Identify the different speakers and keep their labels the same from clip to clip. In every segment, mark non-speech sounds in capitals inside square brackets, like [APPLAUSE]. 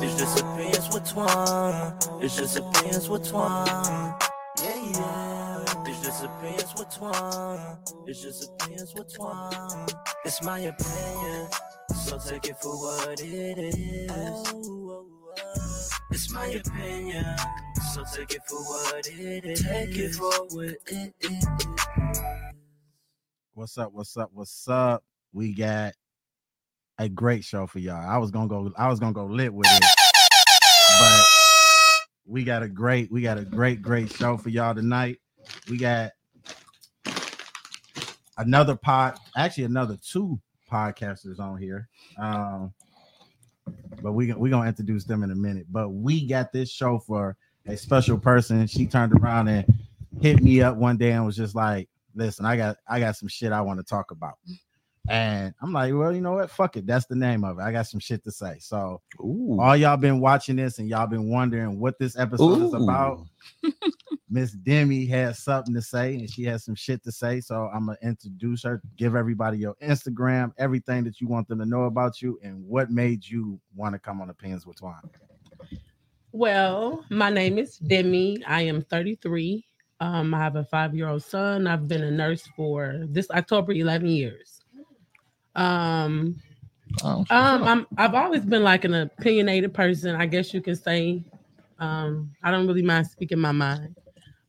Speaker 1: just opinions with twine. It's just opinions with twine. Yeah, yeah. It's just opinions with twine. It's just opinions with twine. It's my opinion, so take it for what it is. It's my opinion, so take it for what it is. Take it for what it is.
Speaker 2: What's up? What's up? What's up? We got a great show for y'all. I was gonna go. I was gonna go lit with it, but we got a great. We got a great, great show for y'all tonight. We got another pod. Actually, another two podcasters on here. Um, but we we gonna introduce them in a minute. But we got this show for a special person. She turned around and hit me up one day and was just like, "Listen, I got I got some shit I want to talk about." And I'm like, well, you know what? Fuck it. That's the name of it. I got some shit to say. So
Speaker 3: Ooh.
Speaker 2: all y'all been watching this and y'all been wondering what this episode is
Speaker 3: Ooh.
Speaker 2: about. Miss Demi has something to say and she has some shit to say. So I'm gonna introduce her, give everybody your Instagram, everything that you want them to know about you, and what made you want to come on the pins with Twine.
Speaker 4: Well, my name is Demi. I am 33. Um, I have a five year old son. I've been a nurse for this October 11 years. Um,
Speaker 3: Oh, shit.
Speaker 4: um, I'm, I've always been like an opinionated person. I guess you can say um, I don't really mind speaking my mind.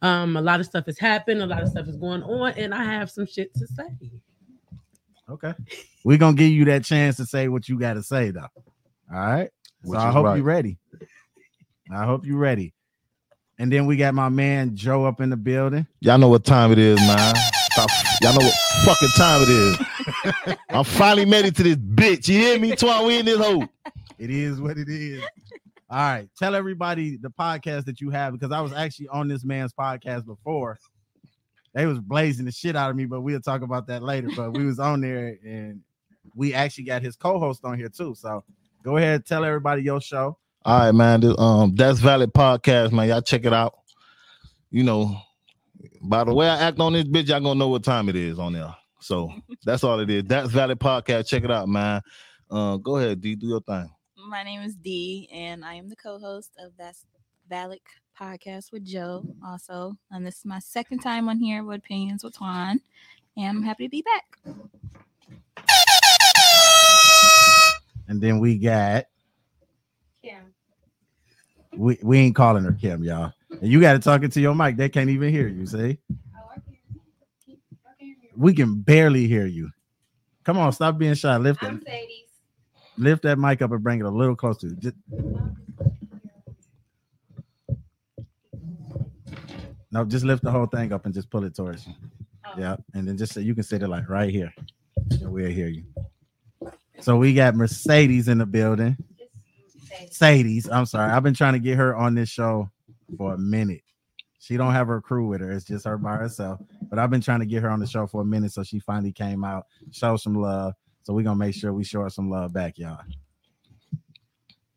Speaker 4: Um, a lot of stuff has happened, a lot of stuff is going on, and I have some shit to say.
Speaker 2: Okay. We're gonna give you that chance to say what you gotta say though. All right.
Speaker 3: Which
Speaker 2: so I
Speaker 3: is
Speaker 2: hope
Speaker 3: right.
Speaker 2: you're ready. I hope you're ready. And then we got my man Joe up in the building.
Speaker 3: Y'all know what time it is, man. Stop. Y'all know what fucking time it is.
Speaker 2: [LAUGHS]
Speaker 3: I finally made it to this bitch. You hear me? Twine, we in this hole.
Speaker 2: It is what it is. All right. Tell everybody the podcast that you have because I was actually on this man's podcast before. They was blazing the shit out of me, but we'll talk about that later. But we was on there and we actually got his co-host on here too. So go ahead, tell everybody your show.
Speaker 3: All right, man. This, um, that's valid podcast, man. Y'all check it out. You know, by the way I act on this bitch, y'all gonna know what time it is on there. So that's all it is. That's valid podcast. Check it out, man. Uh, go ahead, D. Do your thing.
Speaker 5: My name is Dee, and I am the co-host of That's Valak podcast with Joe. Also, and this is my second time on here with opinions with Twan, and I'm happy to be back.
Speaker 2: And then we got
Speaker 5: Yeah.
Speaker 2: we, we ain't calling her Kim, y'all. And you got to talk into your mic. They can't even hear you. See, we can barely hear you. Come on, stop being shy. Lift that,
Speaker 5: Sadie's.
Speaker 2: lift that mic up and bring it a little closer. Just, no, just lift the whole thing up and just pull it towards you. Yeah, and then just say you can sit it like right here. And we'll hear you. So we got Mercedes in the building. Sadie's. I'm sorry. I've been trying to get her on this show for a minute. She don't have her crew with her. It's just her by herself. But I've been trying to get her on the show for a minute, so she finally came out, show some love. So we're gonna make sure we show her some love back, y'all.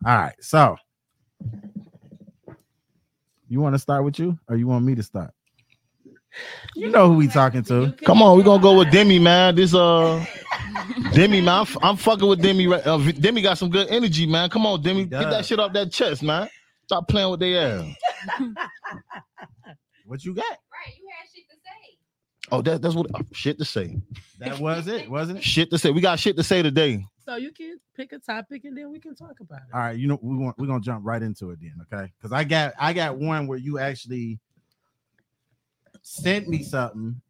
Speaker 2: All right. So you want to start with you, or you want me to start? You know who we talking to.
Speaker 3: Come on, we gonna go with Demi, man. This uh Demi, man. I'm, f- I'm fucking with Demi right uh, Demi got some good energy, man. Come on, Demi.
Speaker 2: He
Speaker 3: Get that
Speaker 2: does.
Speaker 3: shit off that chest, man. Stop playing with their ass.
Speaker 2: What you got?
Speaker 5: you had shit to say.
Speaker 3: Oh, that, that's what oh, shit to say.
Speaker 2: That was it, wasn't it?
Speaker 3: Shit to say. We got shit to say today.
Speaker 4: So you can pick a topic and then we can talk about it.
Speaker 2: All right, you know we want we're gonna jump right into it then, okay? Because I got I got one where you actually sent me something.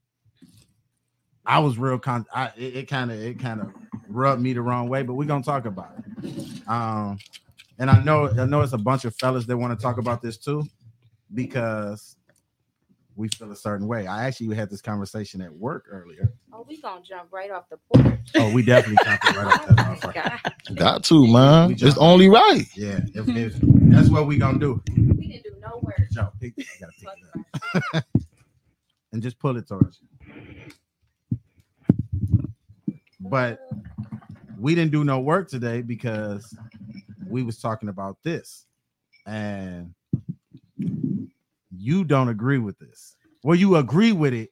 Speaker 2: I was real con. I it- it kind of it kind of rubbed me the wrong way, but we're gonna talk about it. Um, and I know I know it's a bunch of fellas that want to talk about this too, because we feel a certain way. I actually had this conversation at work earlier.
Speaker 6: Oh, we gonna jump right off the
Speaker 2: [LAUGHS]
Speaker 6: porch.
Speaker 2: Oh, we definitely jumped it right off that
Speaker 6: Oh my
Speaker 2: motherfucker.
Speaker 6: God.
Speaker 3: Got to, man. It's only right.
Speaker 2: Yeah,
Speaker 6: [LAUGHS]
Speaker 2: if, if that's what we gonna do.
Speaker 6: We didn't do no work.
Speaker 2: Yo, pick- I gotta pick it up. [LAUGHS] and just pull it towards you. But we didn't do no work today because we was talking about this, and you don't agree with this. Well, you agree
Speaker 6: [LAUGHS]
Speaker 2: with it.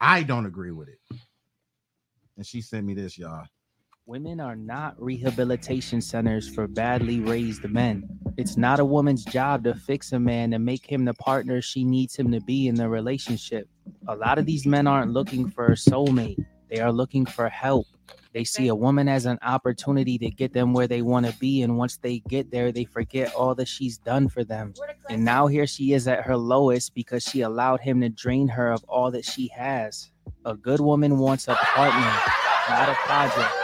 Speaker 2: I don't agree with it. And she sent me this, y'all.
Speaker 7: Women are not rehabilitation centers for badly raised men. It's not a woman's job to fix a man and make him the partner she needs him to be in the relationship. A lot of these men aren't looking for a soulmate, they are looking for help. They see a woman as an opportunity to get them where they want to be. And once they get there, they forget all that she's done for them. And now here she is at her lowest because she allowed him to drain her of all that she has. A good woman wants a partner, not a project.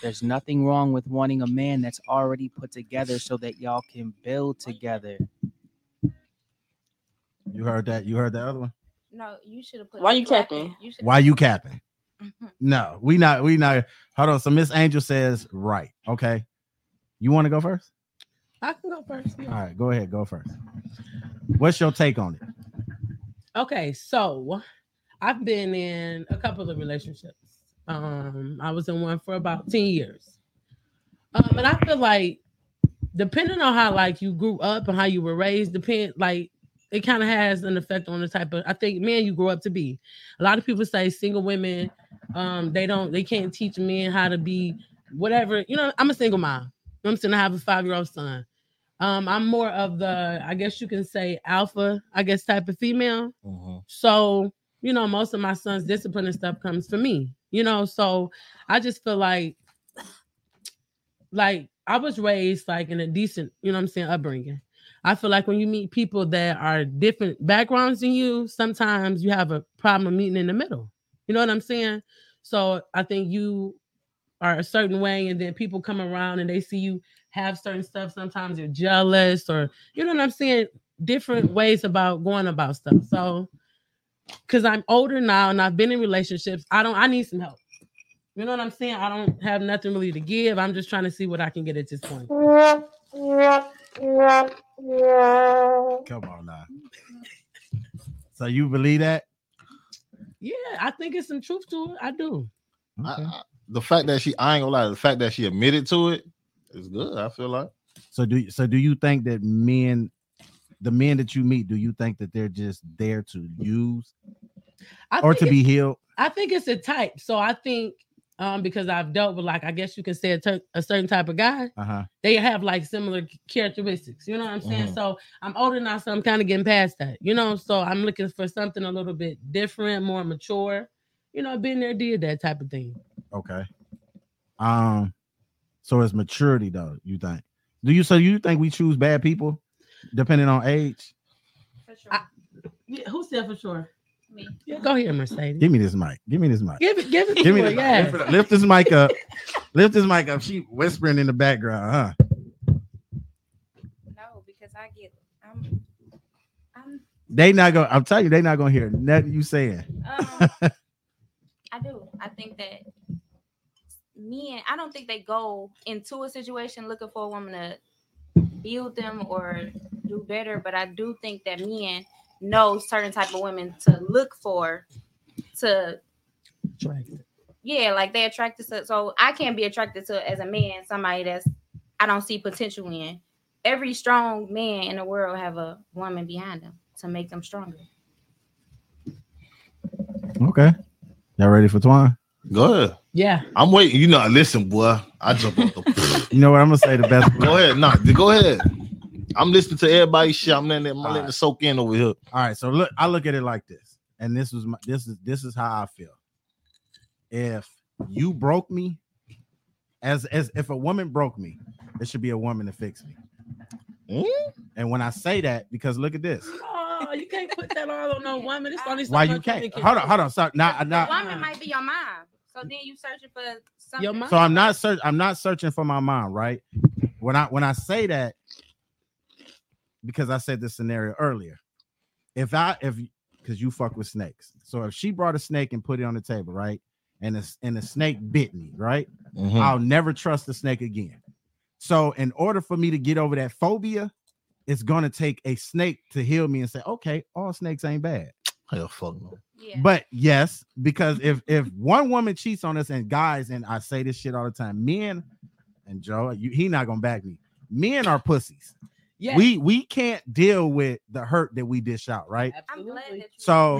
Speaker 7: There's nothing wrong with wanting a man that's already put together so that y'all can build together.
Speaker 2: You heard that? You heard the other one?
Speaker 6: No, you should have put.
Speaker 8: Why
Speaker 6: the
Speaker 8: you
Speaker 6: black
Speaker 8: capping?
Speaker 6: in. You should.
Speaker 2: Why you capping?
Speaker 6: Mhm.
Speaker 2: No, we not. We not. Hold on. So Miss Angel says right. Okay. You want to go first?
Speaker 4: I can go first.
Speaker 2: All right. Go ahead. Go first. What's your take on it?
Speaker 4: Okay, so I've been in a couple of relationships. Um, I was in one for about 10 years. Um, and I feel like depending on how like you grew up and how you were raised, depend like it kind of has an effect on the type of I think man you grow up to be. A lot of people say single women, um, they don't they can't teach men how to be whatever. You know, I'm a single mom. I'm saying I have a five-year-old son. Um, I'm more of the, I guess you can say alpha, I guess type of female.
Speaker 3: Mm-hmm.
Speaker 4: So, you know, most of my son's discipline and stuff comes from me, you know. So I just feel like, like I was raised like in a decent, you know what I'm saying, upbringing. I feel like when you meet people that are different backgrounds than you, sometimes you have a problem meeting in the middle. You know what I'm saying? So I think you are a certain way, and then people come around and they see you have certain stuff. Sometimes you're jealous, or you know what I'm saying? Different ways about going about stuff. So, because I'm older now and I've been in relationships, I don't, I need some help. You know what I'm saying? I don't have nothing really to give. I'm just trying to see what I can get at this point.
Speaker 2: Come on now. So you believe that?
Speaker 4: Yeah, I think it's some truth to it. I do.
Speaker 3: I, I- the fact that she, I ain't gonna lie, the fact that she admitted to it is good. I feel like
Speaker 2: So do so do you think that men, the men that you meet, do you think that they're just there to use
Speaker 4: I
Speaker 2: or
Speaker 4: think
Speaker 2: to
Speaker 4: it's-
Speaker 2: be healed?
Speaker 4: I think it's a type. So I think um because I've dealt with like I guess you can say a, ter- a certain type of guy.
Speaker 2: Uh huh.
Speaker 4: they have like similar characteristics. You know what I'm saying? So I'm older now, so I'm kind of getting past that. You know, so I'm looking for something a little bit different, more mature. You know, been there, did that type of thing.
Speaker 2: Okay. Um. So it's maturity, though. You think? Do you? So you think we choose bad people, depending on age?
Speaker 6: For sure.
Speaker 4: I- Yeah, who said for sure?
Speaker 6: Me.
Speaker 4: Yeah, go here, Mercedes.
Speaker 2: Give me this mic. Give me this mic.
Speaker 4: Give it, give it,
Speaker 2: Give me
Speaker 4: to her,
Speaker 2: this.
Speaker 4: yeah.
Speaker 2: Lift, it up. Lift this mic up. Lift this mic up. She whispering in the background, huh?
Speaker 6: [LAUGHS] No, because I get. I'm. I'm.
Speaker 2: They not gonna. I'm telling you, they not gonna hear nothing you saying.
Speaker 6: Um,
Speaker 4: Uh-huh.
Speaker 6: I do. I think that men. I don't think they go into a situation looking for a woman to build them or do better. But I do think that men know certain type of women to look for to
Speaker 4: Attractive.
Speaker 6: yeah, like they attracted to. So I can't be attracted to as a man somebody that's I don't see potential in. Every strong man in the world have a woman behind them to make them stronger.
Speaker 2: [LAUGHS] Okay. Y'all ready for Twan?
Speaker 3: go ahead.
Speaker 4: Yeah.
Speaker 3: I'm waiting. You know, listen, boy. I jump
Speaker 2: [LAUGHS]
Speaker 3: off the.
Speaker 2: You know what? I'm gonna say the best. [LAUGHS]
Speaker 3: go ahead, nah. Go ahead. I'm listening to everybody's shit. I'm letting it, I'm letting it soak in over here.
Speaker 2: All right, so look, I look at it like this, and this was my, this is this is how I feel. If you broke me, as as if a woman broke me, it should be a woman to fix me.
Speaker 3: Mm?
Speaker 4: Mm-hmm.
Speaker 2: And when I say that, because look at this,
Speaker 4: Oh, you can't put that all on
Speaker 6: [LAUGHS]
Speaker 4: no woman. It's only so
Speaker 2: why
Speaker 4: much
Speaker 2: you
Speaker 4: women
Speaker 2: can't?
Speaker 4: can
Speaker 2: Hold on,
Speaker 4: do.
Speaker 2: hold on. So now,
Speaker 6: The
Speaker 2: now,
Speaker 6: woman might be your mom, so then you searching for something.
Speaker 4: Your mom?
Speaker 2: so I'm not search. I'm not searching for my mom, right? When I when I say that, because I said this scenario earlier. If I if because you fuck with snakes, so if she brought a snake and put it on the table, right, and the, and the snake bit me, right,
Speaker 3: Mhm.
Speaker 2: I'll never trust the snake again. So in order for me to get over that phobia, it's gonna take a snake to heal me and say, okay, all snakes ain't bad.
Speaker 3: Hell, fuck no.
Speaker 6: Yeah.
Speaker 2: But yes, because if if one woman cheats on us, and guys, and I say this shit all the time, men and Joe, you, he not gonna back me. Men are pussies.
Speaker 4: Yeah.
Speaker 2: We we can't deal with the hurt that we dish out, right?
Speaker 6: I'm glad that you
Speaker 3: You a
Speaker 2: So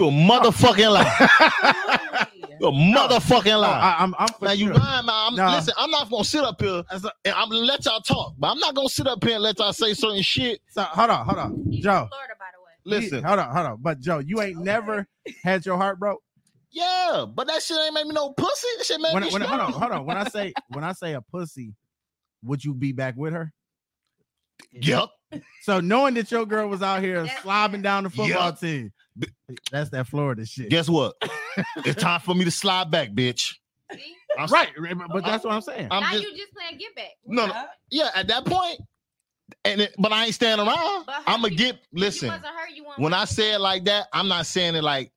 Speaker 2: [LAUGHS]
Speaker 3: motherfucking lie.
Speaker 4: Absolutely.
Speaker 3: you a motherfucking
Speaker 2: I,
Speaker 3: lie.
Speaker 2: am I'm for
Speaker 3: now you
Speaker 2: sure.
Speaker 3: lying, man. I'm,
Speaker 2: Nah.
Speaker 3: Listen, I'm not gonna sit up here
Speaker 2: That's a-
Speaker 3: and I'm gonna let y'all talk, but I'm not gonna sit up here and let y'all say certain shit.
Speaker 2: so, hold on, hold on,
Speaker 6: He's
Speaker 2: Joe.
Speaker 6: from Florida, by the way.
Speaker 3: Listen,
Speaker 2: hold on, hold on. But Joe, you ain't never had your heart broke.
Speaker 3: yeah, but that shit ain't make me no pussy. That shit made
Speaker 2: When,
Speaker 3: me
Speaker 2: when, hold on,
Speaker 3: strong.
Speaker 2: hold on. When I say when I say a pussy, would you be back with her?
Speaker 3: Yep.
Speaker 2: So knowing that your girl was out here
Speaker 6: That's-
Speaker 2: slobbing down the football
Speaker 3: Yeah.
Speaker 2: team, that's that Florida shit. [LAUGHS]
Speaker 3: Guess what? it's time for me to slide back, bitch.
Speaker 6: See?
Speaker 3: I'm-
Speaker 2: Right, right, but- but that's what I'm saying.
Speaker 3: Oh. I'm
Speaker 6: now
Speaker 3: just,
Speaker 6: you just playing get back.
Speaker 3: no, no, yeah. At that point, and it, but I ain't standing around.
Speaker 6: But her
Speaker 3: I'm gonna
Speaker 6: pe-
Speaker 3: get. Listen,
Speaker 6: If it wasn't her, you wouldn't
Speaker 3: when
Speaker 6: like
Speaker 3: I
Speaker 6: it.
Speaker 3: say it like that, I'm not saying it like,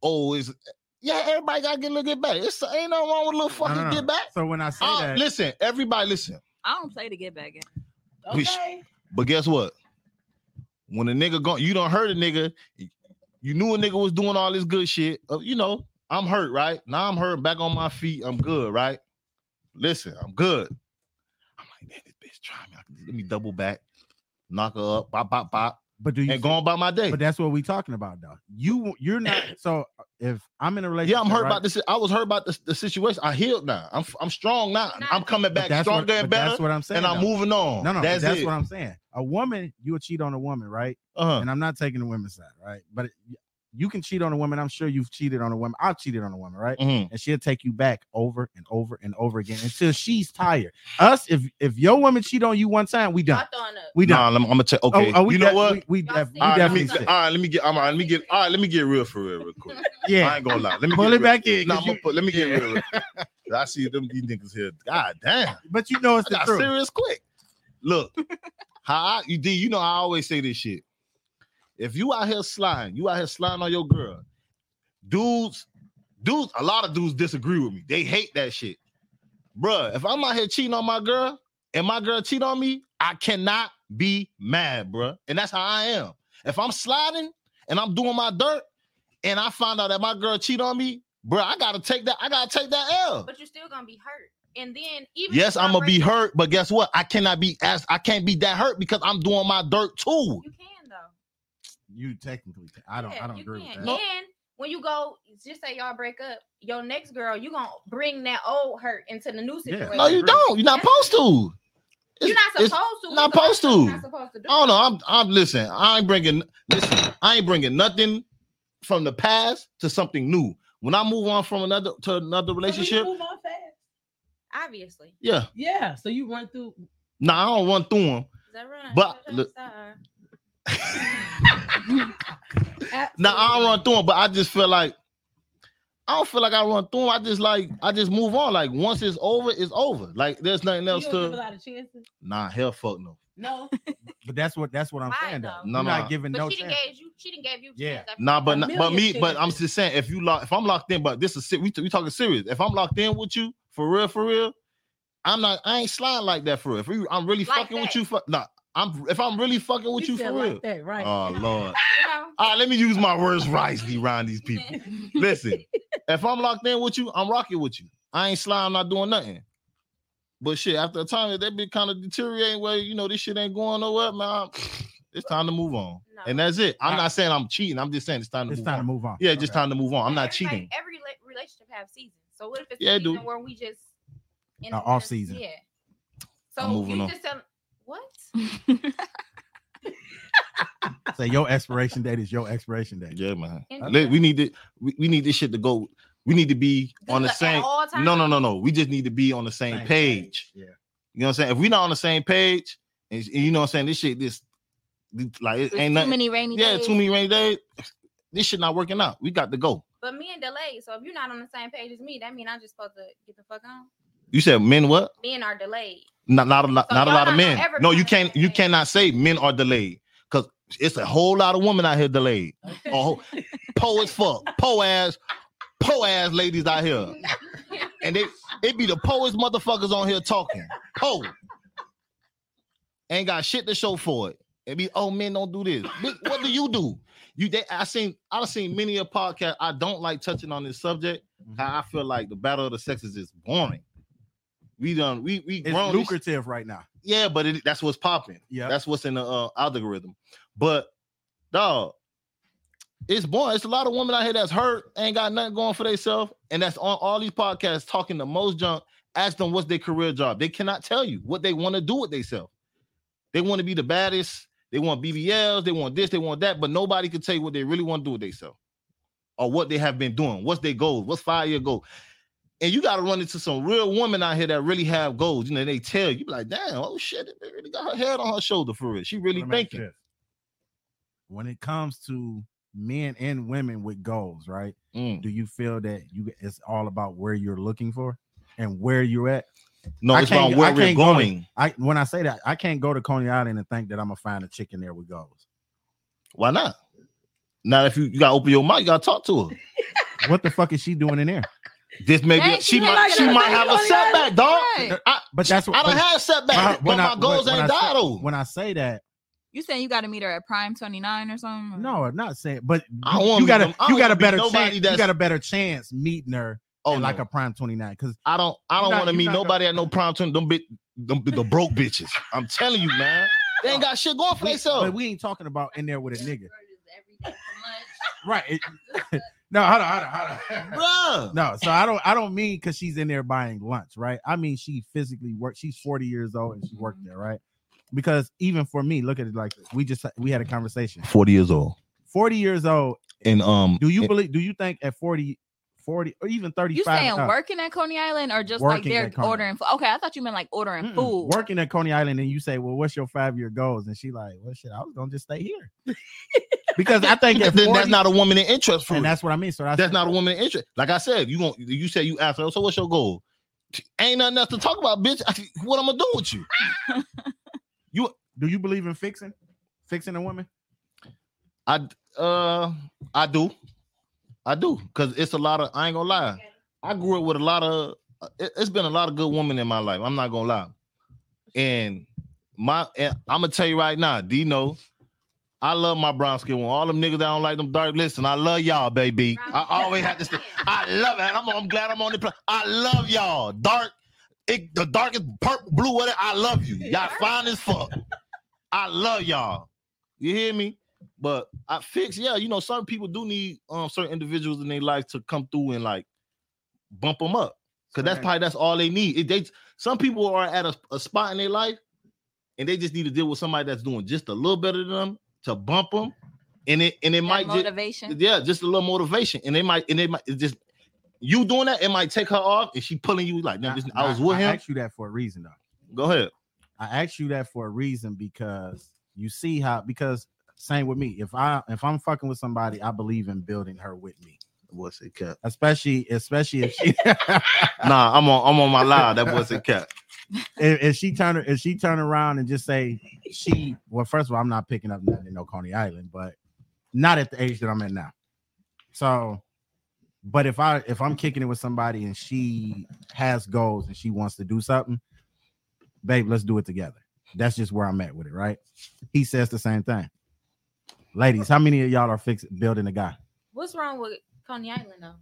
Speaker 3: oh, is yeah, everybody gotta get a little get back. It's ain't nothing wrong with a little
Speaker 2: No, no,
Speaker 3: fucking
Speaker 2: no.
Speaker 3: get back.
Speaker 2: So when I say
Speaker 3: Oh,
Speaker 2: that,
Speaker 3: listen, everybody, listen.
Speaker 5: I don't play to get back in.
Speaker 3: [LAUGHS] We sh-
Speaker 4: Okay.
Speaker 3: But guess what? When a nigga gone, you don't hurt a nigga. You knew a nigga was doing all this good shit. Uh, you know, I'm hurt, right? Now I'm hurt, back on my feet. I'm good, right? Listen, I'm good. I'm like, man, this bitch trying me. I can- Let me double back, knock her up, bop, bop, bop,
Speaker 2: but do you?
Speaker 3: and go on by my day.
Speaker 2: But that's what we talking about, though. You you're not. So if I'm in a relationship,
Speaker 3: Yeah, I'm hurt
Speaker 2: right,
Speaker 3: about this. I was hurt about the, the situation. I healed now. I'm I'm strong now.
Speaker 6: Nah.
Speaker 3: I'm coming
Speaker 2: but
Speaker 3: back
Speaker 2: that's
Speaker 3: stronger
Speaker 2: what,
Speaker 3: and
Speaker 2: but That's
Speaker 3: better,
Speaker 2: what I'm saying.
Speaker 3: and I'm
Speaker 2: though.
Speaker 3: moving on.
Speaker 2: No, no,
Speaker 3: that's,
Speaker 2: that's,
Speaker 3: it.
Speaker 2: what I'm saying. A woman, you would cheat on a woman, right?
Speaker 3: uh-huh.
Speaker 2: And I'm not taking the women's side, right? But it, you can cheat on a woman. I'm sure you've cheated on a woman. I've cheated on a woman, right?
Speaker 3: Mhm.
Speaker 2: And she'll take you back over and over and over again until she's tired. Us, if if your woman cheat on you one time, we
Speaker 6: Y'all
Speaker 2: done.
Speaker 6: throwing up.
Speaker 2: We
Speaker 3: Nah,
Speaker 2: done.
Speaker 3: let me- I'm gonna tell. Okay,
Speaker 2: Oh, oh, we
Speaker 3: you know
Speaker 2: def-
Speaker 3: what?
Speaker 2: We, we,
Speaker 6: Y'all
Speaker 2: def-
Speaker 6: see
Speaker 2: we
Speaker 3: all right, let me,
Speaker 2: definitely.
Speaker 6: something.
Speaker 2: sick.
Speaker 3: all right, let me get. I'm, all right, let me get. All right, let me get real for real, real
Speaker 2: [LAUGHS]
Speaker 3: quick. I
Speaker 2: Yeah,
Speaker 3: ain't gonna lie. Let me
Speaker 2: pull it
Speaker 3: get real.
Speaker 2: back in.
Speaker 3: Nah,
Speaker 2: 'cause
Speaker 3: I'm gonna
Speaker 2: you-
Speaker 3: put- let me get
Speaker 2: yeah.
Speaker 3: real. real quick. I see them these niggas here. God damn,
Speaker 2: but you know it's
Speaker 3: I
Speaker 2: the
Speaker 3: got
Speaker 2: truth.
Speaker 3: serious quick. Look, how I, you D, you know I always say this shit. If you out here sliding, you out here sliding on your girl. Dudes, dudes, a lot of dudes disagree with me. They hate that shit, Bruh, If I'm out here cheating on my girl and my girl cheat on me, I cannot be mad, bruh. And that's how I am. If I'm sliding and I'm doing my dirt, and I find out that my girl cheat on me, bruh, I gotta take that. I gotta take that L.
Speaker 6: But you're still gonna be hurt. And then even if
Speaker 3: Yes, I'm
Speaker 6: y'all
Speaker 3: gonna be
Speaker 6: break up,
Speaker 3: hurt, but guess what? I cannot be as I can't be that hurt because I'm doing my dirt too.
Speaker 6: You can though.
Speaker 2: You technically, I don't,
Speaker 6: Yeah,
Speaker 2: I don't
Speaker 6: you
Speaker 2: agree with
Speaker 6: can.
Speaker 2: that.
Speaker 6: And when you go, just say y'all break up, your next girl, you gonna bring that old hurt into the new
Speaker 2: Yeah.
Speaker 6: situation.
Speaker 3: No, you don't. You're not supposed to.
Speaker 6: You're not
Speaker 3: It's-
Speaker 6: supposed to.
Speaker 3: not
Speaker 6: You're
Speaker 3: supposed to.
Speaker 6: You're not supposed to do.
Speaker 3: Oh no, I'm I'm listen. I ain't bringing listen. I ain't bringing nothing from the past to something new. When I move on from another to another
Speaker 4: So
Speaker 3: relationship,
Speaker 4: you move on fast.
Speaker 6: it. Obviously,
Speaker 3: yeah,
Speaker 4: Yeah. So you run through.
Speaker 3: nah, I don't run through them.
Speaker 6: is that right?
Speaker 3: But,
Speaker 6: That's
Speaker 3: look-
Speaker 6: right.
Speaker 3: Nah, I don't run through them, but I just feel like I don't feel like I run through them. I just like I just move on. Like once it's over, it's over. Like there's nothing
Speaker 4: You
Speaker 3: else
Speaker 4: don't give a
Speaker 3: to.
Speaker 4: lot of chances.
Speaker 3: Nah, hell, fuck no.
Speaker 4: [LAUGHS] No.
Speaker 2: But that's what that's what I'm
Speaker 6: Why,
Speaker 2: saying though.
Speaker 6: though?
Speaker 2: No,
Speaker 3: No,
Speaker 2: I'm
Speaker 3: no.
Speaker 2: not giving
Speaker 6: But
Speaker 2: no
Speaker 6: she done
Speaker 2: chance.
Speaker 6: gave you. She done gave you.
Speaker 2: Yeah.
Speaker 6: chance after
Speaker 3: Nah,
Speaker 6: you
Speaker 3: but
Speaker 4: A
Speaker 3: not, but
Speaker 4: million
Speaker 3: me, but I'm
Speaker 4: chances.
Speaker 3: just saying, if you lock, if I'm locked in, but this is se- we we talking serious. If I'm locked in with you for real, for real, I'm not. I ain't sliding like that for real. If you, I'm really
Speaker 6: Like
Speaker 3: fucking with
Speaker 6: that.
Speaker 3: you, for nah, I'm if I'm really fucking with
Speaker 4: He
Speaker 3: you
Speaker 4: said
Speaker 3: for
Speaker 4: like
Speaker 3: real.
Speaker 4: That, right.
Speaker 3: Oh
Speaker 4: [LAUGHS]
Speaker 6: You
Speaker 3: lord.
Speaker 6: know?
Speaker 3: All right, Ah, let me use my words wisely around these people.
Speaker 6: [LAUGHS]
Speaker 3: Listen, if I'm locked in with you, I'm rocking with you. I ain't sliding, I'm not doing nothing. But shit, after a time, if that be kind of deteriorating where you know this shit ain't going nowhere, man. It's time to move on,
Speaker 6: No.
Speaker 3: and that's it. I'm
Speaker 2: I-
Speaker 3: not saying I'm cheating. I'm just saying it's time to
Speaker 2: It's
Speaker 3: move
Speaker 2: time
Speaker 3: on.
Speaker 2: to move on.
Speaker 3: Yeah, just
Speaker 2: Okay.
Speaker 3: time to move on. I'm not
Speaker 6: Everybody-
Speaker 3: cheating.
Speaker 6: Every rela- relationship have seasons. So what if it's
Speaker 3: Yeah,
Speaker 6: a
Speaker 3: it do.
Speaker 6: season where we just in
Speaker 2: Uh,
Speaker 6: the
Speaker 2: off
Speaker 6: midst-
Speaker 2: season.
Speaker 6: Yeah.
Speaker 3: I'm
Speaker 6: So
Speaker 3: moving
Speaker 6: you
Speaker 3: on.
Speaker 6: just tell what?
Speaker 2: Say your expiration date is your expiration date.
Speaker 3: Yeah, man.
Speaker 6: And-
Speaker 3: Look, We need to we, we need this shit to go. We need to be on the
Speaker 6: At
Speaker 3: same.
Speaker 6: all times?
Speaker 3: No, no, no, no. We just need to be on the same
Speaker 2: Same
Speaker 3: page.
Speaker 2: Yeah.
Speaker 3: You know what I'm saying? If we not on the same page, and, and you know what I'm saying, this shit, this like
Speaker 5: Ain't
Speaker 3: it ain't
Speaker 5: too
Speaker 3: nothing.
Speaker 5: many rainy
Speaker 3: Yeah,
Speaker 5: days.
Speaker 3: too many rainy days. This shit not working out. We got to go.
Speaker 6: But me and delayed. So if you're not on the same page as me, that means I'm just supposed to get the fuck on.
Speaker 3: You said men what?
Speaker 6: Men are delayed.
Speaker 3: Not not a lot.
Speaker 6: So
Speaker 3: not a
Speaker 6: y'all
Speaker 3: lot of
Speaker 6: not gonna
Speaker 3: men.
Speaker 6: ever
Speaker 3: No,
Speaker 6: be on
Speaker 3: you
Speaker 6: the
Speaker 3: can't.
Speaker 6: same
Speaker 3: You
Speaker 6: page.
Speaker 3: cannot say men are delayed because it's a whole lot of women out here delayed.
Speaker 6: [LAUGHS]
Speaker 3: Oh, po as fuck, po ass, po ass ladies out
Speaker 6: [LAUGHS]
Speaker 3: here. and they it be the poets motherfuckers on here talking. Po. Ain't got shit to show for it. It be oh men don't do this. Bitch, what do you do? You they I seen I done seen many a podcast. I don't like touching on this subject.
Speaker 2: Mm-hmm.
Speaker 3: How I feel like the battle of the sexes is boring. We done we we
Speaker 2: It's
Speaker 3: grown.
Speaker 2: lucrative right now.
Speaker 3: yeah, but it, that's what's popping.
Speaker 2: Yeah.
Speaker 3: That's what's in the uh, algorithm. But dog, it's born. It's a lot of women out here that's hurt, ain't got nothing going for themselves, and that's on all these podcasts talking the most junk. Ask them what's their career job. They cannot tell you what they want to do with themselves. They want to be the baddest. They want BBLs. They want this. They want that. But nobody can tell you what they really want to do with themselves, or what they have been doing. What's their goals? What's five year goal? and you gotta run into some real women out here that really have goals. You know, they tell you be like, damn, oh shit, they really got her head on her shoulder for real. She really
Speaker 2: Let me ask you
Speaker 3: thinking.
Speaker 2: this. When it comes to men and women with goals, right?
Speaker 3: Mm.
Speaker 2: Do you feel that you it's all about where you're looking for and where you're at?
Speaker 3: No,
Speaker 2: I
Speaker 3: it's
Speaker 2: can't-
Speaker 3: about where
Speaker 2: I
Speaker 3: we're
Speaker 2: can't go to-
Speaker 3: going.
Speaker 2: I when I say that, I can't go to Coney Island and think that I'm gonna find a chicken there with goals.
Speaker 3: Why not? Now, if you, you gotta open your mouth, you gotta talk to her.
Speaker 2: What the fuck is she doing
Speaker 3: [LAUGHS]
Speaker 2: in there?
Speaker 3: This may
Speaker 6: Dang,
Speaker 3: be she
Speaker 6: she
Speaker 3: might
Speaker 6: like
Speaker 3: she
Speaker 6: it.
Speaker 3: might have a
Speaker 6: Right.
Speaker 3: setback, dog.
Speaker 6: Right.
Speaker 3: I,
Speaker 2: But that's what
Speaker 3: I don't
Speaker 2: but
Speaker 3: have setbacks, but
Speaker 2: when I-
Speaker 3: my goals
Speaker 2: when- when
Speaker 3: ain't
Speaker 2: I
Speaker 3: died
Speaker 2: say-
Speaker 3: though.
Speaker 2: when I say that,
Speaker 5: You saying you got to meet her at Prime 29 or something?
Speaker 2: no, I'm not saying. But
Speaker 3: I
Speaker 2: you-
Speaker 3: wanna
Speaker 2: you
Speaker 3: meet
Speaker 2: got
Speaker 3: them-
Speaker 2: a you got
Speaker 3: I wanna
Speaker 2: a
Speaker 3: meet
Speaker 2: better
Speaker 3: nobody
Speaker 2: chance. You
Speaker 3: that's-
Speaker 2: got a better chance meeting her
Speaker 3: Oh,
Speaker 2: at like
Speaker 3: no.
Speaker 2: a prime twenty nine because
Speaker 3: I don't I
Speaker 2: You're
Speaker 3: don't
Speaker 2: not-
Speaker 3: want to
Speaker 2: you're
Speaker 3: meet
Speaker 2: not gonna-
Speaker 3: nobody at no prime time. Them bit them the broke bitches. I'm telling you, man. They ain't got shit going for
Speaker 2: we, but
Speaker 3: themselves.
Speaker 2: we ain't talking about in there with a nigga, right? it- [LAUGHS] no, hold on, hold on, hold on.
Speaker 3: Bruh.
Speaker 2: No, so I don't I don't mean because she's in there buying lunch, right? I mean she physically worked. She's forty years old and she worked
Speaker 5: Mm-hmm.
Speaker 2: there, right? Because even for me, look at it like this. We just we had a conversation.
Speaker 3: 40 years old.
Speaker 2: Forty years old.
Speaker 3: And um
Speaker 2: Do you believe? Do you think at 40, 40 or even thirty
Speaker 5: You
Speaker 2: five?
Speaker 5: saying working at Coney Island or just like
Speaker 2: Working
Speaker 5: they're
Speaker 2: at Coney.
Speaker 5: ordering food? Okay, I thought you meant like ordering
Speaker 2: Mm-mm.
Speaker 5: food.
Speaker 2: Working at Coney Island, and you say, "Well, what's your five year goals?" And she like, "Well, shit, I was gonna just stay here," because I think
Speaker 3: then
Speaker 2: at 40,
Speaker 3: that's not a woman in interest for
Speaker 2: and
Speaker 3: you.
Speaker 2: that's what I mean. So that's,
Speaker 3: That's not a woman in interest. Like I said, you won't you say you asked her, so what's your goal? Ain't nothing else to talk about, bitch. What I'm gonna do with you?
Speaker 2: Do [LAUGHS] you believe in fixing, fixing a woman?
Speaker 3: I uh I do. I do because it's a lot of I ain't gonna lie. I grew up with a lot of it, has been a lot of good women in my life. I'm not gonna lie. And my and I'm gonna tell you right now, Dino. I love my brown skin one. All them niggas that don't like them dark. Listen, I love y'all, baby. I always have Oh, to say, I love it. I'm, I'm glad I'm on the plan. I love y'all. Dark, it, the darkest purple, blue, whatever. I love you. Y'all fine as fuck. I love y'all. You hear me? But I fix, yeah, you know, some people do need um certain individuals in their life to come through and like bump them up. Cause that's probably that's all they need. It, they some people are at a, a spot in their life and they just need to deal with somebody that's doing just a little better than them to bump them. And it and it
Speaker 5: That
Speaker 3: might just
Speaker 5: motivation.
Speaker 3: yeah, just a little motivation. And they might and they might it's just you doing that, it might take her off and she pulling you like, no, this, I was with
Speaker 2: I
Speaker 3: him.
Speaker 2: asked you that for a reason, though.
Speaker 3: Go ahead.
Speaker 2: I asked you that for a reason because you see how because same with me. If I if I'm fucking with somebody, I believe in building her with me,
Speaker 3: What's it cat?
Speaker 2: especially especially if she [LAUGHS]
Speaker 3: Nah, I'm on I'm on my live. That was a cat.
Speaker 2: if, if she turn if she turn around and just say she well first of all i'm not picking up nothing in no coney island but not at the age that i'm at now so but if i if i'm kicking it with somebody and she has goals and she wants to do something babe let's do it together that's just where i'm at with it right he says the same thing ladies how many of y'all are fixing building a guy
Speaker 6: What's wrong with Coney Island though?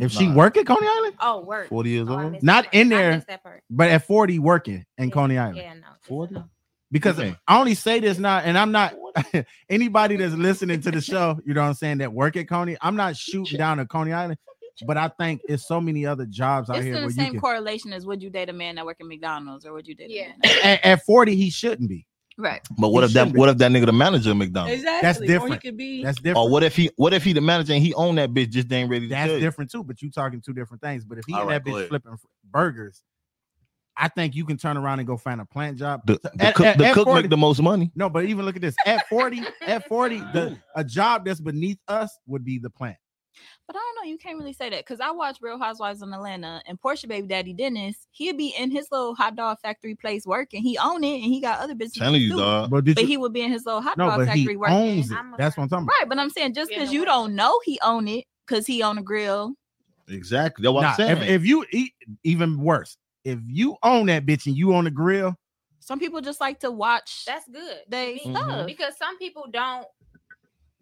Speaker 2: if she
Speaker 3: Nah.
Speaker 2: work at coney island
Speaker 6: Oh, work.
Speaker 3: 40 years
Speaker 6: Oh, I
Speaker 3: old.
Speaker 6: missed
Speaker 2: Not
Speaker 6: that part.
Speaker 2: in
Speaker 6: I
Speaker 2: there.
Speaker 6: missed that part.
Speaker 2: but at 40 working in
Speaker 6: Yeah,
Speaker 2: coney island
Speaker 6: Yeah, no. it's a
Speaker 3: 40?
Speaker 6: no.
Speaker 2: because
Speaker 3: Okay.
Speaker 2: I only say this now, and I'm not [LAUGHS] anybody that's listening to the show, you know what I'm saying, that work at Coney. I'm not shooting down at Coney Island, but I think it's so many other jobs out
Speaker 5: It's
Speaker 2: here
Speaker 5: in
Speaker 2: where
Speaker 5: the
Speaker 2: you
Speaker 5: same
Speaker 2: can
Speaker 5: correlation as would you date a man that work at McDonald's or would you date? a
Speaker 6: Yeah.
Speaker 5: man that-
Speaker 2: at, at 40, he shouldn't be.
Speaker 5: right.
Speaker 3: But what
Speaker 2: He
Speaker 3: if that
Speaker 2: should be.
Speaker 3: what if that nigga the manager of McDonald's?
Speaker 4: Exactly. Or he
Speaker 2: different.
Speaker 4: could be
Speaker 2: That's different.
Speaker 3: Or what if he what if he the manager and he own that bitch just ain't ready to
Speaker 2: That's
Speaker 3: tell you?
Speaker 2: different too, but you talking two different things. But if he
Speaker 3: All
Speaker 2: and that
Speaker 3: right, go
Speaker 2: bitch
Speaker 3: ahead.
Speaker 2: flipping burgers, I think you can turn around and go find a plant job.
Speaker 3: The, the
Speaker 2: At-
Speaker 3: cook,
Speaker 2: at-
Speaker 3: the
Speaker 2: at
Speaker 3: cook
Speaker 2: 40
Speaker 3: make the most money.
Speaker 2: No, but even look at this.
Speaker 5: [LAUGHS]
Speaker 2: At 40, at 40, the, a job that's beneath us would be the plant.
Speaker 5: But I don't know. You can't really say that because I watch Real Housewives in Atlanta and Portia Baby Daddy Dennis. He'd be in his little hot dog factory place working. He own it and he got other businesses.
Speaker 3: Telling you,
Speaker 5: too.
Speaker 3: dog.
Speaker 2: But did
Speaker 5: But
Speaker 2: you
Speaker 5: he would be in his little hot
Speaker 2: no,
Speaker 5: dog
Speaker 2: but
Speaker 5: factory
Speaker 2: he
Speaker 5: working.
Speaker 2: owns it.
Speaker 6: I'm a-
Speaker 2: That's what I'm talking about.
Speaker 5: Right, but I'm saying just
Speaker 6: Yeah,
Speaker 5: because
Speaker 6: no
Speaker 5: you
Speaker 6: way.
Speaker 5: don't know he own it because he on a grill.
Speaker 3: Exactly. That's what
Speaker 2: Nah,
Speaker 3: I'm saying.
Speaker 2: if, if you eat, even worse, if you own that bitch and you on the grill,
Speaker 5: Some people just like to watch.
Speaker 6: That's good. to
Speaker 5: They
Speaker 6: me.
Speaker 5: stuff. Mm-hmm.
Speaker 6: because some people don't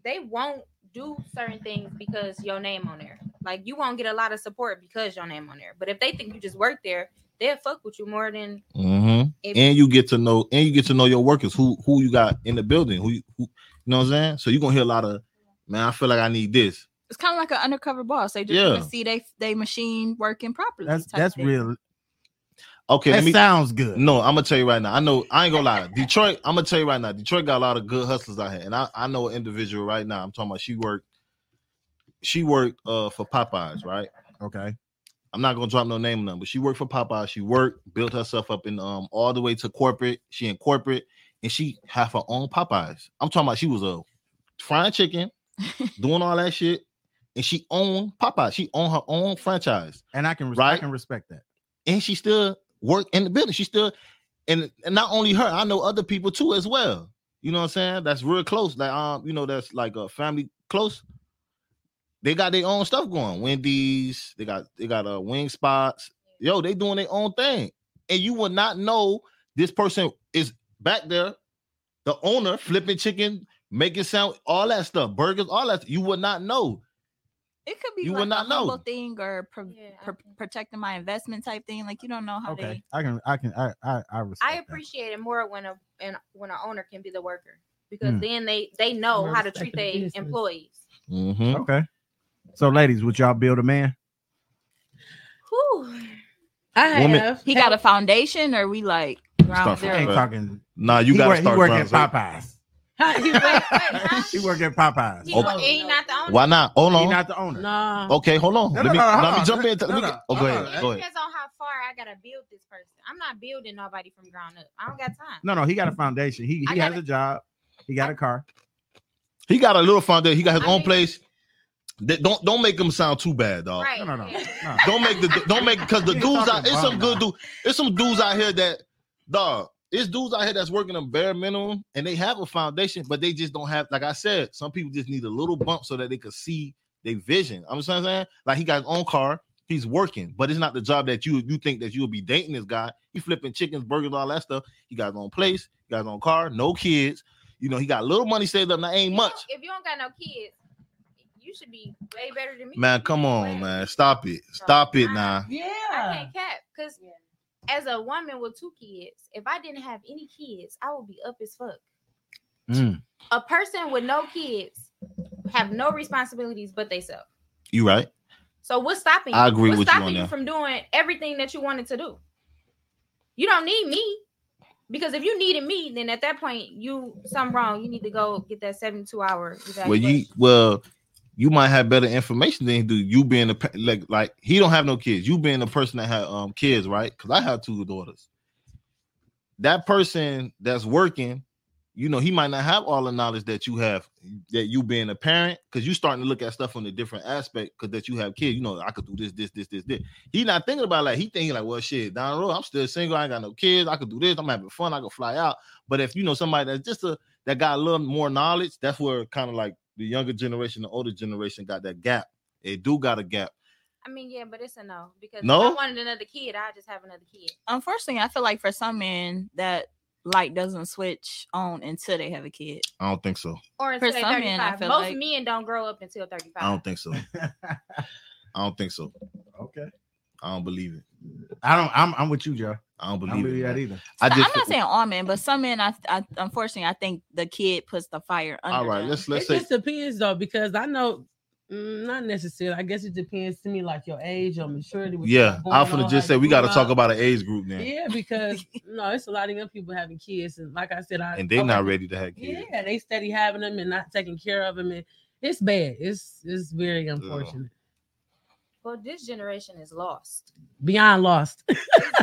Speaker 6: they won't do certain things because your name on there. Like you won't get a lot of support because your name on there. But if they think you just work there, they'll fuck with you more than
Speaker 3: Mm-hmm.
Speaker 6: if
Speaker 3: And you get to know, and you get to know your workers, who who you got in the building, who you, who, you know what I'm saying. So you are gonna hear a lot of, man. I feel like I need this.
Speaker 5: It's kind of like an undercover boss. They just
Speaker 3: Yeah.
Speaker 5: want to see they they machine working properly.
Speaker 2: That's
Speaker 5: type
Speaker 2: that's
Speaker 5: thing.
Speaker 2: real.
Speaker 3: Okay,
Speaker 2: That
Speaker 3: let me.
Speaker 2: sounds good.
Speaker 3: No, I'm gonna tell you right now. I know I ain't gonna lie. Detroit, I'm gonna tell you right now. Detroit got a lot of good hustlers out here, and I, I know an individual right now. I'm talking about she worked, she worked uh for Popeyes, right?
Speaker 2: Okay.
Speaker 3: I'm not gonna drop no name on them, but she worked for Popeyes. She worked, built herself up in um all the way to corporate. She in corporate, and she have her own Popeyes. I'm talking about she was a
Speaker 5: [LAUGHS]
Speaker 3: frying chicken, doing all that shit, and she owned Popeyes. She owned her own franchise
Speaker 2: And I can res- I
Speaker 3: Right?
Speaker 2: can respect that.
Speaker 3: and she still work in the building. She still, and, and not only her, I know other people too as well. You know what I'm saying? That's real close. Like um, you know, that's like a family close. They got their own stuff going. Wendy's, they got they got uh wing spots. Yo, they doing their own thing, and you will not know this person is back there, the owner flipping chicken, making sound, all that stuff, burgers, all that. You would not know.
Speaker 5: It could be
Speaker 3: You
Speaker 5: like
Speaker 3: would not
Speaker 5: a
Speaker 3: know.
Speaker 5: humble thing or pro-
Speaker 6: Yeah, I
Speaker 5: pro-
Speaker 6: think-
Speaker 5: protecting my investment type thing. Like you don't know how
Speaker 2: Okay. I can I can I I I respect.
Speaker 6: I appreciate it more when a and when an owner can be the worker because
Speaker 2: Hmm.
Speaker 6: then they they know
Speaker 4: More
Speaker 6: how to treat
Speaker 4: respectable
Speaker 6: their
Speaker 4: business.
Speaker 6: employees.
Speaker 2: That.
Speaker 3: Mm-hmm.
Speaker 2: Okay. So, ladies, would y'all build a man?
Speaker 6: Whew.
Speaker 4: I have.
Speaker 3: Woman-
Speaker 5: they. He got a foundation, or we like ground
Speaker 3: Start from
Speaker 2: I ain't
Speaker 5: zero.
Speaker 3: Right.
Speaker 2: talking.
Speaker 3: Nah, you
Speaker 2: he
Speaker 3: gotta
Speaker 2: work,
Speaker 3: start.
Speaker 2: he work
Speaker 3: from-
Speaker 2: at Popeyes.
Speaker 4: How- he
Speaker 6: Wait, wait,
Speaker 4: like,
Speaker 2: [LAUGHS]
Speaker 6: huh?
Speaker 2: He work at Popeyes.
Speaker 6: He,
Speaker 3: Oh.
Speaker 6: wa- he not the owner.
Speaker 3: Why not? Hold on.
Speaker 2: He not the owner.
Speaker 4: nah.
Speaker 3: Okay, hold on.
Speaker 2: No,
Speaker 3: let
Speaker 2: no,
Speaker 3: me
Speaker 2: no, hold
Speaker 3: let me
Speaker 2: on.
Speaker 3: jump in.
Speaker 2: No,
Speaker 3: let me
Speaker 2: no,
Speaker 3: get, oh, go
Speaker 2: hold
Speaker 3: ahead.
Speaker 2: on.
Speaker 3: Go
Speaker 6: It
Speaker 3: ahead.
Speaker 6: depends on how far I gotta build this person. I'm not building nobody from ground up. I don't got time.
Speaker 2: No, no, he got a foundation. He
Speaker 6: I
Speaker 2: he
Speaker 6: got
Speaker 2: has
Speaker 6: it.
Speaker 2: a job. He got a car.
Speaker 3: He got a little foundation. He got his
Speaker 6: I
Speaker 3: own
Speaker 6: mean-
Speaker 3: place. That don't don't make him sound too bad, dog.
Speaker 6: Right.
Speaker 2: No, no, no.
Speaker 6: yeah.
Speaker 2: no.
Speaker 3: Don't make the don't make because the
Speaker 2: You ain't
Speaker 3: dudes out.
Speaker 2: talking
Speaker 3: It's some
Speaker 2: about
Speaker 3: good dude. It's some dudes out here that dog. It's dudes out here that's working a bare minimum and they have a foundation, but they just don't have. Like I said, some people just need a little bump so that they could see their vision. I'm just saying, like he got his own car. He's working, but it's not the job that you you think that you'll be dating this guy. He flipping chickens, burgers, all that stuff. He got his own place. He got his own car. No kids. You know, he got a little money saved up. Now ain't
Speaker 6: You
Speaker 3: much.
Speaker 6: don't- If you don't got no kids, you should be way better than me.
Speaker 3: Man, come on, man. Stop it. Stop it now.
Speaker 6: I
Speaker 4: Yeah.
Speaker 6: can't cap because as a woman with two kids, if I didn't have any kids, I would be up as fuck.
Speaker 2: Mm.
Speaker 6: A person with no kids have no responsibilities but they self.
Speaker 3: You right.
Speaker 6: So what's stopping you?
Speaker 3: I agree
Speaker 6: what's
Speaker 3: with you
Speaker 6: stopping
Speaker 3: on
Speaker 6: you
Speaker 3: that.
Speaker 6: from doing everything that you wanted to do? You don't need me. Because if you needed me, then at that point you something wrong. You need to go get that 72 hour evaluation.
Speaker 3: Well, you well, you might have better information than he do. You being a pa- like like he don't have no kids. You being the person that had um kids, right? Because I have two daughters. That person that's working, you know, he might not have all the knowledge that you have that you being a parent, because you starting to look at stuff from a different aspect. Because that you have kids, you know, I could do this, this, this, this, this. He not thinking about like he thinking like, well, shit, down the road, I'm still single, I ain't got no kids, I could do this, I'm having fun, I could fly out. But if you know somebody that's just a that got a little more knowledge, that's where kind of like the younger generation, the older generation got that gap. They do got a gap.
Speaker 6: I mean, yeah, but it's a no. Because
Speaker 3: No?
Speaker 6: if I wanted another kid, I just have another kid.
Speaker 5: Unfortunately, I feel like for some men that light doesn't switch on until they have a kid.
Speaker 3: I don't think so.
Speaker 6: Or
Speaker 5: For
Speaker 6: until they're
Speaker 5: some men, I
Speaker 6: 35.
Speaker 5: feel
Speaker 6: Most
Speaker 5: like-
Speaker 6: men don't grow up until 35.
Speaker 3: I
Speaker 4: [LAUGHS]
Speaker 3: don't think so. I don't think so.
Speaker 2: okay.
Speaker 3: I don't believe it.
Speaker 2: I don't. I'm I'm with you, Joe.
Speaker 3: I don't
Speaker 2: I
Speaker 3: believe,
Speaker 2: don't believe
Speaker 3: it.
Speaker 2: that
Speaker 3: man.
Speaker 2: either.
Speaker 3: I
Speaker 5: So
Speaker 3: just
Speaker 5: I'm not saying all men, but some men, I, I unfortunately, I think the kid puts the fire under.
Speaker 3: all right.
Speaker 5: them.
Speaker 3: Let's let's
Speaker 4: it
Speaker 3: say
Speaker 4: just depends though, because I know mm, not necessarily. I guess it depends to me, like your age, your maturity. what you
Speaker 3: yeah.
Speaker 4: got
Speaker 3: I'm
Speaker 4: going
Speaker 3: gonna
Speaker 4: on,
Speaker 3: just
Speaker 4: how
Speaker 3: say
Speaker 4: you
Speaker 3: we
Speaker 4: grew
Speaker 3: got to talk
Speaker 4: up.
Speaker 3: about an age group now,
Speaker 4: Yeah,
Speaker 2: [LAUGHS]
Speaker 4: because no, it's a lot of young people having kids, and like I said, I
Speaker 3: and they
Speaker 4: I
Speaker 3: not
Speaker 4: work-
Speaker 3: ready to have kids.
Speaker 4: Yeah, they steady having them and not taking care of them, and it's bad. It's it's very unfortunate,
Speaker 6: Well, this generation is
Speaker 3: [LAUGHS]
Speaker 6: lost.
Speaker 4: beyond lost. [LAUGHS]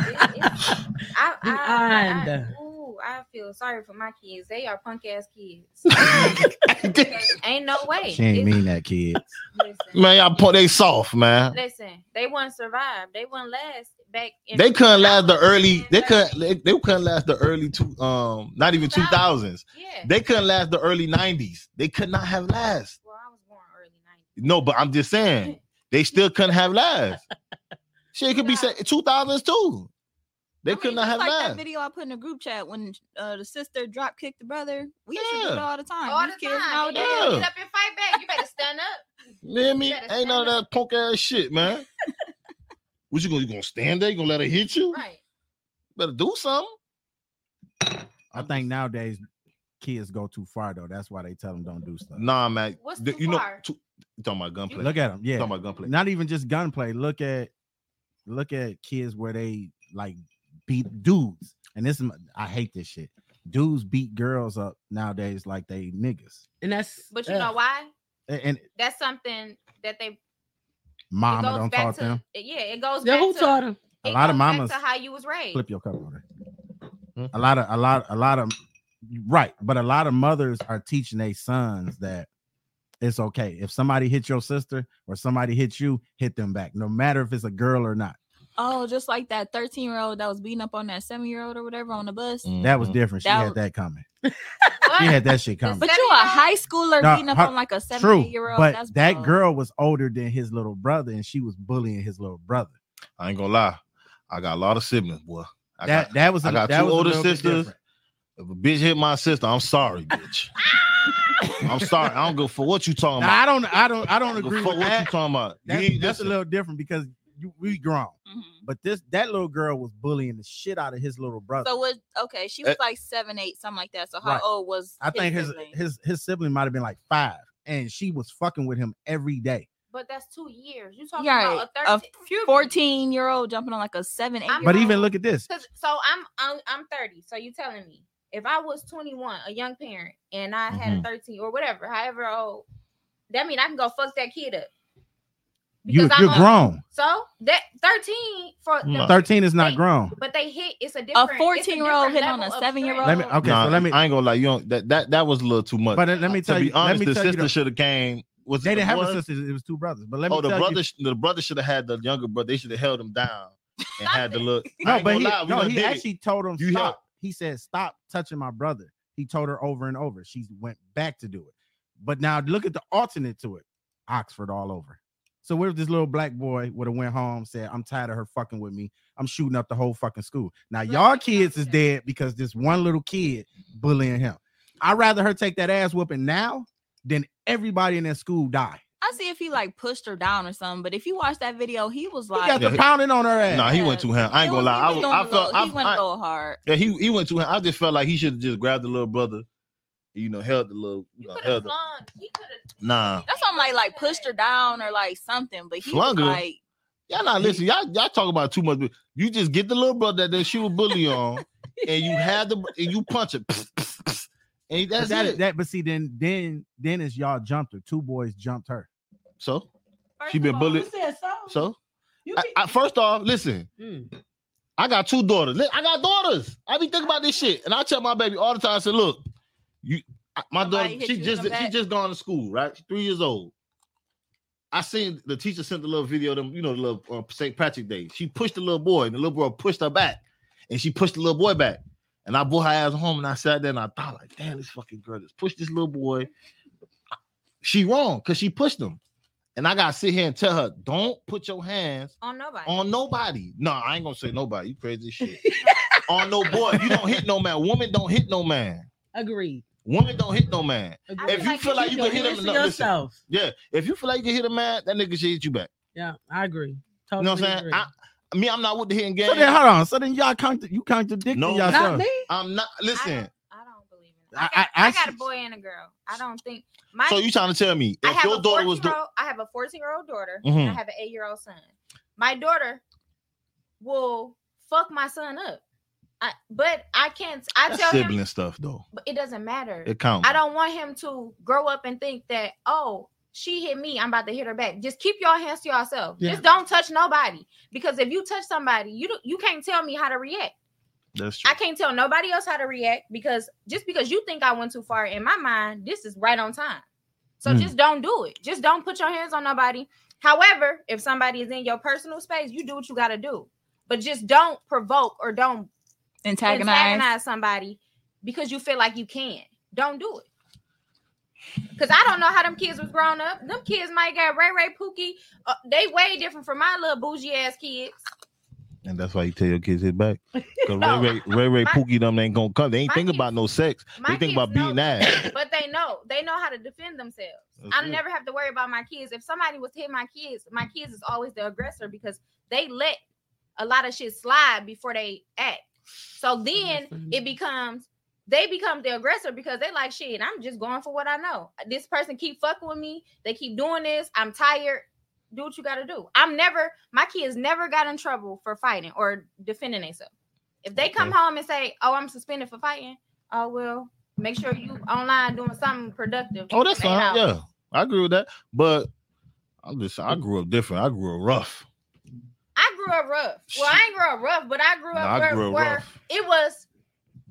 Speaker 6: It's- it's- I, I, I,
Speaker 4: Beyond.
Speaker 6: I, ooh, I feel sorry for my kids. They are punk ass
Speaker 3: [LAUGHS]
Speaker 6: kids. ain't no way.
Speaker 2: She ain't
Speaker 6: It's-
Speaker 2: mean that kid.
Speaker 6: [LAUGHS] Listen,
Speaker 3: man, y'all put they soft, man.
Speaker 6: listen, they wouldn't survive. They wouldn't last back. In
Speaker 3: They couldn't last the early. They couldn't. They, they couldn't last the early two. Um, not even two thousands.
Speaker 6: Yeah.
Speaker 3: They couldn't last the early nineties. They could not have last.
Speaker 6: well, I was born early '90s.
Speaker 3: No, but I'm just saying they still couldn't
Speaker 6: [LAUGHS]
Speaker 3: have lives. Shit could be said two thousands too. They
Speaker 5: I mean,
Speaker 3: could not
Speaker 5: just
Speaker 3: have
Speaker 5: like
Speaker 3: lives.
Speaker 5: that video I put in the group chat when uh, the sister drop kicked the brother. We used to do
Speaker 3: Yeah.
Speaker 5: it all the time.
Speaker 6: All the
Speaker 5: These kids
Speaker 6: time.
Speaker 5: nowadays.
Speaker 6: Yeah. Get up and fight back. You better stand up.
Speaker 3: You hear me? Ain't none of that punk ass shit,
Speaker 6: [LAUGHS]
Speaker 3: man. what you gonna you gonna stand there? You gonna let her hit you?
Speaker 6: Right.
Speaker 3: Better do something.
Speaker 2: I think nowadays kids go too far though. That's why they tell them don't do stuff.
Speaker 3: Nah, man.
Speaker 6: What's
Speaker 3: The-
Speaker 6: too
Speaker 3: you know,
Speaker 6: far?
Speaker 3: too- you talking about gunplay.
Speaker 2: Look at them. Yeah.
Speaker 3: Talking about gunplay.
Speaker 2: Not even just gunplay. Look at look at kids where they like beat dudes. And this is my- I hate this shit. Dudes beat girls up nowadays like they niggas.
Speaker 4: And that's
Speaker 6: But you
Speaker 4: ugh.
Speaker 6: know why?
Speaker 2: And, and
Speaker 6: That's something that they it
Speaker 2: mama
Speaker 6: goes
Speaker 2: don't
Speaker 6: back
Speaker 2: talk
Speaker 6: to.
Speaker 2: to them.
Speaker 6: Yeah, it goes
Speaker 4: Yeah,
Speaker 6: back
Speaker 4: who
Speaker 6: to
Speaker 4: taught him?
Speaker 2: A
Speaker 6: it
Speaker 2: lot of
Speaker 6: goes back
Speaker 2: mamas-
Speaker 6: to how you was raised.
Speaker 2: Flip your cup over.
Speaker 3: Hmm?
Speaker 2: A lot of a lot a lot of right, but a lot of mothers are teaching their sons that it's okay. If somebody hit your sister or somebody hit you, hit them back, no matter if it's a girl or not.
Speaker 5: Oh, just like that 13 year old that was beating up on that seven year old or whatever on the bus.
Speaker 3: Mm-hmm.
Speaker 2: That was different. She
Speaker 5: That
Speaker 2: had
Speaker 5: was-
Speaker 2: that coming.
Speaker 6: What?
Speaker 2: She had that shit coming.
Speaker 5: But you a high schooler
Speaker 2: Nah,
Speaker 5: beating up
Speaker 2: her-
Speaker 5: on like a
Speaker 2: True,
Speaker 5: seven year old.
Speaker 2: but that girl was older than his little brother, and she was bullying his little brother.
Speaker 3: I ain't gonna lie. I got a lot of siblings, boy. I
Speaker 2: that
Speaker 3: got,
Speaker 2: that was
Speaker 3: I
Speaker 2: a-
Speaker 3: got
Speaker 2: that
Speaker 3: two
Speaker 2: was a
Speaker 3: older
Speaker 2: little bit
Speaker 3: sisters.
Speaker 2: different.
Speaker 3: if a bitch hit my sister, I'm
Speaker 2: [LAUGHS]
Speaker 3: sorry, bitch. I'm sorry. I don't go for what you talking
Speaker 2: Now,
Speaker 3: about.
Speaker 2: I don't, I don't, I don't
Speaker 3: I don't
Speaker 2: agree
Speaker 3: go for
Speaker 2: with
Speaker 3: what you
Speaker 2: that.
Speaker 3: talking about. You
Speaker 2: That's,
Speaker 3: ain't
Speaker 2: that's a
Speaker 3: listen.
Speaker 2: little different because you, we grown.
Speaker 5: Mhm.
Speaker 2: But this that little girl was bullying the shit out of his little brother.
Speaker 5: So what? Okay, she
Speaker 3: Eh.
Speaker 5: was like seven, eight, something like that. So how
Speaker 2: Right.
Speaker 5: old was?
Speaker 2: I think his
Speaker 5: sibling?
Speaker 2: his his sibling might have been like five, and she was fucking with him every day.
Speaker 6: But that's two years. You talking
Speaker 5: Yeah,
Speaker 6: about
Speaker 5: a
Speaker 6: a thirteen? few-
Speaker 5: 14 year old jumping on like a seven, eight.
Speaker 6: I'm-
Speaker 2: But
Speaker 6: Yeah.
Speaker 2: even look at this.
Speaker 6: Cause so I'm, I'm I'm 30. So you telling me if I was 21, a young parent, and I
Speaker 2: Mm-hmm.
Speaker 6: had a 13 or whatever, however old, that mean I can go fuck that kid up.
Speaker 2: You
Speaker 6: because I'm
Speaker 2: you're
Speaker 6: a-
Speaker 2: grown.
Speaker 6: So that 13 for the-
Speaker 3: Mm.
Speaker 2: Thirteen is not
Speaker 6: Hey,
Speaker 2: grown.
Speaker 6: but they hit. It's a
Speaker 5: a
Speaker 6: different. it's
Speaker 5: 14 year old
Speaker 6: different
Speaker 5: hitting on a
Speaker 6: level of
Speaker 5: seven year old.
Speaker 6: strength.
Speaker 2: Let me okay.
Speaker 3: Nah,
Speaker 2: so let me.
Speaker 3: I ain't gonna lie. You don't. That that, that was a little too much.
Speaker 2: But let me tell
Speaker 3: to be
Speaker 2: you. let
Speaker 3: honest,
Speaker 2: me
Speaker 3: the
Speaker 2: tell you.
Speaker 3: sister
Speaker 2: though,
Speaker 3: should have came. Was it
Speaker 2: They
Speaker 3: the
Speaker 2: didn't have a
Speaker 3: one?
Speaker 2: sister. It was two brothers. But let me
Speaker 3: Oh, the
Speaker 2: tell you.
Speaker 3: brother, sh- the brother should have had the younger brother. They should have held him down and had the look.
Speaker 2: [LAUGHS]
Speaker 3: I
Speaker 2: No,
Speaker 3: ain't
Speaker 2: but
Speaker 3: gonna
Speaker 2: he,
Speaker 3: lie, we
Speaker 2: no,
Speaker 3: done
Speaker 2: he
Speaker 3: did it.
Speaker 2: actually told him
Speaker 3: You
Speaker 2: stop.
Speaker 3: help.
Speaker 2: He said, "Stop touching my brother." He told her over and over. She went back to do it. But now look at the alternate to it. Oxford all over. So what if this little black boy would have went home said, "I'm tired of her fucking with me. I'm shooting up the whole fucking school." Now y'all kids is dead because this one little kid bullying him. I'd rather her take that ass whooping now than everybody in that school die.
Speaker 5: I see if he like pushed her down or something. But if you watch that video, he was
Speaker 2: He
Speaker 5: like,
Speaker 2: got
Speaker 3: Yeah,
Speaker 2: the
Speaker 3: he-
Speaker 2: pounding on her ass.
Speaker 3: Nah, he
Speaker 5: Yeah.
Speaker 3: went too hard. I ain't
Speaker 5: It was-
Speaker 3: gonna lie. I,
Speaker 5: he was
Speaker 3: was-
Speaker 5: doing
Speaker 3: I
Speaker 5: a
Speaker 3: felt.
Speaker 5: little- he went
Speaker 3: I,
Speaker 5: a
Speaker 3: I,
Speaker 5: little hard.
Speaker 3: yeah, he he went too hard. I just felt like he should have just grabbed the little brother. You know, held the little. You
Speaker 6: You
Speaker 3: know,
Speaker 6: could have
Speaker 3: held the,
Speaker 6: flung. He could have.
Speaker 3: nah.
Speaker 5: That's something like like pushed her down or like something. But he
Speaker 3: Flung her?
Speaker 5: was like,
Speaker 3: Y'all not listen. Y'all y'all talk about too much. You just get the little brother that she was bully on, and you had the and you punch it.
Speaker 2: But
Speaker 3: And that's
Speaker 2: that,
Speaker 3: it.
Speaker 2: that but see then then then is y'all jumped her. Two boys jumped her.
Speaker 3: so
Speaker 6: First
Speaker 3: She
Speaker 6: of
Speaker 3: been
Speaker 6: all,
Speaker 3: bullied.
Speaker 4: said so?
Speaker 3: so.
Speaker 4: You
Speaker 3: I,
Speaker 4: can-
Speaker 3: I, first off, listen.
Speaker 4: Mm.
Speaker 3: I got two daughters. Li- I got daughters. I be thinking about this shit, and I tell my baby all the time. I said, "Look, you, I- my
Speaker 5: Somebody
Speaker 3: daughter,
Speaker 5: hit
Speaker 3: she
Speaker 5: you in
Speaker 3: just
Speaker 5: the
Speaker 3: she
Speaker 5: back?
Speaker 3: just gone to school, right? She three years old. I seen the teacher sent the little video. Them, you know, the little uh, St. Patrick Day. She pushed the little boy, and the little boy pushed her back, and she pushed the little boy back. And I brought her ass home, and I sat there, and I thought, like, damn, this fucking girl just pushed this little boy. She wrong because she pushed him, and I gotta sit here and tell her, don't put your hands
Speaker 6: on nobody.
Speaker 3: on nobody. No, I ain't gonna say nobody. You crazy
Speaker 6: [LAUGHS]
Speaker 3: as shit. on no boy. You don't hit no man. Woman don't hit no man.
Speaker 4: Agreed.
Speaker 3: Woman don't hit no man.
Speaker 4: Agreed.
Speaker 3: If you feel like you
Speaker 4: Keep your
Speaker 3: can hit
Speaker 4: hands
Speaker 3: him,
Speaker 4: to
Speaker 3: no, listen.
Speaker 4: yourself.
Speaker 3: Yeah, if you feel like you can hit a man, that nigga should hit you back.
Speaker 4: Yeah, I agree.
Speaker 3: You
Speaker 4: Totally
Speaker 3: know what I'm saying?
Speaker 4: agree.
Speaker 3: I, me, I'm not with the hitting game.
Speaker 2: So then hold on. So then y'all contra- you contradicting
Speaker 3: No,
Speaker 2: yourself.
Speaker 4: Not me.
Speaker 3: I'm not. Listen.
Speaker 6: I don't believe in it.
Speaker 2: I-
Speaker 6: I got,
Speaker 2: I-
Speaker 6: I,
Speaker 2: I
Speaker 6: got a
Speaker 2: see-
Speaker 6: boy and a girl. I don't think my.
Speaker 3: So you trying to tell me
Speaker 6: I
Speaker 3: if
Speaker 6: have
Speaker 3: your
Speaker 6: a
Speaker 3: daughter was doing?
Speaker 6: 14-year-old I have a 14 year old daughter. And I
Speaker 3: Mhm.
Speaker 6: have an eight year old son. My daughter will fuck my son up. I, but I can't. I tell him
Speaker 3: Sibling stuff though.
Speaker 6: but it doesn't matter.
Speaker 3: It counts.
Speaker 6: I don't want him to grow up and think that oh she hit me, I'm about to hit her back. Just keep your hands to yourself.
Speaker 4: Yeah.
Speaker 6: Just don't touch nobody because if you touch somebody, you do, you can't tell me how to react.
Speaker 3: That's
Speaker 6: I
Speaker 3: true.
Speaker 6: can't tell nobody else how to react because just because you think I went too far in my mind, this is right on time. So
Speaker 3: Hmm.
Speaker 2: Mm.
Speaker 6: just don't do it. Just don't put your hands on nobody. However, if somebody is in your personal space, you do what you got to do. But just don't provoke or don't
Speaker 5: antagonize.
Speaker 6: antagonize somebody because you feel like you can. Don't do it. Cause I don't know how them kids was grown up. Them kids might got Ray Ray Pookie. Uh, they way different from my little bougie ass kids.
Speaker 3: And that's why you tell your kids
Speaker 6: [LAUGHS]
Speaker 3: hit back. Because
Speaker 6: No.
Speaker 3: Ray Ray Ray Ray
Speaker 6: My-
Speaker 3: Pookie them ain't gonna come. They ain't
Speaker 6: my
Speaker 3: think
Speaker 6: kids-
Speaker 3: about no sex.
Speaker 6: My
Speaker 3: They think
Speaker 6: kids
Speaker 3: about
Speaker 6: know
Speaker 3: beating
Speaker 6: that,
Speaker 3: ass.
Speaker 6: but they know. They know how to defend themselves. I never have to worry about my kids. If somebody was to hit my kids, my kids is always the aggressor because they let a lot of shit slide before they act. So then it becomes they become the aggressor because they like shit. I'm just going for what I know. This person keep fucking with me. They keep doing this. I'm tired. Do what you got to do. I'm never. My kids never got in trouble for fighting or defending themselves. If they come
Speaker 3: Okay.
Speaker 6: home and say, "Oh, I'm suspended for fighting," oh well. Make sure you online doing something productive.
Speaker 3: Oh, that's
Speaker 6: in their
Speaker 3: fine.
Speaker 6: house.
Speaker 3: Yeah, I agree with that. But I'm just, I grew up different. I grew up rough.
Speaker 6: I grew up rough. Well, I ain't grow up rough, but I grew
Speaker 3: No,
Speaker 6: up
Speaker 3: I
Speaker 6: where,
Speaker 3: grew up
Speaker 6: where
Speaker 3: rough.
Speaker 6: it was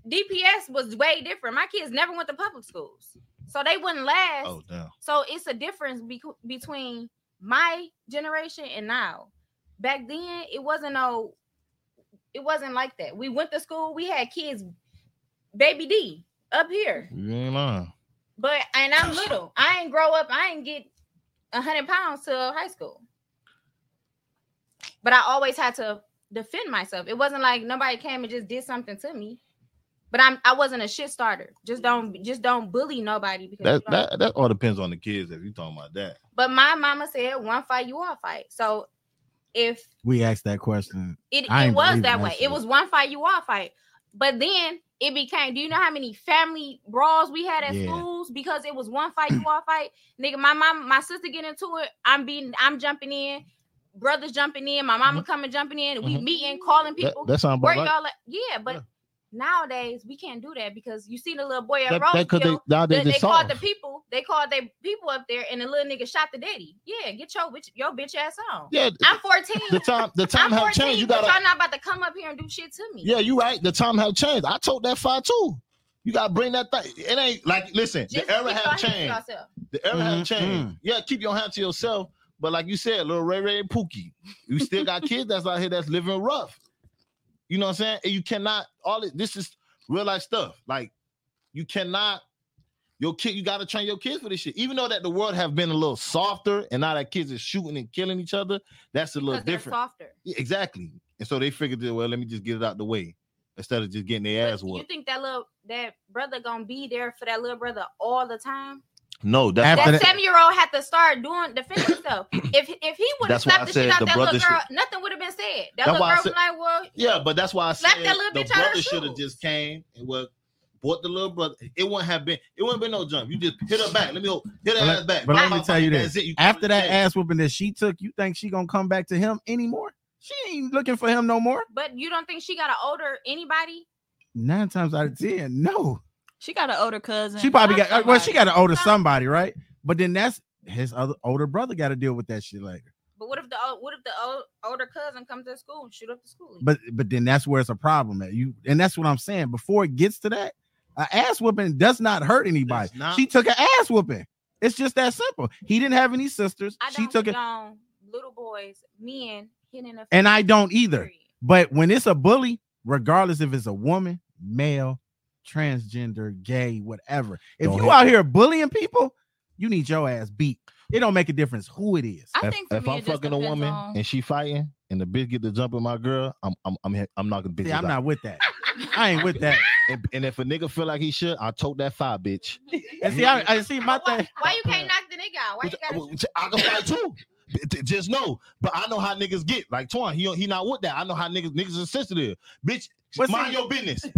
Speaker 6: DPS was way different. My kids never went to public schools, so they wouldn't last.
Speaker 3: Oh, damn.
Speaker 6: So it's a difference bec between my generation and now. Back then, it wasn't no, it wasn't like that. We went to school. We had kids, baby D up here,
Speaker 3: You ain't lying.
Speaker 6: but and I'm little. I ain't grow up. I ain't get hundred pounds till high school. But I always had to defend myself. It wasn't like nobody came and just did something to me. But I'm I wasn't a shit starter. Just don't just don't bully nobody because you
Speaker 3: That
Speaker 6: don't-
Speaker 3: that that all depends on the kids. If you talking about that,
Speaker 6: But my mama said one fight, you all fight. So if
Speaker 2: We asked that question.
Speaker 6: it,
Speaker 2: Mm, I
Speaker 6: it
Speaker 2: ain't
Speaker 6: was
Speaker 2: believe
Speaker 6: that
Speaker 2: that
Speaker 6: way,
Speaker 2: shit.
Speaker 6: it was one fight, you all fight. But then it became, do you know how many family brawls we had at
Speaker 2: Yeah.
Speaker 6: schools because it was one fight, you all fight? Nigga, my mom, my sister get into it. I'm being, I'm jumping in, brothers jumping in, my mama coming jumping in, we
Speaker 3: Mhm.
Speaker 6: meeting, calling
Speaker 3: Mm-hmm. that,
Speaker 6: people.
Speaker 3: that sounds
Speaker 6: where
Speaker 3: about right.
Speaker 6: y'all at? Yeah, but
Speaker 3: Yeah.
Speaker 6: nowadays we can't do that because you see the little boy at
Speaker 3: That, that could they
Speaker 6: Roseville
Speaker 3: now they,
Speaker 6: they, they
Speaker 3: just
Speaker 6: called
Speaker 3: soft.
Speaker 6: the people. They called their people up there, and the little nigga shot the daddy. Yeah, get your bitch, your bitch ass on.
Speaker 3: Yeah,
Speaker 6: I'm 14.
Speaker 3: the time the
Speaker 6: I'm
Speaker 3: time have
Speaker 6: 14.
Speaker 3: changed. You
Speaker 6: but
Speaker 3: gotta
Speaker 6: y'all not about to come up here and do shit to me.
Speaker 3: Yeah, you right. The time have changed. I told that far too. You gotta bring that thing. It ain't like listen.
Speaker 6: Just
Speaker 3: the era
Speaker 6: keep
Speaker 3: have
Speaker 6: your hands to
Speaker 3: changed.
Speaker 6: yourself.
Speaker 3: The era
Speaker 2: Mhm,
Speaker 3: have changed. Yeah, keep your hand to yourself. But like you said, little Ray Ray and Pookie, you still got kids that's out here that's living rough. You know what I'm saying? And you cannot all it. This is real life stuff. Like you cannot. Your kid, you gotta train your kids for this shit. Even though that the world have been a little softer, and now that kids is shooting and killing each other, that's a little
Speaker 6: Because they're
Speaker 3: different.
Speaker 6: softer.
Speaker 3: Yeah, exactly. And so they figured, that, well, let me just get it out the way instead of just getting their
Speaker 6: But
Speaker 3: ass
Speaker 6: you
Speaker 3: whooped.
Speaker 6: think that little that brother gonna be there for that little brother all the time?
Speaker 3: No, that's
Speaker 2: After
Speaker 3: why,
Speaker 2: But
Speaker 6: That
Speaker 2: it-
Speaker 6: seven year old had to start doing defending
Speaker 3: [COUGHS]
Speaker 6: himself. if if he would have
Speaker 3: That's why I
Speaker 6: slapped the
Speaker 3: said
Speaker 6: shit out
Speaker 3: the
Speaker 6: that little
Speaker 3: brother
Speaker 6: girl, nothing would have been said. That
Speaker 3: That's
Speaker 6: little
Speaker 3: why I
Speaker 6: girl was
Speaker 3: said-
Speaker 6: like, well,
Speaker 3: yeah, but that's why I
Speaker 6: Slap
Speaker 3: said
Speaker 6: that little
Speaker 3: the
Speaker 6: bitch out her
Speaker 3: brother should have
Speaker 6: shoes.
Speaker 3: just came and well bought the little brother. It wouldn't have been. It wouldn't been no jump. You just hit her back. Let me hold. Hit her
Speaker 2: But let-
Speaker 3: ass back.
Speaker 2: but let
Speaker 3: Bam,
Speaker 2: me
Speaker 3: bam,
Speaker 2: tell you
Speaker 3: bam,
Speaker 2: this.
Speaker 3: that's it. You come
Speaker 2: After
Speaker 3: to
Speaker 2: that
Speaker 3: the
Speaker 2: ass whooping that she took, you think she gonna come back to him anymore? She ain't looking for him no more.
Speaker 6: but you don't think she got an older anybody?
Speaker 2: Nine times out of ten, no.
Speaker 5: She got an older cousin.
Speaker 2: She probably
Speaker 6: Not
Speaker 2: got uh, well, she
Speaker 6: somebody.
Speaker 2: got an older
Speaker 6: Some-
Speaker 2: somebody, right? But then that's his other older brother got to deal with that shit later.
Speaker 6: But what if the old- what if the old, older cousin comes to school and shoot up the school?
Speaker 2: But but then that's where it's a problem at you, and that's what I'm saying. Before it gets to that, an ass whooping does not hurt anybody.
Speaker 3: It's not-
Speaker 2: She took an ass whooping. It's just that simple. He didn't have any sisters.
Speaker 6: I
Speaker 2: She
Speaker 6: don't
Speaker 2: took it,
Speaker 6: condone little boys, men hitting a
Speaker 2: and I don't either.
Speaker 6: period.
Speaker 2: But when it's a bully, regardless if it's a woman, male, transgender, gay, whatever, if
Speaker 3: Don't
Speaker 2: you
Speaker 3: hit
Speaker 2: out here bullying people, you need your ass beat. It don't make a difference who it is.
Speaker 5: I
Speaker 3: If,
Speaker 5: think for
Speaker 3: if
Speaker 5: me,
Speaker 3: I'm
Speaker 5: it just
Speaker 3: fucking a
Speaker 5: depends
Speaker 3: woman
Speaker 5: on-
Speaker 3: and she fighting and the bitch get to jump in my girl, I'm I'm I'm, hit- I'm knocking bitches
Speaker 2: See, I'm
Speaker 3: out.
Speaker 2: not with that. I ain't with that.
Speaker 3: And, and if a nigga feel like he should, I told that five bitch.
Speaker 2: And see, I, I see my
Speaker 6: But why,
Speaker 2: thing.
Speaker 6: why you can't knock the nigga out? Why you gotta shoot?
Speaker 3: Which- I can fight too. J- Just know, but I know how niggas get. Like Twan, he he not with that. I know how niggas niggas are sensitive. Bitch,
Speaker 2: But see-
Speaker 3: mind your
Speaker 2: [LAUGHS]
Speaker 3: business. You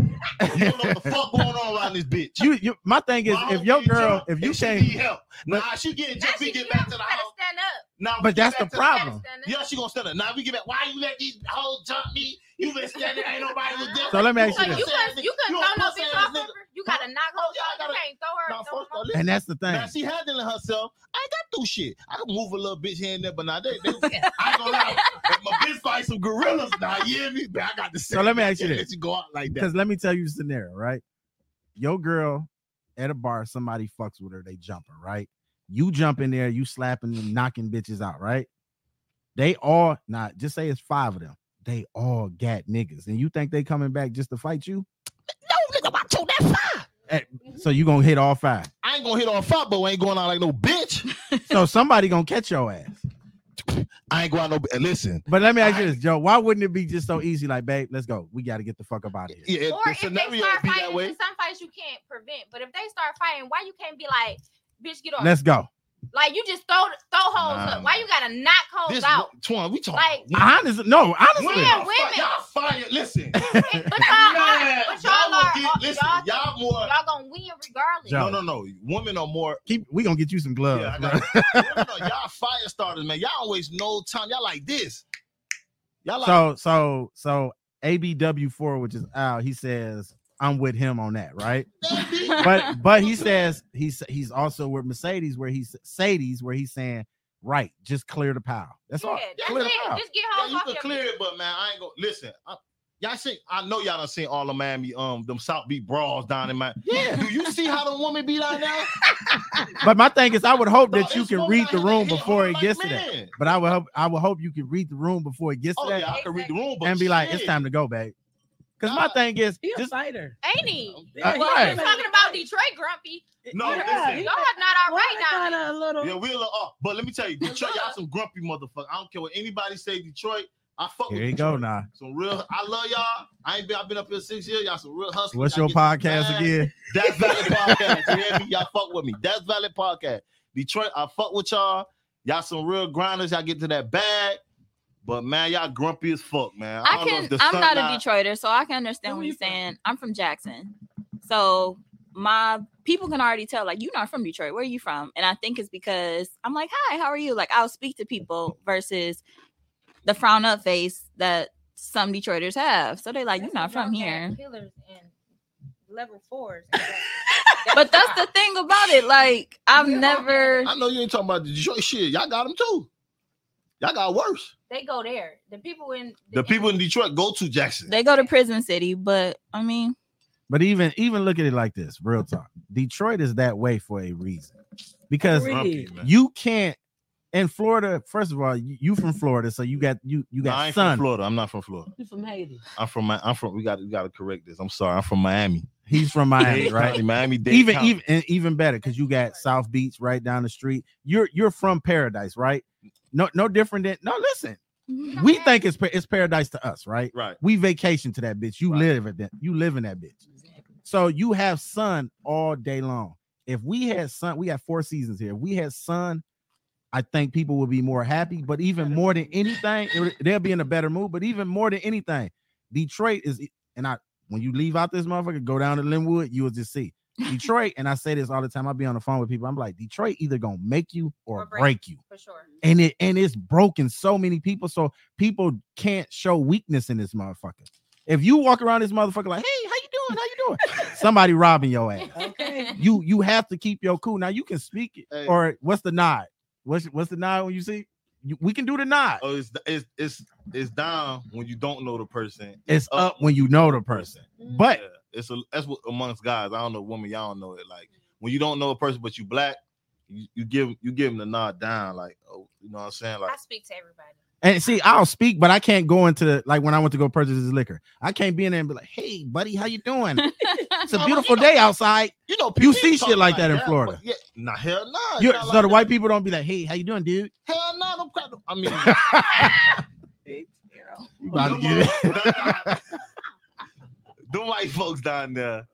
Speaker 3: don't know what the fuck going on around this bitch.
Speaker 2: You, you, my thing is,
Speaker 3: My
Speaker 2: if
Speaker 3: homie
Speaker 2: your
Speaker 3: need
Speaker 2: girl,
Speaker 3: help.
Speaker 2: if you
Speaker 3: she
Speaker 2: can't,
Speaker 3: need help, nah, she getting
Speaker 6: Now
Speaker 3: just
Speaker 6: she
Speaker 3: we
Speaker 6: get up,
Speaker 3: get back to
Speaker 6: you
Speaker 3: the
Speaker 6: gotta
Speaker 3: house.
Speaker 6: stand up.
Speaker 3: Now, we
Speaker 2: but
Speaker 3: get
Speaker 2: that's the
Speaker 3: back to
Speaker 6: You gotta
Speaker 2: problem.
Speaker 6: stand up.
Speaker 3: Yeah, she gonna stand up. Now we get back. Why you let these hoes jump me? You been standing. Ain't nobody was there.
Speaker 2: So let me ask
Speaker 6: So
Speaker 2: you
Speaker 3: a
Speaker 6: you
Speaker 2: this.
Speaker 3: pussy-ass
Speaker 6: couldn't you
Speaker 3: nigga.
Speaker 6: couldn't
Speaker 3: a
Speaker 6: throw no
Speaker 3: pussy-ass
Speaker 6: bitch off
Speaker 3: nigga.
Speaker 6: of her. You gotta knock her
Speaker 3: Oh, yeah, I
Speaker 6: off. You
Speaker 3: gotta-
Speaker 6: can't throw her. throw
Speaker 3: Now, first
Speaker 6: her
Speaker 3: of all,
Speaker 6: off.
Speaker 2: and
Speaker 3: listen.
Speaker 2: that's the thing.
Speaker 3: Now she handling herself. I ain't got to do shit. I can move a little bitch here and there, but now they,
Speaker 6: [LAUGHS]
Speaker 3: they I ain't gonna lie. If my bitch fight some gorillas now, you hear me? But I got to say,
Speaker 2: So let me ask you
Speaker 3: can't
Speaker 2: this.
Speaker 3: let you go out like that.
Speaker 2: Because let me tell you a scenario, right? Your girl at a bar, somebody fucks with her, they jump her, right? You jump in there, you slapping them, knocking bitches out, right? They all not just say it's five of them. They all got niggas, and you think they coming back just to fight you? Eh,
Speaker 3: No, nigga, I told that five.
Speaker 2: So you gonna hit all five.
Speaker 3: I ain't gonna hit on five, but I ain't going out like
Speaker 6: [LAUGHS]
Speaker 3: no bitch.
Speaker 2: so somebody gonna catch your ass.
Speaker 3: I ain't going out no. and Listen,
Speaker 2: But let me ask you this, Joe. Why wouldn't it be just so easy? Like, babe, let's go. We got to get the fuck up out of here.
Speaker 3: yeah,
Speaker 6: Or
Speaker 3: the
Speaker 6: if
Speaker 3: scenario
Speaker 6: they start
Speaker 3: be that
Speaker 6: fighting,
Speaker 3: way.
Speaker 6: some fight much you can't prevent. But if they start fighting, why you can't be like, bitch, get off?
Speaker 2: Let's go.
Speaker 6: Like you just throw throw holes
Speaker 3: Nah.
Speaker 6: up. Why you gotta knock holes
Speaker 3: This
Speaker 6: out?
Speaker 3: Twan, we talking.
Speaker 6: Like-
Speaker 3: women.
Speaker 2: Honestly, no, Oh, honestly.
Speaker 6: Yeah,
Speaker 3: y'all fi-
Speaker 6: women.
Speaker 3: y'all fired. Listen,
Speaker 6: [LAUGHS]
Speaker 3: [LAUGHS]
Speaker 6: But y'all,
Speaker 3: Man,
Speaker 6: are, but y'all,
Speaker 3: y'all
Speaker 6: are,
Speaker 3: gonna get- listen,
Speaker 6: y'all,
Speaker 3: y'all more-
Speaker 6: y'all gonna win regardless.
Speaker 2: Y'all-
Speaker 3: no, no, no. Women are more.
Speaker 2: Keep we gonna get you some gloves.
Speaker 3: Yeah, I
Speaker 2: bro. [LAUGHS]
Speaker 3: got it. women are, y'all fire starters, man. Y'all always know time. Y'all like this. Y'all like
Speaker 2: so so so ABW4, which is out, he says I'm with him on that, right?
Speaker 3: that, bitch.
Speaker 2: But but he says he's he's also with Mercedes, where he's Sadie's, where he's saying, right, just clear the pile. That's all.
Speaker 6: Yeah, that's
Speaker 2: clear the
Speaker 6: it.
Speaker 2: pile.
Speaker 6: Just get
Speaker 3: Yeah,
Speaker 6: hoes
Speaker 3: you
Speaker 6: off
Speaker 3: can
Speaker 6: your
Speaker 3: clear it, but man, I ain't gonna listen. I, y'all see, I know y'all done seen all of Miami, um, them South Beach brawls down in Miami. [LAUGHS]
Speaker 2: Yeah.
Speaker 3: Do you see how the woman be down there?
Speaker 2: But my thing is, I would hope that
Speaker 3: Dog,
Speaker 2: you
Speaker 3: it's
Speaker 2: can
Speaker 3: woman
Speaker 2: read
Speaker 3: out
Speaker 2: the
Speaker 3: here
Speaker 2: room
Speaker 3: that hit
Speaker 2: before
Speaker 3: women
Speaker 2: it
Speaker 3: like
Speaker 2: gets to that.
Speaker 3: men.
Speaker 2: But I would hope I would hope you can read the room before it gets
Speaker 3: Oh
Speaker 2: to that
Speaker 3: yeah, I can read the room, but
Speaker 2: and be like,
Speaker 3: shit.
Speaker 2: it's time to go, babe. Because my
Speaker 3: Nah.
Speaker 2: thing is,
Speaker 4: He a
Speaker 2: just
Speaker 4: fighter.
Speaker 6: Ain't he?
Speaker 2: Uh,
Speaker 4: he
Speaker 2: right.
Speaker 4: a
Speaker 6: We're
Speaker 4: fighter.
Speaker 6: talking about Detroit grumpy.
Speaker 3: No,
Speaker 4: Yeah,
Speaker 3: listen.
Speaker 6: Y'all are not all
Speaker 4: Why
Speaker 6: right now.
Speaker 4: kinda a little.
Speaker 3: Yeah, we'll. Uh, but let me tell you, Detroit, y'all some grumpy motherfucker. I don't care what anybody say. Detroit, I fuck
Speaker 2: here
Speaker 3: with
Speaker 2: you go
Speaker 3: Detroit.
Speaker 2: now.
Speaker 3: Some real, I love y'all. I ain't been, I've been up here six years. Y'all some real hustlers.
Speaker 2: What's
Speaker 3: Y'all
Speaker 2: your
Speaker 3: get some
Speaker 2: podcast
Speaker 3: bag.
Speaker 2: again?
Speaker 3: That's
Speaker 2: [LAUGHS]
Speaker 3: Valid Podcast. You hear me? Y'all fuck with me. That's Valid Podcast. Detroit, I fuck with y'all. Y'all some real grinders. Y'all get to that bag. But man, y'all grumpy as fuck, man.
Speaker 5: I
Speaker 3: don't know
Speaker 5: can.
Speaker 3: if the
Speaker 5: I'm not a
Speaker 3: sunlight-
Speaker 5: Detroiter, so I can understand
Speaker 4: Where
Speaker 5: what
Speaker 4: you
Speaker 5: he's
Speaker 4: from?
Speaker 5: saying. I'm from Jackson, so my people can already tell. Like, you're not from Detroit. Where are you from? And I think it's because I'm like, "Hi, how are you?" Like, I'll speak to people versus the frown up face that some Detroiters have. So they like, "You're not from here."
Speaker 6: Killers and level
Speaker 3: [LAUGHS]
Speaker 6: fours.
Speaker 5: But that's the thing about it. Like, I've
Speaker 6: We're all
Speaker 5: never.
Speaker 3: I know you ain't talking about the Detroit shit. Y'all got them too. Y'all got worse.
Speaker 6: they go there. The people in
Speaker 3: The people in Detroit go to Jackson.
Speaker 5: They go to prison city, but I mean,
Speaker 2: But even even look at it like this, real talk. Detroit is that way for a reason. Because
Speaker 4: Agreed.
Speaker 3: Grumpy, man.
Speaker 2: you can't in Florida, first of all, you, you from Florida, so you got you you
Speaker 3: Nah, I
Speaker 2: got
Speaker 3: ain't from
Speaker 2: sun.
Speaker 3: Florida. I'm not from Florida.
Speaker 4: You from Haiti?
Speaker 3: I'm from my. I'm from. We got. We got to correct this. I'm sorry. I'm from Miami.
Speaker 2: He's from Miami,
Speaker 3: [LAUGHS] Dade
Speaker 2: right?
Speaker 3: County, Miami. Dade
Speaker 2: even
Speaker 3: County.
Speaker 2: even and even better because you got South Beach right down the street. You're you're from paradise, right? No, no different than no. Listen, we think it's pa- it's paradise to us, right?
Speaker 3: Right.
Speaker 2: We vacation to that bitch. You
Speaker 3: Right.
Speaker 2: live at that. You live in that bitch. So you have sun all day long. If we had sun, we had four seasons here. If we had sun, I think people would be more happy. But even more than anything, it would- they'll be in a better mood. But even more than anything, Detroit is and I when you leave out this motherfucker, go down to Linwood, you will just see Detroit. and I say this all the time. I be on the phone with people. I'm like, Detroit either gonna make you or,
Speaker 6: Or break.
Speaker 2: break. you.
Speaker 6: for sure.
Speaker 2: And it and it's broken so many people. So people can't show weakness in this motherfucker. If you walk around this motherfucker
Speaker 9: [LAUGHS]
Speaker 2: like, hey, how you doing? How you doing? Somebody robbing your ass.
Speaker 4: Okay.
Speaker 2: You you have to keep your cool. Now you can speak it.
Speaker 3: Hey.
Speaker 2: Or what's the nod? What's what's the nod when you see? You, we can do the nod.
Speaker 3: Oh, it's, it's it's it's down when you don't know the person.
Speaker 2: It's up when you know the person. But
Speaker 3: Yeah, it's a that's what amongst guys. I don't know women, y'all don't know it. Like when you don't know a person but you black, you, you give you give them the nod down, like oh, you know what I'm saying? Like
Speaker 6: I speak to everybody.
Speaker 2: And see, I'll speak, but I can't go into the like when I went to go purchase this liquor. I can't be in there and be like, "Hey, buddy, how you
Speaker 6: [LAUGHS]
Speaker 2: doing? It's a beautiful day outside."
Speaker 3: you know,
Speaker 2: You
Speaker 3: people
Speaker 2: see
Speaker 3: talk
Speaker 2: shit like that in
Speaker 3: yeah,
Speaker 2: Florida.
Speaker 3: but Yeah, nah, hell nah. Oh, it's
Speaker 2: You're,
Speaker 3: not
Speaker 2: so
Speaker 3: like
Speaker 2: the
Speaker 3: that.
Speaker 2: white people don't be like, "Hey, how you doing, dude?"
Speaker 3: hell nah, them crap. I mean,
Speaker 2: [LAUGHS]
Speaker 3: [LAUGHS]
Speaker 2: You about to
Speaker 3: them
Speaker 2: get it.
Speaker 3: white- [LAUGHS] them white folks down there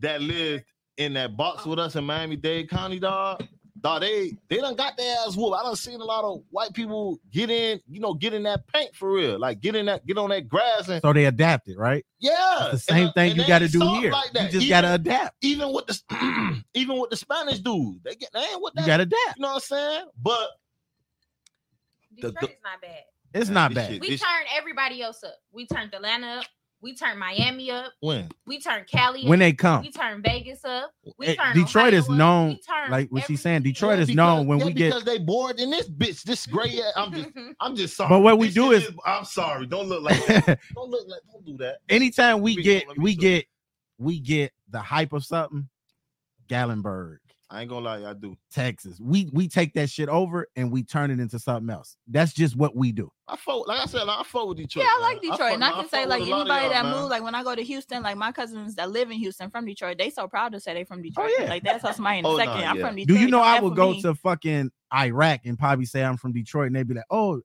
Speaker 3: that lived in that box with us in Miami Dade County, dog. Dog, they they done got their ass whooped. I done seen a lot of white people get in, you know, get in that paint for real, like get in that, get on that grass and
Speaker 2: [LAUGHS] So they adapted, right?
Speaker 3: yeah.
Speaker 2: It's the same
Speaker 3: and,
Speaker 2: thing
Speaker 3: and
Speaker 2: you
Speaker 3: they
Speaker 2: got to
Speaker 3: ain't
Speaker 2: do
Speaker 3: soft
Speaker 2: here.
Speaker 3: Like
Speaker 2: you
Speaker 3: that.
Speaker 2: just
Speaker 3: even,
Speaker 2: got to adapt.
Speaker 3: even with the [CLEARS THROAT] even with the Spanish dudes, they get they ain't with that.
Speaker 2: You got to adapt.
Speaker 3: you know what I'm saying? But The-
Speaker 6: Detroit
Speaker 3: the-
Speaker 6: is not bad.
Speaker 2: It's
Speaker 3: Man,
Speaker 2: not
Speaker 3: this
Speaker 2: bad.
Speaker 3: shit-
Speaker 6: We
Speaker 3: this-
Speaker 6: turned everybody else up. We turned Atlanta up. We turned Miami up.
Speaker 3: when
Speaker 6: We turned Cali up.
Speaker 2: When they come,
Speaker 6: we turned Vegas up. We
Speaker 2: Eh,
Speaker 6: turned
Speaker 2: Detroit
Speaker 6: Ohio
Speaker 2: is
Speaker 6: up.
Speaker 2: known-
Speaker 6: We turned
Speaker 2: Mm, like what she's
Speaker 6: every
Speaker 2: saying,
Speaker 6: city
Speaker 2: Detroit
Speaker 6: up.
Speaker 2: is- known
Speaker 3: because-
Speaker 2: when
Speaker 3: yeah,
Speaker 2: we get-
Speaker 3: because they bored in this bitch. This gray. ass-
Speaker 5: [LAUGHS]
Speaker 3: I'm just I'm just sorry.
Speaker 2: But what we
Speaker 3: This
Speaker 2: do
Speaker 3: shit
Speaker 2: is-
Speaker 3: I'm sorry. Don't look like that.
Speaker 2: [LAUGHS]
Speaker 3: don't look like don't do that.
Speaker 2: anytime we
Speaker 3: Let me-
Speaker 2: get
Speaker 3: let me
Speaker 2: we
Speaker 3: see.
Speaker 2: get we get the hype of something, Gallenberg.
Speaker 3: I ain't gonna lie, I do.
Speaker 2: Texas. We we take that shit over and we turn it into something else. That's just what we do.
Speaker 3: I fought, like I said, like, I fought with Detroit.
Speaker 5: Yeah, I
Speaker 3: man.
Speaker 5: like Detroit,
Speaker 3: fuck-
Speaker 5: and I
Speaker 3: fuck
Speaker 5: can say
Speaker 3: with
Speaker 5: like
Speaker 3: a lot of
Speaker 5: anybody
Speaker 3: y'all,
Speaker 5: that
Speaker 3: man.
Speaker 5: moved, like when I go to Houston, like my cousins that live in Houston from Detroit, they so proud to say they from Detroit.
Speaker 2: yeah.
Speaker 5: Like that's how somebody in a
Speaker 3: Oh, nah,
Speaker 5: second. I'm
Speaker 3: yeah.
Speaker 5: from Detroit.
Speaker 2: Do you know
Speaker 5: Don't
Speaker 2: I
Speaker 5: F
Speaker 2: would
Speaker 5: with
Speaker 2: go
Speaker 5: me.
Speaker 2: to fucking Iraq and probably say I'm from Detroit and they'd be like, oh,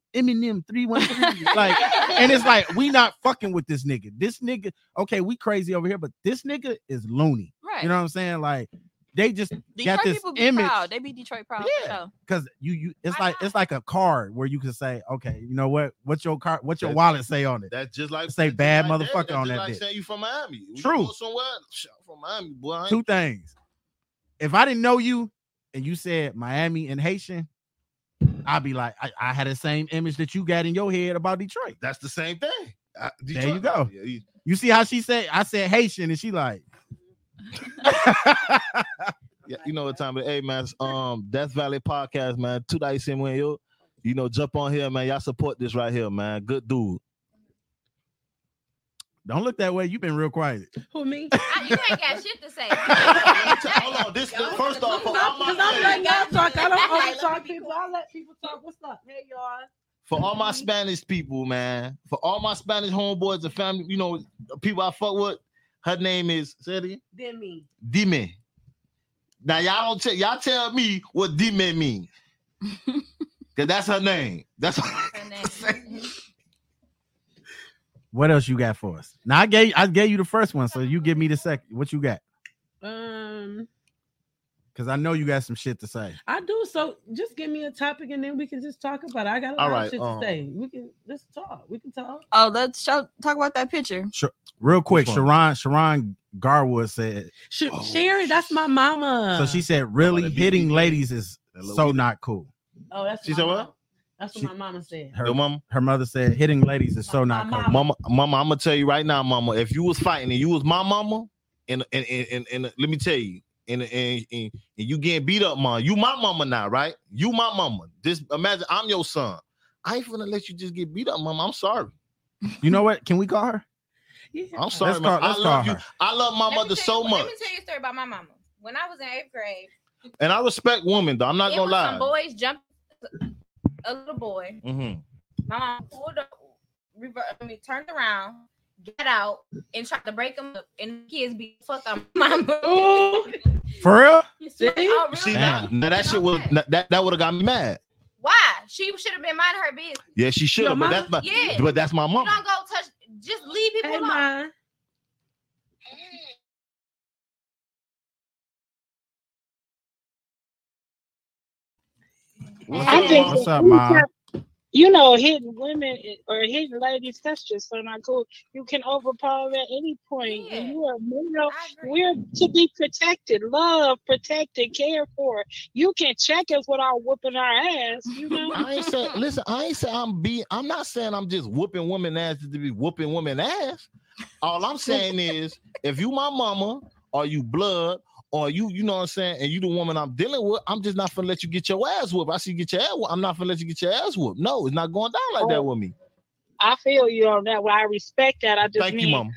Speaker 5: [LAUGHS]
Speaker 2: Eminem 313. like, and it's like, we not fucking with this nigga. This nigga, okay, we crazy over here, but this nigga is loony.
Speaker 5: right?
Speaker 2: You know what I'm saying? Like, they just
Speaker 5: Detroit
Speaker 2: got this
Speaker 5: people be
Speaker 2: image
Speaker 5: proud. They be Detroit proud.
Speaker 2: Yeah.
Speaker 5: Yeah.
Speaker 2: because you you it's
Speaker 6: Why
Speaker 2: like it's like a card where you can say, okay, you know what? What's your card? What's your
Speaker 3: That-
Speaker 2: wallet say on it?
Speaker 3: That's just like
Speaker 2: Say
Speaker 3: that's just
Speaker 2: bad
Speaker 3: like that.
Speaker 2: motherfucker
Speaker 3: That's
Speaker 2: on
Speaker 3: just
Speaker 2: that
Speaker 3: like
Speaker 2: bitch.
Speaker 3: saying you from Miami. When you
Speaker 2: True.
Speaker 3: go somewhere shout from Miami, boy. I ain't-
Speaker 2: Two things. If I didn't know you and you said Miami and Haitian, I'd be like, I, I had the same image that you got in your head about Detroit.
Speaker 3: That's the same thing. I,
Speaker 2: you
Speaker 3: Detroit-
Speaker 2: go.
Speaker 3: Yeah, he-
Speaker 2: You see how she said I said Haitian and she like
Speaker 3: yeah, you know what time it is. Hey, man. it's, Um, Death Valley Podcast, man. Two dice in when yo. You know, jump on here, man. Y'all support this right here, man. Good dude.
Speaker 2: Don't look that way. You've been real quiet.
Speaker 4: [LAUGHS] Who me?
Speaker 6: I, you ain't got shit
Speaker 4: [LAUGHS]
Speaker 6: to say.
Speaker 3: Hold on. This first off, for all
Speaker 4: Cause
Speaker 3: my
Speaker 4: I'm like, I talk. I don't
Speaker 6: I'm like,
Speaker 4: always talk people. I let people talk. What's up? Hey y'all.
Speaker 3: for all my Spanish people, man. For all my Spanish homeboys and family, you know, people I fuck with. Her name is say it again?
Speaker 4: Then me.
Speaker 3: Dime. Now y'all don't tell y'all tell me what Dime mean. Cause that's her name. That's
Speaker 6: Her name.
Speaker 3: [LAUGHS]
Speaker 2: What else you got for us? Now I gave I gave you the first one, so you give me the second. What you got?
Speaker 4: Um,
Speaker 2: Because I know you got some shit to say.
Speaker 4: I do. So just give me a topic and then we can just talk about it. I got a
Speaker 3: All
Speaker 4: lot
Speaker 3: right,
Speaker 4: of shit
Speaker 3: um,
Speaker 4: to say. We can just talk. We can talk.
Speaker 5: Oh, let's show, talk about that picture.
Speaker 2: Real quick,
Speaker 3: one?
Speaker 2: Sharon Sharon Garwood said.
Speaker 4: Sh-
Speaker 3: Oh,
Speaker 4: Sherry, that's my mama.
Speaker 2: so she said, really
Speaker 3: that big
Speaker 2: hitting
Speaker 3: BB.
Speaker 2: ladies is
Speaker 3: That little
Speaker 2: so
Speaker 3: BB.
Speaker 2: not cool.
Speaker 4: Oh, that's
Speaker 3: She
Speaker 4: my
Speaker 3: said
Speaker 4: mama.
Speaker 3: what?
Speaker 4: That's what
Speaker 2: She-
Speaker 4: my mama said.
Speaker 2: Her
Speaker 3: your mama.
Speaker 2: her mother said hitting ladies is so
Speaker 4: My
Speaker 2: not cool.
Speaker 4: mama.
Speaker 3: Mama, mama, I'm gonna tell you right now, mama. If you was fighting and you was my mama, and and and and, and let me tell you, and, and and and you getting beat up, mom. You my mama now, right? You my mama. This imagine I'm your son. I ain't gonna let you just get beat up, mama. I'm sorry.
Speaker 2: You know what? Can we call her?
Speaker 4: Yeah.
Speaker 3: I'm sorry,
Speaker 2: let's
Speaker 3: man.
Speaker 2: call,
Speaker 3: I
Speaker 2: let's call
Speaker 3: love you.
Speaker 2: her.
Speaker 3: I love my
Speaker 6: Let me
Speaker 3: mother
Speaker 6: tell
Speaker 3: so
Speaker 6: you- Let
Speaker 3: much,
Speaker 6: me tell you a story about my mama. When I was in eighth grade,
Speaker 3: and I respect women. Though I'm not
Speaker 6: it
Speaker 3: gonna
Speaker 6: was some
Speaker 3: lie.
Speaker 6: boys jumped a little boy.
Speaker 3: Mhm.
Speaker 6: My mom pulled up, rever- I mean, turned around, got out, and tried to break him up. And the kids be fuck up [LAUGHS] my
Speaker 3: Mm-hmm.
Speaker 6: mama.
Speaker 4: Oh,
Speaker 2: For real?
Speaker 4: see?
Speaker 6: Oh, really?
Speaker 3: See now,
Speaker 2: Damn.
Speaker 3: now that shit was now that that would have got me mad.
Speaker 6: Why? She should have been minding her business.
Speaker 3: Yeah, she should have, but
Speaker 4: mama-
Speaker 3: that's my
Speaker 6: Yeah.
Speaker 3: but that's my
Speaker 6: You
Speaker 3: mama.
Speaker 6: don't go touch. Just leave people
Speaker 4: Hey,
Speaker 6: alone.
Speaker 4: Ma.
Speaker 3: What's
Speaker 8: I
Speaker 3: up,
Speaker 8: think
Speaker 3: mama?
Speaker 2: What's up, mom?
Speaker 8: you know, hitting women or hitting ladies, that's just so not cool. You can overpower at any point.
Speaker 6: Yeah.
Speaker 8: And you are male.
Speaker 6: I agree.
Speaker 8: We're to be protected, loved, protected, cared for. You can check us without whooping our ass, you
Speaker 6: [LAUGHS]
Speaker 8: know.
Speaker 3: I ain't say listen, I ain't say I'm be I'm not saying I'm just whooping women ass to be whooping women ass. All I'm saying is if you my mama or you blood or you, you know what I'm saying, and you the woman I'm dealing with, I'm just not gonna let you get your ass whooped. I see you get your ass whooped. I'm not gonna let you get your ass whooped. No, it's not going down like
Speaker 5: Oh,
Speaker 3: that with me.
Speaker 8: I feel you on that. Well, I respect that. I just
Speaker 3: Thank
Speaker 8: mean
Speaker 3: you, mama.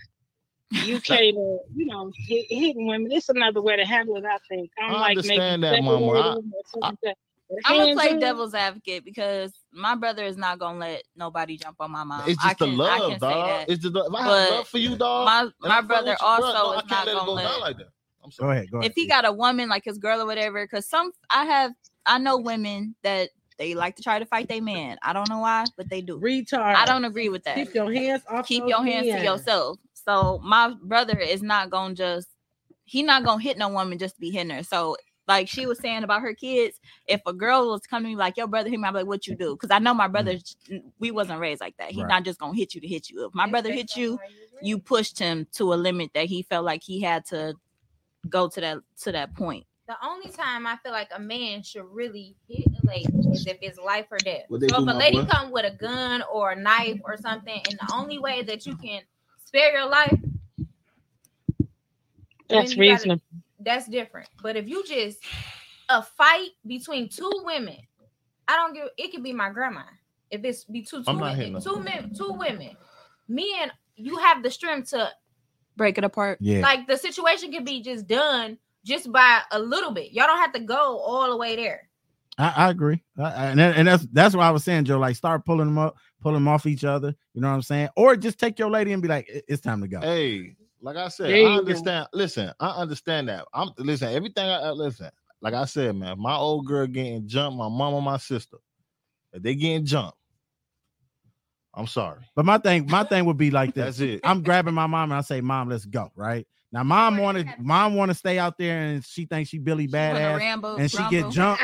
Speaker 8: you can't, uh, you know, hit, hitting women. It's another way to handle it. I think. I, don't
Speaker 3: I
Speaker 8: like
Speaker 3: understand that,
Speaker 8: making
Speaker 3: Mama.
Speaker 8: separated
Speaker 3: I-
Speaker 8: women or something like that. But
Speaker 5: I'm gonna
Speaker 8: hands
Speaker 5: play
Speaker 8: up,
Speaker 5: devil's advocate because my brother is not gonna let nobody jump on my mom.
Speaker 3: It's
Speaker 5: Uh, I
Speaker 3: just
Speaker 5: can,
Speaker 3: the
Speaker 5: I
Speaker 3: love,
Speaker 5: can say
Speaker 3: dog.
Speaker 5: that.
Speaker 3: It's just the, if I have
Speaker 5: But
Speaker 3: love for you, dog.
Speaker 5: my
Speaker 3: and I
Speaker 5: my
Speaker 3: fuck
Speaker 5: brother
Speaker 3: with you,
Speaker 5: also
Speaker 3: bro, no, I
Speaker 5: is not
Speaker 3: can't let it
Speaker 5: gonna
Speaker 3: go down
Speaker 5: let
Speaker 3: like that. I'm
Speaker 2: Go
Speaker 3: sorry.
Speaker 2: ahead. Go ahead.
Speaker 5: if he got a woman like his girl or whatever, because some I have I know women that they like to try to fight their man. I don't know why, but they do.
Speaker 4: Retard.
Speaker 5: I don't agree with that.
Speaker 4: keep your hands off.
Speaker 5: Keep
Speaker 4: those
Speaker 5: your hands to
Speaker 4: men.
Speaker 5: yourself. So my brother is not gonna just he not gonna hit no woman just to be hitting her. So like she was saying about her kids, if a girl was coming to me like your brother hit me, I'm like, what you do? Because I know my brother, we wasn't raised like that. He's
Speaker 2: Right.
Speaker 5: not just gonna hit you to hit you. If my brother hit you, you pushed him to a limit that he felt like he had to go to that to that point.
Speaker 6: The only time I feel like a man should really hit a lady is if it's life or death.
Speaker 3: What they
Speaker 6: So
Speaker 3: do,
Speaker 6: if a
Speaker 3: my
Speaker 6: lady
Speaker 3: boy?
Speaker 6: come with a gun or a knife or something, and the only way that you can spare your life,
Speaker 8: That's
Speaker 6: Then you gotta-
Speaker 8: reasonable.
Speaker 6: that's different. But if you just a fight between two women, I don't give. It could be my grandma. If it's be two two
Speaker 3: I'm not hitting
Speaker 6: women,
Speaker 3: her.
Speaker 6: two men, two women, me and you have the strength to
Speaker 5: Break it apart.
Speaker 2: yeah.
Speaker 6: like the situation could be just done just by a little bit. Y'all don't have to go all the way
Speaker 3: [LAUGHS]
Speaker 6: there.
Speaker 2: I, I agree, I, I- and, that- and that's that's what I was saying, Joe. Like, start pulling them up, pull them off each other. You know what I'm saying? Or just take your lady and be like, "It- "It's time to go."
Speaker 3: Hey, like I said,
Speaker 4: There you
Speaker 3: I
Speaker 5: um,
Speaker 4: go.
Speaker 3: understand. Listen, I understand that. I'm listen. Everything I I- listen, like I said, man, my old girl getting jumped, my mom and my sister, if they getting jumped, I'm sorry.
Speaker 2: But my thing, my thing would be
Speaker 3: [LAUGHS]
Speaker 2: like this:
Speaker 3: That's it.
Speaker 2: I'm grabbing my mom and I say, "Mom, let's go." Right now, mom
Speaker 6: Right,
Speaker 2: wanted,
Speaker 6: yeah.
Speaker 2: mom want to stay out there, and she thinks she Billy
Speaker 5: Wanna
Speaker 2: badass,
Speaker 5: Rambo,
Speaker 2: and she
Speaker 5: Rumble.
Speaker 2: get [LAUGHS] jumped.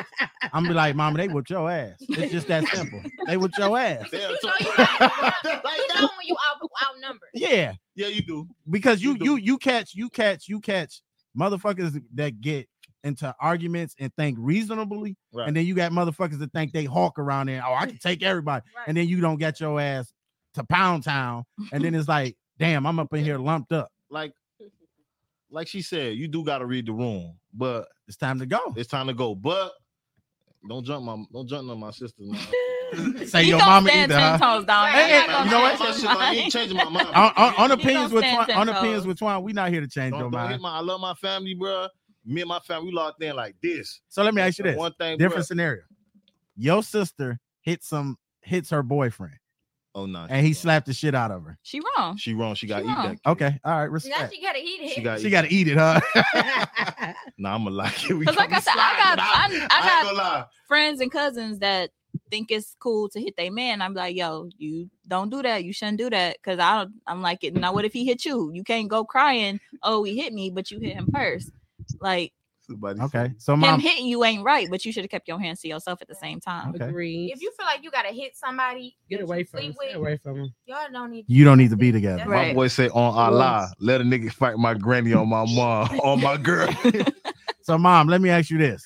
Speaker 2: I'm be like, "Mama, they whipped your ass." It's just that simple. They whipped your ass.
Speaker 3: They'll
Speaker 6: You know
Speaker 3: talk-
Speaker 6: you got it. You know when you out outnumbered.
Speaker 2: Yeah,
Speaker 3: yeah, you do.
Speaker 2: because you
Speaker 3: You do.
Speaker 2: you you catch you catch you catch motherfuckers that get into arguments and think reasonably,
Speaker 3: Right.
Speaker 2: and then you got motherfuckers that think they hawk around there. Oh, I can take everybody.
Speaker 6: Right.
Speaker 2: and then you don't get your ass to pound town and
Speaker 5: [LAUGHS]
Speaker 2: then it's like damn i'm up in here lumped
Speaker 3: [LAUGHS]
Speaker 2: up
Speaker 3: like, like she said, you do got to read the room, but
Speaker 2: it's time to go
Speaker 3: it's time to go. But don't jump my, don't jump on my sister.
Speaker 5: [LAUGHS]
Speaker 3: man.
Speaker 2: say
Speaker 5: You
Speaker 2: your
Speaker 5: don't
Speaker 2: mama
Speaker 5: stand
Speaker 2: either
Speaker 5: ten
Speaker 2: huh?
Speaker 5: toes down.
Speaker 6: Hey,
Speaker 5: You're
Speaker 6: hey,
Speaker 5: not gonna
Speaker 2: you know what?
Speaker 5: change your
Speaker 3: I ain't
Speaker 5: mind. [LAUGHS]
Speaker 3: changing my mind.
Speaker 2: on, on, on
Speaker 5: You don't
Speaker 2: opinions with
Speaker 5: stand
Speaker 2: Twan,
Speaker 5: ten
Speaker 2: on
Speaker 5: toes.
Speaker 2: opinions with Twan, we not here to change
Speaker 3: Don't,
Speaker 2: your
Speaker 3: don't
Speaker 2: mind.
Speaker 3: hit my. I love my family, bro. Me and my family, we locked in like this.
Speaker 2: so let me ask you
Speaker 3: The
Speaker 2: this:
Speaker 3: One thing, bruh.
Speaker 2: different scenario. Your sister hits some hits her boyfriend,
Speaker 3: Oh no,
Speaker 2: and he slapped the shit out of her.
Speaker 5: She wrong.
Speaker 3: She wrong. She got
Speaker 5: She
Speaker 3: eat that.
Speaker 5: wrong.
Speaker 3: kid.
Speaker 2: Okay, all right,
Speaker 6: Now
Speaker 2: respect.
Speaker 6: she gotta eat it.
Speaker 3: She got.
Speaker 2: She got to eat it, [LAUGHS]
Speaker 3: [LAUGHS]
Speaker 2: huh?
Speaker 3: Nah, I'm gonna lie. We
Speaker 5: Because like I
Speaker 3: gotta
Speaker 5: said, I
Speaker 3: slide,
Speaker 5: got
Speaker 3: nah.
Speaker 5: I, I
Speaker 3: I ain't
Speaker 5: got
Speaker 3: gonna lie.
Speaker 5: friends and cousins that think it's cool to hit their man. I'm like, yo, you don't do that. You shouldn't do that. Cause I don't I'm like it. Now what if he hit you? You can't go crying, oh, he hit me, but you hit him first. Like
Speaker 3: Somebody
Speaker 2: okay,
Speaker 3: said-
Speaker 2: so
Speaker 5: him
Speaker 2: mom,
Speaker 5: hitting you ain't right, but you should have kept your hands to yourself at the same time.
Speaker 2: Okay.
Speaker 4: Agreed.
Speaker 6: If you feel like you gotta hit somebody,
Speaker 4: get
Speaker 6: that
Speaker 4: away
Speaker 6: you
Speaker 4: from him,
Speaker 6: sleep
Speaker 4: stay
Speaker 6: with,
Speaker 4: away from him.
Speaker 6: y'all don't need.
Speaker 2: you don't need to be together.
Speaker 5: Right.
Speaker 3: My boy said on Allah, let a nigga fight my granny on my mom on my girl.
Speaker 2: [LAUGHS] So mom, let me ask you this: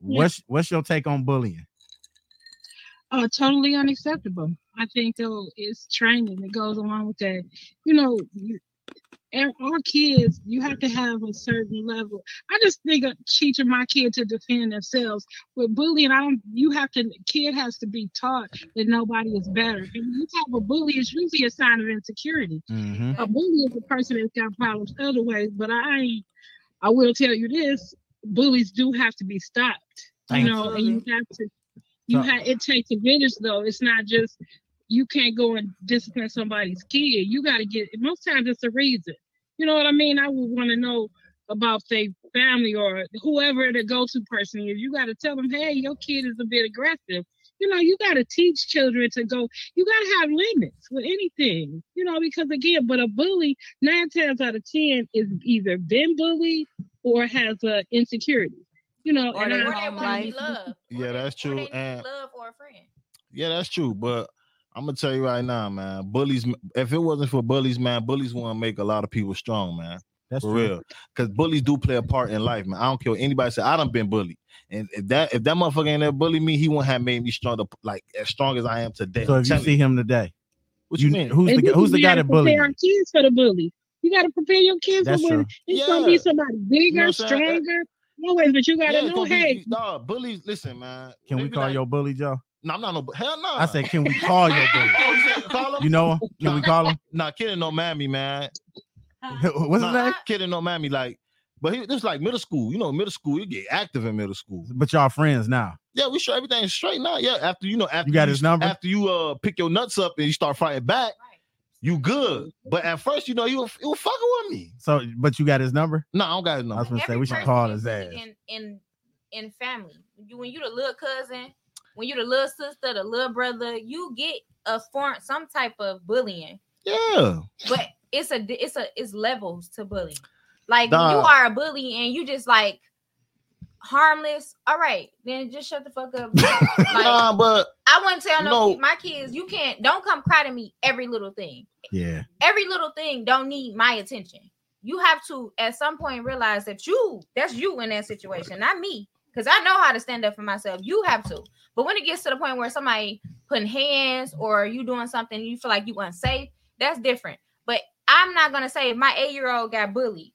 Speaker 2: what's what's your take on bullying?
Speaker 8: uh, totally unacceptable. I think though it's training that goes along with that. You know, you- and our kids, you have to have a certain level. I just think of teaching my kid to defend themselves with bullying. I don't. You have to. Kid has to be taught that nobody is better. And when you have a bully, it's usually a sign of insecurity
Speaker 2: Mhm.
Speaker 8: a bully is a person that's got problems other ways, but I ain't, I will tell you this, bullies do have to be stopped.
Speaker 2: Thank
Speaker 8: You know, and you have to you
Speaker 2: So-
Speaker 8: have it takes a village though. It's not just you can't go and discipline somebody's kid. You gotta get most times it's a reason. You know what I mean? I would want to know about their family or whoever the go-to person is. You gotta tell them, hey, your kid is a bit aggressive. You know, you gotta teach children to go you gotta have limits with anything, you know, because again, but a bully nine times out of ten is either been bullied or has a insecurity, you know.
Speaker 5: Or
Speaker 8: and
Speaker 5: they
Speaker 8: I-
Speaker 6: Or
Speaker 5: were
Speaker 6: they
Speaker 5: Wrong
Speaker 6: want to be
Speaker 5: life.
Speaker 6: loved.
Speaker 3: Yeah,
Speaker 6: Or they-
Speaker 3: that's
Speaker 6: or they
Speaker 3: true,
Speaker 6: need
Speaker 3: and-
Speaker 6: love or a friend.
Speaker 3: yeah, that's true. But I'm gonna tell you right now, man. Bullies, if it wasn't for bullies, man, bullies wouldn't make a lot of people strong, man.
Speaker 2: That's
Speaker 3: For
Speaker 2: true.
Speaker 3: real. Because bullies do play a part in life, man. I don't care what anybody say. I done been bullied. And if that if that motherfucker ain't there bully me, he wouldn't have made me stronger, like as strong as I am today.
Speaker 2: So
Speaker 3: I'm
Speaker 2: if you
Speaker 3: telling
Speaker 2: see him today,
Speaker 3: what you,
Speaker 2: you-
Speaker 3: mean?
Speaker 2: who's
Speaker 8: and
Speaker 2: the
Speaker 8: this
Speaker 2: guy-
Speaker 8: is
Speaker 2: who's the
Speaker 8: we
Speaker 2: guy
Speaker 8: gotta
Speaker 2: that bullied?
Speaker 8: Prepare
Speaker 2: you?
Speaker 8: our kids for the bully. You gotta prepare your kids
Speaker 2: That's
Speaker 8: for when
Speaker 2: true.
Speaker 8: it's gonna be
Speaker 3: Yeah.
Speaker 8: somebody bigger,
Speaker 3: what I'm saying? That-
Speaker 8: stronger. Always, but you gotta
Speaker 3: it's
Speaker 8: know,
Speaker 3: gonna be-
Speaker 8: hey,
Speaker 3: you- nah, bullies. Listen, man.
Speaker 2: Can
Speaker 3: they
Speaker 2: we
Speaker 3: be
Speaker 2: call
Speaker 3: like,
Speaker 2: your bully Joe?
Speaker 3: No, I'm not no. bu- Hell no.
Speaker 2: I said, can we call
Speaker 3: [LAUGHS]
Speaker 2: your bully?
Speaker 3: Oh, you said call him?
Speaker 2: You know him? Can we call him?
Speaker 3: Nah, kid in no Miami, man.
Speaker 2: [LAUGHS] What's his
Speaker 3: nah,
Speaker 2: name?
Speaker 3: Kid in no Miami, like. But he, this like middle school, you know, middle school, you get active in middle school.
Speaker 2: But y'all friends now.
Speaker 3: Yeah, we sure everything straight now. Yeah, after you know, after
Speaker 2: You got his number?
Speaker 3: after you uh pick your nuts up and you start fighting back,
Speaker 6: Right.
Speaker 3: you good. But at first, you know, you you were fucking with me.
Speaker 2: So, but you got his number.
Speaker 3: No, I don't got his number.
Speaker 2: was gonna say,
Speaker 6: Every
Speaker 2: we should
Speaker 6: person
Speaker 2: call
Speaker 6: is
Speaker 2: his
Speaker 6: bullied
Speaker 2: ass.
Speaker 6: In in in family, you when you the little cousin, when you the little sister, the little brother, you get a form some type of bullying.
Speaker 3: Yeah,
Speaker 6: But it's a di- it's a it's levels to bullying. Like when you
Speaker 3: Dog.
Speaker 6: are a bully and you just like harmless. All right, then just shut the fuck
Speaker 2: [LAUGHS]
Speaker 6: up. like,
Speaker 3: [LAUGHS] nah, but
Speaker 6: I wouldn't tell no,
Speaker 3: no.
Speaker 6: kid- my kids. You can't. Don't come cry to me every little thing.
Speaker 2: Yeah.
Speaker 6: Every little thing don't need my attention. You have to at some point realize that you that's you in that situation, not me. Because I know how to stand up for myself. You have to. But when it gets to the point where somebody putting hands or you doing something you feel like you unsafe, that's different. But I'm not gonna say if my eight year old got bullied,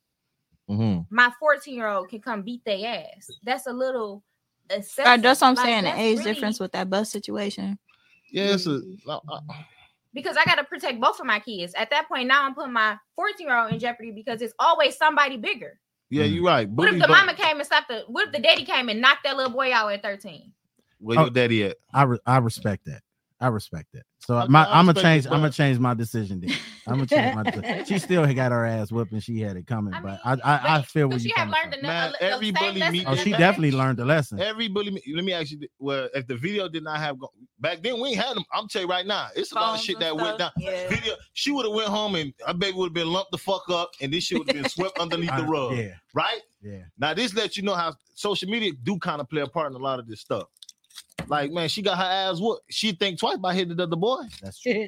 Speaker 3: Mhm.
Speaker 6: my 14 year old can come beat their ass. That's a little excessive.
Speaker 5: Right, that's what I'm
Speaker 6: Like,
Speaker 5: saying. The
Speaker 6: that's
Speaker 5: age
Speaker 6: really-
Speaker 5: difference with that bus situation.
Speaker 3: yeah, it's a, uh, no, I-
Speaker 6: because I got to protect both of my kids. At that point, now I'm putting my 14 year old in jeopardy because it's always somebody bigger.
Speaker 3: Yeah,
Speaker 2: Hmm.
Speaker 3: you're right.
Speaker 6: What
Speaker 3: Booty
Speaker 6: if the
Speaker 3: bump-
Speaker 6: mama came and stopped the? What if the daddy came and knocked that little boy out at thirteen?
Speaker 2: Oh,
Speaker 3: Where your daddy at?
Speaker 2: I re- I respect that. I respect that. So
Speaker 3: Okay,
Speaker 2: my,
Speaker 3: I
Speaker 2: I'm gonna
Speaker 3: respect
Speaker 2: change.
Speaker 3: it,
Speaker 2: I'm gonna
Speaker 3: but-
Speaker 2: change my decision. Then I'm gonna change my.
Speaker 3: [LAUGHS]
Speaker 2: Decision. She still had got her ass whooped and she had it coming,
Speaker 6: I
Speaker 2: but
Speaker 6: mean,
Speaker 2: I I, I
Speaker 6: but-
Speaker 2: feel
Speaker 6: So
Speaker 2: where
Speaker 6: she
Speaker 2: you
Speaker 6: had
Speaker 2: coming
Speaker 6: learned
Speaker 2: from.
Speaker 6: the
Speaker 3: Man,
Speaker 6: man, a, a
Speaker 3: everybody
Speaker 6: lesson
Speaker 3: meet-
Speaker 2: Oh,
Speaker 6: that
Speaker 2: she
Speaker 6: the-
Speaker 2: definitely learned the lesson.
Speaker 3: Every bully, let me ask you. th- Well, if the video did not have go- back then, we ain't had them. I'm tell you right now, it's a lot of
Speaker 5: Phones
Speaker 3: shit
Speaker 5: and
Speaker 3: that went down.
Speaker 5: stuff, yeah.
Speaker 3: Video, she would have went home and her baby would have been lumped the fuck up, and this shit would have been
Speaker 5: [LAUGHS]
Speaker 3: swept underneath the
Speaker 2: Uh,
Speaker 3: rug,
Speaker 2: yeah,
Speaker 3: right?
Speaker 2: yeah.
Speaker 3: Now this lets you know how social media do kind of play a part in a lot of this stuff. Like man, she got her ass whooped. She think twice by hitting the other boy.
Speaker 5: [LAUGHS]
Speaker 2: That's true.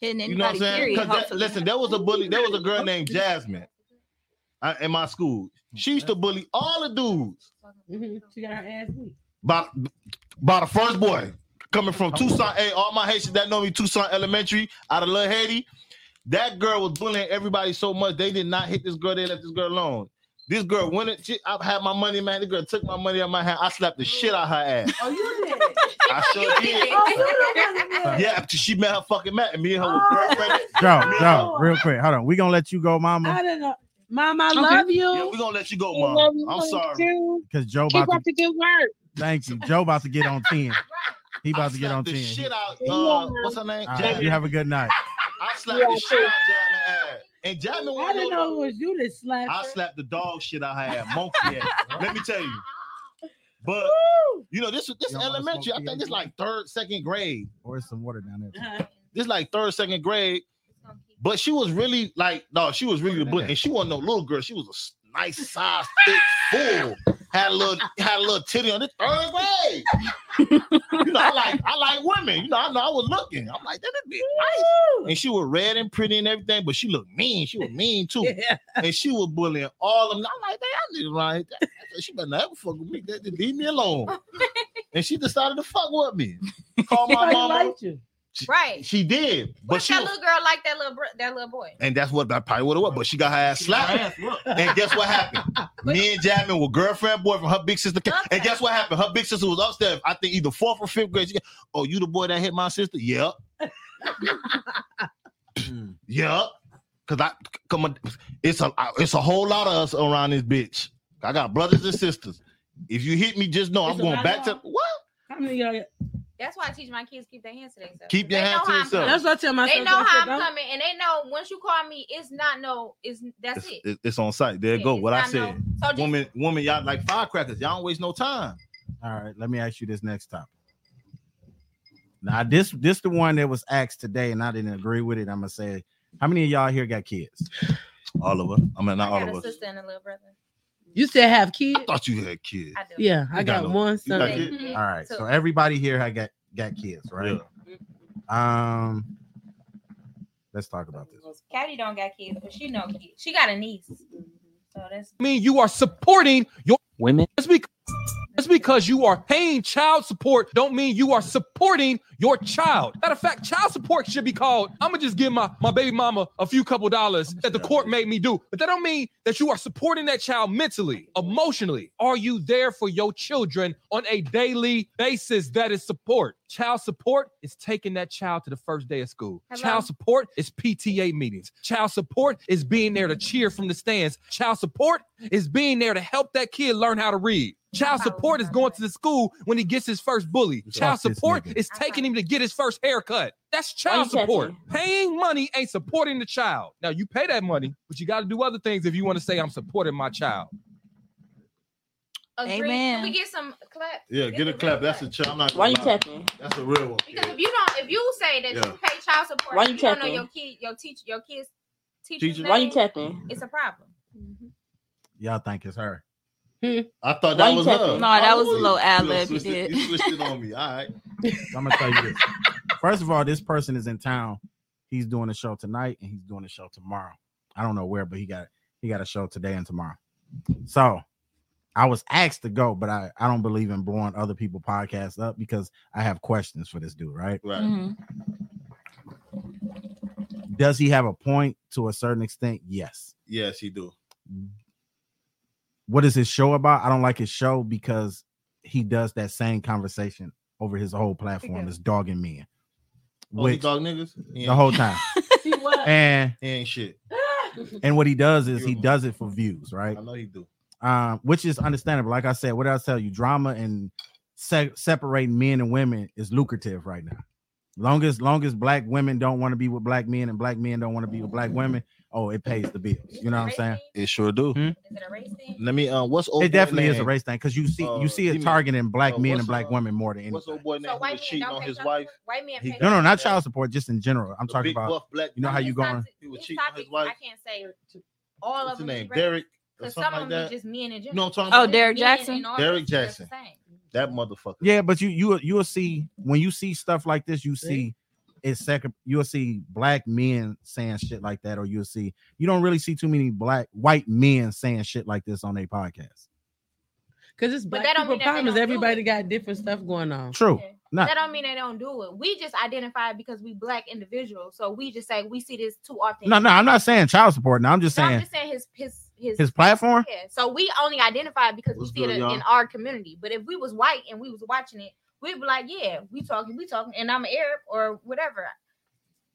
Speaker 5: Hitting
Speaker 3: You know what
Speaker 5: anybody,
Speaker 3: I'm saying?
Speaker 5: period.
Speaker 3: 'Cause that-
Speaker 5: hopefully.
Speaker 3: listen, there was a bully. There was a girl named Jasmine uh, in my school. She used to bully all the dudes
Speaker 4: Mhm. She got her ass beat.
Speaker 3: by by the first boy coming from Tucson. Hey, all my Haitians that know me, Tucson Elementary out of Little Haiti. That girl was bullying everybody so much they did not hit this girl. They left this girl alone. This girl went. in- She, I had my money, man. The girl took my money out of my hand. I slapped the shit out of her ass.
Speaker 4: Oh, you did.
Speaker 3: I
Speaker 6: [LAUGHS]
Speaker 4: [LAUGHS]
Speaker 3: sure did.
Speaker 4: Oh,
Speaker 3: Yeah, after she met her fucking Matt, and me and her were girlfriend.
Speaker 2: Joe, Joe, real quick. Hold on. We gonna let you go,
Speaker 4: I
Speaker 2: Mama,
Speaker 4: don't know. Mom, I
Speaker 8: Okay.
Speaker 4: love you.
Speaker 3: Yeah, we're gonna let you go,
Speaker 8: We love
Speaker 3: mom.
Speaker 8: you,
Speaker 3: I'm
Speaker 8: love you
Speaker 3: sorry.
Speaker 8: too.
Speaker 2: because Joe
Speaker 8: Keep
Speaker 2: about
Speaker 8: up the
Speaker 2: to
Speaker 8: good work.
Speaker 2: thank you. Joe about to get on ten.
Speaker 6: [LAUGHS]
Speaker 2: He about to get
Speaker 3: I
Speaker 2: on
Speaker 3: slapped
Speaker 2: ten.
Speaker 3: the shit out.
Speaker 8: Yeah.
Speaker 3: Uh, what's her name?
Speaker 2: All right,
Speaker 3: Jasmine.
Speaker 2: you have a good night.
Speaker 3: I slapped the shit out Jasmine ass. And Jasmine
Speaker 4: I
Speaker 3: wasn't
Speaker 4: didn't
Speaker 3: no-
Speaker 4: know it was you that slapped.
Speaker 3: I
Speaker 4: her.
Speaker 3: slapped the dog shit out her ass, monkey ass.
Speaker 4: [LAUGHS]
Speaker 3: Let me tell you. But you know, this this
Speaker 2: Y'all wanna
Speaker 3: elementary.
Speaker 2: smoke
Speaker 3: I think
Speaker 2: PhD?
Speaker 3: it's like third, second grade.
Speaker 2: Or some water down there.
Speaker 4: Uh-huh.
Speaker 3: This like third, second grade. But she was really like, no, she was really the bully. And she wasn't no little girl. She was a s- nice size, thick fool. Had a little, had a little titty on this third grade. you know, I like, I like women. You know, I know I was looking. I'm like, that bitch nice. And she was red and pretty and everything, but she looked mean. She was [LAUGHS] mean too.
Speaker 4: Yeah.
Speaker 3: and she was bullying all of them. I'm like, damn, I live around here. That- that- She better never fuck with me. That, that- leave me [LAUGHS] alone. and she decided to fuck with [LAUGHS] me. Call my
Speaker 4: Everybody
Speaker 3: mama.
Speaker 4: liked you.
Speaker 6: Right.
Speaker 3: She did,
Speaker 6: But
Speaker 3: but she
Speaker 6: that
Speaker 3: was-
Speaker 6: little girl like that little bro- that little boy.
Speaker 3: and that's what that probably would have was. But she got her ass slapped. And guess [LAUGHS] what happened? Me and Jasmine were girlfriend, boyfriend. Her big sister. Came. And guess what happened? Her big sister was upstairs. I think either fourth or fifth grade. She, oh, you the boy that hit my sister? Yep. Uh,
Speaker 4: [LAUGHS]
Speaker 3: yep. Cause I come on, it's a it's a whole lot of us around this bitch. I got brothers and sisters. If you hit me, just know
Speaker 4: It's
Speaker 3: I'm
Speaker 4: a
Speaker 3: going
Speaker 4: lot
Speaker 3: back
Speaker 4: of
Speaker 3: to what?
Speaker 4: How many of y'all-
Speaker 6: [LAUGHS] That's why I teach my kids keep their hands to themselves.
Speaker 3: Keep your
Speaker 6: They
Speaker 3: hands
Speaker 6: know
Speaker 3: to
Speaker 6: how I'm
Speaker 3: yourself.
Speaker 6: coming.
Speaker 4: That's what I tell myself.
Speaker 6: They know
Speaker 4: I
Speaker 6: how
Speaker 4: said,
Speaker 6: I'm
Speaker 4: "Don't-
Speaker 6: coming, and they know once you call me, it's not no. It's that's
Speaker 3: It's,
Speaker 6: it.
Speaker 3: it- it's on site. There you go.
Speaker 6: It's
Speaker 3: What I
Speaker 6: not no-
Speaker 3: said.
Speaker 6: So just
Speaker 3: Woman, woman, y'all like firecrackers. Y'all don't waste no time.
Speaker 2: All right, let me ask you this next topic. Now, this this the one that was asked today, and I didn't agree with it. I'm gonna say, how many of y'all here got kids?
Speaker 3: Oliver. I mean
Speaker 6: I
Speaker 3: not
Speaker 6: got a
Speaker 3: Oliver.
Speaker 6: sister and a little brother.
Speaker 4: You said have kids?
Speaker 3: I thought you had kids.
Speaker 6: I do.
Speaker 4: Yeah, I
Speaker 3: You got
Speaker 4: got
Speaker 3: no-
Speaker 4: one
Speaker 3: got
Speaker 4: son.
Speaker 3: kids?
Speaker 6: Mhm.
Speaker 2: All right, so
Speaker 6: So-
Speaker 2: everybody here had got got kids, right? Um, let's talk about this.
Speaker 6: Caddy don't got kids, but she know kids. She got a niece. So that's
Speaker 10: I mean, you are supporting your.
Speaker 7: Women,
Speaker 10: Just because, just because you are paying child support, don't mean you are supporting your child. Matter of fact, child support should be called. I'm gonna just give my my baby mama a few couple dollars that the court made me do, but that don't mean that you are supporting that child mentally, emotionally. Are you there for your children on a daily basis? That is support. Child support is taking that child to the first day of school.
Speaker 6: Hello?
Speaker 10: Child support is PTA meetings. Child support is being there to cheer from the stands. Child support is being there to help that kid learn how to read. Child support is going to the school when he gets his first bully. Child
Speaker 2: Fuck this
Speaker 10: support
Speaker 2: nigga.
Speaker 10: is taking him to get his first haircut. That's child
Speaker 5: Why you
Speaker 10: support. Paying money ain't supporting the child. Now you pay that money, but you got to do other things if you want to say I'm supporting my child.
Speaker 6: Agreed.
Speaker 5: Amen.
Speaker 6: Can we get some clap?
Speaker 3: Yeah, get a clap. That's a child. I'm not
Speaker 11: Why you
Speaker 3: gonna lie.
Speaker 11: tapping?
Speaker 3: That's a real one.
Speaker 6: Because if you don't, if you say that
Speaker 3: Yeah.
Speaker 6: you pay child support,
Speaker 11: Why
Speaker 6: if
Speaker 11: you
Speaker 6: you don't know
Speaker 11: tapping?
Speaker 6: your kid, your teacher, your kids' teacher's
Speaker 3: Teacher.
Speaker 6: name,
Speaker 11: Why you tapping?
Speaker 6: it's a problem.
Speaker 2: Y'all think it's her?
Speaker 4: Hmm.
Speaker 3: I thought
Speaker 11: Why
Speaker 3: that
Speaker 11: you
Speaker 3: was
Speaker 11: tapping?
Speaker 3: her.
Speaker 11: No,
Speaker 5: that was a
Speaker 3: Oh,
Speaker 5: little
Speaker 3: you
Speaker 5: ad-lib
Speaker 3: done
Speaker 5: you
Speaker 3: switched it-
Speaker 5: did.
Speaker 3: You switched it on me. All right.
Speaker 2: So I'm gonna tell you this. First of all, this person is in town. He's doing a show tonight and he's doing a show tomorrow. I don't know where, but he got he got a show today and tomorrow. So I was asked to go, but I, I don't believe in blowing other people podcasts up because I have questions for this dude, right?
Speaker 3: Right.
Speaker 1: Mm-hmm.
Speaker 5: Mhm.
Speaker 2: Does he have a point to a certain extent? Yes.
Speaker 3: Yes, he do.
Speaker 2: What is his show about? I don't like his show because he does that same conversation over his whole platform. It's dogging men.
Speaker 3: Oh, he
Speaker 2: Which
Speaker 3: dog niggas. He
Speaker 2: the
Speaker 3: [LAUGHS] ain't,
Speaker 2: whole time.
Speaker 4: See what?
Speaker 2: And
Speaker 3: he ain't shit.
Speaker 2: And what he does is he does it for views, right?
Speaker 3: I know you do.
Speaker 2: um, which is understandable. Like I said, what did I tell you? Drama and se- separating men and women is lucrative right now. Longest, longest black women don't want to be with black men, and black men don't want to be with black women. Oh, it pays the bills. You know what I'm saying?
Speaker 3: It sure do.
Speaker 6: Is it a race thing?
Speaker 3: Let me. Um, what's old
Speaker 2: It
Speaker 3: boy
Speaker 2: definitely is a
Speaker 3: name?
Speaker 2: race thing because you see, you see
Speaker 3: Uh,
Speaker 2: it targeting black
Speaker 3: uh,
Speaker 2: men
Speaker 3: what's,
Speaker 2: and black
Speaker 3: uh,
Speaker 2: women more than
Speaker 3: What's
Speaker 2: anything.
Speaker 3: old boy name?
Speaker 6: So
Speaker 3: who
Speaker 6: white
Speaker 3: was
Speaker 6: men
Speaker 3: cheating
Speaker 6: don't
Speaker 3: on
Speaker 6: pay
Speaker 3: his
Speaker 6: child
Speaker 3: wife.
Speaker 6: support? White men
Speaker 3: He-
Speaker 6: pay
Speaker 2: No, no, not
Speaker 6: child
Speaker 2: child support, just in general. I'm
Speaker 3: The
Speaker 2: talking
Speaker 3: big
Speaker 2: about
Speaker 3: buff black
Speaker 2: you know
Speaker 3: guy.
Speaker 2: how
Speaker 6: It's
Speaker 2: you going.
Speaker 6: toxic-
Speaker 3: He was
Speaker 6: it's
Speaker 3: cheating on
Speaker 6: toxic.
Speaker 3: his wife.
Speaker 6: I can't say all
Speaker 3: What's
Speaker 6: of
Speaker 3: his
Speaker 6: them.
Speaker 3: name? Derek or
Speaker 6: Because some
Speaker 3: something
Speaker 6: of
Speaker 3: like
Speaker 6: them
Speaker 3: that.
Speaker 6: are just men and
Speaker 3: You
Speaker 6: just
Speaker 3: know what I'm
Speaker 5: Oh,
Speaker 3: talking about?
Speaker 5: Derek Jackson?
Speaker 3: Derek Jackson. That motherfucker.
Speaker 2: Yeah, but you you you'll see when you see stuff like this,
Speaker 3: Mm-hmm.
Speaker 2: you see it's second. You'll see black men saying shit like that, or you'll see you don't really see too many black white men saying shit like this on their podcast.
Speaker 4: Because it's
Speaker 6: But
Speaker 4: black
Speaker 6: that
Speaker 4: people
Speaker 6: don't mean that they
Speaker 4: problems.
Speaker 6: don't do
Speaker 4: Everybody
Speaker 6: it.
Speaker 4: got different stuff going on.
Speaker 2: True.
Speaker 6: Yeah.
Speaker 2: Nah.
Speaker 6: That don't mean they don't do it. We just identify because we black individuals. So we just say we see this too often.
Speaker 2: No, no, I'm not saying child support. Now I'm just
Speaker 6: So I'm
Speaker 2: saying
Speaker 6: just saying his his his,
Speaker 2: his platform.
Speaker 6: yeah. So we only identify because
Speaker 3: What's
Speaker 6: we see
Speaker 3: good,
Speaker 6: it
Speaker 3: y'all?
Speaker 6: in our community. But if we was white and we was watching it, we'd be like, yeah, we talking, we talking, and I'm an Arab or whatever.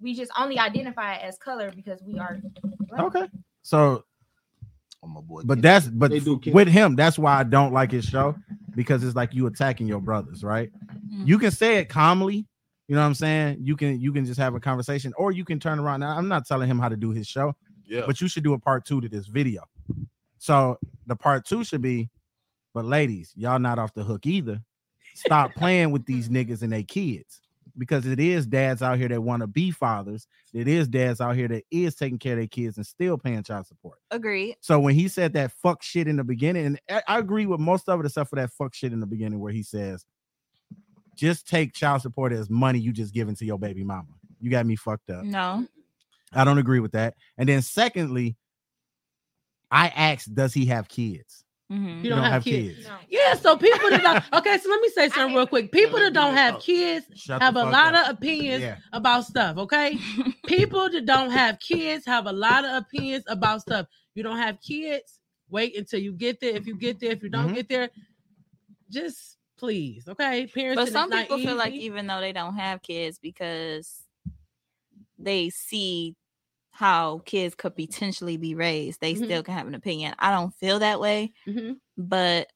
Speaker 6: We just only identify as color because we are black.
Speaker 2: Okay. So,
Speaker 3: Oh, my boy.
Speaker 2: but that's but
Speaker 3: They do kill-
Speaker 2: with him, that's why I don't like his show because it's like you attacking your brothers, right?
Speaker 5: Mhm.
Speaker 2: You can say it calmly. You know what I'm saying? You can you can just have a conversation, or you can turn around. Now I'm not telling him how to do his show.
Speaker 3: yeah.
Speaker 2: but you should do a part two to this video. So the part two should be, but ladies, y'all not off the hook either. Stop playing with these niggas and they kids because it is dads out here that want to be fathers. It is dads out here that is taking care of their kids and still paying child support.
Speaker 5: Agreed.
Speaker 2: So when he said that fuck shit in the beginning, and I, I agree with most of it except for that fuck shit in the beginning where he says, just take child support as money you just giving to your baby mama. You got me fucked up.
Speaker 5: No.
Speaker 2: I don't agree with that. And then secondly, I asked, does he have kids?
Speaker 5: Mhm.
Speaker 4: You don't, have, kids.
Speaker 6: No.
Speaker 4: Yeah, so people that don't okay, so let
Speaker 5: [LAUGHS]
Speaker 4: me say something real quick. People that don't have
Speaker 3: Shut
Speaker 4: kids
Speaker 2: Oh, Shut
Speaker 4: have
Speaker 2: the
Speaker 4: a
Speaker 2: fuck
Speaker 4: lot
Speaker 2: up.
Speaker 4: of opinions
Speaker 2: yeah.
Speaker 4: about stuff, okay?
Speaker 5: [LAUGHS]
Speaker 4: people that don't have kids have a lot of opinions about stuff. You don't have kids, wait until you get there. If you get there, if you don't
Speaker 2: Mhm.
Speaker 4: get there, just please, okay? Parents,
Speaker 5: But some people feel like even though they don't have kids because they see how kids could potentially be raised, they
Speaker 4: Mhm.
Speaker 5: still can have an opinion. I don't feel that way,
Speaker 6: Mm-hmm.
Speaker 4: hmm
Speaker 5: but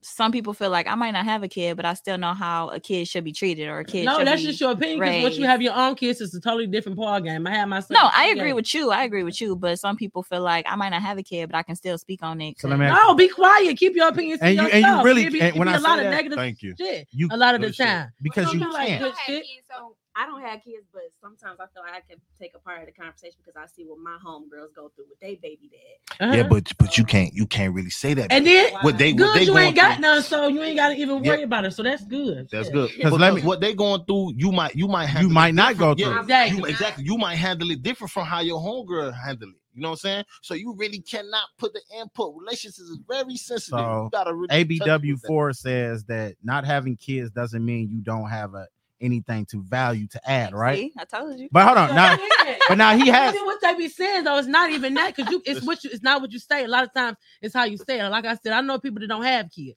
Speaker 5: some people feel like I might not have a kid, but I still know how a kid should be treated or a kid.
Speaker 4: no,
Speaker 5: should
Speaker 4: that's
Speaker 5: be-
Speaker 4: just your opinion because once you
Speaker 5: raised.
Speaker 4: have your own kids, it's a totally different ball game. I had my son.
Speaker 5: No, I agree
Speaker 4: Yeah.
Speaker 5: with you. I agree with you, but some people feel like I might not have a kid, but I can still speak on it.
Speaker 2: So
Speaker 5: 'cause-
Speaker 2: let me ask
Speaker 4: No, be quiet. Keep your opinions to
Speaker 2: And you- and
Speaker 4: yourself.
Speaker 2: you really-
Speaker 4: It be,
Speaker 2: and
Speaker 4: it
Speaker 2: when
Speaker 4: be
Speaker 2: I
Speaker 4: a lot
Speaker 2: say
Speaker 4: of
Speaker 2: that-
Speaker 4: negative
Speaker 3: Thank you.
Speaker 4: shit
Speaker 2: you,
Speaker 4: a lot of the
Speaker 3: Good shit.
Speaker 4: time.
Speaker 2: because you
Speaker 4: Well, sometimes
Speaker 2: can't.
Speaker 4: Good
Speaker 6: I don't
Speaker 4: shit.
Speaker 6: have kids, so I don't have kids, but sometimes I feel like I can take a part of the conversation because I see what my homegirls go through with their baby dad.
Speaker 4: Uh-huh.
Speaker 3: Yeah, but but you can't you can't really say that.
Speaker 4: and then
Speaker 3: what they what
Speaker 4: good
Speaker 3: they
Speaker 4: you
Speaker 3: going
Speaker 4: ain't got
Speaker 3: through-
Speaker 4: none, so you ain't gotta even
Speaker 3: Yeah.
Speaker 4: worry about it. So that's good.
Speaker 3: That's
Speaker 4: Shit.
Speaker 3: good.
Speaker 2: 'Cause let me-
Speaker 3: what they going through, you might you might have
Speaker 2: You might not go through.
Speaker 3: Yeah,
Speaker 4: Exactly.
Speaker 3: you, exactly. You might handle it different from how your homegirl handle it. You know what I'm saying? So you really cannot put the input. Relationships is very sensitive.
Speaker 2: So,
Speaker 3: you gotta really touch with that.
Speaker 2: ABW4 says that not having kids doesn't mean you don't have a, anything to value to add, right?
Speaker 5: See, I told you.
Speaker 2: But
Speaker 4: [LAUGHS]
Speaker 2: hold on,
Speaker 4: So
Speaker 2: now,
Speaker 4: yeah.
Speaker 2: but now he has.
Speaker 4: Even what they be saying though, it's not even that because you it's what you it's not what you say. A lot of times it's how you say it. Like I said, I know people that don't have kids.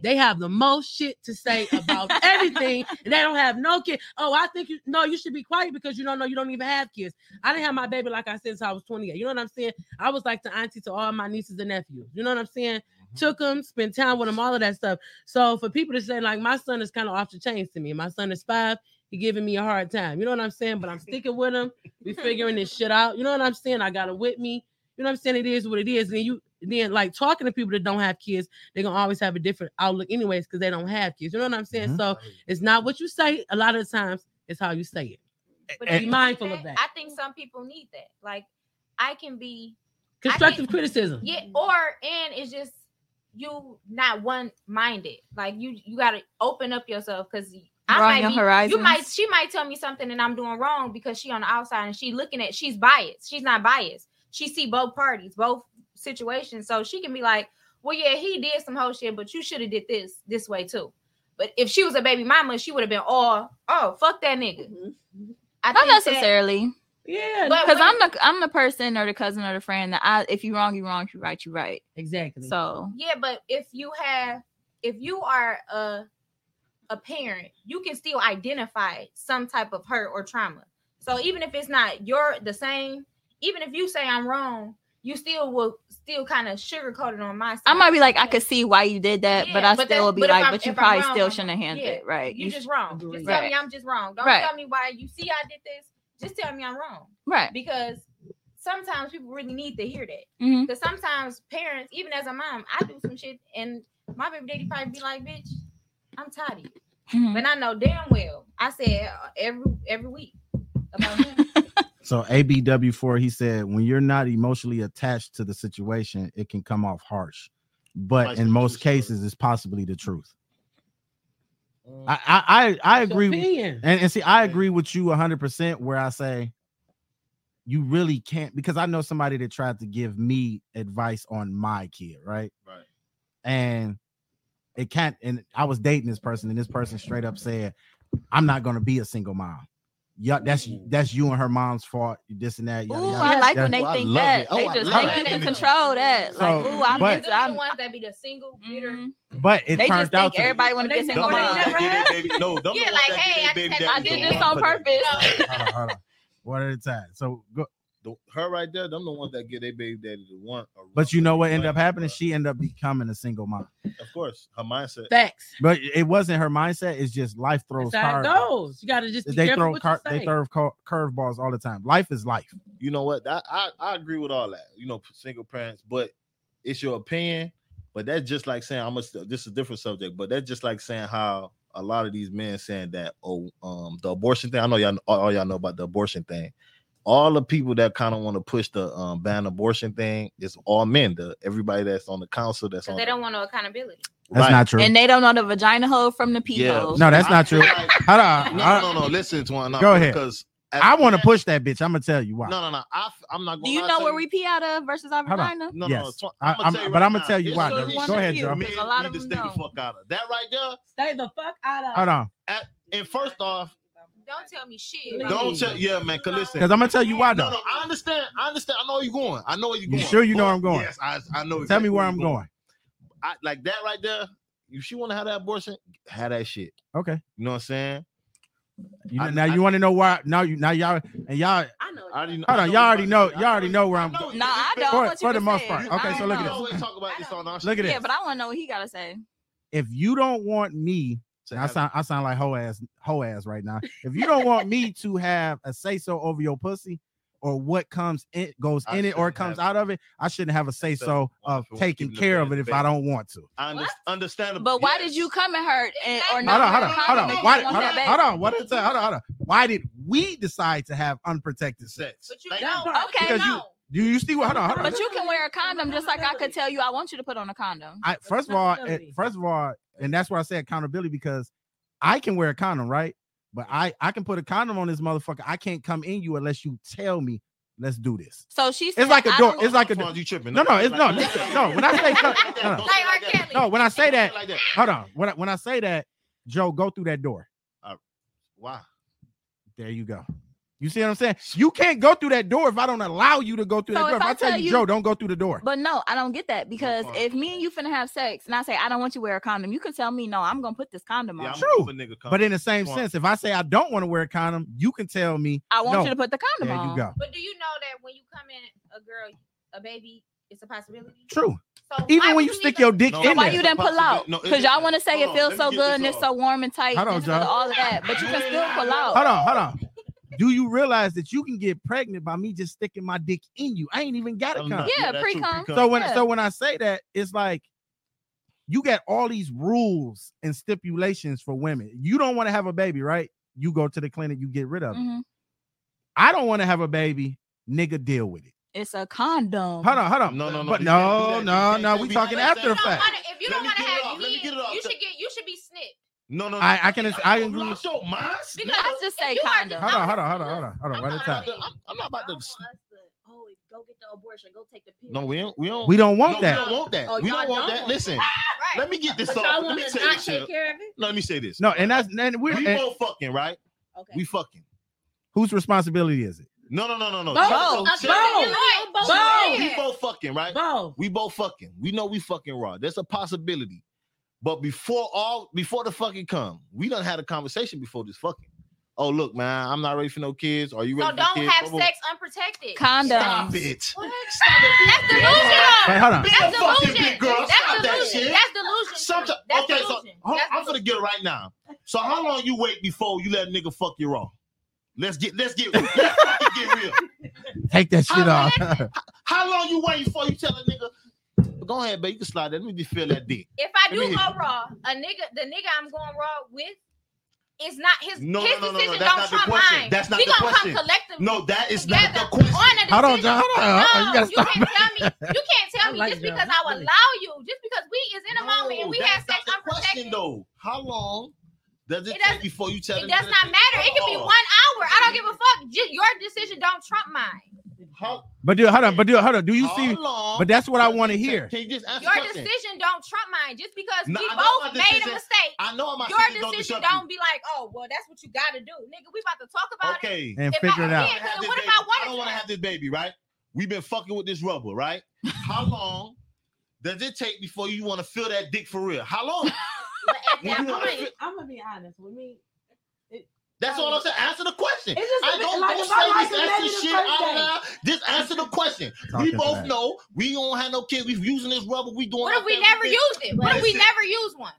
Speaker 4: They have the most shit to say about everything, [LAUGHS] and they don't have no kid. Oh, I think you no, you should be quiet because you don't know you don't even have kids. I didn't have my baby like I said since I was 28. You know what I'm saying? I was like the auntie to all my nieces and nephews. You know what I'm saying? Took them, spent time with them, all of that stuff. So for people to say like my son is kind of off the chains to me, my son is five, he giving me a hard time. You know what I'm saying? But I'm sticking with him. We figuring this shit out. You know what I'm saying? I got it with me. You know what I'm saying? It is what it is. And then you then like talking to people that don't have kids, they're gonna always have a different outlook, anyways, because they don't have kids. You know what I'm saying?
Speaker 2: Mhm.
Speaker 4: So it's not what you say. A lot of times, it's how you say it.
Speaker 6: But
Speaker 2: And-
Speaker 6: if you
Speaker 4: mindful
Speaker 6: do
Speaker 4: of that.
Speaker 6: I think some people need that. Like I can be
Speaker 4: Constructive criticism.
Speaker 6: yeah, or and it's just you not one minded. Like you you gotta open up yourself because I
Speaker 5: Broaden
Speaker 6: might
Speaker 5: your
Speaker 6: be, You
Speaker 5: horizons.
Speaker 6: might she might tell me something and I'm doing wrong because she on the outside and she looking at she's biased. She's not biased. She see both parties, both situations. So she can be like, Well, yeah, he did some whole shit, but you should have did this this way too. But if she was a baby mama, she would have been all, oh, fuck that nigga. I
Speaker 5: Mm-hmm. Not
Speaker 6: think that-
Speaker 5: necessarily.
Speaker 4: Yeah,
Speaker 6: But
Speaker 5: because
Speaker 6: when-
Speaker 5: I'm the I'm the person or the cousin or the friend that I if you wrong you wrong if you right you right
Speaker 4: exactly.
Speaker 5: so
Speaker 6: Yeah, but if you have, if you are a a parent, you can still identify some type of hurt or trauma. So even if it's not your the same, even if you say I'm wrong, you still will still kind of sugarcoat it on my side.
Speaker 5: I might be like, I could see why you did that, but
Speaker 6: Yeah,
Speaker 5: I
Speaker 6: but
Speaker 5: still
Speaker 6: that-
Speaker 5: will be
Speaker 6: but if
Speaker 5: like,
Speaker 6: I'm-
Speaker 5: but you
Speaker 6: if I'm
Speaker 5: probably
Speaker 6: wrong,
Speaker 5: still
Speaker 6: I'm-
Speaker 5: shouldn't have handled
Speaker 6: yeah,
Speaker 5: it, right?
Speaker 6: You're
Speaker 5: You
Speaker 6: just
Speaker 5: sh-
Speaker 6: wrong. Just tell
Speaker 5: Right.
Speaker 6: me I'm just wrong. Don't
Speaker 5: Right.
Speaker 6: tell me why you see I did this. Just tell me I'm wrong
Speaker 5: right.
Speaker 6: because sometimes people really need to hear that.
Speaker 4: Mm-hmm.
Speaker 5: Mhm.
Speaker 6: Because sometimes parents, even as a mom, I do some shit and my baby daddy probably be like, "Bitch, I'm tired of you."
Speaker 4: Mm-hmm.
Speaker 5: Mhm.
Speaker 6: But I know damn well I said uh, every every week about him.
Speaker 2: So ABW4, he said, when you're not emotionally attached to the situation, it can come off harsh. But
Speaker 3: Like
Speaker 2: in
Speaker 3: the
Speaker 2: most
Speaker 3: true story.
Speaker 2: cases, it's possibly the truth. I I I, I agree with,
Speaker 4: Opinion.
Speaker 2: and, and see, I agree with you 100 percent where I say you really can't because I know somebody that tried to give me advice on my kid, right?
Speaker 3: Right.
Speaker 2: and it can't and i was dating this person and this person straight up said i'm not going to be a single mom yeah that's
Speaker 3: Mm.
Speaker 2: that's you and her mom's fault this and that
Speaker 5: Ooh,
Speaker 2: yada, yada.
Speaker 5: I like
Speaker 2: yeah.
Speaker 5: when they
Speaker 3: Oh, I
Speaker 5: think
Speaker 3: love
Speaker 5: that.
Speaker 3: it. Oh,
Speaker 5: they
Speaker 3: I
Speaker 5: just
Speaker 3: love
Speaker 5: think
Speaker 3: it.
Speaker 5: you can control that. Like,
Speaker 2: So,
Speaker 5: ooh, I'm
Speaker 2: but-
Speaker 5: into,
Speaker 6: Those are
Speaker 5: I'm.
Speaker 6: the ones that be the single
Speaker 4: Mm-hmm.
Speaker 6: bitter.
Speaker 5: Mhm.
Speaker 2: but it
Speaker 5: They
Speaker 2: turned
Speaker 5: just
Speaker 2: out
Speaker 5: think
Speaker 2: to
Speaker 5: everybody want to be a
Speaker 6: They
Speaker 5: single
Speaker 6: don't
Speaker 5: mom.
Speaker 6: think
Speaker 3: that give their baby- No, them
Speaker 6: Yeah,
Speaker 3: the ones
Speaker 6: like,
Speaker 3: that
Speaker 6: hey, I
Speaker 3: give their baby
Speaker 6: just-
Speaker 3: daddy
Speaker 5: I did
Speaker 3: the
Speaker 5: this
Speaker 3: ones
Speaker 5: on
Speaker 3: for that.
Speaker 5: purpose.
Speaker 2: hold on, hold on. one at a time so go,
Speaker 3: The- Her right there, them the ones that give their baby daddy the one. a
Speaker 2: but uh, you know what ended up
Speaker 3: right,
Speaker 2: happening
Speaker 3: bruh.
Speaker 2: she ended up becoming a single mom
Speaker 3: of course, her mindset.
Speaker 4: Facts.
Speaker 2: but it wasn't her mindset it's just life throws
Speaker 4: That's how it
Speaker 2: cards
Speaker 4: goes. You gotta just be
Speaker 2: they
Speaker 4: careful
Speaker 2: throw
Speaker 4: what
Speaker 2: car-
Speaker 4: you
Speaker 2: they
Speaker 4: say.
Speaker 2: throw cur- curveballs all the time life is life
Speaker 3: you know what? That, I I agree with all that. You know, single parents, but it's your opinion. But that's just like saying I'm a, this is a different subject. But that's just like saying how a lot of these men saying that oh um the abortion thing. I know y'all all, all y'all know about the abortion thing. All the people that kind of want to push the um, ban abortion thing is all men. The everybody that's on the council that's on
Speaker 6: Because they
Speaker 3: the-
Speaker 6: don't want no accountability.
Speaker 2: that's
Speaker 3: Right.
Speaker 2: not true
Speaker 5: And they don't know the vagina hole from the pee
Speaker 3: Yeah.
Speaker 5: hole.
Speaker 2: no that's not
Speaker 3: I
Speaker 2: true
Speaker 3: feel like-
Speaker 2: hold on
Speaker 3: no,
Speaker 2: I,
Speaker 3: no, no. Listen to one.
Speaker 2: Go ahead.
Speaker 3: Because
Speaker 2: I want to push that bitch i'm gonna tell you why
Speaker 3: No, no, no. I, am not. Gonna
Speaker 5: Do you
Speaker 3: lie
Speaker 5: know
Speaker 3: to
Speaker 5: where we pee out of versus our
Speaker 2: Hold on.
Speaker 5: vagina?
Speaker 3: No,
Speaker 2: Yes.
Speaker 3: no, it's tw-
Speaker 2: I-
Speaker 3: I'ma
Speaker 2: I'm-
Speaker 3: tell you
Speaker 2: but
Speaker 3: right
Speaker 2: I'ma
Speaker 3: now,
Speaker 2: tell you
Speaker 3: it's
Speaker 2: why,
Speaker 3: so
Speaker 5: though.
Speaker 3: many
Speaker 5: Go
Speaker 3: men
Speaker 5: ahead, Joe.
Speaker 3: need
Speaker 5: Because a lot of
Speaker 3: to
Speaker 5: them
Speaker 3: stay the
Speaker 5: don't.
Speaker 3: fuck out of that right there.
Speaker 4: Stay the fuck out of.
Speaker 2: hold on
Speaker 3: And first off,
Speaker 6: Don't tell me shit.
Speaker 4: Don't
Speaker 3: don't tell. Yeah, man. Cause listen.
Speaker 2: because i'm gonna tell you why though
Speaker 3: no, no, I understand. I understand. I know where you're going. I know where you're
Speaker 2: You
Speaker 3: going.
Speaker 2: sure you know
Speaker 3: But-
Speaker 2: where I'm going?
Speaker 3: Yes, I, I know.
Speaker 2: Tell
Speaker 3: exactly
Speaker 2: me where
Speaker 3: you're
Speaker 2: I'm going.
Speaker 3: I, like that right there. If she want to have that abortion, have that shit.
Speaker 2: Okay.
Speaker 3: You know what I'm saying?
Speaker 2: You know,
Speaker 3: I-
Speaker 2: now
Speaker 3: I-
Speaker 2: you want to know why? Now you now y'all and y'all.
Speaker 6: I know.
Speaker 3: I already know.
Speaker 2: Hold
Speaker 3: I
Speaker 2: on, y'all
Speaker 3: know where
Speaker 2: already
Speaker 3: you're
Speaker 2: know.
Speaker 3: going.
Speaker 2: Y'all already know where I'm.
Speaker 3: I
Speaker 2: going.
Speaker 5: No, I don't.
Speaker 2: For-
Speaker 5: What
Speaker 2: for
Speaker 5: you
Speaker 2: the
Speaker 5: just
Speaker 2: most
Speaker 5: said.
Speaker 2: part. Okay,
Speaker 5: I
Speaker 2: so look at
Speaker 5: know.
Speaker 2: this.
Speaker 3: Always talk about this on our
Speaker 2: Look at
Speaker 5: Yeah,
Speaker 2: this.
Speaker 5: but I want to know what he gotta say.
Speaker 2: If you don't want me,
Speaker 3: shit.
Speaker 2: and I sound I sound like hoe ass hoe ass right now. If you don't want me to have a say so over your pussy, or what comes in goes
Speaker 3: I
Speaker 2: in it or
Speaker 3: shouldn't
Speaker 2: comes
Speaker 3: have-
Speaker 2: out of it, I shouldn't have a say so
Speaker 3: Well,
Speaker 2: of
Speaker 3: if it was
Speaker 2: taking
Speaker 3: given the
Speaker 2: care of
Speaker 3: bed,
Speaker 2: it if
Speaker 3: bed.
Speaker 2: I don't want to.
Speaker 3: I under,
Speaker 6: What?
Speaker 3: understandable.
Speaker 5: But why
Speaker 3: Yes.
Speaker 5: did you come at her and, or
Speaker 2: Hold
Speaker 5: not?
Speaker 2: on, hold
Speaker 5: her
Speaker 2: on, hold on.
Speaker 5: condom
Speaker 2: Why?
Speaker 5: on
Speaker 2: Hold
Speaker 5: that
Speaker 2: on,
Speaker 5: baby?
Speaker 2: hold on. What is that? Hold on, hold on. Why did we decide to have unprotected sex?
Speaker 3: sex?
Speaker 6: But you
Speaker 3: Thank
Speaker 6: don't.
Speaker 4: you.
Speaker 5: Okay.
Speaker 6: Okay,
Speaker 2: Because you-
Speaker 6: no.
Speaker 2: Do you see what? Hold on, hold on.
Speaker 5: But you can wear a condom just like I could tell you. I want you to put on a condom.
Speaker 2: I first of all,
Speaker 4: Accountability.
Speaker 2: it- first of all, and that's why I say accountability because I can wear a condom, right? But I I can put a condom on this motherfucker. I can't come in you unless you tell me let's do this.
Speaker 5: So she.
Speaker 2: It's like a door. It's like a
Speaker 3: Come
Speaker 2: door.
Speaker 3: on, you tripping?
Speaker 2: No, no, it's no,
Speaker 3: Like that.
Speaker 2: no. [LAUGHS] When I
Speaker 3: [LAUGHS]
Speaker 2: say no, no, no.
Speaker 6: Like
Speaker 3: Don't say
Speaker 6: R.
Speaker 3: like that.
Speaker 6: Kelly.
Speaker 2: no, when I say that,
Speaker 3: Like that.
Speaker 2: hold on. When I, when I say that, Joe, go through that door.
Speaker 3: Why?
Speaker 2: There you go. You see what I'm saying? You can't go through that door if I don't allow you to go through
Speaker 5: So
Speaker 2: that
Speaker 5: if
Speaker 2: door. If I,
Speaker 5: I
Speaker 2: tell
Speaker 5: tell
Speaker 2: you,
Speaker 5: you-
Speaker 2: Joe, don't go through the door.
Speaker 5: But no, I don't get that because
Speaker 3: fine.
Speaker 5: if me and you finna have sex and I say I don't want you to wear a condom, you could tell me no, I'm gonna put this condom on.
Speaker 3: Yeah, I'm
Speaker 2: True.
Speaker 3: a nigga
Speaker 2: But in the same
Speaker 3: Come on.
Speaker 2: sense, if I say I don't want to wear a condom, you can tell me.
Speaker 5: I want
Speaker 2: no.
Speaker 5: you to put the condom
Speaker 2: There
Speaker 5: on.
Speaker 2: you go.
Speaker 6: But do you know that when you come in a girl, a baby, it's a possibility?
Speaker 2: True.
Speaker 6: So
Speaker 2: Even
Speaker 6: why
Speaker 2: when
Speaker 6: would
Speaker 2: you stick
Speaker 6: even-
Speaker 2: your dick
Speaker 3: No,
Speaker 2: in
Speaker 5: Why
Speaker 2: there.
Speaker 3: It's
Speaker 5: you
Speaker 3: a
Speaker 5: didn't pull out?
Speaker 3: possibility. No, it
Speaker 5: Because y'all
Speaker 3: is.
Speaker 5: want to say
Speaker 3: Hold
Speaker 5: it
Speaker 3: on,
Speaker 5: feels
Speaker 3: let me
Speaker 5: so
Speaker 3: get
Speaker 5: good and
Speaker 3: this
Speaker 5: it's
Speaker 3: off.
Speaker 5: so warm and tight.
Speaker 2: Hold on,
Speaker 5: and because of
Speaker 2: John.
Speaker 5: all of that, but you can still pull
Speaker 2: hold
Speaker 5: out.
Speaker 2: on, hold on. Do you realize that you can get pregnant by me just sticking my dick in you? I ain't even got to
Speaker 3: I'm
Speaker 2: come.
Speaker 3: not-
Speaker 5: Yeah,
Speaker 3: that's true,
Speaker 5: pre-cum.
Speaker 3: pre-cum.
Speaker 2: So when
Speaker 5: Yeah.
Speaker 2: so when I say that, it's like you got all these rules and stipulations for women. You don't want to have a baby, right? You go to the clinic, you get rid of it.
Speaker 5: Mhm.
Speaker 2: I don't want to have a baby, nigga. Deal with it.
Speaker 5: It's a condom.
Speaker 2: Hold on, hold on.
Speaker 3: No, no, no,
Speaker 2: But
Speaker 3: you can't do
Speaker 2: no, no,
Speaker 3: that. You
Speaker 2: no.
Speaker 3: can't
Speaker 2: We
Speaker 3: be-
Speaker 2: talking
Speaker 3: Let me
Speaker 2: after the
Speaker 6: Don't
Speaker 2: fact.
Speaker 6: wanna, if you
Speaker 3: Let
Speaker 6: don't
Speaker 3: me
Speaker 6: want to
Speaker 3: get it
Speaker 6: have
Speaker 3: off. Let me
Speaker 6: kids,
Speaker 3: get it off.
Speaker 6: you should get you should be snipped.
Speaker 3: no, no, no.
Speaker 2: I, I can I agree.
Speaker 3: Lost your mind.
Speaker 6: Because
Speaker 5: I just say
Speaker 6: if you are
Speaker 5: condom.
Speaker 2: Hold on, hold on, hold on, hold on, hold on. One at a time.
Speaker 3: about to- I'm- I'm not about
Speaker 6: I don't
Speaker 3: to-
Speaker 6: want us Oh, go get the abortion. Go take the pill.
Speaker 3: No, we don't. We don't.
Speaker 2: We don't want
Speaker 3: no,
Speaker 2: that.
Speaker 3: We don't want that.
Speaker 4: Oh,
Speaker 3: we
Speaker 4: y'all
Speaker 3: don't want
Speaker 4: don't
Speaker 3: that.
Speaker 4: want [LAUGHS]
Speaker 3: Listen,
Speaker 6: Right.
Speaker 3: let me get this
Speaker 4: But
Speaker 3: off.
Speaker 4: y'all
Speaker 3: Let me
Speaker 4: women
Speaker 3: say
Speaker 4: not
Speaker 3: this.
Speaker 4: take
Speaker 3: shit.
Speaker 4: care of it.
Speaker 3: Let me say this.
Speaker 2: No, and that's and we're
Speaker 3: we
Speaker 2: and
Speaker 3: both fucking right.
Speaker 6: Okay.
Speaker 3: We fucking.
Speaker 2: whose responsibility is it?
Speaker 3: No, no, no, no, no.
Speaker 4: Both.
Speaker 3: Y'all
Speaker 4: Both.
Speaker 3: go check
Speaker 4: Both.
Speaker 3: it.
Speaker 6: Both.
Speaker 4: Both.
Speaker 3: We both fucking right.
Speaker 4: Bo,
Speaker 3: We both fucking. We know we fucking raw. There's a possibility. But before all, before the fucking come, we done had a conversation before this fucking. oh look, man, I'm not ready for no kids. Are you
Speaker 6: So
Speaker 3: ready? for
Speaker 6: don't
Speaker 3: kids?
Speaker 6: have
Speaker 3: Whoa, whoa.
Speaker 6: sex unprotected.
Speaker 5: Condom.
Speaker 3: Stop it.
Speaker 6: What? That's delusional.
Speaker 2: Hey, hold on.
Speaker 3: Be a
Speaker 6: That's
Speaker 3: fucking
Speaker 6: delusion.
Speaker 3: big girl. Stop
Speaker 6: That's
Speaker 3: that
Speaker 6: delusion.
Speaker 3: shit.
Speaker 6: That's delusion.
Speaker 3: Sometimes,
Speaker 6: That's
Speaker 3: okay, so
Speaker 6: delusion.
Speaker 3: hold-
Speaker 6: That's
Speaker 3: I'm gonna get it right now. So how long you wait before you let a nigga fuck you raw? Let's get let's
Speaker 6: [LAUGHS]
Speaker 3: get let's fucking get real.
Speaker 2: Take that shit
Speaker 3: I'm
Speaker 2: off. [LAUGHS]
Speaker 3: How long you wait before you tell a nigga? Go ahead, babe. You can slide that. Let me just feel that dick.
Speaker 6: If I
Speaker 3: Let me
Speaker 6: do
Speaker 3: hit
Speaker 6: go raw, a nigga, the nigga I'm going raw with, is not his.
Speaker 3: No,
Speaker 6: his
Speaker 3: no, no, no, no.
Speaker 6: decision
Speaker 3: That's
Speaker 6: don't
Speaker 3: not the
Speaker 6: trump
Speaker 3: question.
Speaker 6: mine.
Speaker 3: That's not
Speaker 6: we
Speaker 3: the
Speaker 6: gonna
Speaker 3: question.
Speaker 6: come collectively.
Speaker 3: No, that is not the
Speaker 6: together
Speaker 3: question.
Speaker 6: On a
Speaker 2: Hold on,
Speaker 6: decision.
Speaker 2: John. Hold on. Hold on.
Speaker 6: No,
Speaker 2: You
Speaker 6: you,
Speaker 2: gotta stop.
Speaker 6: can't tell me. You can't tell me
Speaker 4: like
Speaker 6: just
Speaker 4: John.
Speaker 6: because I will
Speaker 4: Really.
Speaker 6: allow you, just because we is in a moment and we
Speaker 3: that's
Speaker 6: have sex
Speaker 3: not the question
Speaker 6: unprotected.
Speaker 3: though. How long does it,
Speaker 6: It
Speaker 3: take
Speaker 6: doesn't-
Speaker 3: before you tell?
Speaker 6: It
Speaker 3: a
Speaker 6: does
Speaker 3: nigga
Speaker 6: not
Speaker 3: to-
Speaker 6: matter. It could be
Speaker 3: Oh,
Speaker 6: one hour. I don't give a fuck. Ju- your decision don't trump mine.
Speaker 3: How,
Speaker 2: But do hold on. But do hold on. Do you
Speaker 3: how
Speaker 2: see?
Speaker 3: long
Speaker 2: But that's what I
Speaker 3: does
Speaker 2: want
Speaker 3: it
Speaker 2: to
Speaker 3: take?
Speaker 2: hear.
Speaker 3: Can you just answer
Speaker 6: Your
Speaker 3: the question?
Speaker 6: decision don't trump mine. Just because
Speaker 3: No,
Speaker 6: we
Speaker 3: I know my
Speaker 6: both made a
Speaker 3: decision-
Speaker 6: mistake,
Speaker 3: I know my
Speaker 6: your
Speaker 3: decision don't
Speaker 6: decision
Speaker 3: disrupt you.
Speaker 6: don't be like, oh, well, that's what you gotta do, nigga. We about to talk about it.
Speaker 3: Okay.
Speaker 2: And
Speaker 6: If
Speaker 2: figure
Speaker 6: I
Speaker 2: it out.
Speaker 6: did-
Speaker 3: wanna have
Speaker 6: What
Speaker 3: this
Speaker 6: if
Speaker 3: baby.
Speaker 6: I wanted
Speaker 3: don't
Speaker 6: to?
Speaker 3: want to have this baby, right? We've been fucking with this rubber,
Speaker 6: [LAUGHS]
Speaker 3: right? How long does it take before you want to feel that dick for real? How long?
Speaker 6: [LAUGHS] But at
Speaker 3: When
Speaker 6: that
Speaker 3: you wanna
Speaker 6: point,
Speaker 3: feel-
Speaker 11: I'm gonna be honest with me.
Speaker 3: That's all I'm saying. Answer the question.
Speaker 11: It's just
Speaker 3: I
Speaker 11: a bit
Speaker 3: don't,
Speaker 11: like
Speaker 3: don't
Speaker 11: if I like
Speaker 3: say
Speaker 11: a
Speaker 3: this
Speaker 11: baby
Speaker 3: extra
Speaker 11: the
Speaker 3: shit
Speaker 11: first
Speaker 3: out
Speaker 11: day.
Speaker 3: loud. Just answer the question.
Speaker 2: Talking
Speaker 3: we both
Speaker 2: back.
Speaker 3: know we don't have no kids. We using this rubber. We doing.
Speaker 6: what
Speaker 3: our
Speaker 6: if we
Speaker 3: family
Speaker 6: never
Speaker 3: thing.
Speaker 6: used it? What if we
Speaker 3: Listen.
Speaker 6: never use
Speaker 3: [LAUGHS]
Speaker 6: one?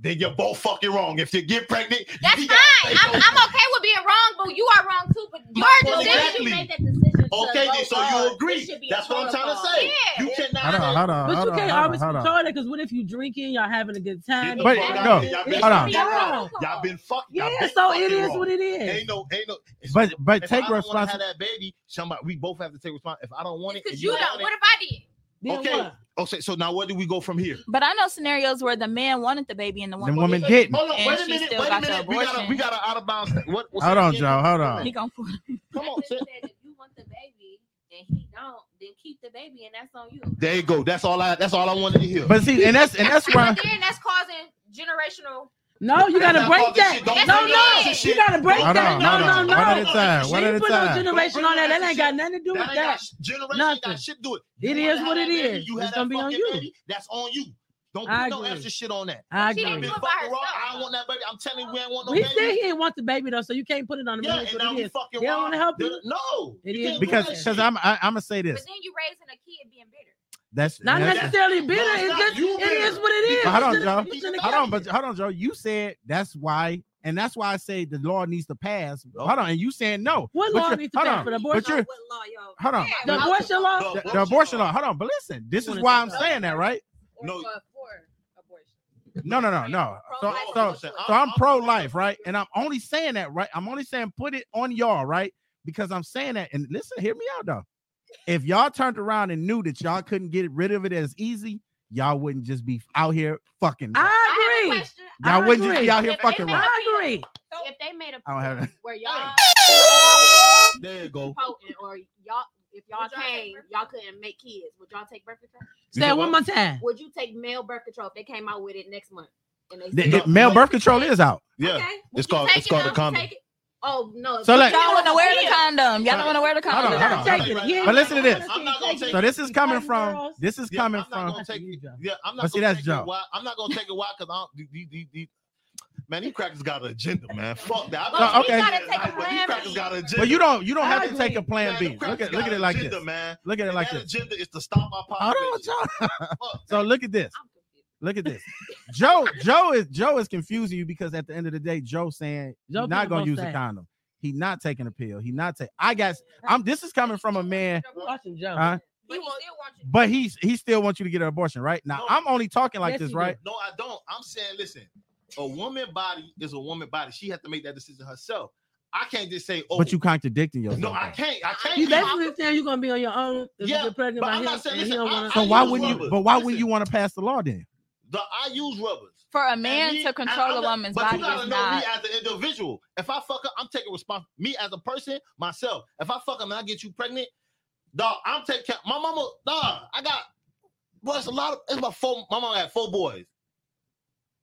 Speaker 3: Then you're both fucking wrong. If you get pregnant,
Speaker 6: That's
Speaker 3: you
Speaker 6: fine.
Speaker 3: gotta say
Speaker 6: I'm,
Speaker 3: no.
Speaker 6: I'm okay with being wrong, but you are wrong too. But your
Speaker 3: Well,
Speaker 6: decision,
Speaker 3: exactly.
Speaker 11: You make that decision to
Speaker 3: Okay,
Speaker 11: go
Speaker 3: then so
Speaker 11: on.
Speaker 3: you
Speaker 11: It
Speaker 3: agree.
Speaker 11: uh, should be a
Speaker 3: That's what I'm trying to
Speaker 11: protocol.
Speaker 3: say.
Speaker 6: Yeah.
Speaker 3: You cannot.
Speaker 2: Hold on. Hold on.
Speaker 4: But
Speaker 2: Hold
Speaker 4: you
Speaker 2: on.
Speaker 4: can't
Speaker 2: Hold
Speaker 4: always
Speaker 2: on. Hold
Speaker 4: control
Speaker 2: on.
Speaker 4: that because what if you drinking, y'all having a good time?
Speaker 3: Get the
Speaker 2: But,
Speaker 3: fuck
Speaker 2: no.
Speaker 3: out here. Y'all been
Speaker 2: Hold on.
Speaker 3: fucking wrong. Y'all been fuck- y'all
Speaker 4: Yeah,
Speaker 3: been
Speaker 4: so it
Speaker 3: fucking
Speaker 4: is
Speaker 3: wrong.
Speaker 4: what it is.
Speaker 3: Ain't no, ain't no.
Speaker 2: But but
Speaker 3: If
Speaker 2: take
Speaker 3: I don't wanna Have
Speaker 2: responsibility.
Speaker 3: that baby. Somebody, we both have to take responsibility. If I don't want it,
Speaker 6: because
Speaker 3: and
Speaker 6: you
Speaker 3: want
Speaker 6: don't.
Speaker 3: it-
Speaker 6: What if I did?
Speaker 4: Then
Speaker 3: Okay.
Speaker 4: what?
Speaker 3: Okay, so now where do we go from here?
Speaker 5: But I know scenarios where the man wanted the baby and the
Speaker 2: The
Speaker 5: woman,
Speaker 2: woman didn't.
Speaker 3: Hold on,
Speaker 5: And
Speaker 3: wait a
Speaker 5: she
Speaker 3: minute,
Speaker 5: still
Speaker 3: wait a
Speaker 5: got the
Speaker 3: minute. We got a,
Speaker 5: abortion.
Speaker 3: we got an out of bounds. What?
Speaker 2: Hold
Speaker 3: what's that
Speaker 2: on,
Speaker 3: again?
Speaker 2: Joe. Hold on.
Speaker 5: He gonna pull.
Speaker 3: Come on, sit.
Speaker 6: if you want the baby and he don't, then keep the baby, and that's on you.
Speaker 3: There you go. That's all I. That's all I wanted to hear.
Speaker 2: But see, and that's and that's why.
Speaker 6: But then that's causing generational.
Speaker 4: No, you gotta
Speaker 3: Now, all
Speaker 4: break
Speaker 3: this
Speaker 4: that.
Speaker 3: shit,
Speaker 6: Yes,
Speaker 3: don't
Speaker 4: No,
Speaker 3: bring all
Speaker 4: no,
Speaker 3: this
Speaker 4: you
Speaker 3: shit.
Speaker 4: gotta break
Speaker 2: Hold
Speaker 4: that.
Speaker 2: on.
Speaker 4: No,
Speaker 2: Hold
Speaker 4: no,
Speaker 2: on.
Speaker 4: no.
Speaker 2: One at a time. One
Speaker 4: You
Speaker 2: at a
Speaker 4: put no
Speaker 2: time.
Speaker 4: generation on that. That ain't got nothing to do with
Speaker 3: That ain't got
Speaker 4: that.
Speaker 3: sh- generation ain't
Speaker 4: Nothing.
Speaker 3: got shit to do it.
Speaker 4: It
Speaker 3: You
Speaker 4: is
Speaker 3: wanna
Speaker 4: what
Speaker 3: have
Speaker 4: it
Speaker 3: that baby,
Speaker 4: is.
Speaker 3: You
Speaker 4: It's
Speaker 3: had
Speaker 4: gonna
Speaker 3: that
Speaker 4: be on
Speaker 3: fucking
Speaker 4: you.
Speaker 3: baby. That's on you. Don't
Speaker 4: I
Speaker 3: put no
Speaker 4: agree.
Speaker 3: extra shit on that.
Speaker 4: I
Speaker 6: She
Speaker 3: I've
Speaker 6: didn't
Speaker 4: agree.
Speaker 3: been
Speaker 6: do it by
Speaker 3: fucking wrong.
Speaker 6: herself.
Speaker 3: I don't want that baby. I'm telling you, we ain't want no
Speaker 4: We
Speaker 3: baby.
Speaker 4: said he didn't want the baby though, so you can't put it on the
Speaker 3: yeah,
Speaker 4: man.
Speaker 3: and now we fucking
Speaker 4: They don't
Speaker 3: wrong.
Speaker 4: wanna help
Speaker 3: They're-
Speaker 4: you.
Speaker 3: No,
Speaker 4: It
Speaker 3: you
Speaker 4: is
Speaker 3: can't do
Speaker 2: Because
Speaker 3: that
Speaker 2: because
Speaker 3: shit.
Speaker 2: I'm I, I'm gonna say
Speaker 6: But
Speaker 2: this.
Speaker 6: then you raising a kid being bitter.
Speaker 2: That's
Speaker 4: Not
Speaker 2: that's-
Speaker 4: necessarily bitter.
Speaker 3: No, it's
Speaker 4: It's
Speaker 3: not
Speaker 4: just
Speaker 3: you
Speaker 4: it is
Speaker 3: bitter.
Speaker 4: what it is.
Speaker 2: But hold on,
Speaker 4: It's in-
Speaker 2: John.
Speaker 4: it's in the
Speaker 2: Hold on, but
Speaker 4: calendar.
Speaker 2: hold on, Joe. You said that's why, and that's why I say the law needs to pass. Hold on, and you saying no.
Speaker 4: What
Speaker 2: But
Speaker 4: law
Speaker 2: you-
Speaker 4: needs to
Speaker 2: hold
Speaker 4: pass
Speaker 2: on,
Speaker 4: for the
Speaker 2: But
Speaker 4: abortion?
Speaker 2: you're hold on.
Speaker 4: The
Speaker 6: Yeah,
Speaker 4: abortion law.
Speaker 2: The, the abortion law. Hold on, but listen, this is why I'm saying that, right?
Speaker 3: No.
Speaker 2: No, no, no, no. So, so, so I'm pro-life, right? And I'm only saying that, right? I'm only saying put it on y'all, right? Because I'm saying that, and listen, hear me out though. If y'all turned around and knew that y'all couldn't get rid of it as easy, y'all wouldn't just be out here fucking.
Speaker 6: I
Speaker 4: I
Speaker 6: have a
Speaker 4: agree.
Speaker 6: question.
Speaker 2: y'all
Speaker 4: I
Speaker 2: wouldn't just
Speaker 4: agree.
Speaker 2: be out here
Speaker 6: If- if
Speaker 2: fucking.
Speaker 6: they-
Speaker 2: Right.
Speaker 4: I agree.
Speaker 11: If they made a
Speaker 2: I don't have it.
Speaker 11: where
Speaker 4: [LAUGHS]
Speaker 11: y'all
Speaker 3: There you go.
Speaker 11: potent or y'all if y'all
Speaker 6: Would y'all take
Speaker 11: came,
Speaker 6: birth
Speaker 11: y'all couldn't make kids, would y'all take birth control?
Speaker 4: Say it one more time.
Speaker 11: Would you take male birth control if they came out with it next month? And they
Speaker 2: The-
Speaker 11: said-
Speaker 2: it- male birth control is out.
Speaker 3: Yeah,
Speaker 11: Okay.
Speaker 3: it's
Speaker 11: Would you
Speaker 3: called
Speaker 11: take
Speaker 3: it's
Speaker 11: it
Speaker 3: called
Speaker 11: though?
Speaker 3: a comment.
Speaker 11: Take it? Oh no.
Speaker 2: So let-
Speaker 5: Y'all wanna wear the
Speaker 11: condom.
Speaker 5: condom. Y'all don't wanna wear the
Speaker 2: Hold on,
Speaker 5: condom.
Speaker 2: hold on.
Speaker 4: Not taking it. He ain't
Speaker 2: But listen to
Speaker 4: gonna
Speaker 2: this.
Speaker 4: see
Speaker 3: I'm not
Speaker 4: it.
Speaker 3: gonna take
Speaker 2: So this is coming
Speaker 4: Because
Speaker 2: from
Speaker 4: girls-
Speaker 2: this is
Speaker 3: Yeah,
Speaker 2: coming
Speaker 3: I'm not
Speaker 2: from
Speaker 3: gonna take it.
Speaker 4: John.
Speaker 3: Yeah, I'm
Speaker 2: But
Speaker 3: not
Speaker 2: see,
Speaker 3: gonna
Speaker 2: that's
Speaker 3: take
Speaker 2: Joe.
Speaker 3: it. Why? I'm not gonna take it. Why? Because I don't. do- do- do- do- Man, these crackers got an agenda, man. Fuck that.
Speaker 6: But
Speaker 2: No, okay.
Speaker 6: we gotta take a
Speaker 3: But these
Speaker 6: plan
Speaker 3: crackers
Speaker 6: B.
Speaker 3: got an agenda.
Speaker 2: But you don't you don't
Speaker 4: I
Speaker 2: have to take
Speaker 4: agree.
Speaker 2: a plan
Speaker 3: Man,
Speaker 2: B.
Speaker 3: them
Speaker 2: Look
Speaker 3: crackers
Speaker 2: at
Speaker 3: got
Speaker 2: look at
Speaker 3: an
Speaker 2: it like
Speaker 3: agenda,
Speaker 2: this.
Speaker 3: man.
Speaker 2: Look at it
Speaker 3: And
Speaker 2: like
Speaker 3: that
Speaker 2: this.
Speaker 3: agenda is to stop our
Speaker 2: Hold on,
Speaker 3: population.
Speaker 2: Joe.
Speaker 3: Fuck
Speaker 2: So look at this. Look
Speaker 4: [LAUGHS]
Speaker 2: at this. Joe Joe is Joe is confusing you because at the end of the day, Joe saying
Speaker 4: Joe
Speaker 2: you're not
Speaker 4: people
Speaker 2: gonna
Speaker 4: gonna
Speaker 2: use
Speaker 4: say.
Speaker 2: a condom. He not taking a pill. He not take. I got. I'm. This is coming from a man,
Speaker 4: Watching Joe.
Speaker 2: huh?
Speaker 6: But he still wants you.
Speaker 2: But he's he still wants you to get an abortion, right? Now
Speaker 3: No.
Speaker 2: I'm only talking like
Speaker 4: Yes,
Speaker 2: this,
Speaker 4: he do.
Speaker 2: right?
Speaker 3: No, I don't. I'm saying, listen, a woman body is a woman body. She has to make that decision herself. I can't just say, oh,
Speaker 2: But you contradicting yourself.
Speaker 3: no, I
Speaker 2: though.
Speaker 3: can't. I can't.
Speaker 4: You
Speaker 3: keep-
Speaker 4: basically saying you're gonna be on your own if
Speaker 3: Yeah,
Speaker 4: you get pregnant
Speaker 3: but
Speaker 4: by
Speaker 3: I'm
Speaker 4: him.
Speaker 3: not saying-
Speaker 4: and he don't
Speaker 3: listen,
Speaker 4: wanna-
Speaker 2: So
Speaker 3: I
Speaker 2: why
Speaker 3: use
Speaker 2: wouldn't you?
Speaker 3: rubber.
Speaker 2: But why wouldn't
Speaker 3: Listen.
Speaker 2: you want to pass the law then?
Speaker 3: The, I use rubbers.
Speaker 5: For a
Speaker 3: And
Speaker 5: man
Speaker 3: me-
Speaker 5: to
Speaker 3: and
Speaker 5: control
Speaker 3: I'm
Speaker 5: a
Speaker 3: not-
Speaker 5: woman's
Speaker 3: but
Speaker 5: body
Speaker 3: you gotta
Speaker 5: is
Speaker 3: know
Speaker 5: not.
Speaker 3: me as an individual. If I fuck up, I'm taking responsibility. Me as a person, myself. If I fuck up and I get you pregnant, dog, I'm taking care. My mama, dog, I got. Boy, it's a lot of. It's my four. My mama had four boys.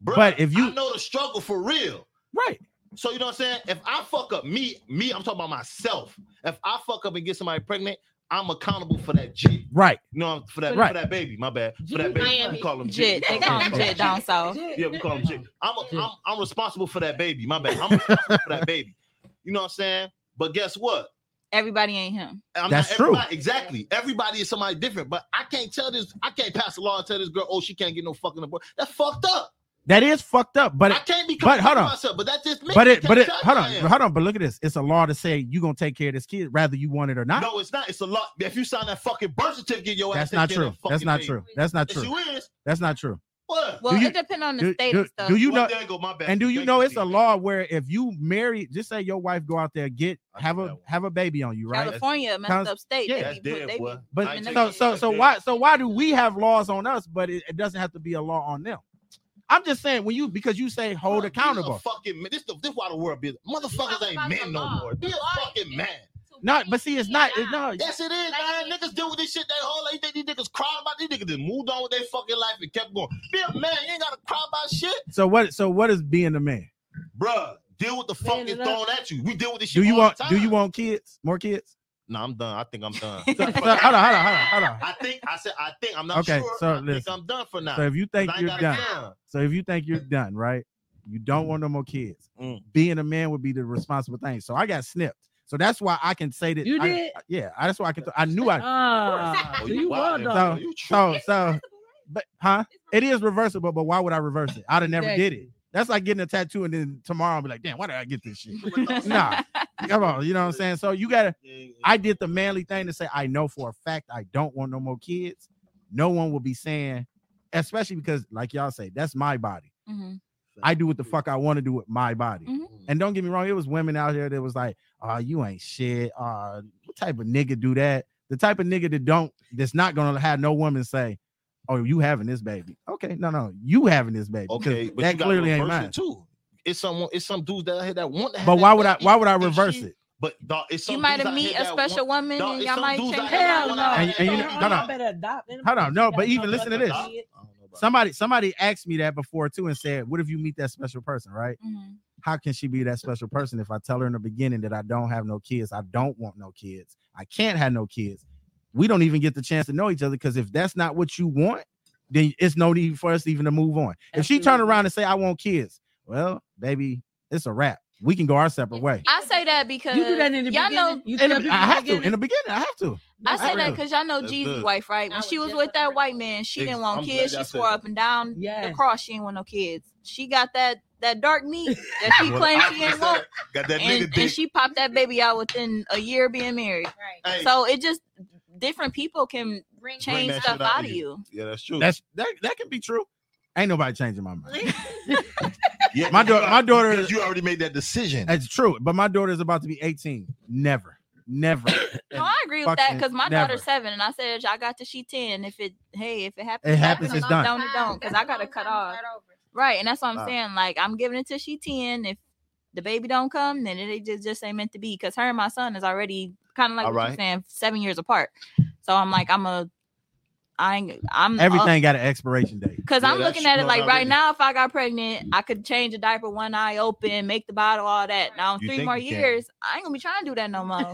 Speaker 3: Bruh,
Speaker 2: But if you-
Speaker 3: I know the struggle for real.
Speaker 2: Right.
Speaker 3: So you know what I'm saying? If I fuck up, me, me, I'm talking about myself. If I fuck up and get somebody pregnant, I'm accountable for that jit.
Speaker 2: Right.
Speaker 3: You know, for that,
Speaker 2: Right.
Speaker 3: for that baby. My bad. For
Speaker 4: Jit.
Speaker 3: that baby.
Speaker 11: Miami.
Speaker 3: We call them
Speaker 5: Jit. They call him jit down south.
Speaker 3: yeah, we call him Jig. I'm,
Speaker 4: Yeah.
Speaker 3: I'm I'm responsible for that baby. My bad. I'm responsible for that baby. You know what I'm saying? But guess what?
Speaker 5: Everybody ain't him.
Speaker 3: I'm
Speaker 2: That's
Speaker 3: not
Speaker 2: true.
Speaker 3: everybody, Exactly. Everybody is somebody different. But I can't tell this. I can't pass a law and tell this girl, oh, she can't get no fucking abortion. That's fucked up.
Speaker 2: That is fucked up, but
Speaker 3: I
Speaker 2: it,
Speaker 3: can't be.
Speaker 2: but hold on.
Speaker 3: Myself, but that's just me.
Speaker 2: but it,
Speaker 3: You
Speaker 2: but
Speaker 3: can't
Speaker 2: it,
Speaker 3: tell me
Speaker 2: hold
Speaker 3: I
Speaker 2: on,
Speaker 3: am.
Speaker 2: hold on. But look at this. It's a law to say you gonna take care of this kid, whether you want it or not.
Speaker 3: No, it's not. It's a lot. If you sign that fucking birth certificate, your
Speaker 2: That's
Speaker 3: ass. take
Speaker 2: not
Speaker 3: care of
Speaker 2: true.
Speaker 3: that
Speaker 2: That's
Speaker 3: fucking
Speaker 2: not
Speaker 3: baby.
Speaker 2: true. That's not true.
Speaker 3: Yes, you is.
Speaker 2: That's not true.
Speaker 3: What?
Speaker 5: Well,
Speaker 2: you-
Speaker 5: it depends on the
Speaker 2: Do,
Speaker 5: state
Speaker 2: do-
Speaker 5: and stuff.
Speaker 2: do you
Speaker 3: Well,
Speaker 2: know?
Speaker 3: there go my bad.
Speaker 2: And do you
Speaker 3: Thank
Speaker 2: know it's a
Speaker 3: Steve.
Speaker 2: law where if you marry, just say your wife go out there get
Speaker 3: I
Speaker 2: have
Speaker 3: know
Speaker 2: a
Speaker 3: that one.
Speaker 2: have a baby on you, right?
Speaker 5: California messed
Speaker 2: Cons-
Speaker 5: up state.
Speaker 2: yeah.
Speaker 5: They
Speaker 3: That's
Speaker 5: be put-
Speaker 3: dead,
Speaker 5: they be-
Speaker 3: boy. I
Speaker 2: But
Speaker 3: ain't
Speaker 2: so
Speaker 3: taking
Speaker 2: so
Speaker 3: it.
Speaker 2: so
Speaker 3: That's
Speaker 2: why
Speaker 3: dead.
Speaker 2: so why do we have laws on us, but it, it doesn't have to be a law on them? I'm just saying when you because you say hold
Speaker 3: Bruh,
Speaker 2: accountable.
Speaker 3: These are fucking, men. this, the- this why the world be. Motherfuckers
Speaker 6: talking
Speaker 3: ain't
Speaker 6: about
Speaker 3: men
Speaker 6: the
Speaker 3: no
Speaker 6: law.
Speaker 3: more. Be
Speaker 6: The
Speaker 3: a
Speaker 6: law
Speaker 3: fucking
Speaker 6: is
Speaker 3: man.
Speaker 2: No, but see, it's not. It's no.
Speaker 3: Yes, it is.
Speaker 6: Like-
Speaker 3: man. Niggas deal with this shit their whole life. They, these niggas cry about these niggas just moved on with their fucking life and kept going. Be a man. You ain't gotta cry about shit,
Speaker 2: So what? So what is being a man?
Speaker 3: bruh. Deal with the fuck
Speaker 4: Man
Speaker 3: is
Speaker 4: it up.
Speaker 3: thrown at you. We deal with this shit.
Speaker 2: Do you
Speaker 3: all
Speaker 2: want?
Speaker 3: The time.
Speaker 2: Do you want kids? More kids?
Speaker 3: Nah, I'm done. I think I'm done.
Speaker 2: So, so, hold on, hold on, hold on, hold on.
Speaker 3: I think I said I think I'm not
Speaker 2: Okay,
Speaker 3: sure.
Speaker 2: so
Speaker 3: I think
Speaker 2: listen.
Speaker 3: I'm done for now.
Speaker 2: So if you think
Speaker 3: I ain't
Speaker 2: you're
Speaker 3: got a
Speaker 2: done,
Speaker 3: gun.
Speaker 2: so if you think you're done, right? You don't want no more kids.
Speaker 3: Mm.
Speaker 2: Being a man would be the responsible thing. So I got snipped. So that's why I can say that.
Speaker 4: You
Speaker 2: I-
Speaker 4: did?
Speaker 2: yeah, I- that's why I can. I knew I.
Speaker 4: Ah,
Speaker 3: Oh,
Speaker 4: so you were
Speaker 3: wildin',
Speaker 4: dog.
Speaker 3: bro. You
Speaker 2: So
Speaker 3: tripping.
Speaker 2: so, but huh? It is reversible, but why would I reverse it? I'd have never did it. That's like getting a tattoo and then tomorrow I'll be like, damn, why did I get this shit? [LAUGHS] nah, come on, you know what I'm saying? So you gotta. I did the manly thing to say I know for a fact I don't want no more kids. No one will be saying, especially because, like y'all say, that's my body.
Speaker 4: Mm-hmm.
Speaker 5: Mhm.
Speaker 2: I do what the fuck I want to do with my body.
Speaker 5: Mhm.
Speaker 2: And don't get me wrong, it was women out here that was like, "Oh, you ain't shit. Uh, what type of nigga do that? The type of nigga that don't, that's not gonna have no woman say, "Oh, you having this baby? Okay, no, no, you having this baby. 'cause
Speaker 3: Okay, but
Speaker 2: that
Speaker 3: you gotta
Speaker 2: clearly ain't
Speaker 3: reverse it
Speaker 2: mine.
Speaker 3: too. It's someone. It's some dudes that out here that want to. Have
Speaker 2: But
Speaker 3: that
Speaker 2: why would I?
Speaker 3: baby,
Speaker 2: Why would I
Speaker 3: and
Speaker 2: reverse
Speaker 3: shit.
Speaker 2: it?
Speaker 3: But dog, it's some
Speaker 5: You might
Speaker 3: dudes
Speaker 5: have
Speaker 3: out
Speaker 5: meet
Speaker 3: here
Speaker 5: a
Speaker 3: that want-
Speaker 5: special woman
Speaker 3: Dog,
Speaker 5: and
Speaker 3: it's
Speaker 5: y'all
Speaker 3: some
Speaker 5: might
Speaker 3: dudes
Speaker 5: change.
Speaker 3: out here that
Speaker 4: Hell
Speaker 3: want
Speaker 4: no.
Speaker 3: to have
Speaker 2: And-
Speaker 3: that
Speaker 2: and you-
Speaker 3: baby.
Speaker 2: hold on. Hold on, no, but even listen to this.
Speaker 3: I don't know about
Speaker 2: Somebody, somebody asked me that before too, and said, "What if you meet that special person, right?"
Speaker 5: Mhm.
Speaker 2: how can she be that special person if I tell her in the beginning that I don't have no kids, I don't want no kids, I can't have no kids? We don't even get the chance to know each other because if that's not what you want, then it's no need for us even to move on. If she turn
Speaker 4: Absolutely.
Speaker 2: around and say I want kids, well, baby, it's a wrap. We can go our separate way.
Speaker 5: I say that because
Speaker 4: You do that in the
Speaker 5: all
Speaker 4: beginning.
Speaker 5: know.
Speaker 4: you
Speaker 2: In
Speaker 4: tell
Speaker 2: the-
Speaker 4: people
Speaker 2: I have to.
Speaker 4: beginning?
Speaker 2: In the beginning, I have to.
Speaker 5: I
Speaker 2: I
Speaker 5: say that
Speaker 2: really-
Speaker 5: because y'all know
Speaker 3: That's
Speaker 5: Jeezy
Speaker 3: good.
Speaker 5: wife, right? When
Speaker 6: I
Speaker 5: she
Speaker 6: was
Speaker 5: was
Speaker 6: just
Speaker 5: with that
Speaker 6: wondering.
Speaker 5: white man, she
Speaker 3: Ex-
Speaker 5: didn't want
Speaker 3: I'm
Speaker 5: kids.
Speaker 3: glad
Speaker 5: She
Speaker 3: y'all said
Speaker 5: swore
Speaker 3: that.
Speaker 5: up and down the
Speaker 4: Yes.
Speaker 5: cross she ain't want no kids. She got that that dark meat that she
Speaker 3: [LAUGHS] Well,
Speaker 5: claims
Speaker 3: I
Speaker 5: she ain't
Speaker 3: said,
Speaker 5: want,
Speaker 3: Got that nigga
Speaker 5: and, and
Speaker 3: dick.
Speaker 5: she popped that baby out within a year of being married.
Speaker 6: Right.
Speaker 3: Hey,
Speaker 5: So it just different people can
Speaker 6: Bring
Speaker 3: Bring
Speaker 5: change
Speaker 3: that
Speaker 5: stuff
Speaker 3: shit out
Speaker 5: out
Speaker 3: of
Speaker 5: of
Speaker 3: you.
Speaker 5: you.
Speaker 3: yeah, that's true.
Speaker 2: That's that. That can be true. Ain't nobody changing my mind. [LAUGHS]
Speaker 3: yeah,
Speaker 2: my daughter- my daughter-
Speaker 3: because you already made that decision.
Speaker 2: That's true. But my daughter is about to be 18. Never, never.
Speaker 5: [COUGHS] No, I agree with that
Speaker 2: fucking
Speaker 5: because my
Speaker 2: never.
Speaker 5: daughter's seven, and I said I got to she ten. If it hey, if it happens,
Speaker 2: It happens, it's done.
Speaker 5: Don't it don't because I gotta cut off. Right, and that's what I'm
Speaker 3: Nah.
Speaker 5: saying. Like I'm giving it till she ten. If the baby don't come, then it just just ain't meant to be. Because her and my son is already kind of like
Speaker 3: All
Speaker 5: what you're
Speaker 3: right.
Speaker 5: saying, seven years apart. So I'm like, I'm a, I ain't, I'm [LAUGHS]
Speaker 2: Everything got an expiration date.
Speaker 5: Because
Speaker 3: Yeah,
Speaker 5: uh, I'm looking
Speaker 3: that's-
Speaker 5: at it
Speaker 3: no,
Speaker 5: like
Speaker 3: no,
Speaker 5: right
Speaker 3: really.
Speaker 5: now, if I got pregnant, I could change a diaper, one eye open, make the bottle, all that. Now in
Speaker 3: You
Speaker 5: three
Speaker 3: think
Speaker 5: more
Speaker 3: you can.
Speaker 5: years, I ain't gonna be trying to do that no more.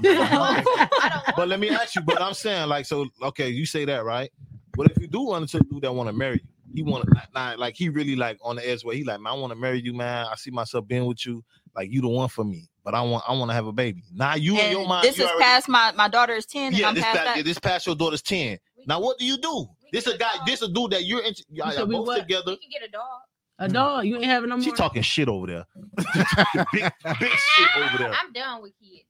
Speaker 3: But let me ask you. But I'm saying, like, so okay, you say that, right? What if you do run into a dude that want to marry you? He want to like, like, like, he really like on the edge where he like, man, I want to marry you, man. I see myself being with you. Like, you the one for me. But I want, I want to have a baby. Now you in your
Speaker 5: and
Speaker 3: mind,
Speaker 5: this
Speaker 3: you
Speaker 5: is
Speaker 3: already-
Speaker 5: past my my daughter is ten, and
Speaker 3: Yeah,
Speaker 5: I'm
Speaker 3: this
Speaker 5: past
Speaker 3: past,
Speaker 5: that.
Speaker 3: this past your daughter's ten. Now what do you do? This a guy. This a dude that you're in. Y'all,
Speaker 4: said
Speaker 3: y'all
Speaker 4: we
Speaker 3: both
Speaker 4: what?
Speaker 3: together.
Speaker 6: You can get a dog.
Speaker 4: A dog. You ain't having no more.
Speaker 3: She talking shit over there. big, big shit over there.
Speaker 6: I'm done with kids.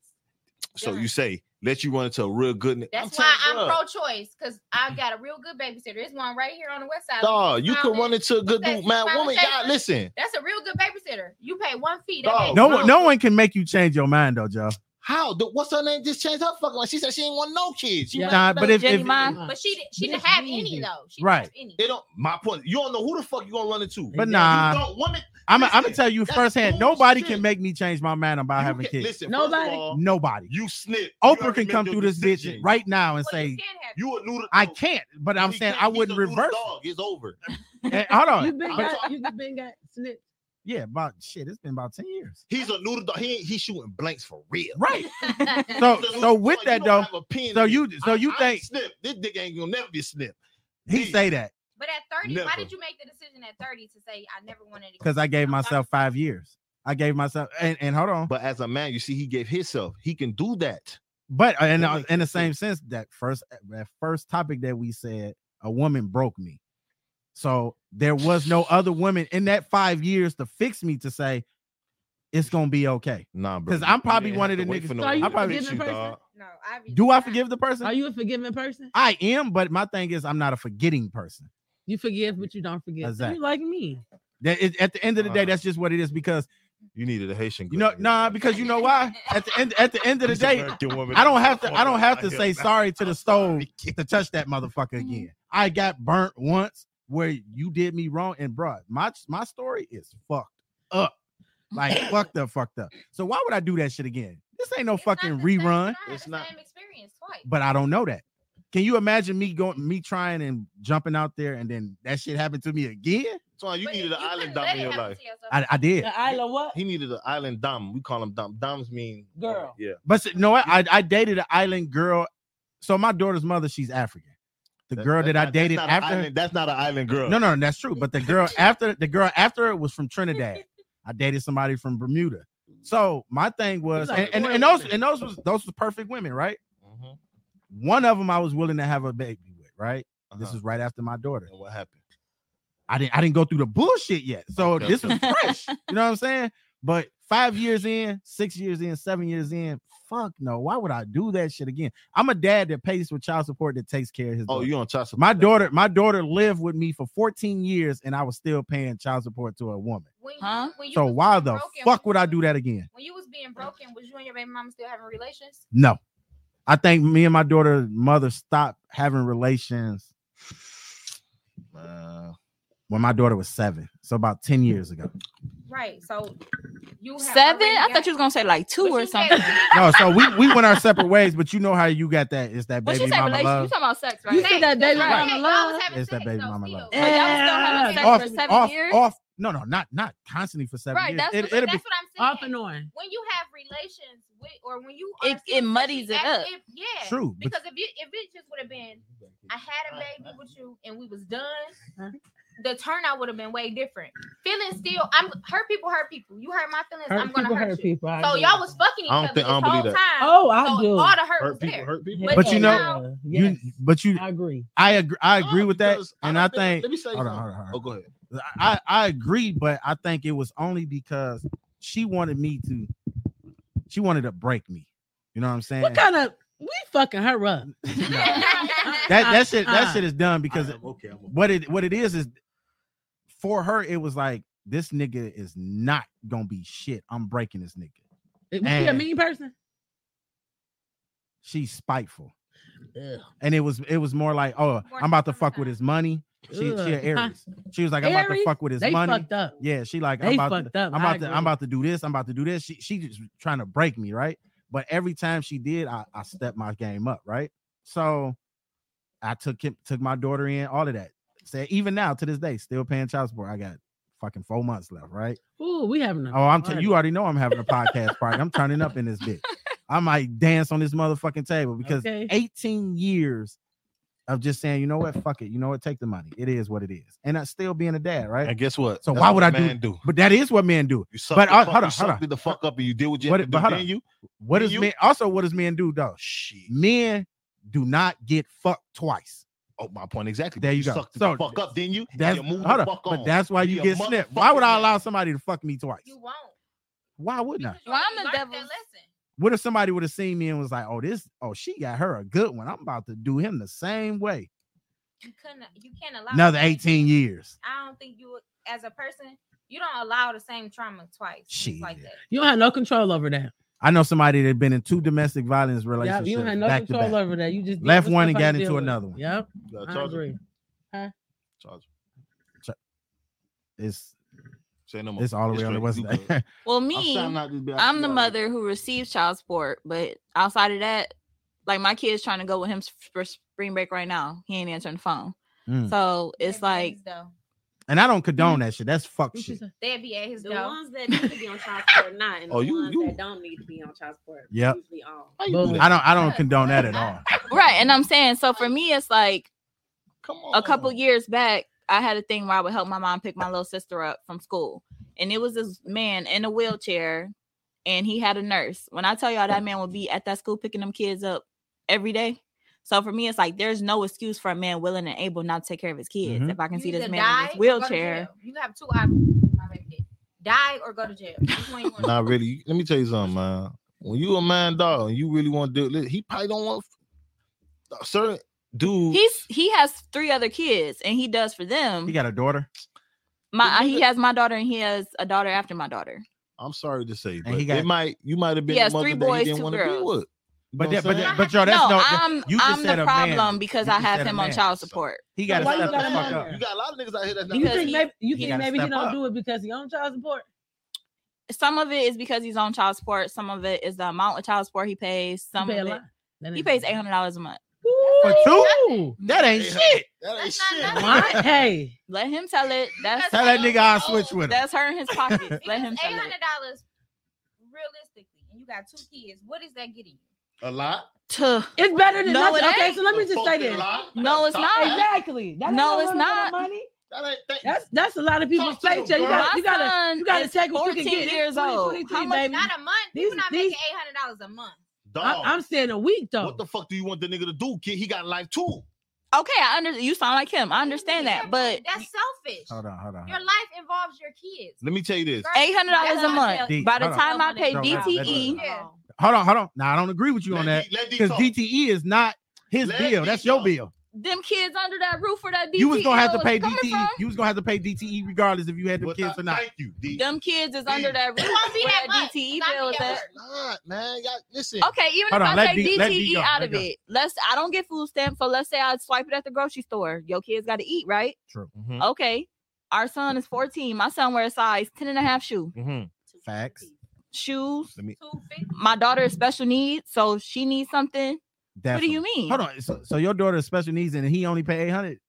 Speaker 3: So you say let you run into a real good. ni-
Speaker 6: That's
Speaker 3: telling
Speaker 6: why I'm
Speaker 3: you, bruh,
Speaker 6: pro-choice because I've got a real good babysitter. There's one right here on the west side.
Speaker 3: Dog, you could
Speaker 6: Smiley.
Speaker 3: run into a good
Speaker 6: What's
Speaker 3: dude,
Speaker 6: that?
Speaker 3: man,
Speaker 6: Smiley
Speaker 3: woman.
Speaker 6: Shaker?
Speaker 3: Y'all listen.
Speaker 6: That's a real good babysitter. You pay one fee. that
Speaker 3: Dog.
Speaker 6: baby
Speaker 2: No
Speaker 6: grown.
Speaker 2: one, no one can make you change your mind though, Joe.
Speaker 3: How the what's her name? Just changed her fucking. Life. She said she ain't want no kids. She
Speaker 4: Yeah.
Speaker 3: went-
Speaker 2: Nah, but if,
Speaker 5: Jenny
Speaker 2: if
Speaker 5: Mine.
Speaker 6: But she didn't. She
Speaker 4: Yes,
Speaker 6: didn't have
Speaker 4: easy.
Speaker 6: any though. She
Speaker 2: Right.
Speaker 6: Didn't have
Speaker 3: it don't. My point. You don't know who the fuck you gonna run into.
Speaker 2: but
Speaker 4: You
Speaker 2: nah,
Speaker 3: You don't, women,
Speaker 2: I'm I'm gonna
Speaker 3: listen,
Speaker 2: tell you
Speaker 3: that's
Speaker 2: firsthand.
Speaker 3: bullshit.
Speaker 2: Nobody can make me change my mind about
Speaker 3: you
Speaker 2: having
Speaker 3: can't-
Speaker 2: kids.
Speaker 3: Listen, Nobody.
Speaker 4: Nobody.
Speaker 2: Nobody.
Speaker 3: you snip.
Speaker 2: Oprah can come through this bitch right now and
Speaker 6: any. Well, you
Speaker 2: say
Speaker 6: can have
Speaker 3: You a new.
Speaker 2: I can't, but I'm saying I wouldn't reverse.
Speaker 3: Dog. It's over.
Speaker 2: [LAUGHS] it. Eh, Hold
Speaker 4: You
Speaker 2: on.
Speaker 4: been
Speaker 3: I'm
Speaker 4: got. You been got snipped.
Speaker 2: Yeah, about shit. It's been about ten years.
Speaker 3: He's a noodle dog. He ain't, he's shooting blanks for real.
Speaker 2: Right.
Speaker 6: it.
Speaker 2: So
Speaker 3: He's a
Speaker 2: so
Speaker 3: noodle
Speaker 2: with
Speaker 3: dog.
Speaker 2: that
Speaker 3: You
Speaker 2: though,
Speaker 3: don't have a pen
Speaker 2: so
Speaker 3: in
Speaker 2: you
Speaker 3: it.
Speaker 2: so you
Speaker 3: I- I
Speaker 2: think
Speaker 3: snip? This dick ain't gonna never be snip.
Speaker 2: he say that
Speaker 6: but at 30, why
Speaker 3: Never.
Speaker 6: did you make the decision at 30 to say I never wanted to?
Speaker 2: because I gave myself five years. I gave myself and, and hold on.
Speaker 3: But as a man, you see, he gave himself. He can do that.
Speaker 2: But and
Speaker 3: That
Speaker 2: uh,
Speaker 3: makes
Speaker 2: in the
Speaker 3: sense.
Speaker 2: same sense, that first eh, that first topic that we said, a woman broke me. So there was no other woman in that five years to fix me to say it's gonna be okay.
Speaker 3: Nah, bro.
Speaker 2: Because I'm probably
Speaker 3: You didn't
Speaker 2: one of
Speaker 3: have
Speaker 2: the
Speaker 3: to wait
Speaker 2: niggas.
Speaker 3: for no
Speaker 4: So you
Speaker 3: one to
Speaker 2: probably-
Speaker 3: fix you,
Speaker 4: forgiving
Speaker 3: dog.
Speaker 6: No, obviously.
Speaker 2: Do I
Speaker 6: not.
Speaker 2: forgive the
Speaker 4: Are
Speaker 2: person?
Speaker 4: you a forgiving person?
Speaker 2: I am, but my thing is I'm not a forgetting person.
Speaker 4: You forgive, but you don't forget. So
Speaker 2: Exactly.
Speaker 4: You like me.
Speaker 2: That is, at the end of the day,
Speaker 3: Uh-huh.
Speaker 2: that's just what it is. Because
Speaker 3: You needed a Haitian.
Speaker 2: you know,
Speaker 3: girl.
Speaker 2: nah, because you know why? At the end, at the end of the
Speaker 3: This
Speaker 2: day,
Speaker 3: American woman
Speaker 2: I don't have to.
Speaker 3: is
Speaker 2: I don't have to
Speaker 3: here.
Speaker 2: say sorry
Speaker 3: [LAUGHS]
Speaker 2: to the stove to touch that motherfucker
Speaker 3: Mm-hmm.
Speaker 2: again. I got burnt once where you did me wrong, and bruh, my my story is fucked up,
Speaker 3: [COUGHS]
Speaker 2: like fucked up, fucked up. So why would I do that shit again? This ain't no
Speaker 6: It's not
Speaker 2: fucking
Speaker 6: the same-
Speaker 2: rerun.
Speaker 6: I had
Speaker 3: It's
Speaker 6: the
Speaker 3: not-
Speaker 6: same experience twice.
Speaker 2: But I don't know that. Can you imagine me going, me trying and jumping out there, and then that shit happened to me again?
Speaker 3: So you
Speaker 6: But
Speaker 3: needed an island
Speaker 6: couldn't
Speaker 3: dom
Speaker 6: let
Speaker 3: in
Speaker 6: it
Speaker 3: your
Speaker 6: happen
Speaker 3: life.
Speaker 6: to yourself.
Speaker 2: I, I did.
Speaker 4: The island what?
Speaker 3: He needed an island dom. We call him dom. Doms mean oh,
Speaker 4: Girl.
Speaker 3: Yeah.
Speaker 2: But you know what? I, I dated an island girl. So my daughter's mother, she's African. The girl that,
Speaker 3: that's
Speaker 2: I
Speaker 3: not- that's
Speaker 2: dated
Speaker 3: not an
Speaker 2: after
Speaker 3: island- that's not an island girl.
Speaker 2: No, no, that's true. But the
Speaker 3: [LAUGHS]
Speaker 2: girl after the girl after it was from Trinidad. I dated somebody from Bermuda. So my thing was,
Speaker 4: like
Speaker 2: and, and,
Speaker 4: four
Speaker 2: and those
Speaker 4: women.
Speaker 2: and those was those was perfect women, right?
Speaker 3: Mhm.
Speaker 2: One of them I was willing to have a baby with, right? This
Speaker 3: Uh-huh.
Speaker 2: was right after my daughter.
Speaker 3: And what happened?
Speaker 2: I didn't I didn't go through the bullshit yet. So
Speaker 3: Okay,
Speaker 2: this
Speaker 3: [LAUGHS] okay.
Speaker 2: was fresh. you know what I'm saying? But five years in, six years in, seven years in, fuck no. Why would I do that shit again? I'm a dad that pays for child support that takes care of his
Speaker 3: Oh,
Speaker 2: daughter.
Speaker 3: you on child support?
Speaker 2: My daughter, my daughter lived with me for 14 years, and I was still paying child support to a woman.
Speaker 6: When you-
Speaker 5: Huh?
Speaker 6: when you
Speaker 2: So
Speaker 6: was
Speaker 2: why
Speaker 6: being
Speaker 2: the
Speaker 6: broken,
Speaker 2: fuck
Speaker 6: when
Speaker 2: would I
Speaker 6: you-
Speaker 2: do that again?
Speaker 6: When you was being broken, was you and your baby mama still having relations?
Speaker 2: No, I think me and my daughter mother stopped having relations
Speaker 3: Man.
Speaker 2: when my daughter was seven, so about 10 years ago.
Speaker 6: Right. So you have
Speaker 5: Seven?
Speaker 6: already
Speaker 5: I
Speaker 6: got-
Speaker 5: thought you was gonna say like two
Speaker 6: But
Speaker 5: or
Speaker 6: you
Speaker 5: something.
Speaker 6: said-
Speaker 2: No, so we we went our separate ways, but you know how you got that is that
Speaker 5: What
Speaker 2: baby
Speaker 5: you say?
Speaker 2: mama
Speaker 5: Relation? You
Speaker 2: love.
Speaker 5: talking about sex, right?
Speaker 4: You said that baby
Speaker 6: Right.
Speaker 4: mama
Speaker 6: Y'all
Speaker 4: love.
Speaker 6: was having
Speaker 2: It's that
Speaker 6: sex,
Speaker 2: baby
Speaker 6: though,
Speaker 2: mama
Speaker 6: still.
Speaker 2: love.
Speaker 5: But y'all was still having sex
Speaker 2: Off,
Speaker 5: for seven
Speaker 2: off,
Speaker 5: years.
Speaker 2: off. No, no, not not constantly for seven
Speaker 5: Right,
Speaker 2: years.
Speaker 5: that's
Speaker 2: It-
Speaker 5: what-
Speaker 2: it'll be-
Speaker 6: That's what I'm saying.
Speaker 4: Off and on.
Speaker 6: when you have relations with or when you
Speaker 5: It-
Speaker 6: are
Speaker 5: it muddies it
Speaker 6: active-
Speaker 5: up.
Speaker 6: yeah
Speaker 2: True, but-
Speaker 6: because if you if it just would have been i had a baby with you and we was done the turnout would have been way different feelings still i'm hurt people hurt people you hurt my feelings i'm gonna hurt, you
Speaker 4: people. I
Speaker 6: so
Speaker 4: agree.
Speaker 6: y'all was fucking each
Speaker 3: I don't
Speaker 6: other
Speaker 3: think- I
Speaker 6: this
Speaker 3: don't
Speaker 6: whole
Speaker 3: believe
Speaker 6: time
Speaker 4: Oh, I
Speaker 6: so
Speaker 4: do.
Speaker 6: all the hurt, was
Speaker 3: Hurt people.
Speaker 6: there
Speaker 3: Hurt people.
Speaker 4: Yeah,
Speaker 2: But you know-
Speaker 4: yeah,
Speaker 2: you,
Speaker 4: yes.
Speaker 2: but you,
Speaker 4: I agree.
Speaker 2: I agree. I agree
Speaker 3: No,
Speaker 2: with that,
Speaker 3: because I
Speaker 2: and
Speaker 3: don't
Speaker 2: I think.
Speaker 3: think- Let me say
Speaker 2: Hold on,
Speaker 3: something.
Speaker 2: hold on, hold on.
Speaker 3: Oh, go ahead.
Speaker 2: I I agree, but I think it was only because she wanted me to. She wanted to break me. You know what I'm saying?
Speaker 4: What kind of we
Speaker 2: [LAUGHS]
Speaker 4: fucking [LAUGHS] her up?
Speaker 2: that that shit
Speaker 4: Uh-uh.
Speaker 2: that shit is done because
Speaker 3: I am okay. I'm okay.
Speaker 2: what it what it is is for her it was like this nigga is not gonna be shit. I'm breaking this nigga.
Speaker 4: Was she a
Speaker 2: And-
Speaker 4: mean person?
Speaker 2: She's spiteful, and it was it was more like, oh,
Speaker 6: More
Speaker 2: I'm about to fuck
Speaker 6: traumatized.
Speaker 2: with his money. She she
Speaker 4: Ugh.
Speaker 2: an Aries. She was like, I'm about to
Speaker 4: Aries?
Speaker 2: fuck with his
Speaker 4: They
Speaker 2: money.
Speaker 4: fucked up.
Speaker 2: Yeah, she like I'm
Speaker 4: They
Speaker 2: about
Speaker 4: fucked
Speaker 2: to,
Speaker 4: up.
Speaker 2: I'm
Speaker 4: I
Speaker 2: about to
Speaker 4: agree.
Speaker 2: I'm about to do this. I'm about to do this. She she just trying to break me, right? But every time she did, I, I stepped my game up, right? So I took him, took my daughter in, all of that. Said even now to this day, still paying child support. I got fucking four months left, right?
Speaker 4: Ooh, we having a
Speaker 2: Oh, I'm
Speaker 4: party.
Speaker 2: t- you already know I'm having a podcast party. I'm turning up in this bitch. I might dance on this motherfucking table because
Speaker 4: Okay.
Speaker 2: 18 years of just saying, you know what, fuck it, you know what, take the money. It is what it is, and I still being a dad, right?
Speaker 3: And guess what?
Speaker 2: So
Speaker 3: That's
Speaker 2: why
Speaker 3: what
Speaker 2: would
Speaker 3: a
Speaker 2: I do-
Speaker 3: man do?
Speaker 2: But that is what men do.
Speaker 3: You suck
Speaker 2: But,
Speaker 3: the
Speaker 2: uh,
Speaker 3: fuck-
Speaker 2: hold on,
Speaker 3: you suck
Speaker 2: hold on.
Speaker 3: the fuck up and you did what you
Speaker 2: What-
Speaker 3: had to
Speaker 2: but
Speaker 3: do.
Speaker 2: hold
Speaker 3: Then
Speaker 2: on.
Speaker 3: you
Speaker 2: What
Speaker 3: Me,
Speaker 2: does
Speaker 3: you-
Speaker 2: men also what does men do though?
Speaker 3: shit.
Speaker 2: Men do not get fucked twice.
Speaker 3: Oh, my point exactly.
Speaker 2: There you go.
Speaker 3: Sucked
Speaker 2: So
Speaker 3: the fuck up, didn't you? And
Speaker 2: That's
Speaker 3: you moved the
Speaker 2: hold up,
Speaker 3: fuck
Speaker 2: but
Speaker 3: on.
Speaker 2: that's why
Speaker 3: You
Speaker 2: you
Speaker 3: a
Speaker 2: get snipped. Why would I
Speaker 3: motherfucking
Speaker 2: allow
Speaker 3: man.
Speaker 2: somebody to fuck me twice?
Speaker 6: you won't
Speaker 2: Why wouldn't I?
Speaker 6: because you already
Speaker 5: Well, I'm the
Speaker 6: learned that
Speaker 5: devil's-
Speaker 6: lesson.
Speaker 2: What if somebody would have seen me and was like, "Oh, this, oh, she got her a good one. I'm about to do him the same way."
Speaker 6: you couldn't you can't allow
Speaker 2: Another
Speaker 6: the same-
Speaker 2: 18 years.
Speaker 6: i don't think you as a person you don't allow the same trauma twice Shit. like
Speaker 2: Shit.
Speaker 6: that
Speaker 4: You don't have no control over that.
Speaker 2: I know somebody that been in two domestic violence
Speaker 4: Yeah,
Speaker 2: relationships
Speaker 4: you don't have no
Speaker 2: back to
Speaker 4: control
Speaker 2: back.
Speaker 4: over that. You just did
Speaker 2: Left
Speaker 4: what
Speaker 2: one
Speaker 4: you
Speaker 2: and
Speaker 4: supposed
Speaker 2: got
Speaker 4: to
Speaker 2: into
Speaker 4: deal with.
Speaker 2: another one.
Speaker 4: Yep,
Speaker 3: You gotta
Speaker 4: I
Speaker 3: charge her.
Speaker 4: agree.
Speaker 3: Charge her.
Speaker 2: It's
Speaker 3: Say no more.
Speaker 2: it's all
Speaker 3: It's
Speaker 2: around. It
Speaker 3: straight.
Speaker 2: wasn't.
Speaker 3: You good.
Speaker 2: that? [LAUGHS]
Speaker 5: Well,
Speaker 3: I'm
Speaker 5: me,
Speaker 3: shouting out this bitch.
Speaker 5: I'm the mother who receives child support, but outside of that, like my kid's trying to go with him s- for spring break right now. He ain't answering the phone.
Speaker 2: Mm.
Speaker 5: So it's
Speaker 6: They'd be at
Speaker 5: like
Speaker 6: his door.
Speaker 2: and I don't condone that shit. That's fuck shit.
Speaker 6: they'd be at his
Speaker 11: The
Speaker 6: door
Speaker 11: ones that need to be on
Speaker 6: [LAUGHS]
Speaker 11: child support are not, and
Speaker 3: Oh,
Speaker 11: the
Speaker 3: you-
Speaker 11: ones
Speaker 3: you-
Speaker 11: that don't need to be on child support
Speaker 2: Yep.
Speaker 11: usually are.
Speaker 3: How you do
Speaker 4: Boom.
Speaker 3: that?
Speaker 2: I don't
Speaker 4: [LAUGHS]
Speaker 2: I don't condone that at all.
Speaker 5: right, and I'm saying so for me, it's like
Speaker 3: Come on.
Speaker 5: a couple years back, I had a thing where I would help my mom pick my little sister up from school, and it was this man in a wheelchair, and he had a nurse. When I tell y'all that man would be at that school picking them kids up every day. So for me, it's like there's no excuse for a man willing and able not to take care of his kids.
Speaker 2: Mhm.
Speaker 5: If I can
Speaker 6: You
Speaker 5: see this
Speaker 6: either
Speaker 5: man in
Speaker 6: die
Speaker 5: his
Speaker 6: or go to
Speaker 5: wheelchair,
Speaker 6: jail. You have two options. my baby. Die or go
Speaker 5: [LAUGHS]
Speaker 6: to jail. Which one you want?
Speaker 3: Not really. Let me tell you something, man. When you a man dog and you really want to do it, he probably don't want certain dude.
Speaker 5: he's he has three other kids, and he does for them.
Speaker 2: He got a daughter
Speaker 5: my
Speaker 3: the
Speaker 5: he
Speaker 3: nigga-
Speaker 5: has my daughter, and he has a daughter after my daughter.
Speaker 3: I'm sorry to say, but
Speaker 2: he
Speaker 3: it
Speaker 2: got-
Speaker 3: might you might have been
Speaker 5: He
Speaker 3: the
Speaker 5: has three
Speaker 3: mother that
Speaker 5: boys,
Speaker 3: he didn't
Speaker 5: two
Speaker 3: want to be
Speaker 5: girls.
Speaker 3: with. You
Speaker 2: but
Speaker 3: know
Speaker 2: that,
Speaker 3: what
Speaker 2: but
Speaker 3: I'm
Speaker 2: that,
Speaker 3: saying?
Speaker 2: but y'all, that's
Speaker 5: no,
Speaker 2: no. that-
Speaker 5: I'm
Speaker 2: you just
Speaker 5: I'm
Speaker 2: said
Speaker 5: the
Speaker 2: a man.
Speaker 5: problem because
Speaker 2: You
Speaker 5: I
Speaker 2: just
Speaker 5: have
Speaker 2: said a
Speaker 5: him on
Speaker 2: man.
Speaker 5: child support.
Speaker 2: he got to
Speaker 4: Why you
Speaker 2: step the
Speaker 4: got him
Speaker 2: fuck
Speaker 4: on
Speaker 2: up.
Speaker 4: there?
Speaker 3: You got a lot of niggas out here that's not.
Speaker 4: You
Speaker 5: Because
Speaker 4: think
Speaker 5: he-
Speaker 4: maybe you
Speaker 2: he
Speaker 4: think
Speaker 2: gotta
Speaker 4: maybe he
Speaker 2: step
Speaker 4: don't
Speaker 2: up.
Speaker 4: do it because he on child support?
Speaker 5: Some of it is because he's on child support. Some of it is the amount of child support he pays. Some
Speaker 4: he pay a
Speaker 5: of it,
Speaker 4: lot. That
Speaker 5: he
Speaker 4: ain't-
Speaker 5: pays eight hundred dollars a month.
Speaker 2: For two, that ain't
Speaker 3: Yeah.
Speaker 2: shit.
Speaker 3: That ain't
Speaker 6: That's not
Speaker 3: shit.
Speaker 6: nothing.
Speaker 5: [LAUGHS]
Speaker 4: What? Hey,
Speaker 5: Let him tell it. That's
Speaker 2: Tell that nigga I switch with him.
Speaker 5: that's her in his
Speaker 2: [LAUGHS]
Speaker 5: pocket. Let him tell
Speaker 6: Eight
Speaker 5: it.
Speaker 6: hundred dollars, realistically, and you got two kids. What is that getting? you?
Speaker 3: A lot.
Speaker 5: Tuh.
Speaker 4: it's better than
Speaker 5: No,
Speaker 4: nothing.
Speaker 5: it
Speaker 4: Okay,
Speaker 5: ain't.
Speaker 4: so let me
Speaker 3: Fuck
Speaker 4: just say
Speaker 3: that
Speaker 4: this.
Speaker 3: lot.
Speaker 5: No, it's
Speaker 3: Stop
Speaker 5: not.
Speaker 3: that.
Speaker 4: Exactly. That's a
Speaker 5: No,
Speaker 4: lot
Speaker 5: it's
Speaker 4: of
Speaker 5: not.
Speaker 4: Money.
Speaker 3: That ain't that-
Speaker 4: That's that's a lot of people's
Speaker 3: Talk to them,
Speaker 4: paycheck. You
Speaker 3: girl.
Speaker 4: got you got to
Speaker 5: son
Speaker 4: you gotta
Speaker 5: is
Speaker 4: take what you can get.
Speaker 5: years
Speaker 4: It's
Speaker 5: old.
Speaker 4: 2023,
Speaker 5: How much?
Speaker 4: baby.
Speaker 6: Not a month.
Speaker 4: These-
Speaker 6: People not
Speaker 4: these-
Speaker 6: making eight hundred dollars a month.
Speaker 3: dog.
Speaker 4: I, am saying a week though.
Speaker 3: What the fuck do you want the nigga to do, kid? He got life too.
Speaker 5: Okay, I under you sound like him. I understand
Speaker 6: Yeah,
Speaker 5: that, but
Speaker 6: that's selfish.
Speaker 2: Hold on, hold on.
Speaker 6: Your life involves your kids.
Speaker 3: Let me tell you this.
Speaker 6: Girl,
Speaker 5: eight hundred dollars a
Speaker 6: that's
Speaker 5: month.
Speaker 2: D-
Speaker 5: By the
Speaker 2: hold on.
Speaker 5: time I pay E
Speaker 2: No, that's- that's-
Speaker 5: DTE,
Speaker 6: Yeah.
Speaker 4: Oh.
Speaker 2: Hold on, hold on. Now I don't agree with you on that
Speaker 3: Let D- let D
Speaker 2: because
Speaker 3: talk.
Speaker 2: DTE E is not his
Speaker 3: Let
Speaker 2: bill.
Speaker 3: D
Speaker 2: That's your
Speaker 3: talk.
Speaker 2: bill.
Speaker 5: them kids under that roof for that DTE.
Speaker 2: You was gonna have to
Speaker 5: is
Speaker 2: pay E.
Speaker 5: coming
Speaker 2: DTE.
Speaker 5: from-
Speaker 2: You was gonna have to pay DTE regardless if you had them
Speaker 3: But
Speaker 2: kids
Speaker 3: I-
Speaker 2: or not.
Speaker 3: Thank you, D.
Speaker 5: Them kids is under that roof.
Speaker 6: It won't be
Speaker 5: where
Speaker 6: that much.
Speaker 5: DTE
Speaker 6: Cause I
Speaker 5: bill
Speaker 6: be
Speaker 5: is
Speaker 6: at
Speaker 5: at.
Speaker 6: work.
Speaker 3: Not, man. Y'all- listen.
Speaker 5: Okay, even
Speaker 2: Hold
Speaker 5: if
Speaker 2: on,
Speaker 5: I
Speaker 2: let
Speaker 5: take
Speaker 2: D- let D
Speaker 5: DTE
Speaker 2: go,
Speaker 5: out
Speaker 2: let
Speaker 5: of
Speaker 2: go.
Speaker 5: it, let's I don't get food stamp, so let's say I swipe it at the grocery store. Your kids got to eat, right?
Speaker 2: True.
Speaker 5: Mm-hmm.
Speaker 3: Mhm,
Speaker 5: Okay. Our son is 14. My son wears size 10 and a half shoe.
Speaker 3: mhm.
Speaker 2: Facts.
Speaker 5: Shoes.
Speaker 6: Two fifty.
Speaker 5: My daughter is special needs, so if she needs something.
Speaker 2: Definitely.
Speaker 5: What do you mean?
Speaker 2: Hold on. So, so your daughter has special needs and he only pay eight hundred.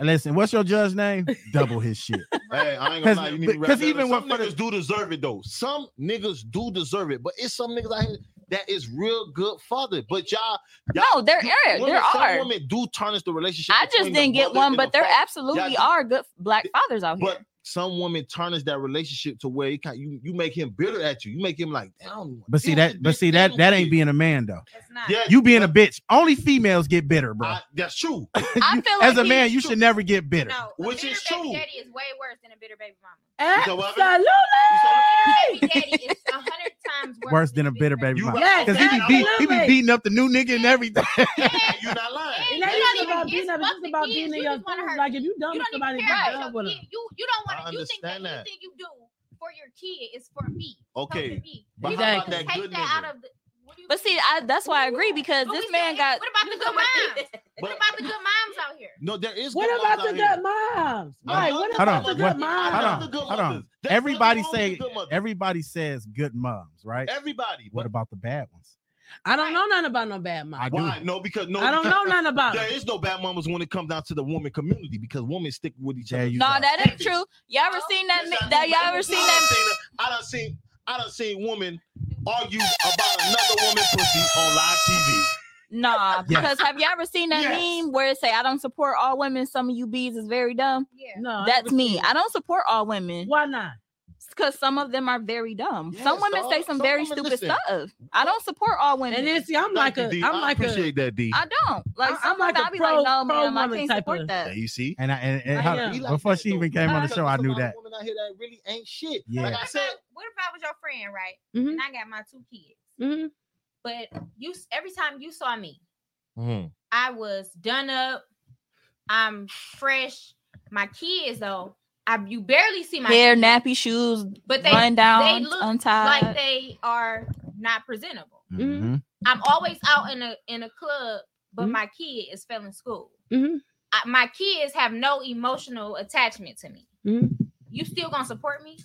Speaker 2: Listen, what's your judge name? Double his shit.
Speaker 3: Hey, I ain't gonna
Speaker 2: Cause-
Speaker 3: lie. You need to
Speaker 2: because
Speaker 3: wrap that
Speaker 2: even
Speaker 3: up.
Speaker 2: what
Speaker 3: some
Speaker 2: for the-
Speaker 3: niggas do deserve it though. Some niggas do deserve it, but it's some niggas out here that is real good father. But y'all, y'all
Speaker 5: No, there
Speaker 3: you-
Speaker 5: are.
Speaker 3: women-
Speaker 5: There
Speaker 3: some
Speaker 5: are.
Speaker 3: women do tarnish the relationship.
Speaker 5: I just
Speaker 3: between the
Speaker 5: didn't get
Speaker 3: mother
Speaker 5: one,
Speaker 3: and
Speaker 5: but
Speaker 3: the
Speaker 5: there
Speaker 3: father.
Speaker 5: absolutely
Speaker 3: Y'all-
Speaker 5: are good black
Speaker 3: Th-
Speaker 5: fathers out here.
Speaker 3: But some women tarnish that relationship to where you can you you make him bitter at you. You make him like down.
Speaker 2: But see that, but see that that ain't being a man though.
Speaker 6: That's not.
Speaker 3: Yeah,
Speaker 2: You being a bitch. Only females get bitter, bro.
Speaker 3: I- that's
Speaker 2: [LAUGHS]
Speaker 3: true.
Speaker 5: I feel
Speaker 2: As
Speaker 5: like
Speaker 2: a
Speaker 5: he-
Speaker 2: man, you should never get bitter.
Speaker 6: No, a
Speaker 3: Which
Speaker 6: bitter
Speaker 3: is
Speaker 6: baby
Speaker 3: true.
Speaker 6: Daddy is way worse than a bitter baby mama.
Speaker 3: know what?
Speaker 4: Absolutely.
Speaker 6: A bitter baby daddy is a hundred times worse,
Speaker 2: Worse than a bitter baby
Speaker 3: You
Speaker 2: mama.
Speaker 3: right.
Speaker 2: Because he be
Speaker 3: Yes,
Speaker 2: beat, he be
Speaker 4: absolutely.
Speaker 2: beating up the new nigga and everything.
Speaker 6: And-
Speaker 3: [LAUGHS] You're not lying.
Speaker 6: and
Speaker 4: It
Speaker 6: you
Speaker 4: ain't
Speaker 6: don't
Speaker 4: even about
Speaker 6: even-
Speaker 4: being
Speaker 6: it's
Speaker 4: up. It's
Speaker 6: fuck
Speaker 4: just
Speaker 6: the
Speaker 4: about
Speaker 6: kids,
Speaker 4: being in
Speaker 6: you
Speaker 4: your
Speaker 6: just wanna
Speaker 4: feelings.
Speaker 6: hurt
Speaker 4: Like if you done
Speaker 6: You
Speaker 4: with
Speaker 6: don't
Speaker 4: somebody,
Speaker 6: even
Speaker 4: you
Speaker 6: care about
Speaker 4: done
Speaker 6: your
Speaker 4: with them.
Speaker 6: kid. You you don't
Speaker 3: I
Speaker 6: want to. You think that
Speaker 3: understand that.
Speaker 6: anything you do for your kid is for me. It's
Speaker 3: Okay,
Speaker 6: supposed to be.
Speaker 3: but
Speaker 6: You
Speaker 4: how about
Speaker 6: can
Speaker 3: that
Speaker 6: take
Speaker 3: good
Speaker 6: that
Speaker 3: nigga?
Speaker 6: out of the. what do you
Speaker 5: But see,
Speaker 6: mean?
Speaker 5: I that's why I agree because
Speaker 6: But
Speaker 5: this
Speaker 6: we
Speaker 5: man
Speaker 6: said-
Speaker 5: got
Speaker 6: What about
Speaker 5: [LAUGHS]
Speaker 6: the good moms? What
Speaker 3: But
Speaker 6: about the good moms out here?
Speaker 3: no, there is.
Speaker 4: What
Speaker 3: good
Speaker 4: about
Speaker 3: mothers
Speaker 4: the
Speaker 3: out here.
Speaker 4: good moms?
Speaker 3: I
Speaker 4: Right.
Speaker 3: love
Speaker 4: What
Speaker 3: the
Speaker 4: about
Speaker 2: Hold on,
Speaker 4: the
Speaker 2: what-
Speaker 4: good
Speaker 3: I
Speaker 2: hold
Speaker 3: love
Speaker 2: on,
Speaker 4: moms?
Speaker 3: the good
Speaker 2: hold on.
Speaker 3: mothers. There's nothing
Speaker 2: Everybody
Speaker 3: wrong with
Speaker 2: say-
Speaker 3: good mothers.
Speaker 2: Everybody says good moms, right?
Speaker 3: everybody.
Speaker 2: What
Speaker 3: What
Speaker 2: about the bad ones?
Speaker 4: I don't know nothing about no bad moms.
Speaker 2: I do.
Speaker 3: Why? No, because no,
Speaker 4: I don't know nothing about
Speaker 3: There
Speaker 4: it.
Speaker 3: is no bad mamas when it comes down to the woman community because women stick with each
Speaker 2: There
Speaker 3: other.
Speaker 2: you
Speaker 5: no,
Speaker 2: go.
Speaker 5: that ain't true. Y'all ever seen that?
Speaker 3: Yes, I
Speaker 5: mi- That
Speaker 3: do.
Speaker 5: y'all ever seen
Speaker 3: I
Speaker 5: that?
Speaker 3: done seen- I done seen. I done seen women argue about another woman pussy on live TV.
Speaker 5: Nah,
Speaker 2: Yes.
Speaker 5: because have y'all ever seen that
Speaker 3: Yes.
Speaker 5: meme where it say I don't support all women? Some of you bees is very dumb.
Speaker 6: Yeah.
Speaker 4: No, I
Speaker 5: That's
Speaker 4: never
Speaker 5: me.
Speaker 4: seen
Speaker 5: I don't support all women
Speaker 4: Why not?
Speaker 5: because some of them are very dumb.
Speaker 3: Yes,
Speaker 5: some women say
Speaker 3: dog.
Speaker 5: some
Speaker 3: Some
Speaker 5: very
Speaker 3: women-
Speaker 5: stupid
Speaker 3: listen.
Speaker 5: stuff. I don't support all women.
Speaker 4: And then see, I'm like a,
Speaker 3: Thank you, D.
Speaker 4: I'm
Speaker 3: I
Speaker 4: like a,
Speaker 3: appreciate that, D.
Speaker 5: I don't like.
Speaker 4: I-
Speaker 5: some
Speaker 4: I'm like
Speaker 5: women,
Speaker 4: a
Speaker 5: I be
Speaker 4: pro-
Speaker 5: like, "Oh, no,
Speaker 4: pro
Speaker 5: ma'am, I
Speaker 4: woman
Speaker 5: can't
Speaker 4: type
Speaker 5: support
Speaker 4: of-
Speaker 5: that.
Speaker 3: There you see.
Speaker 2: And I and, and
Speaker 4: I
Speaker 2: how-
Speaker 4: am.
Speaker 3: He like
Speaker 2: before
Speaker 3: that,
Speaker 2: she
Speaker 3: though.
Speaker 2: even came on the
Speaker 3: Because
Speaker 2: show, I
Speaker 3: there's a
Speaker 2: knew
Speaker 3: lot of
Speaker 2: that.
Speaker 3: women out here that really ain't shit.
Speaker 2: Yeah.
Speaker 3: Like I
Speaker 6: What if
Speaker 3: said,
Speaker 6: I, what if I was your friend, right?
Speaker 5: Mm-hmm.
Speaker 4: Mhm.
Speaker 6: And I got my two kids,
Speaker 4: Mhm.
Speaker 6: but you s- every time you saw me, I was done up. I'm fresh. My kids though, I you barely see my
Speaker 5: Hair,
Speaker 6: kids,
Speaker 5: nappy shoes,
Speaker 6: but they
Speaker 5: bun down,
Speaker 6: look
Speaker 5: untied. mm-hmm.
Speaker 6: like they are not presentable.
Speaker 2: Mhm.
Speaker 6: I'm always out in a in a club, but
Speaker 4: Mhm.
Speaker 6: my kid is failing school. [LAUGHS]
Speaker 4: Mhm.
Speaker 6: I, my kids have no emotional attachment to me.
Speaker 4: Mhm.
Speaker 6: You still gonna support me?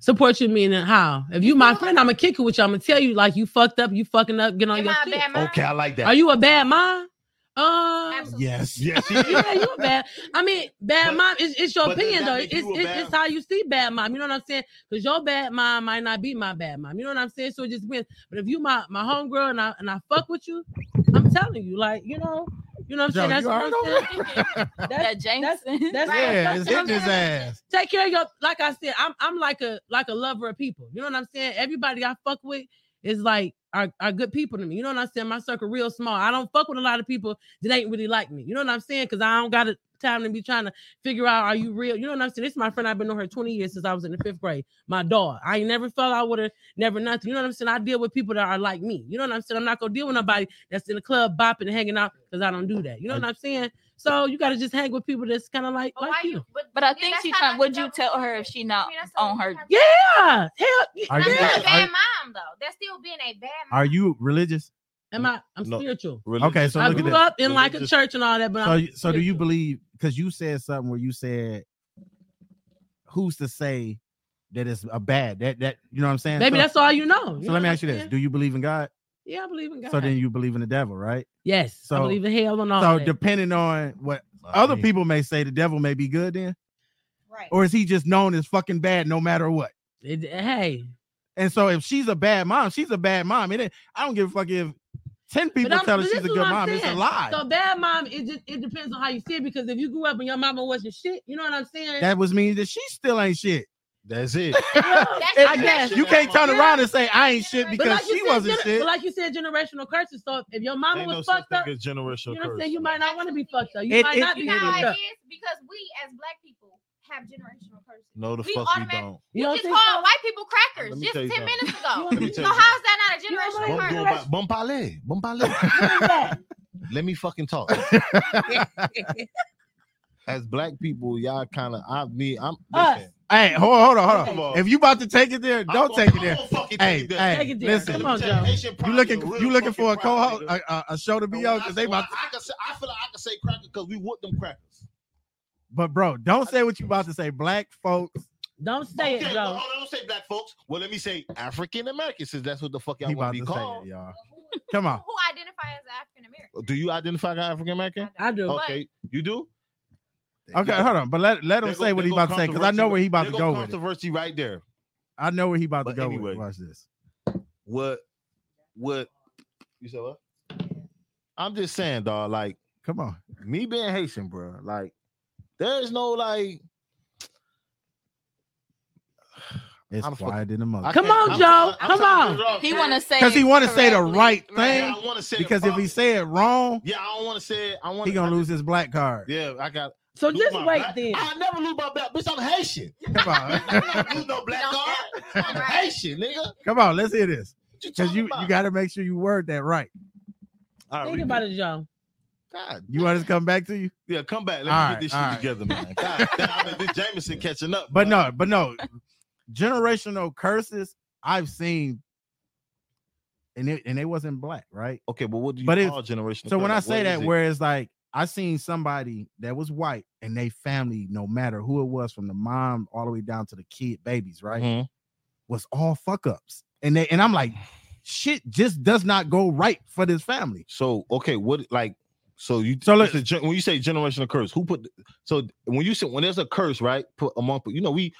Speaker 4: Support you meaning how? If you my friend, I'm gonna kick it with you. I'm gonna tell you like you fucked up, you fucking up, get on
Speaker 6: Am
Speaker 4: your
Speaker 6: I a
Speaker 4: shit.
Speaker 6: bad mom?
Speaker 3: okay, I like that.
Speaker 4: Are you a bad mom? Um,
Speaker 6: Absolutely.
Speaker 2: Yes. [LAUGHS]
Speaker 3: Yes, he is.
Speaker 4: yeah, you a bad. I mean, bad
Speaker 3: But-
Speaker 4: mom. It's, it's your
Speaker 3: but does
Speaker 4: opinion
Speaker 3: that
Speaker 4: though.
Speaker 3: make
Speaker 4: It's,
Speaker 3: you a
Speaker 4: it's,
Speaker 3: bad-
Speaker 4: it's how you see bad mom. You know what I'm saying? Because your bad mom might not be my bad mom. You know what I'm saying? So it just depends. But if you my my homegirl and I and I fuck with you, I'm telling you, like you know, you You know what
Speaker 2: Yo,
Speaker 4: I'm saying? That's,
Speaker 2: you all right
Speaker 4: that's,
Speaker 3: [LAUGHS]
Speaker 4: that's,
Speaker 5: That Jameson.
Speaker 4: that's
Speaker 2: yeah, it's
Speaker 4: that's-
Speaker 2: hitting his ass.
Speaker 4: take care of your like I said, I'm I'm like a like a lover of people. You know what I'm saying? Everybody I fuck with is like are, are good people to me. You know what I'm saying? My circle real small. I don't fuck with a lot of people that ain't really like me. You know what I'm saying? Because I don't got a time to be trying to figure out are you real? You know what I'm saying? This is my friend. I've been on her 20 years since I was in the fifth grade. My dog. I ain't never fell out with her, never nothing. You know what I'm saying? I deal with people that are like me. You know what I'm saying? I'm not gonna deal with nobody that's in the club bopping and hanging out because I don't do that. You know what I'm saying? So you gotta just hang with people that's kind of like,
Speaker 6: But
Speaker 4: like
Speaker 6: why
Speaker 4: you.
Speaker 6: you? But,
Speaker 5: But I
Speaker 6: yeah,
Speaker 5: think
Speaker 6: that's
Speaker 5: she
Speaker 6: how
Speaker 5: trying.
Speaker 6: I
Speaker 5: Would
Speaker 6: felt
Speaker 5: you tell
Speaker 6: with
Speaker 5: her
Speaker 6: you.
Speaker 5: if she not
Speaker 6: I mean, that's
Speaker 5: on
Speaker 6: how
Speaker 5: her?
Speaker 6: I felt.
Speaker 4: Yeah, hell yeah.
Speaker 2: Are you,
Speaker 6: That's still a
Speaker 2: are,
Speaker 6: bad mom though. That's still being a bad mom.
Speaker 2: are you religious?
Speaker 4: Am I? I'm
Speaker 3: No.
Speaker 4: spiritual.
Speaker 2: Okay, so
Speaker 4: I
Speaker 2: look at
Speaker 4: grew
Speaker 2: this.
Speaker 4: up in like a
Speaker 3: Religious-
Speaker 4: church and all that, but
Speaker 2: So,
Speaker 4: I'm
Speaker 2: you- so do you
Speaker 4: spiritual.
Speaker 2: believe? Because you said something where you said, "Who's to say that it's a bad that that you know what I'm saying?"
Speaker 4: Maybe
Speaker 2: so,
Speaker 4: that's all you know.
Speaker 2: So let me ask you this: Do you believe in God?
Speaker 4: Yeah, I believe in God.
Speaker 2: So then you believe in the devil, right?
Speaker 4: yes, I
Speaker 2: so-
Speaker 4: believe in hell and all
Speaker 2: so
Speaker 4: that.
Speaker 2: depending on what other people may say, the devil may be good then,
Speaker 6: Right.
Speaker 2: or is he just known as fucking bad no matter what?
Speaker 4: It- hey,
Speaker 2: And so if she's a bad mom, she's a bad mom. It ain't, I don't give a fuck if ten people
Speaker 4: I'm-
Speaker 2: tell her
Speaker 4: this
Speaker 2: she's a
Speaker 4: is
Speaker 2: good
Speaker 4: what I'm
Speaker 2: mom. It's a
Speaker 4: saying.
Speaker 2: lie.
Speaker 4: so bad mom. It just it depends on how you see it because if you grew up and your mama wasn't shit, you know what I'm saying? [LAUGHS]
Speaker 2: that was means that she still ain't shit.
Speaker 3: That's it.
Speaker 6: That's
Speaker 2: It-
Speaker 6: I guess.
Speaker 2: you can't turn
Speaker 6: Yeah.
Speaker 2: around and say I ain't shit
Speaker 6: But
Speaker 4: But
Speaker 2: because
Speaker 4: you
Speaker 2: she
Speaker 4: said,
Speaker 2: wasn't
Speaker 4: gener-
Speaker 2: shit.
Speaker 4: But like you said, generational curses. So if your mama
Speaker 3: Ain't no
Speaker 4: was
Speaker 3: such
Speaker 4: fucked
Speaker 3: thing
Speaker 4: up,
Speaker 3: as generational
Speaker 4: you know what I'm
Speaker 3: curse.
Speaker 4: saying? You might not want to be fucked up. You
Speaker 2: It-
Speaker 4: might
Speaker 2: it-
Speaker 4: not
Speaker 6: You
Speaker 4: be
Speaker 6: know how
Speaker 4: fucked
Speaker 6: it
Speaker 4: up.
Speaker 6: is because we as black people have generational curses.
Speaker 3: No, the
Speaker 6: We
Speaker 3: fuck we
Speaker 6: automatic-
Speaker 3: don't.
Speaker 4: You don't
Speaker 6: Just
Speaker 4: think
Speaker 6: called
Speaker 4: so?
Speaker 6: white people crackers
Speaker 3: Let me
Speaker 6: just
Speaker 3: tell you
Speaker 6: ten
Speaker 3: something.
Speaker 6: minutes ago.
Speaker 4: Let me
Speaker 3: tell
Speaker 6: so
Speaker 3: you
Speaker 6: how is that not a
Speaker 4: You know
Speaker 6: generational
Speaker 4: what?
Speaker 3: Bon,
Speaker 6: curse?
Speaker 3: bon, ba- bon parler, bon parler.
Speaker 4: What is that?
Speaker 3: [LAUGHS] Let me fucking talk. As black people, y'all kind of I me. I'm
Speaker 4: Us.
Speaker 3: listen,
Speaker 2: Hey, hold on, hold on,
Speaker 3: Come
Speaker 2: hold
Speaker 3: on.
Speaker 2: on. If you about to take it there,
Speaker 3: I'm
Speaker 2: don't
Speaker 3: gonna-
Speaker 2: take it
Speaker 3: I'm
Speaker 2: there.
Speaker 3: gonna fucking
Speaker 2: Hey,
Speaker 3: take it there.
Speaker 2: hey,
Speaker 4: Take it there.
Speaker 2: listen.
Speaker 4: Come on,
Speaker 3: Let me tell
Speaker 4: Joe.
Speaker 3: that shit
Speaker 2: You
Speaker 3: probably
Speaker 2: looking,
Speaker 3: a real
Speaker 2: you looking
Speaker 3: fucking
Speaker 2: for a co
Speaker 3: problem, nigga.
Speaker 2: a, a, a show to be
Speaker 3: Well,
Speaker 2: on because they
Speaker 3: well,
Speaker 2: about. To,
Speaker 3: I, can say, I feel like I can say cracker because we whooped them crackers.
Speaker 2: but bro, don't say what you about to say. Black folks,
Speaker 4: Don't say it,
Speaker 3: Okay,
Speaker 4: Joe.
Speaker 3: well, don't say black folks. Well, let me say African Americans since that's what the fuck y'all
Speaker 2: he
Speaker 3: want
Speaker 2: about
Speaker 3: to
Speaker 2: to
Speaker 3: be
Speaker 2: say
Speaker 3: called.
Speaker 2: it, y'all.
Speaker 6: Who,
Speaker 2: Come on.
Speaker 6: who identify as African American?
Speaker 3: [LAUGHS] Do you identify as African American?
Speaker 4: I do.
Speaker 6: But-
Speaker 3: Okay, you do.
Speaker 2: Okay,
Speaker 3: Yeah.
Speaker 2: hold on, but let let him
Speaker 3: There go-
Speaker 2: say what
Speaker 3: there
Speaker 2: he
Speaker 3: go
Speaker 2: about to say because I know where he about to
Speaker 3: There
Speaker 2: go with it.
Speaker 3: Controversy right there.
Speaker 2: I know where he about to
Speaker 3: But
Speaker 2: go with
Speaker 3: anyway.
Speaker 2: it. Watch this.
Speaker 3: What? What? You said what? I'm just saying, dog. Like
Speaker 2: Come on.
Speaker 3: me being Haitian, bro. Like there's no like. [SIGHS]
Speaker 2: It's
Speaker 3: I'm fucking-
Speaker 2: quiet in the
Speaker 3: I
Speaker 2: mother.
Speaker 4: Come
Speaker 3: can't-
Speaker 4: on,
Speaker 3: I'm-
Speaker 4: Joe,
Speaker 3: I'm- I'm
Speaker 4: come
Speaker 3: trying
Speaker 4: on.
Speaker 3: get it off.
Speaker 5: He want to say
Speaker 2: Because he want to say the
Speaker 5: correctly,
Speaker 2: right
Speaker 3: Yeah,
Speaker 2: thing.
Speaker 3: I want to say it
Speaker 2: Because if
Speaker 3: properly.
Speaker 2: he say it wrong,
Speaker 3: yeah, I don't want to say it. I want.
Speaker 2: he gonna lose his black card.
Speaker 3: Yeah, I got.
Speaker 4: So
Speaker 3: lose
Speaker 4: just
Speaker 3: my
Speaker 4: wait
Speaker 3: black-
Speaker 4: then.
Speaker 3: I never lose my black. Bitch, I'm Haitian.
Speaker 2: [LAUGHS] Come
Speaker 3: [LAUGHS]
Speaker 2: on,
Speaker 3: I don't lose no black card. I'm Haitian, nigga. What
Speaker 2: come on. Let's hear this.
Speaker 3: you
Speaker 2: Because
Speaker 3: talking
Speaker 2: you
Speaker 3: about?
Speaker 2: you got to make sure you word that right.
Speaker 3: All
Speaker 4: Think
Speaker 3: read
Speaker 4: about it, Joe.
Speaker 3: God,
Speaker 2: You want us to come back to you?
Speaker 3: yeah, come back. Let me
Speaker 2: All
Speaker 3: get
Speaker 2: right,
Speaker 3: this shit
Speaker 2: all right.
Speaker 3: together, man. God, damn, I
Speaker 2: [LAUGHS]
Speaker 3: mean, this Jameson catching up.
Speaker 2: But
Speaker 3: bro.
Speaker 2: no, but no, generational curses I've seen, and it and they wasn't black, right?
Speaker 3: Okay, but what do you
Speaker 2: But if-
Speaker 3: call generation?
Speaker 2: So when I say that, where it's like I seen somebody that was white and they family, no matter who it was, from the mom all the way down to the kid babies, right,
Speaker 3: Mm-hmm.
Speaker 2: was all fuck ups, and they and I'm
Speaker 3: [SIGHS]
Speaker 2: like, shit just does not go right for this family.
Speaker 3: So okay, what like so you
Speaker 2: So
Speaker 3: it's
Speaker 2: let-
Speaker 3: a gen- when you say generational curse, who put so when you say when there's a curse, right? Put among you know we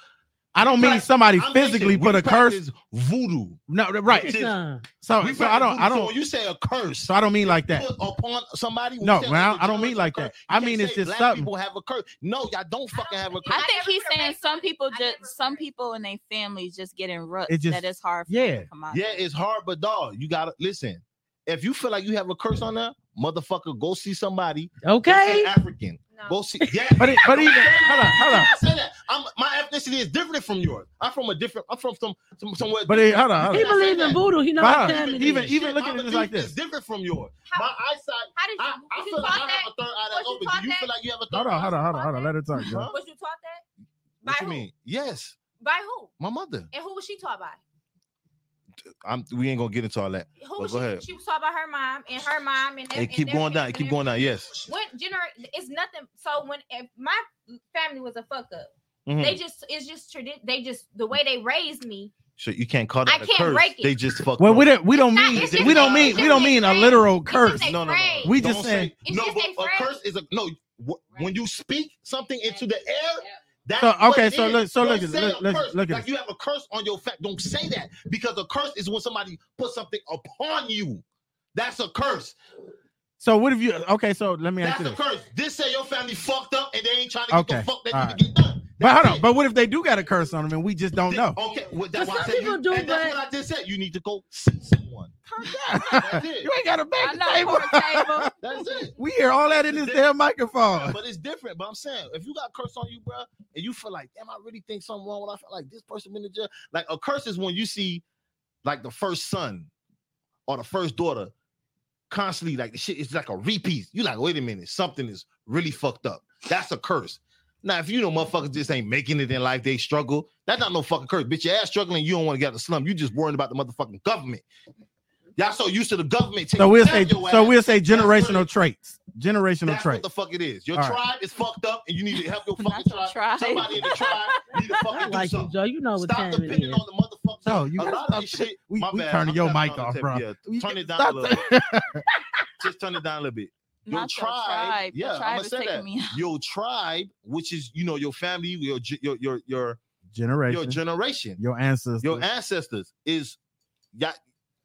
Speaker 2: I don't mean
Speaker 3: Right.
Speaker 2: somebody
Speaker 3: I'm
Speaker 2: physically
Speaker 3: Haitian,
Speaker 2: put
Speaker 3: we
Speaker 2: a curse.
Speaker 3: practice voodoo.
Speaker 2: No, right.
Speaker 3: It's-
Speaker 4: Nah.
Speaker 2: So,
Speaker 3: We
Speaker 2: so I don't,
Speaker 3: practice
Speaker 2: I
Speaker 3: voodoo. So
Speaker 2: don't.
Speaker 3: when you say a curse
Speaker 2: So I don't mean like that.
Speaker 3: put upon somebody. when
Speaker 2: No,
Speaker 3: you say
Speaker 2: man,
Speaker 3: it's a
Speaker 2: I don't mean
Speaker 3: generational
Speaker 2: like
Speaker 3: curse,
Speaker 2: that.
Speaker 3: you
Speaker 2: I
Speaker 3: can't
Speaker 2: mean, it's
Speaker 3: say
Speaker 2: just
Speaker 3: black
Speaker 2: something.
Speaker 3: people have a curse. No, y'all don't fucking have a curse.
Speaker 5: I think he's saying some people
Speaker 6: I
Speaker 5: just
Speaker 6: never
Speaker 5: some
Speaker 6: heard
Speaker 5: people and their families just getting rough.
Speaker 2: It just-
Speaker 5: Uh, that it's hard. For
Speaker 2: yeah.
Speaker 5: them to come out.
Speaker 3: Yeah, it's hard, but dog, you gotta listen. If you feel like you have a curse on there, motherfucker, go see somebody. Go see
Speaker 4: Okay.
Speaker 3: an African. Go
Speaker 6: No.
Speaker 3: see. Yeah,
Speaker 2: But it, but even hold on, hold on.
Speaker 3: I say that. I'm, my ethnicity is different from yours. I'm from a different. I'm from some, some somewhere.
Speaker 2: But it, hold on, hold
Speaker 4: He
Speaker 2: on.
Speaker 4: believes in voodoo. He know
Speaker 2: But
Speaker 4: what
Speaker 2: hold on,
Speaker 4: time it is.
Speaker 2: even- even looking at it
Speaker 3: I'm a
Speaker 2: just like
Speaker 3: dude
Speaker 2: this.
Speaker 3: that's different from yours.
Speaker 6: How,
Speaker 3: My eyesight.
Speaker 6: how did you?
Speaker 3: I, I
Speaker 6: was you
Speaker 3: feel like
Speaker 6: taught
Speaker 3: I
Speaker 6: that?
Speaker 3: have a third eye that's
Speaker 6: Was you
Speaker 3: open.
Speaker 6: taught
Speaker 3: Do you
Speaker 6: that?
Speaker 3: feel like you have a third
Speaker 2: Hold on,
Speaker 3: eye?
Speaker 2: hold on, hold on, hold on. Let her talk,
Speaker 3: Huh?
Speaker 2: girl.
Speaker 6: Was you taught that By
Speaker 3: What you
Speaker 6: who?
Speaker 3: mean? Yes,
Speaker 6: by who?
Speaker 3: my mother.
Speaker 6: And who was she taught by?
Speaker 3: I'm. We ain't gonna get into all that.
Speaker 6: Who
Speaker 3: But
Speaker 6: was
Speaker 3: go
Speaker 6: she?
Speaker 3: ahead.
Speaker 6: She was taught by her mom and her mom and. them-
Speaker 3: Hey,
Speaker 6: and
Speaker 3: keep
Speaker 6: their
Speaker 3: going down.
Speaker 6: parents
Speaker 3: Keep
Speaker 6: and
Speaker 3: going down. Yes.
Speaker 6: When gener- it's nothing. So when if my family was a fuck up,
Speaker 3: Mhm.
Speaker 6: they just it's just tradition. They just the way they raised me.
Speaker 3: So you can't call that
Speaker 6: I
Speaker 3: a
Speaker 6: can't
Speaker 3: curse.
Speaker 6: break it.
Speaker 3: They just fucked.
Speaker 2: Well,
Speaker 3: up.
Speaker 2: we don't, we don't
Speaker 6: It's not-
Speaker 2: mean,
Speaker 6: it's just
Speaker 2: we
Speaker 6: a-
Speaker 2: don't mean,
Speaker 6: it's
Speaker 2: we
Speaker 6: just
Speaker 2: don't
Speaker 6: a
Speaker 2: mean a
Speaker 6: phrase.
Speaker 2: literal
Speaker 6: It's
Speaker 2: curse.
Speaker 6: just a
Speaker 3: No, no, no, no.
Speaker 6: phrase.
Speaker 2: We just
Speaker 3: Don't
Speaker 2: saying-
Speaker 3: say-
Speaker 6: It's
Speaker 3: no,
Speaker 6: just
Speaker 3: but
Speaker 6: a
Speaker 3: a
Speaker 6: phrase.
Speaker 3: curse is a no. wh- When you speak something into the air, that's
Speaker 2: So,
Speaker 3: what
Speaker 2: okay,
Speaker 3: it
Speaker 2: so
Speaker 3: is.
Speaker 2: look- so
Speaker 3: Don't
Speaker 2: look at-
Speaker 3: say
Speaker 2: look-
Speaker 3: a
Speaker 2: let's-
Speaker 3: curse.
Speaker 2: look at
Speaker 3: like
Speaker 2: this.
Speaker 3: you have a curse on your fact. Don't say that because a curse is when somebody puts something upon you. That's a curse.
Speaker 2: So what if you? Okay, so let me ask
Speaker 3: That's
Speaker 2: you
Speaker 3: the
Speaker 2: this.
Speaker 3: curse. This say your family fucked up and they ain't trying to get
Speaker 2: Okay,
Speaker 3: the fuck they
Speaker 2: all
Speaker 3: need to get done.
Speaker 2: But hold on. But what if they do got a curse on them and we just don't know?
Speaker 3: Okay, well,
Speaker 9: But
Speaker 3: that's why I
Speaker 9: some
Speaker 3: said
Speaker 9: people
Speaker 3: you,
Speaker 9: do,
Speaker 3: and that's
Speaker 9: but-
Speaker 3: what I just said. You need to go see someone. That's
Speaker 2: [LAUGHS]
Speaker 3: it.
Speaker 2: You ain't got a
Speaker 5: I
Speaker 2: back
Speaker 5: know,
Speaker 2: table.
Speaker 5: corner
Speaker 3: [LAUGHS] That's it.
Speaker 2: we hear all that in this damn microphone.
Speaker 3: But it's different. But I'm saying, if you got a curse on you, bro, and you feel like, damn, I really think something wrong. When I feel like this person been in jail, like a curse is when you see, like the first son, or the first daughter, constantly like the shit. It's like a repeat. You like, wait a minute, something is really fucked up. That's a curse. Now, if you know motherfuckers just ain't making it in life, they struggle. That's not no fucking curse, bitch. Your ass struggling, you don't want to get out of the slum. You just worrying about the motherfucking government. Y'all so used to the government.
Speaker 2: So we'll say
Speaker 3: taking down your
Speaker 2: so
Speaker 3: ass.
Speaker 2: we'll say
Speaker 3: That's what it
Speaker 2: generational traits. Generational
Speaker 3: that's what
Speaker 2: traits.
Speaker 3: the fuck it is. Your
Speaker 2: All right.
Speaker 3: tribe is fucked up, and you need to help your
Speaker 5: Not
Speaker 3: fucking
Speaker 5: your
Speaker 3: tribe.
Speaker 5: tribe.
Speaker 3: Somebody in the tribe need to
Speaker 4: I
Speaker 5: [LAUGHS]
Speaker 3: fucking do
Speaker 4: like you,
Speaker 3: something.
Speaker 4: Joe. You know what
Speaker 3: Stop
Speaker 4: time it
Speaker 3: depending
Speaker 4: is.
Speaker 3: on the motherfuckers.
Speaker 2: No, you
Speaker 3: a
Speaker 2: gotta
Speaker 3: lot of
Speaker 2: stop.
Speaker 3: this shit.
Speaker 2: We,
Speaker 3: my
Speaker 2: we
Speaker 3: bad,
Speaker 2: turning
Speaker 3: I'm
Speaker 2: your
Speaker 3: tapping
Speaker 2: mic
Speaker 3: on
Speaker 2: off,
Speaker 3: the
Speaker 2: bro.
Speaker 3: tip, yeah.
Speaker 2: You
Speaker 3: Turn
Speaker 2: can
Speaker 3: it down a
Speaker 2: stop
Speaker 3: little
Speaker 2: that. [LAUGHS]
Speaker 3: Just turn it down a little bit. Your
Speaker 5: Not your
Speaker 3: tribe,
Speaker 5: tribe. Your
Speaker 3: yeah,
Speaker 5: tribe
Speaker 3: I'ma
Speaker 5: is
Speaker 3: say
Speaker 5: taking
Speaker 3: that.
Speaker 5: me
Speaker 3: Your tribe, which is you know your family, your ge- your your your your
Speaker 2: Generation.
Speaker 3: generation,
Speaker 2: Your ancestors.
Speaker 3: your ancestors is y'all,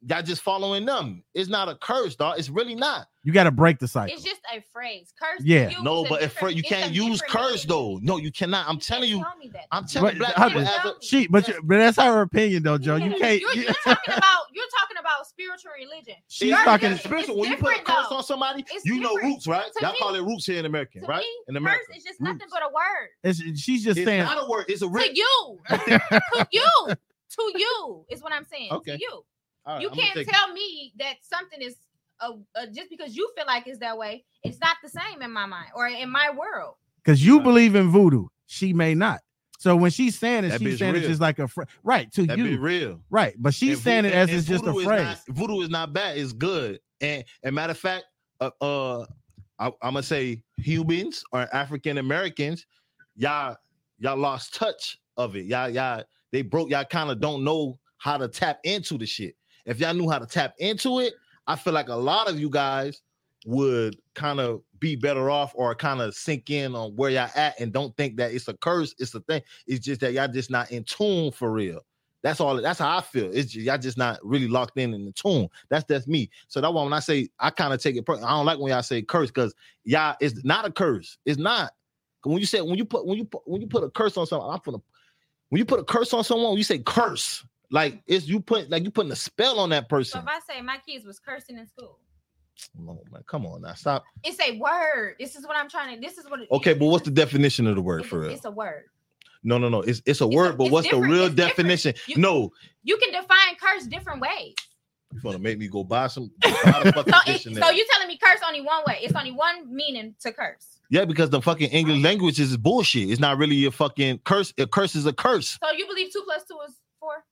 Speaker 3: y'all just following them. It's not a curse, dog. It's really not.
Speaker 2: you got to break the cycle.
Speaker 6: It's just a phrase. Curse.
Speaker 2: Yeah.
Speaker 6: used
Speaker 3: No,
Speaker 6: a
Speaker 3: but if
Speaker 6: different-
Speaker 3: you
Speaker 6: it's a
Speaker 3: can't use
Speaker 6: different
Speaker 3: curse
Speaker 6: meaning.
Speaker 3: though. No, you cannot. I'm
Speaker 6: You
Speaker 3: telling
Speaker 6: can't
Speaker 3: you.
Speaker 6: tell me that.
Speaker 3: I'm telling
Speaker 2: But-
Speaker 3: black
Speaker 2: how
Speaker 3: people
Speaker 2: does-
Speaker 3: as a
Speaker 2: she, but you, but that's her opinion though, Joe. You
Speaker 6: Yeah. [LAUGHS]
Speaker 2: can't.
Speaker 6: You're,
Speaker 2: you-
Speaker 6: you're talking about you're talking about spiritual religion.
Speaker 2: she's
Speaker 3: Curse
Speaker 2: talking.
Speaker 3: is spiritual. When you
Speaker 6: it's
Speaker 3: put a
Speaker 6: different,
Speaker 3: curse
Speaker 6: though.
Speaker 3: on somebody,
Speaker 6: It's
Speaker 3: you know
Speaker 6: different.
Speaker 3: roots, right?
Speaker 6: To
Speaker 3: Y'all
Speaker 6: me-
Speaker 3: call it roots here in American,
Speaker 6: To
Speaker 3: right?
Speaker 6: me,
Speaker 3: In America.
Speaker 6: curse is just nothing but a word.
Speaker 2: It's, she's just
Speaker 3: It's
Speaker 2: saying.
Speaker 3: not a word. It's a
Speaker 6: To
Speaker 3: writ. [LAUGHS]
Speaker 6: you, to you, to you is what I'm saying.
Speaker 3: Okay.
Speaker 6: To you,
Speaker 3: All right,
Speaker 6: you
Speaker 3: I'm gonna
Speaker 6: can't
Speaker 3: take it.
Speaker 6: tell me that something is uh uh just because you feel like it's that way. It's not the same in my mind or in my world.
Speaker 2: because you believe in voodoo, she may not. So when she's saying it,
Speaker 3: That
Speaker 2: she's
Speaker 3: bitch
Speaker 2: saying it's
Speaker 3: real.
Speaker 2: just like a fr- right to
Speaker 3: That
Speaker 2: you,
Speaker 3: be real.
Speaker 2: right? But she's
Speaker 3: And
Speaker 2: saying
Speaker 3: vo-
Speaker 2: it as
Speaker 3: and-
Speaker 2: it's
Speaker 3: and
Speaker 2: just a
Speaker 3: voodoo is
Speaker 2: phrase.
Speaker 3: not- voodoo is not bad. It's good. And and matter of fact, uh, uh I, am gonna say humans or African Americans, y'all y'all lost touch of it. Y'all y'all they broke. Y'all kind of don't know how to tap into the shit. If y'all knew how to tap into it, I feel like a lot of you guys would kind of be better off or kind of sink in on where y'all at and don't think that it's a curse. It's a thing. It's just that y'all just not in tune for real. That's all. That's how I feel. It's just, y'all just not really locked in in the tune. That's that's me. So that's why when I say I kind of take it. Per- I don't like when y'all say curse because y'all it's not a curse. It's not. 'Cause When you say when you put when you put, when you put a curse on someone, I'm gonna when you put a curse on someone, you say curse. Like it's you put like you putting a spell on that
Speaker 6: So
Speaker 3: person.
Speaker 6: if I say my kids was cursing in school,
Speaker 3: Come on, man. Come on now, stop.
Speaker 6: it's a word. This is what I'm trying to. This is what.
Speaker 3: Okay, but what's the definition of the word
Speaker 6: it's,
Speaker 3: for real?
Speaker 6: It's a word.
Speaker 3: No, no, no. It's it's a word, but
Speaker 6: it's
Speaker 3: what's the
Speaker 6: different,
Speaker 3: real
Speaker 6: it's different.
Speaker 3: definition?
Speaker 6: You-
Speaker 3: No,
Speaker 6: You can define curse different ways.
Speaker 3: you're gonna make me go buy some.
Speaker 6: [LAUGHS]
Speaker 3: Buy the fucking
Speaker 6: So, it,
Speaker 3: dictionary.
Speaker 6: so you telling me curse only one way? It's only one meaning to curse.
Speaker 3: Yeah, because the fucking English language is bullshit. It's not really a fucking curse. A curse is a curse.
Speaker 6: So you believe two plus two is four?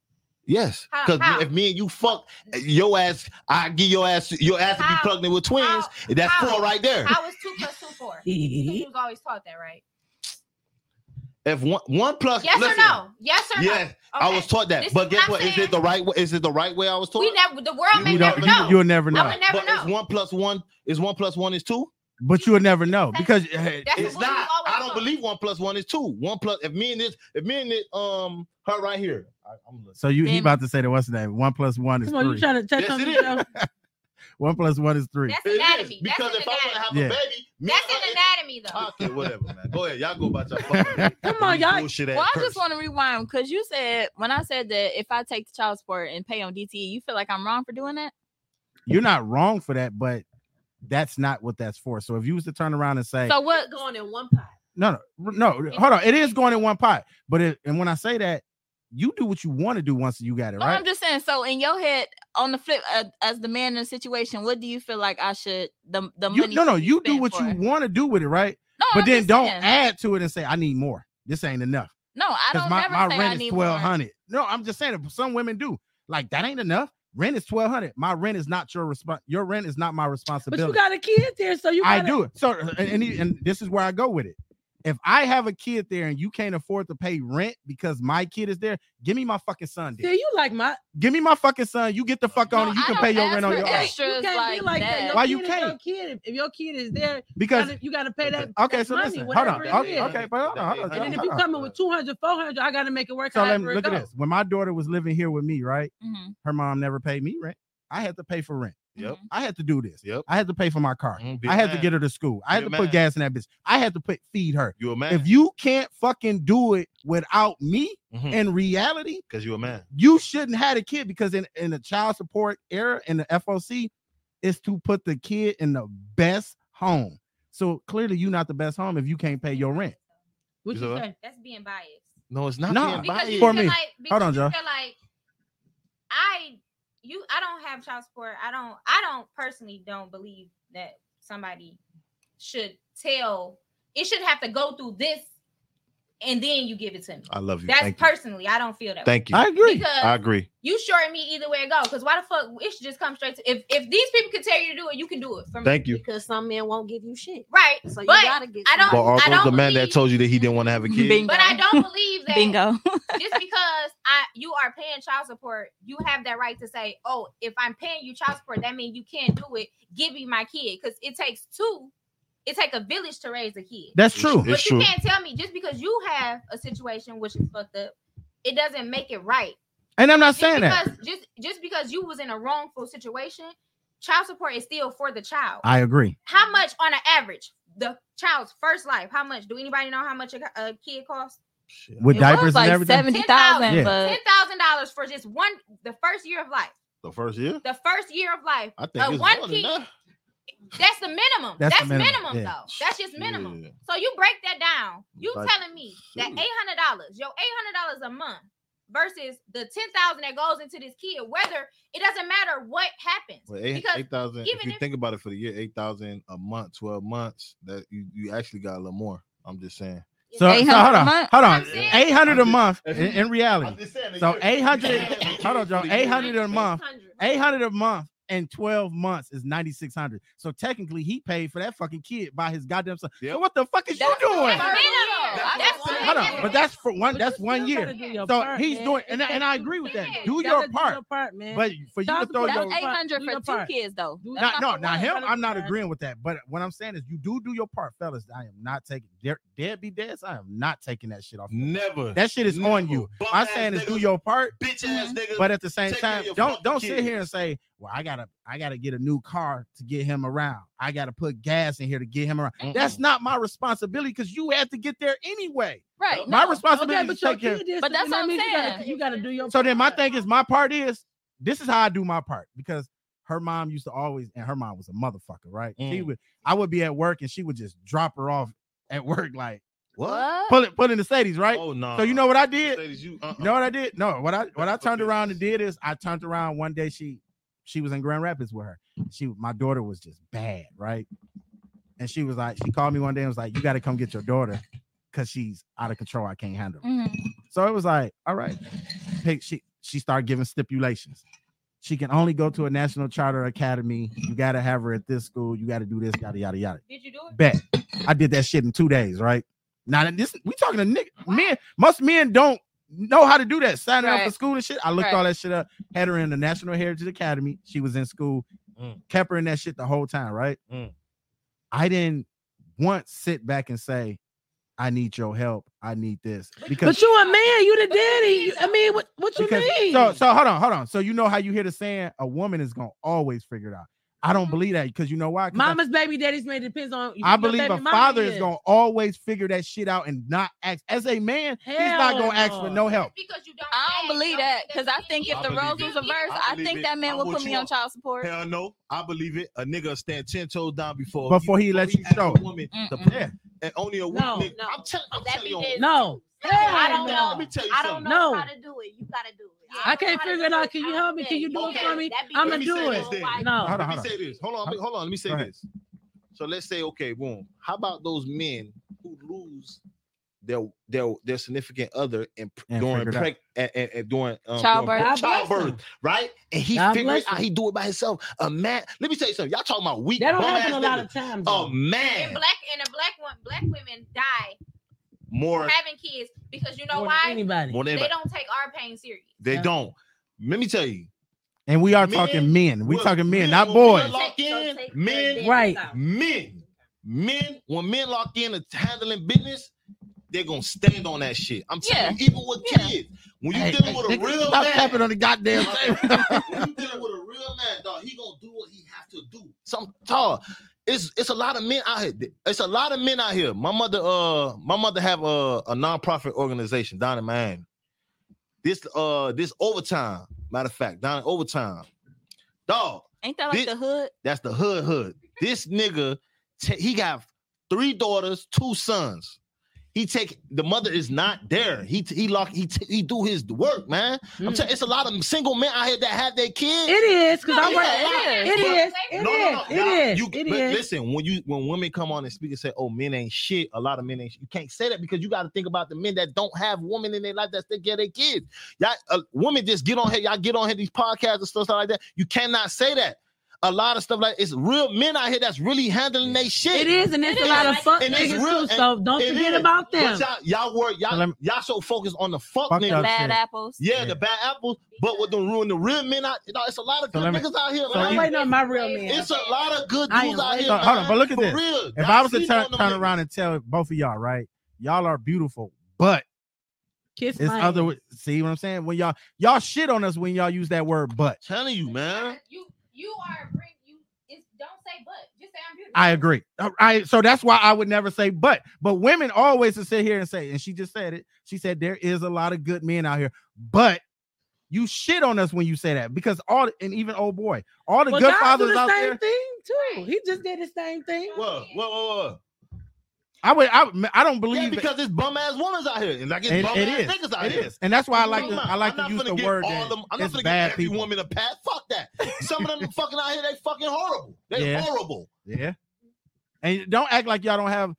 Speaker 3: Yes.
Speaker 6: How-
Speaker 3: Because
Speaker 6: how?
Speaker 3: if me and you fuck your ass, I give your ass your ass to be
Speaker 6: How?
Speaker 3: plugged in with twins.
Speaker 6: How?
Speaker 3: and that's
Speaker 6: How?
Speaker 3: four right there.
Speaker 6: How is two plus two
Speaker 2: [LAUGHS]
Speaker 6: four? You was always taught that, right?
Speaker 3: If one one plus
Speaker 6: Yes
Speaker 3: Uh, listen,
Speaker 6: or no? Yes or no? Oh,
Speaker 3: Yes, I
Speaker 6: Okay.
Speaker 3: was taught that.
Speaker 6: This
Speaker 3: but
Speaker 6: is
Speaker 3: guess
Speaker 6: what
Speaker 3: what?
Speaker 6: I'm
Speaker 3: Is it the right way? Is it the right way I was taught?
Speaker 6: We never. The world may
Speaker 2: You
Speaker 6: never
Speaker 2: don't.
Speaker 6: know.
Speaker 2: You, will never know.
Speaker 6: would never
Speaker 3: but
Speaker 6: know.
Speaker 3: it's one plus one is one plus one is two.
Speaker 2: but you'll never know because hey,
Speaker 6: That's
Speaker 3: it's
Speaker 6: what we
Speaker 3: not.
Speaker 6: always
Speaker 3: I don't
Speaker 6: taught.
Speaker 3: believe one plus one is two. One plus if me and this, if me and this, um, her right here. I, I'm listening.
Speaker 2: so you he
Speaker 5: Damn.
Speaker 2: about to say that what's the name? One plus one is
Speaker 4: Come on, you
Speaker 2: three.
Speaker 4: trying to touch
Speaker 3: Yes,
Speaker 4: on
Speaker 3: it
Speaker 4: me,
Speaker 3: is. [LAUGHS]
Speaker 4: Joe?
Speaker 2: One plus one is three.
Speaker 6: That's
Speaker 3: It is,
Speaker 6: anatomy. That's
Speaker 3: because
Speaker 6: an
Speaker 3: if I want to
Speaker 6: anatomy.
Speaker 3: have
Speaker 2: Yeah.
Speaker 3: a baby, me
Speaker 6: That's
Speaker 3: and her-
Speaker 6: an anatomy, though.
Speaker 3: Okay, whatever, man. Go ahead. Y'all go about your
Speaker 4: [LAUGHS]
Speaker 3: fucking
Speaker 4: Come on, y'all.
Speaker 3: bullshit
Speaker 5: Well,
Speaker 3: ass
Speaker 5: I just
Speaker 3: curse.
Speaker 5: want to rewind because you said when I said that if I take the child support and pay on DTE, you feel like I'm wrong for doing that.
Speaker 2: You're not wrong for that, but that's not what that's for. So if you was to turn around and say,
Speaker 5: So what?
Speaker 9: going in one pot.
Speaker 2: no, no, no, hold on, it is going in one pot. But it, and when I say that, you do what you want to do once you got it
Speaker 5: No,
Speaker 2: right.
Speaker 5: I'm just saying. So in your head, on the flip, uh, as the man in the situation, what do you feel like I should the the
Speaker 2: You-
Speaker 5: money?
Speaker 2: no, no,
Speaker 5: should be
Speaker 2: you do
Speaker 5: spent
Speaker 2: what
Speaker 5: for?
Speaker 2: you want to do with it, right?
Speaker 5: No,
Speaker 2: but
Speaker 5: I'm
Speaker 2: then
Speaker 5: just
Speaker 2: don't
Speaker 5: saying.
Speaker 2: add to it and say I need more. This ain't enough
Speaker 5: No, I
Speaker 2: because
Speaker 5: don't.
Speaker 2: my,
Speaker 5: never
Speaker 2: my
Speaker 5: say I
Speaker 2: rent is
Speaker 5: need
Speaker 2: twelve
Speaker 5: more.
Speaker 2: hundred. No, I'm just saying that some women do. Like that ain't enough. Rent is twelve hundred. My rent is not your response. Your rent is not my
Speaker 4: But you
Speaker 2: responsibility.
Speaker 4: got a kid there, so you.
Speaker 2: I
Speaker 4: Gotta,
Speaker 2: do it. So uh, and, and he- and this is where I go with it. If I have a kid there and you can't afford to pay rent because my kid is there, give me my fucking son.
Speaker 4: Yeah,
Speaker 2: Then.
Speaker 4: you like my.
Speaker 2: Give me my fucking son. You get the fuck on
Speaker 5: No,
Speaker 2: it. You
Speaker 5: I
Speaker 2: can
Speaker 5: don't
Speaker 2: pay your
Speaker 5: ask
Speaker 2: rent on
Speaker 5: for
Speaker 2: your own.
Speaker 5: extra. Extras like that.
Speaker 4: Your
Speaker 2: Why you
Speaker 4: kid is
Speaker 2: can't?
Speaker 4: Your kid, if your kid is there, you
Speaker 2: Because
Speaker 4: gotta, you gotta pay that.
Speaker 2: okay,
Speaker 4: that
Speaker 2: so
Speaker 4: money,
Speaker 2: listen, hold
Speaker 4: whatever
Speaker 2: on.
Speaker 4: it
Speaker 2: Okay,
Speaker 4: is.
Speaker 2: okay, but hold on, hold on.
Speaker 4: And then if
Speaker 2: hold
Speaker 4: you
Speaker 2: on.
Speaker 4: coming with 200, 400, I gotta make it work.
Speaker 2: So let
Speaker 4: however
Speaker 2: me
Speaker 4: it
Speaker 2: look at
Speaker 4: go.
Speaker 6: Mm-hmm.
Speaker 2: this. When my daughter was living here with me, right?
Speaker 5: Mhm.
Speaker 2: Her mom never paid me rent. I had to pay for rent.
Speaker 3: Yep.
Speaker 2: I had to do this.
Speaker 3: Yep.
Speaker 2: I had to pay for my car.
Speaker 3: Mm, big
Speaker 2: I had to
Speaker 3: man.
Speaker 2: get her to school. I had
Speaker 3: Big
Speaker 2: to put
Speaker 3: man.
Speaker 2: gas in that bitch. I had to put feed her.
Speaker 3: You a man.
Speaker 2: If you can't fucking do it without me
Speaker 3: Mhm.
Speaker 2: in reality,
Speaker 3: Cause you a man.
Speaker 2: you shouldn't have a kid because in, in the child support era in the FOC is to put the kid in the best home. So clearly you're not the best home if you can't pay your rent.
Speaker 4: What
Speaker 3: You
Speaker 4: you
Speaker 3: saw
Speaker 4: say?
Speaker 6: That's being biased.
Speaker 3: No, it's not.
Speaker 2: Nah.
Speaker 3: being
Speaker 6: Because you
Speaker 3: biased.
Speaker 2: For
Speaker 6: feel
Speaker 2: me.
Speaker 6: like because
Speaker 2: Hold on,
Speaker 6: you
Speaker 2: Joe.
Speaker 6: feel like I you I don't have child support. I don't I don't personally don't believe that somebody should tell it should have to go through this and then you give it to me.
Speaker 3: I love you.
Speaker 6: That's
Speaker 3: Thank you.
Speaker 6: personally, I don't feel that way.
Speaker 3: Thank you.
Speaker 2: I agree.
Speaker 6: Because
Speaker 3: I agree.
Speaker 6: you short me either way it go. Because why the fuck it should just come straight to if if these people can tell you to do it, you can do it. For me.
Speaker 3: Thank you.
Speaker 7: because some men won't give you shit.
Speaker 6: Right.
Speaker 7: So you
Speaker 6: But
Speaker 7: gotta get.
Speaker 6: I don't-
Speaker 3: But
Speaker 6: I
Speaker 3: also the man that
Speaker 6: believe-
Speaker 3: told you that he didn't want to have a kid.
Speaker 5: Bingo.
Speaker 6: But I don't believe that
Speaker 5: Bingo.
Speaker 6: [LAUGHS] just because I you are paying child support, you have that right to say, "Oh, if I'm paying you child support, that means you can't do it. Give me my kid." Because it takes two. It takes a village to raise a kid.
Speaker 2: That's true.
Speaker 3: It's
Speaker 6: but you
Speaker 3: true.
Speaker 6: can't tell me just because you have a situation which is fucked up, it doesn't make it right.
Speaker 2: And I'm not
Speaker 6: Just
Speaker 2: saying that.
Speaker 6: because just just because you was in a wrongful situation, child support is still for the child.
Speaker 2: I agree.
Speaker 6: How much on an average the child's first life? How much? Do anybody know how much a, a kid costs?
Speaker 2: With
Speaker 5: It
Speaker 2: diapers
Speaker 5: was
Speaker 2: and
Speaker 5: like
Speaker 2: everything.
Speaker 5: seventy thousand,
Speaker 2: Yeah.
Speaker 5: but
Speaker 6: Ten thousand dollars for just one the first year of life.
Speaker 3: The first year.
Speaker 6: the first year of life.
Speaker 3: I think
Speaker 6: Uh,
Speaker 3: it's
Speaker 6: one
Speaker 3: more
Speaker 6: key-
Speaker 3: than that.
Speaker 6: That's the minimum.
Speaker 2: That's
Speaker 6: That's,
Speaker 2: the minimum,
Speaker 6: minimum,
Speaker 2: yeah.
Speaker 6: though. That's just minimum.
Speaker 3: Yeah.
Speaker 6: So you break that down. You
Speaker 3: Like,
Speaker 6: telling me that
Speaker 3: shoot.
Speaker 6: eight hundred dollars, your eight hundred dollars a month, versus the ten thousand that goes into this kid. Whether it doesn't matter what happens,
Speaker 3: Well, eight
Speaker 6: because
Speaker 3: eight thousand. If
Speaker 6: even
Speaker 3: you
Speaker 6: if-
Speaker 3: think about it, for the year, eight thousand a month, twelve months. That you, you actually got a little more. I'm just saying.
Speaker 2: So, so
Speaker 5: 800
Speaker 2: hold
Speaker 5: a
Speaker 2: on,
Speaker 5: month?
Speaker 2: hold on.
Speaker 6: I'm saying-
Speaker 2: Eight hundred a
Speaker 3: I'm
Speaker 2: month
Speaker 3: just-
Speaker 2: in, in reality. So eight hundred. Hold on, Joe. Eight hundred a month. Eight hundred a month and twelve months is ninety six hundred. So technically, he paid for that fucking kid by his goddamn son. So
Speaker 3: Yep.
Speaker 2: what the fuck is
Speaker 5: That's
Speaker 2: you doing?
Speaker 5: what
Speaker 6: minimum.
Speaker 5: That's
Speaker 6: That's
Speaker 5: what
Speaker 6: the
Speaker 5: I'm
Speaker 2: Hold
Speaker 5: saying.
Speaker 2: on, but that's for one.
Speaker 4: But
Speaker 2: That's
Speaker 4: you
Speaker 2: one
Speaker 4: still
Speaker 2: year.
Speaker 4: gotta do your
Speaker 2: So
Speaker 4: part,
Speaker 2: he's
Speaker 4: man.
Speaker 2: doing, and I, and I agree with that. Do your
Speaker 4: Gotta do
Speaker 2: part,
Speaker 4: part, man.
Speaker 2: but for you to
Speaker 4: Child
Speaker 2: throw
Speaker 4: support,
Speaker 2: your
Speaker 5: that's
Speaker 4: Yo,
Speaker 5: eight hundred
Speaker 4: do
Speaker 5: for
Speaker 4: your
Speaker 5: two
Speaker 4: part.
Speaker 5: kids though.
Speaker 4: Do-
Speaker 5: That's not
Speaker 2: not, no,
Speaker 5: for
Speaker 2: now
Speaker 5: one.
Speaker 2: him. I'm not
Speaker 4: Right.
Speaker 2: agreeing with that. But what I'm saying is, you do do your part, fellas. I am not taking dead, dead be dead. I am not taking that shit off.
Speaker 3: Never.
Speaker 2: That shit is on you.
Speaker 3: Bum
Speaker 2: I'm
Speaker 3: ass
Speaker 2: saying is do
Speaker 3: niggas,
Speaker 2: your part.
Speaker 3: bitch ass niggas.
Speaker 2: Mm-hmm. But at the same
Speaker 3: Take care of
Speaker 2: time,
Speaker 3: your
Speaker 2: don't
Speaker 3: fucking
Speaker 2: don't sit
Speaker 3: kids.
Speaker 2: here and say, "Well, I gotta I gotta get a new car to get him around. I gotta put gas in here to get him around." That's not my responsibility because you had to get there anyway.
Speaker 5: Right.
Speaker 2: my
Speaker 5: no.
Speaker 2: responsibility is to
Speaker 4: your
Speaker 2: take care.
Speaker 4: kid did something,
Speaker 5: But that's what
Speaker 4: that
Speaker 5: I'm
Speaker 4: means you gotta-
Speaker 5: saying.
Speaker 4: You got to do your
Speaker 2: So then my
Speaker 4: part.
Speaker 2: thing is, my part is this is how I do my part because her mom used to always, and her mom was a motherfucker, right? She
Speaker 3: Mm.
Speaker 2: would, I would be at work and she would just drop her off at work, like
Speaker 3: What?
Speaker 2: pull it, pull in the Sadies, right?
Speaker 3: Oh no.
Speaker 2: so you know what I did?
Speaker 3: Mercedes, you, uh-uh.
Speaker 2: You know what I did? No, what I what I
Speaker 3: That's
Speaker 2: turned around and
Speaker 3: ridiculous.
Speaker 2: did is I turned around one day she she was in Grand Rapids with her. She my daughter was just bad, right? And she was like, she called me one day and was like, "You got to come get your daughter, cause she's out of control. I can't handle." her."
Speaker 5: Mhm.
Speaker 2: So it was like, all right. Hey, she she started giving stipulations. She can only go to a national charter academy. You gotta have her at this school. You gotta do this, yada yada yada.
Speaker 6: did you do it?
Speaker 2: Bet. I did that shit in two days, right? Now that this we talking to nigga men, most men don't know how to do that. Sign up for
Speaker 5: Right.
Speaker 2: school and shit. I looked
Speaker 5: Right.
Speaker 2: all that shit up, had her in the National Heritage Academy. She was in school,
Speaker 3: Mm.
Speaker 2: kept her in that shit the whole time, right?
Speaker 3: Mm.
Speaker 2: I didn't once sit back and say, I need your help. I need this. Because
Speaker 4: But you a man, you the daddy. You- I mean, what what you
Speaker 2: because-
Speaker 4: mean?
Speaker 2: So, so hold on, hold on. So you know how you hear the saying, a woman is gonna always figure it out. I don't believe that because you know why? 'Cause I-
Speaker 4: Mama's baby, daddy's man depends on.
Speaker 2: I,
Speaker 4: your
Speaker 2: believe
Speaker 4: baby
Speaker 2: a
Speaker 4: mama
Speaker 2: father is gonna always figure that shit out and not ask. As a man, he's not
Speaker 4: Hell
Speaker 2: gonna ask for
Speaker 4: no.
Speaker 2: no help.
Speaker 6: Oh. Because you don't.
Speaker 5: I don't
Speaker 6: ask,
Speaker 5: believe
Speaker 6: don't
Speaker 5: that
Speaker 6: think
Speaker 5: because I think if
Speaker 3: I
Speaker 5: the
Speaker 3: believe
Speaker 5: roles
Speaker 3: it.
Speaker 5: was reversed,
Speaker 3: I
Speaker 5: I
Speaker 3: believe
Speaker 5: think
Speaker 3: it.
Speaker 5: that
Speaker 3: I
Speaker 5: man would
Speaker 3: want
Speaker 5: put
Speaker 3: you
Speaker 5: me on
Speaker 3: up.
Speaker 5: child support.
Speaker 3: Hell no. I believe it. A nigga stand ten toes down before
Speaker 2: Before he lets you
Speaker 3: ask
Speaker 2: show.
Speaker 3: a woman to
Speaker 5: Mm-mm.
Speaker 3: put-
Speaker 2: Yeah.
Speaker 3: and only a woman.
Speaker 4: No,
Speaker 3: nigga-
Speaker 7: no.
Speaker 3: I'm, tell, I'm
Speaker 7: That
Speaker 3: telling
Speaker 7: be
Speaker 3: you.
Speaker 7: hell
Speaker 4: No,
Speaker 7: I
Speaker 4: hell
Speaker 7: don't
Speaker 3: Let me
Speaker 4: no.
Speaker 3: tell you
Speaker 7: I
Speaker 3: something.
Speaker 7: don't know
Speaker 4: No.
Speaker 7: how to do it. You gotta do it.
Speaker 4: I can't
Speaker 7: don't know how to
Speaker 4: figure it
Speaker 7: do
Speaker 4: out. Can you
Speaker 7: I
Speaker 4: help me? Can you do it
Speaker 7: Okay,
Speaker 4: for me?
Speaker 7: that be-
Speaker 4: I'ma
Speaker 7: Let me
Speaker 4: do
Speaker 7: say
Speaker 4: it.
Speaker 7: this then.
Speaker 4: No,
Speaker 2: Hold on,
Speaker 3: let me
Speaker 2: hold on.
Speaker 3: say this. Hold on, let me- hold on. Let me say
Speaker 2: Go ahead.
Speaker 3: this. So let's say, okay, boom. How about those men who lose their their their significant other and,
Speaker 2: And
Speaker 3: during
Speaker 2: figure it out.
Speaker 3: preg- and, and, and during um,
Speaker 5: Childbirth.
Speaker 3: during
Speaker 4: God bless
Speaker 3: childbirth,
Speaker 4: him.
Speaker 3: right? And he
Speaker 4: God
Speaker 3: figures
Speaker 4: bless
Speaker 3: out he do it by himself. A man. Let me tell you something. Y'all talking about weak.
Speaker 4: that don't
Speaker 3: bum
Speaker 4: happen a
Speaker 3: ass
Speaker 4: lot
Speaker 3: niggas.
Speaker 4: of times.
Speaker 3: A
Speaker 7: Oh,
Speaker 4: though.
Speaker 6: And
Speaker 3: Oh, man
Speaker 6: black and a black one, black women die
Speaker 3: more
Speaker 6: having kids because you know
Speaker 4: More than
Speaker 6: why?
Speaker 4: Anybody.
Speaker 3: more than
Speaker 6: They don't take our pain serious.
Speaker 3: they
Speaker 4: Yeah.
Speaker 3: don't. Let me tell you,
Speaker 2: And we are
Speaker 3: Men
Speaker 2: talking men. We
Speaker 3: will-
Speaker 2: talking men,
Speaker 3: men
Speaker 2: not
Speaker 3: will
Speaker 2: boys.
Speaker 3: realize- Lock in,
Speaker 7: take
Speaker 3: men.
Speaker 7: care of business
Speaker 4: Right.
Speaker 7: out.
Speaker 3: men, men, when men lock in to handling business, they're gonna stand on that shit. I'm telling you, even with
Speaker 5: Yeah.
Speaker 3: kids, When you
Speaker 12: Hey,
Speaker 3: dealing
Speaker 12: hey,
Speaker 3: with a
Speaker 12: nigga,
Speaker 3: real
Speaker 12: stop
Speaker 3: man,
Speaker 12: tapping on the goddamn
Speaker 3: [LAUGHS] when you dealing with a real man, dog, he gonna do what he have to do. Some tall. It's it's a lot of men out here. It's a lot of men out here. My mother, uh, my mother have a a nonprofit organization down in Miami. This uh this overtime, matter of fact, down in overtime, dog.
Speaker 5: Ain't that like
Speaker 3: Thi-
Speaker 5: the hood?
Speaker 3: That's the hood hood. This nigga, ta- he got three daughters, two sons. He take the mother is not there. He t- he lock he t- he do his work, man. I'm tell- it's a lot of single men out here that have their kids.
Speaker 4: Mm. It is because
Speaker 3: No,
Speaker 4: I work.
Speaker 3: yeah, it
Speaker 4: It
Speaker 3: is.
Speaker 4: is. It
Speaker 3: No, no, no,
Speaker 4: is. It
Speaker 3: y'all-
Speaker 4: is.
Speaker 3: You,
Speaker 4: It
Speaker 3: but
Speaker 4: is.
Speaker 3: listen when you when women come on and speak and say, "Oh, men ain't shit." A lot of men ain't. Shit. You can't say that because you got to think about the men that don't have women in their life that they get their kids. Y'all, uh, women just get on here. Y'all get on here these podcasts and stuff, stuff like that. You cannot say that. A lot of stuff like it's real men out here that's really handling their shit.
Speaker 4: It is, and it's a lot of fuck niggas too. So don't
Speaker 3: it
Speaker 4: forget
Speaker 3: is.
Speaker 4: about them.
Speaker 3: But y'all, y'all work. Y'all, y'all so focused on the fuck,
Speaker 2: Fuck
Speaker 3: niggas.
Speaker 2: up Bad shit.
Speaker 5: apples.
Speaker 3: Yeah, the bad apples. But what don't ruin the real men out? No, it's a lot of
Speaker 2: So
Speaker 3: good
Speaker 2: let me-
Speaker 3: niggas out here.
Speaker 2: so
Speaker 3: man.
Speaker 2: you-
Speaker 4: I'm waiting on my real man.
Speaker 3: It's a lot of good
Speaker 4: I
Speaker 3: dudes
Speaker 4: am
Speaker 3: out
Speaker 4: way-
Speaker 3: here.
Speaker 2: So, hold on,
Speaker 3: man.
Speaker 2: but look at
Speaker 3: For
Speaker 2: this.
Speaker 3: real.
Speaker 2: If I was to turn, turn around and tell both of y'all, right? Y'all are beautiful, but
Speaker 4: Kiss
Speaker 2: it's
Speaker 4: my
Speaker 2: other. w- See what I'm saying? When y'all y'all shit on us when y'all use that word, but
Speaker 3: telling you, man.
Speaker 6: You you are bring you. It's don't say but. Just say I'm beautiful.
Speaker 2: I agree. All right, so that's why I would never say but. But women always to sit here and say, and she just said it. She said there is a lot of good men out here, but you shit on us when you say that because all and even old boy, all the
Speaker 4: Well,
Speaker 2: good
Speaker 4: God do
Speaker 2: fathers
Speaker 4: the
Speaker 2: out
Speaker 4: same
Speaker 2: there.
Speaker 4: thing too. He just did the same thing.
Speaker 3: Whoa, whoa, whoa,
Speaker 2: I would. I, would- I don't
Speaker 3: whoa. Yeah,
Speaker 2: believe it.
Speaker 3: because it's bum ass women out here, and like it's
Speaker 2: It-
Speaker 3: bum
Speaker 2: it
Speaker 3: ass
Speaker 2: is.
Speaker 3: niggas out
Speaker 2: It
Speaker 3: here.
Speaker 2: is, and that's why I
Speaker 3: Come
Speaker 2: like
Speaker 3: on,
Speaker 2: to.
Speaker 3: man.
Speaker 2: I like
Speaker 3: I'm
Speaker 2: to
Speaker 3: not
Speaker 2: use
Speaker 3: finna
Speaker 2: the
Speaker 3: give
Speaker 2: word
Speaker 3: all
Speaker 2: that
Speaker 3: them- I'm not
Speaker 2: it's
Speaker 3: gonna
Speaker 2: bad
Speaker 3: give every
Speaker 2: people.
Speaker 3: woman a pat. Fuck that. Some of
Speaker 2: [LAUGHS]
Speaker 3: them fucking out here, they fucking horrible. They
Speaker 2: Yeah.
Speaker 3: horrible.
Speaker 2: Yeah. And don't act like y'all don't have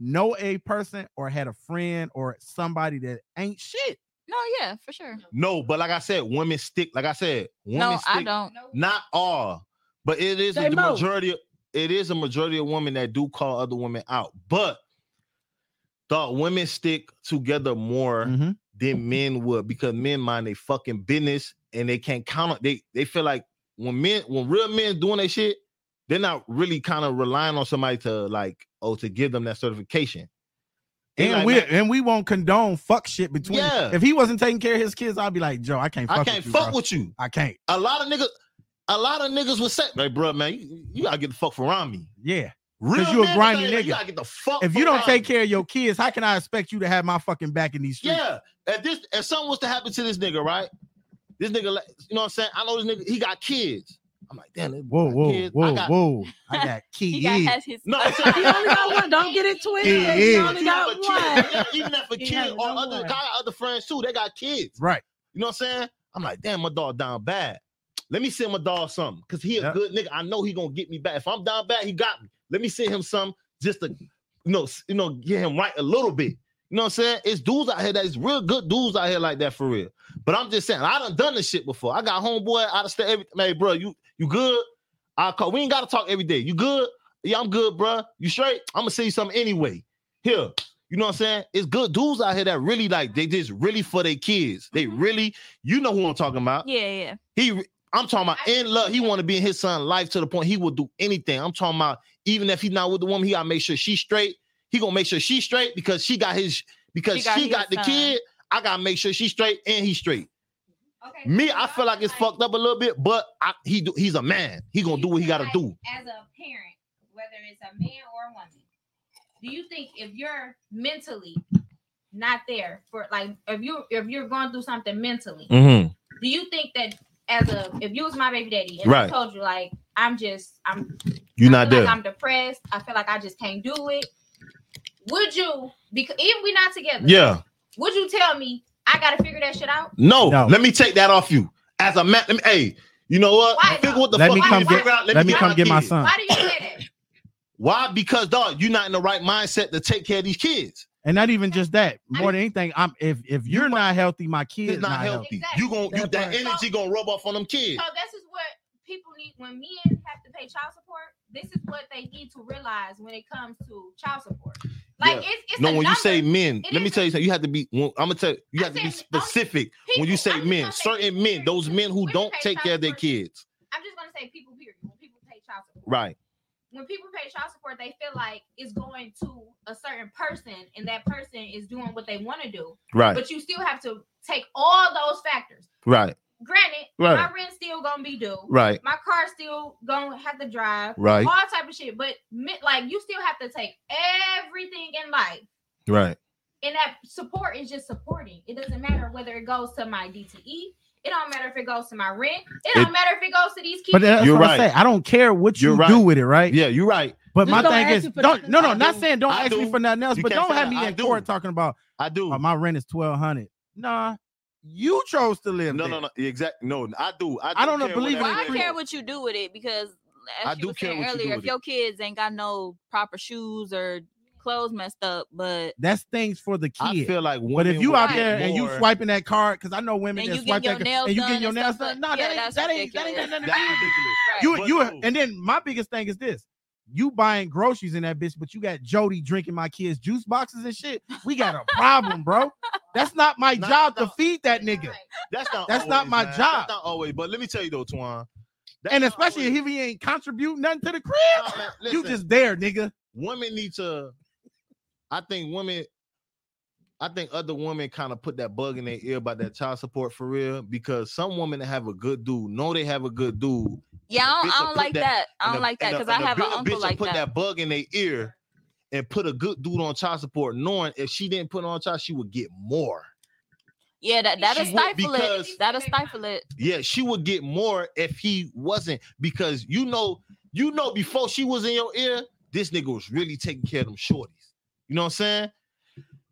Speaker 2: know a person or had a friend or somebody that ain't shit.
Speaker 5: No, yeah, for sure.
Speaker 3: No, but like I said, women stick. Like I said, women
Speaker 5: No,
Speaker 3: stick.
Speaker 5: I don't.
Speaker 3: Not all, but it is
Speaker 4: They
Speaker 3: the
Speaker 4: most.
Speaker 3: majority. Of, it is a majority of women that do call other women out, but dog, women stick together more
Speaker 2: Mhm.
Speaker 3: than men would because men mind they fucking business and they can't count on they they feel like when men when real men doing their shit, they're not really kind of relying on somebody to like oh to give them that certification. They
Speaker 2: And
Speaker 3: like,
Speaker 2: we
Speaker 3: man,
Speaker 2: and we won't condone fuck shit between.
Speaker 3: Yeah.
Speaker 2: If he wasn't taking care of his kids, I'd be like, Joe, I can't. Fuck
Speaker 3: I can't
Speaker 2: with you,
Speaker 3: fuck
Speaker 2: bro.
Speaker 3: with you.
Speaker 2: I can't.
Speaker 3: A lot of niggas, a lot of niggas would say, like, bro, man, you, you gotta get the fuck around me.
Speaker 2: Yeah.
Speaker 3: Real
Speaker 2: you a
Speaker 3: men,
Speaker 2: grimy
Speaker 3: like, You
Speaker 2: nigga.
Speaker 3: gotta get the fuck.
Speaker 2: If you don't
Speaker 3: around
Speaker 2: take
Speaker 3: me.
Speaker 2: care of your kids, how can I expect you to have my fucking back in these streets?
Speaker 3: yeah. If this, if something was to happen to this nigga, right? This nigga, like, you know what I'm saying? I know this nigga. He got kids. I'm like, damn. This
Speaker 2: Whoa,
Speaker 3: boy got
Speaker 2: whoa,
Speaker 3: kids.
Speaker 2: whoa,
Speaker 3: I got,
Speaker 2: whoa!
Speaker 3: [LAUGHS]
Speaker 2: I got
Speaker 5: He
Speaker 2: kids.
Speaker 5: got has his. [LAUGHS]
Speaker 3: No, I'm
Speaker 4: He
Speaker 3: saying,
Speaker 4: only got one. Don't get it twisted.
Speaker 2: Yeah,
Speaker 4: He
Speaker 2: yeah.
Speaker 4: only
Speaker 3: you
Speaker 4: got
Speaker 3: know, but kids,
Speaker 4: one.
Speaker 3: yeah, even if a
Speaker 4: He
Speaker 3: kid
Speaker 4: has
Speaker 3: or
Speaker 4: no
Speaker 3: other
Speaker 4: one.
Speaker 3: guy, other friends too, they got kids.
Speaker 2: Right.
Speaker 3: You know what I'm saying? I'm like, damn, my dog down bad. Let me send my dog something because he a
Speaker 2: Yep.
Speaker 3: good nigga. I know he gonna get me back. If I'm down bad, he got me. Let me send him some just to, you know, s- you know, get him right a little bit. You know what I'm saying? It's dudes out here that is real good dudes out here like that for real. But I'm just saying, I done done this shit before. I got homeboy out of state. Every, hey, bro, you you good? I call. We ain't gotta talk every day. You good? Yeah, I'm good, bro. You straight? I'm gonna send you something anyway. Here, you know what I'm saying? It's good dudes out here that really like they just really for their kids. They really, you know who I'm talking about.
Speaker 5: Yeah, yeah.
Speaker 3: He, I'm talking about in love. He want to be in his son's life to the point he will do anything. I'm talking about even if he's not with the woman, he gotta make sure she's straight. He gonna make sure she's straight because she got his because
Speaker 5: She
Speaker 3: she
Speaker 5: got his
Speaker 3: got, the
Speaker 5: son.
Speaker 3: kid. I gotta make sure she's straight and he's straight.
Speaker 6: Okay,
Speaker 3: Me,
Speaker 6: so
Speaker 3: I feel
Speaker 6: y'all
Speaker 3: like it's fucked up a little bit, but I, he do, he's a man. He gonna do what he gotta do.
Speaker 6: As a parent, whether it's a man or a woman, do you think if you're mentally not there for like if you if you're going through something mentally,
Speaker 3: Mm-hmm.
Speaker 6: do you think that as a if you was my baby daddy and
Speaker 3: Right.
Speaker 6: I told you like I'm just I'm
Speaker 3: You're
Speaker 6: I
Speaker 3: not
Speaker 6: feel
Speaker 3: there.
Speaker 6: like I'm depressed, I feel like I just can't do it. Would you because even we not together,
Speaker 3: yeah.
Speaker 6: would you tell me I gotta figure that shit out?
Speaker 3: No,
Speaker 2: No.
Speaker 3: let me take that off you. As a man, let me, hey, you know what?
Speaker 6: Why
Speaker 3: Figure
Speaker 6: not?
Speaker 3: what the
Speaker 2: Let
Speaker 3: fuck
Speaker 2: me
Speaker 3: you
Speaker 6: come
Speaker 3: need to
Speaker 6: get-
Speaker 3: figure out.
Speaker 2: Let me come get my
Speaker 3: kids.
Speaker 2: son.
Speaker 6: Why do you say that?
Speaker 3: Why? Because dog, you're not in the right mindset to take care of these kids.
Speaker 2: And not even just that. More than anything, I'm if if you're not healthy, my kids
Speaker 3: It's not, healthy.
Speaker 6: Exactly.
Speaker 3: You gonna you,
Speaker 4: That
Speaker 3: that
Speaker 4: part.
Speaker 3: energy gonna rub off on them kids.
Speaker 6: So this is what people need when men have to pay child support. This is what they need to realize when it comes to child support. Like
Speaker 3: Yeah.
Speaker 6: it's it's
Speaker 3: No,
Speaker 6: a
Speaker 3: when you
Speaker 6: number.
Speaker 3: say men,
Speaker 6: It
Speaker 3: let me
Speaker 6: is-
Speaker 3: tell you something. You have to be. Well, I'm gonna tell you. You
Speaker 6: I
Speaker 3: have to be
Speaker 6: said- I'm-
Speaker 3: specific when
Speaker 6: people-
Speaker 3: you say
Speaker 6: I'm just
Speaker 3: men.
Speaker 6: gonna say
Speaker 3: Certain
Speaker 6: people,
Speaker 3: men, those
Speaker 6: period.
Speaker 3: men who
Speaker 6: When you
Speaker 3: don't
Speaker 6: pay
Speaker 3: take care of their
Speaker 6: child support,
Speaker 3: kids.
Speaker 6: I'm just gonna say people period. When people pay child support,
Speaker 3: Right.
Speaker 6: when people pay child support, they feel like it's going to a certain person, and that person is doing what they want to do.
Speaker 3: Right.
Speaker 6: But you still have to Take all those factors.
Speaker 13: Right.
Speaker 6: Granted,
Speaker 13: Right.
Speaker 6: my rent still gonna be due.
Speaker 13: Right.
Speaker 6: My car still gonna have to drive.
Speaker 13: Right.
Speaker 6: All type of shit. But mi- like you still have to take everything in life.
Speaker 13: Right.
Speaker 6: And that support is just supporting. It doesn't matter whether it goes to my DTE. It don't matter if it goes to my rent. It,
Speaker 13: It-
Speaker 6: don't matter if it goes to these kids.
Speaker 2: But that's what I say. I don't care what you
Speaker 13: You're right.
Speaker 2: do with it, right?
Speaker 13: Yeah, you're right.
Speaker 2: But
Speaker 4: Just
Speaker 2: my
Speaker 4: don't
Speaker 2: thing
Speaker 4: ask
Speaker 2: is,
Speaker 4: me for
Speaker 2: don't no no,
Speaker 4: nothing.
Speaker 2: not saying don't
Speaker 13: I
Speaker 2: ask me
Speaker 13: do.
Speaker 2: for nothing else,
Speaker 13: You
Speaker 2: but
Speaker 13: can't
Speaker 2: don't
Speaker 13: say
Speaker 2: have me
Speaker 13: that. I
Speaker 2: in
Speaker 13: do.
Speaker 2: court talking about
Speaker 13: I do.
Speaker 2: oh, my rent is twelve hundred. Nah, you chose to live.
Speaker 3: No,
Speaker 2: there.
Speaker 3: no, no. Exactly. No, I do. I, do
Speaker 2: I don't
Speaker 3: care
Speaker 2: believe
Speaker 3: what
Speaker 2: in
Speaker 5: Well, I
Speaker 3: everything-
Speaker 5: care what you do with it because as
Speaker 3: I
Speaker 5: she
Speaker 3: do
Speaker 5: was
Speaker 3: care
Speaker 5: saying
Speaker 3: what you do
Speaker 5: earlier, if
Speaker 3: with it.
Speaker 5: your kids ain't got no proper shoes or clothes messed up, but
Speaker 2: That's things for the kid.
Speaker 3: I feel like women
Speaker 2: But if you
Speaker 3: would
Speaker 2: out
Speaker 3: get
Speaker 2: there and you
Speaker 3: more-
Speaker 2: swiping that card, because I know women
Speaker 5: And
Speaker 2: that
Speaker 5: you
Speaker 2: swipe that
Speaker 5: getting your
Speaker 2: card and you
Speaker 5: nails
Speaker 2: getting
Speaker 5: done
Speaker 2: your
Speaker 5: and
Speaker 2: nails
Speaker 5: stuff like-
Speaker 2: done. No,
Speaker 5: Yeah,
Speaker 2: that ain't
Speaker 5: that's
Speaker 2: that ain't that ain't got
Speaker 5: ridiculous.
Speaker 2: nothing to do with
Speaker 3: that's
Speaker 2: it.
Speaker 3: ridiculous.
Speaker 5: Right.
Speaker 2: You
Speaker 3: But
Speaker 2: you
Speaker 3: no.
Speaker 2: and then my biggest thing is this. You buying groceries in that bitch, but you got Jody drinking my kids' juice boxes and shit. We got
Speaker 3: [LAUGHS]
Speaker 2: a problem, bro. That's not my
Speaker 3: Nah,
Speaker 2: job to
Speaker 3: nah.
Speaker 2: feed that nigga.
Speaker 3: That's not.
Speaker 2: That's
Speaker 3: always,
Speaker 2: not my
Speaker 3: man.
Speaker 2: job.
Speaker 3: That's not always. But let me tell you though, Twan. That's
Speaker 2: And
Speaker 3: not
Speaker 2: especially
Speaker 3: always-
Speaker 2: if he ain't contributing nothing to the crib.
Speaker 3: Nah, man,
Speaker 2: You
Speaker 3: listen,
Speaker 2: just there, nigga.
Speaker 3: women need to. I think women. I think other women kind of put that bug in their ear about that child support for real because some women that have a good dude know they have a good dude
Speaker 5: yeah, I don't,
Speaker 3: bitch will
Speaker 5: I don't
Speaker 3: put
Speaker 5: like
Speaker 3: that-
Speaker 5: that. I
Speaker 3: and
Speaker 5: don't
Speaker 3: a-
Speaker 5: like that
Speaker 3: and a-
Speaker 5: because I
Speaker 3: and a
Speaker 5: have an
Speaker 3: bill- bitch
Speaker 5: uncle
Speaker 3: will
Speaker 5: like
Speaker 3: put that.
Speaker 5: that.
Speaker 3: bug in their ear and put a good dude on child support, knowing if she didn't put on child, she would get more.
Speaker 5: Yeah, that that'll
Speaker 3: She would
Speaker 5: stifle it.
Speaker 3: because-
Speaker 5: That'll stifle it.
Speaker 3: Yeah, she would get more if he wasn't, because you know, you know, before she was in your ear, this nigga was really taking care of them shorties. You know what I'm saying?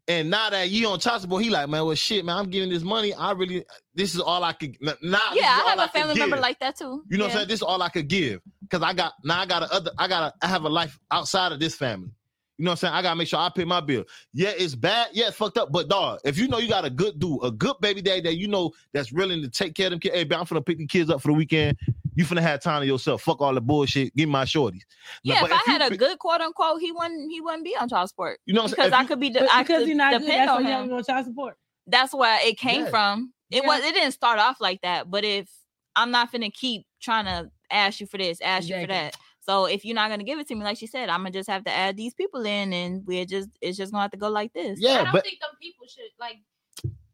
Speaker 3: And now that you on child support, he like, man, well, shit, man, I'm giving this money. I really, this is all I could. Now, yeah,
Speaker 5: Yeah, I have a family member like that too.
Speaker 3: You
Speaker 5: yeah.
Speaker 3: know what I'm saying? This is all I could give. Cause I got now I got a other I gotta I have a life outside of this family. You know what I'm saying? I gotta make sure I pay my bill. Yeah, it's bad. Yeah, it's fucked up. But dog, if you know you got a good dude, a good baby daddy that you know that's willing to take care of them kids. Hey, baby, I'm finna pick the kids up for the weekend. You finna have time to yourself. Fuck all the bullshit. Give me my shorties. Now,
Speaker 5: Yeah,
Speaker 3: but
Speaker 5: if I
Speaker 3: you
Speaker 5: had a
Speaker 3: pick-
Speaker 5: good quote unquote, he wouldn't he wouldn't be on child support
Speaker 3: you know what I'm
Speaker 5: because
Speaker 3: saying? If
Speaker 5: I
Speaker 3: you-
Speaker 5: could be de-
Speaker 4: But
Speaker 5: I
Speaker 4: because
Speaker 5: could
Speaker 4: you're not good,
Speaker 5: depend
Speaker 4: that's why
Speaker 5: on
Speaker 4: you
Speaker 5: him.
Speaker 4: haven't got child support.
Speaker 5: that's where it came
Speaker 3: Yeah.
Speaker 5: from. It
Speaker 4: Yeah.
Speaker 5: was it didn't start off like that, but if I'm not finna keep trying to ask you for this, ask you for
Speaker 4: Exactly.
Speaker 5: that. So if you're not gonna give it to me, like she said, I'm gonna just have to add these people in, and we're just it's just gonna have to go like this.
Speaker 6: I
Speaker 3: yeah,
Speaker 6: don't
Speaker 3: but
Speaker 6: think them people should like.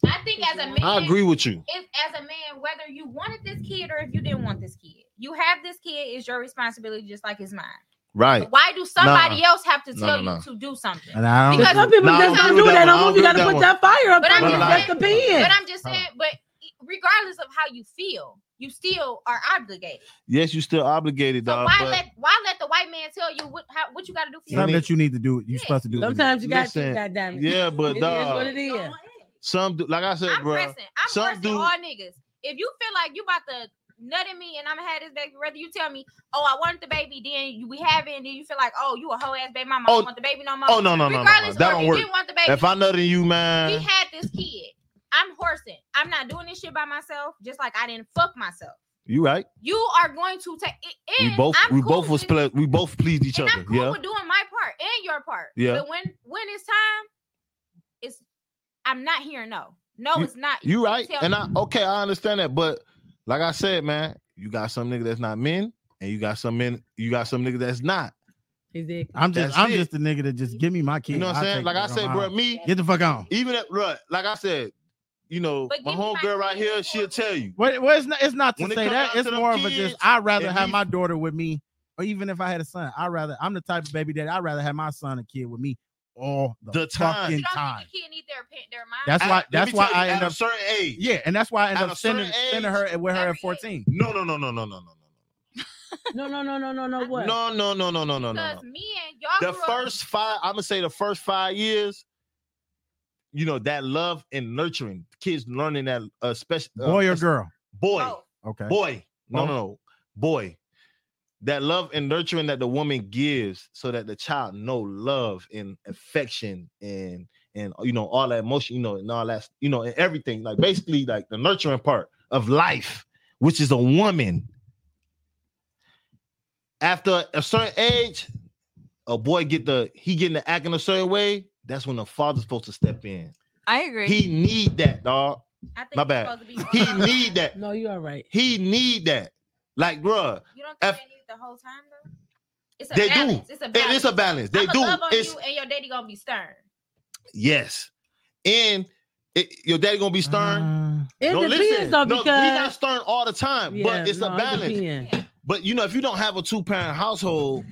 Speaker 6: I think as a man,
Speaker 3: I agree with you.
Speaker 6: If, as a man, whether you wanted this kid or if you didn't want this kid, you have this kid is your responsibility, just like it's mine.
Speaker 3: Right.
Speaker 6: Why do somebody else have to
Speaker 3: No,
Speaker 6: tell
Speaker 3: no, no.
Speaker 6: you to do something?
Speaker 2: And I don't
Speaker 4: Because some people
Speaker 3: Nah,
Speaker 4: just
Speaker 3: I don't
Speaker 4: don't
Speaker 3: agree
Speaker 4: do
Speaker 3: with
Speaker 4: that
Speaker 3: that
Speaker 4: no
Speaker 3: one. I
Speaker 4: more.
Speaker 3: don't
Speaker 4: You
Speaker 3: agree
Speaker 4: gotta
Speaker 3: with
Speaker 4: put
Speaker 3: that
Speaker 4: that fire up.
Speaker 6: But I'm
Speaker 4: on
Speaker 3: just
Speaker 4: it. That's the
Speaker 6: saying-
Speaker 4: pen.
Speaker 6: But [LAUGHS] I'm just saying, but e, regardless of how you feel, you still are obligated.
Speaker 3: Yes, you still obligated,
Speaker 6: So
Speaker 3: dog.
Speaker 6: why
Speaker 3: Uh, but
Speaker 6: let why let the white man tell you what how, what you got to do for
Speaker 2: something
Speaker 6: your
Speaker 2: that you need to do. You're
Speaker 6: Yeah.
Speaker 2: supposed to do.
Speaker 4: Sometimes you got
Speaker 3: Listen,
Speaker 4: to, goddamn it.
Speaker 3: yeah, but
Speaker 4: It is what
Speaker 3: dog,
Speaker 4: it is.
Speaker 3: some do, like I said,
Speaker 6: I'm
Speaker 3: bro.
Speaker 6: pressing. I'm
Speaker 3: some
Speaker 6: pressing
Speaker 3: dude-
Speaker 6: all niggas. If you feel like you about to nut in me and I'm gonna have this baby, whether you tell me, oh, I wanted the baby, then you, we have it, and then you feel like, oh, you a whole ass baby mama, I
Speaker 3: Oh,
Speaker 6: don't want the baby no more.
Speaker 3: Oh no, no, no, no, no.
Speaker 6: Regardless, or
Speaker 3: That
Speaker 6: if
Speaker 3: don't
Speaker 6: you
Speaker 3: work.
Speaker 6: didn't want the baby,
Speaker 3: If I know than you, man.
Speaker 6: we had this kid. I'm horsing. I'm not doing this shit by myself. Just like I didn't fuck myself.
Speaker 3: You right.
Speaker 6: You are going to take. And
Speaker 3: We both
Speaker 6: I'm
Speaker 3: we
Speaker 6: cool
Speaker 3: both was
Speaker 6: with-
Speaker 3: ple- we both pleased each
Speaker 6: and
Speaker 3: other.
Speaker 6: I'm cool
Speaker 3: yeah.
Speaker 6: with doing my part and your part.
Speaker 3: Yeah.
Speaker 6: But when when it's time, it's I'm not hearing no. No, it's not.
Speaker 3: You
Speaker 6: can't
Speaker 3: right.
Speaker 6: tell
Speaker 3: And
Speaker 6: me.
Speaker 3: I okay, I understand that. But like I said, man, you got some nigga that's not men, and you got some men, you got some nigga that's not.
Speaker 4: Exactly.
Speaker 2: I'm just
Speaker 3: That's
Speaker 2: I'm
Speaker 3: it.
Speaker 2: just a nigga that just give me my kid.
Speaker 3: You know what
Speaker 2: I'll
Speaker 3: I'm saying?
Speaker 2: take
Speaker 3: Like
Speaker 2: it
Speaker 3: I
Speaker 2: on
Speaker 3: said,
Speaker 2: my
Speaker 3: bro,
Speaker 2: own.
Speaker 3: me,
Speaker 2: get the fuck on.
Speaker 3: even at bruh, like I said, you know,
Speaker 6: But
Speaker 3: my
Speaker 6: give me my
Speaker 3: homegirl right
Speaker 6: kid.
Speaker 3: here, she'll tell you.
Speaker 2: Well, well, it's not. It's not to
Speaker 3: When it
Speaker 2: say
Speaker 3: come
Speaker 2: that.
Speaker 3: down
Speaker 2: It's
Speaker 3: to them
Speaker 2: more of a
Speaker 3: kids,
Speaker 2: just. I'd rather
Speaker 3: at
Speaker 2: have my
Speaker 3: least-
Speaker 2: daughter with me, or even if I had a son, I'd rather. I'm the type of baby that I'd rather have my son a kid with me all the,
Speaker 3: The time.
Speaker 2: fucking
Speaker 6: You don't
Speaker 2: time.
Speaker 6: think the kid need their pa- their mind.
Speaker 2: That's
Speaker 3: At-
Speaker 2: why.
Speaker 3: let me
Speaker 2: That's why
Speaker 3: tell you,
Speaker 2: I
Speaker 3: at
Speaker 2: end
Speaker 3: a
Speaker 2: up.
Speaker 3: certain age.
Speaker 2: Yeah, and that's why I end
Speaker 3: at
Speaker 2: up
Speaker 3: a
Speaker 2: sending
Speaker 3: certain
Speaker 2: sending
Speaker 3: age-
Speaker 2: her and with her at
Speaker 6: every
Speaker 2: 14.
Speaker 3: No, no, no, no, no, no, no, no,
Speaker 4: No, no, no, no, no,
Speaker 5: [LAUGHS]
Speaker 4: no. What?
Speaker 3: no, no, no, no, no, no, no, no.
Speaker 6: because me and y'all
Speaker 3: the
Speaker 6: grew up-
Speaker 3: first five, I'm gonna say the first five years, you know, that love and nurturing, kids learning that uh, special
Speaker 2: Boy or girl?
Speaker 3: boy,
Speaker 6: Oh,
Speaker 2: Okay.
Speaker 3: boy, no,
Speaker 2: Both.
Speaker 3: no, no, boy. That love and nurturing that the woman gives, so that the child know love and affection and and you know all that emotion, you know, and all that, you know, and everything, like basically like the nurturing part of life, which is a woman. After a certain age, a boy get the he getting the acting a certain way. That's when the father's supposed to step in.
Speaker 5: I agree.
Speaker 3: He need that dog.
Speaker 6: I think
Speaker 3: My
Speaker 6: it's
Speaker 3: bad.
Speaker 6: supposed to be-
Speaker 3: He need that.
Speaker 4: No, you are right.
Speaker 3: He need that. Like, bruh,
Speaker 6: You don't think
Speaker 3: F-
Speaker 6: they need the whole time though? It's a
Speaker 3: They do.
Speaker 6: balance. It's a
Speaker 3: it
Speaker 6: balance.
Speaker 3: is a balance. They
Speaker 6: I'ma
Speaker 3: do.
Speaker 6: Love on
Speaker 3: It's
Speaker 6: you and your daddy gonna be stern.
Speaker 3: yes, and It, your daddy gonna be stern.
Speaker 4: It depends, though,
Speaker 3: no, he
Speaker 4: because-
Speaker 3: not stern all the time,
Speaker 4: Yeah,
Speaker 3: but it's
Speaker 4: no,
Speaker 3: a
Speaker 4: it
Speaker 3: balance.
Speaker 4: depends.
Speaker 3: But you know, if you don't have a two parent household,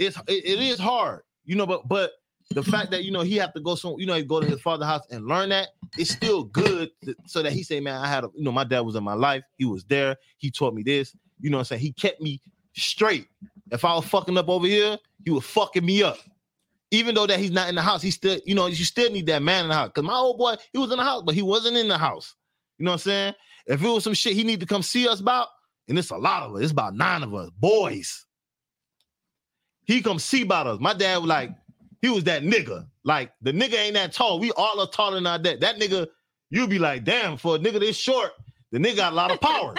Speaker 3: it's it, it is hard. You know, but but the fact that you know he have to go some, you know, he go to his father's house and learn that it's still good, th- so that he say, man, I had a, you know, my dad was in my life. He was there. He taught me this. You know, what I'm saying he kept me straight. If I was fucking up over here, he was fucking me up even though that he's not in the house, he still, you know, you still need that man in the house. Cause my old boy, he was in the house, but he wasn't in the house. You know what I'm saying? If it was some shit he need to come see us about, and it's a lot of us, it's about nine of us, boys. He come see about us. My dad was like, he was that nigga. Like the nigga ain't that tall. We all are taller than our dad. That nigga, you be like, damn, for a nigga this short, the nigga got a lot
Speaker 2: [LAUGHS]
Speaker 3: of power.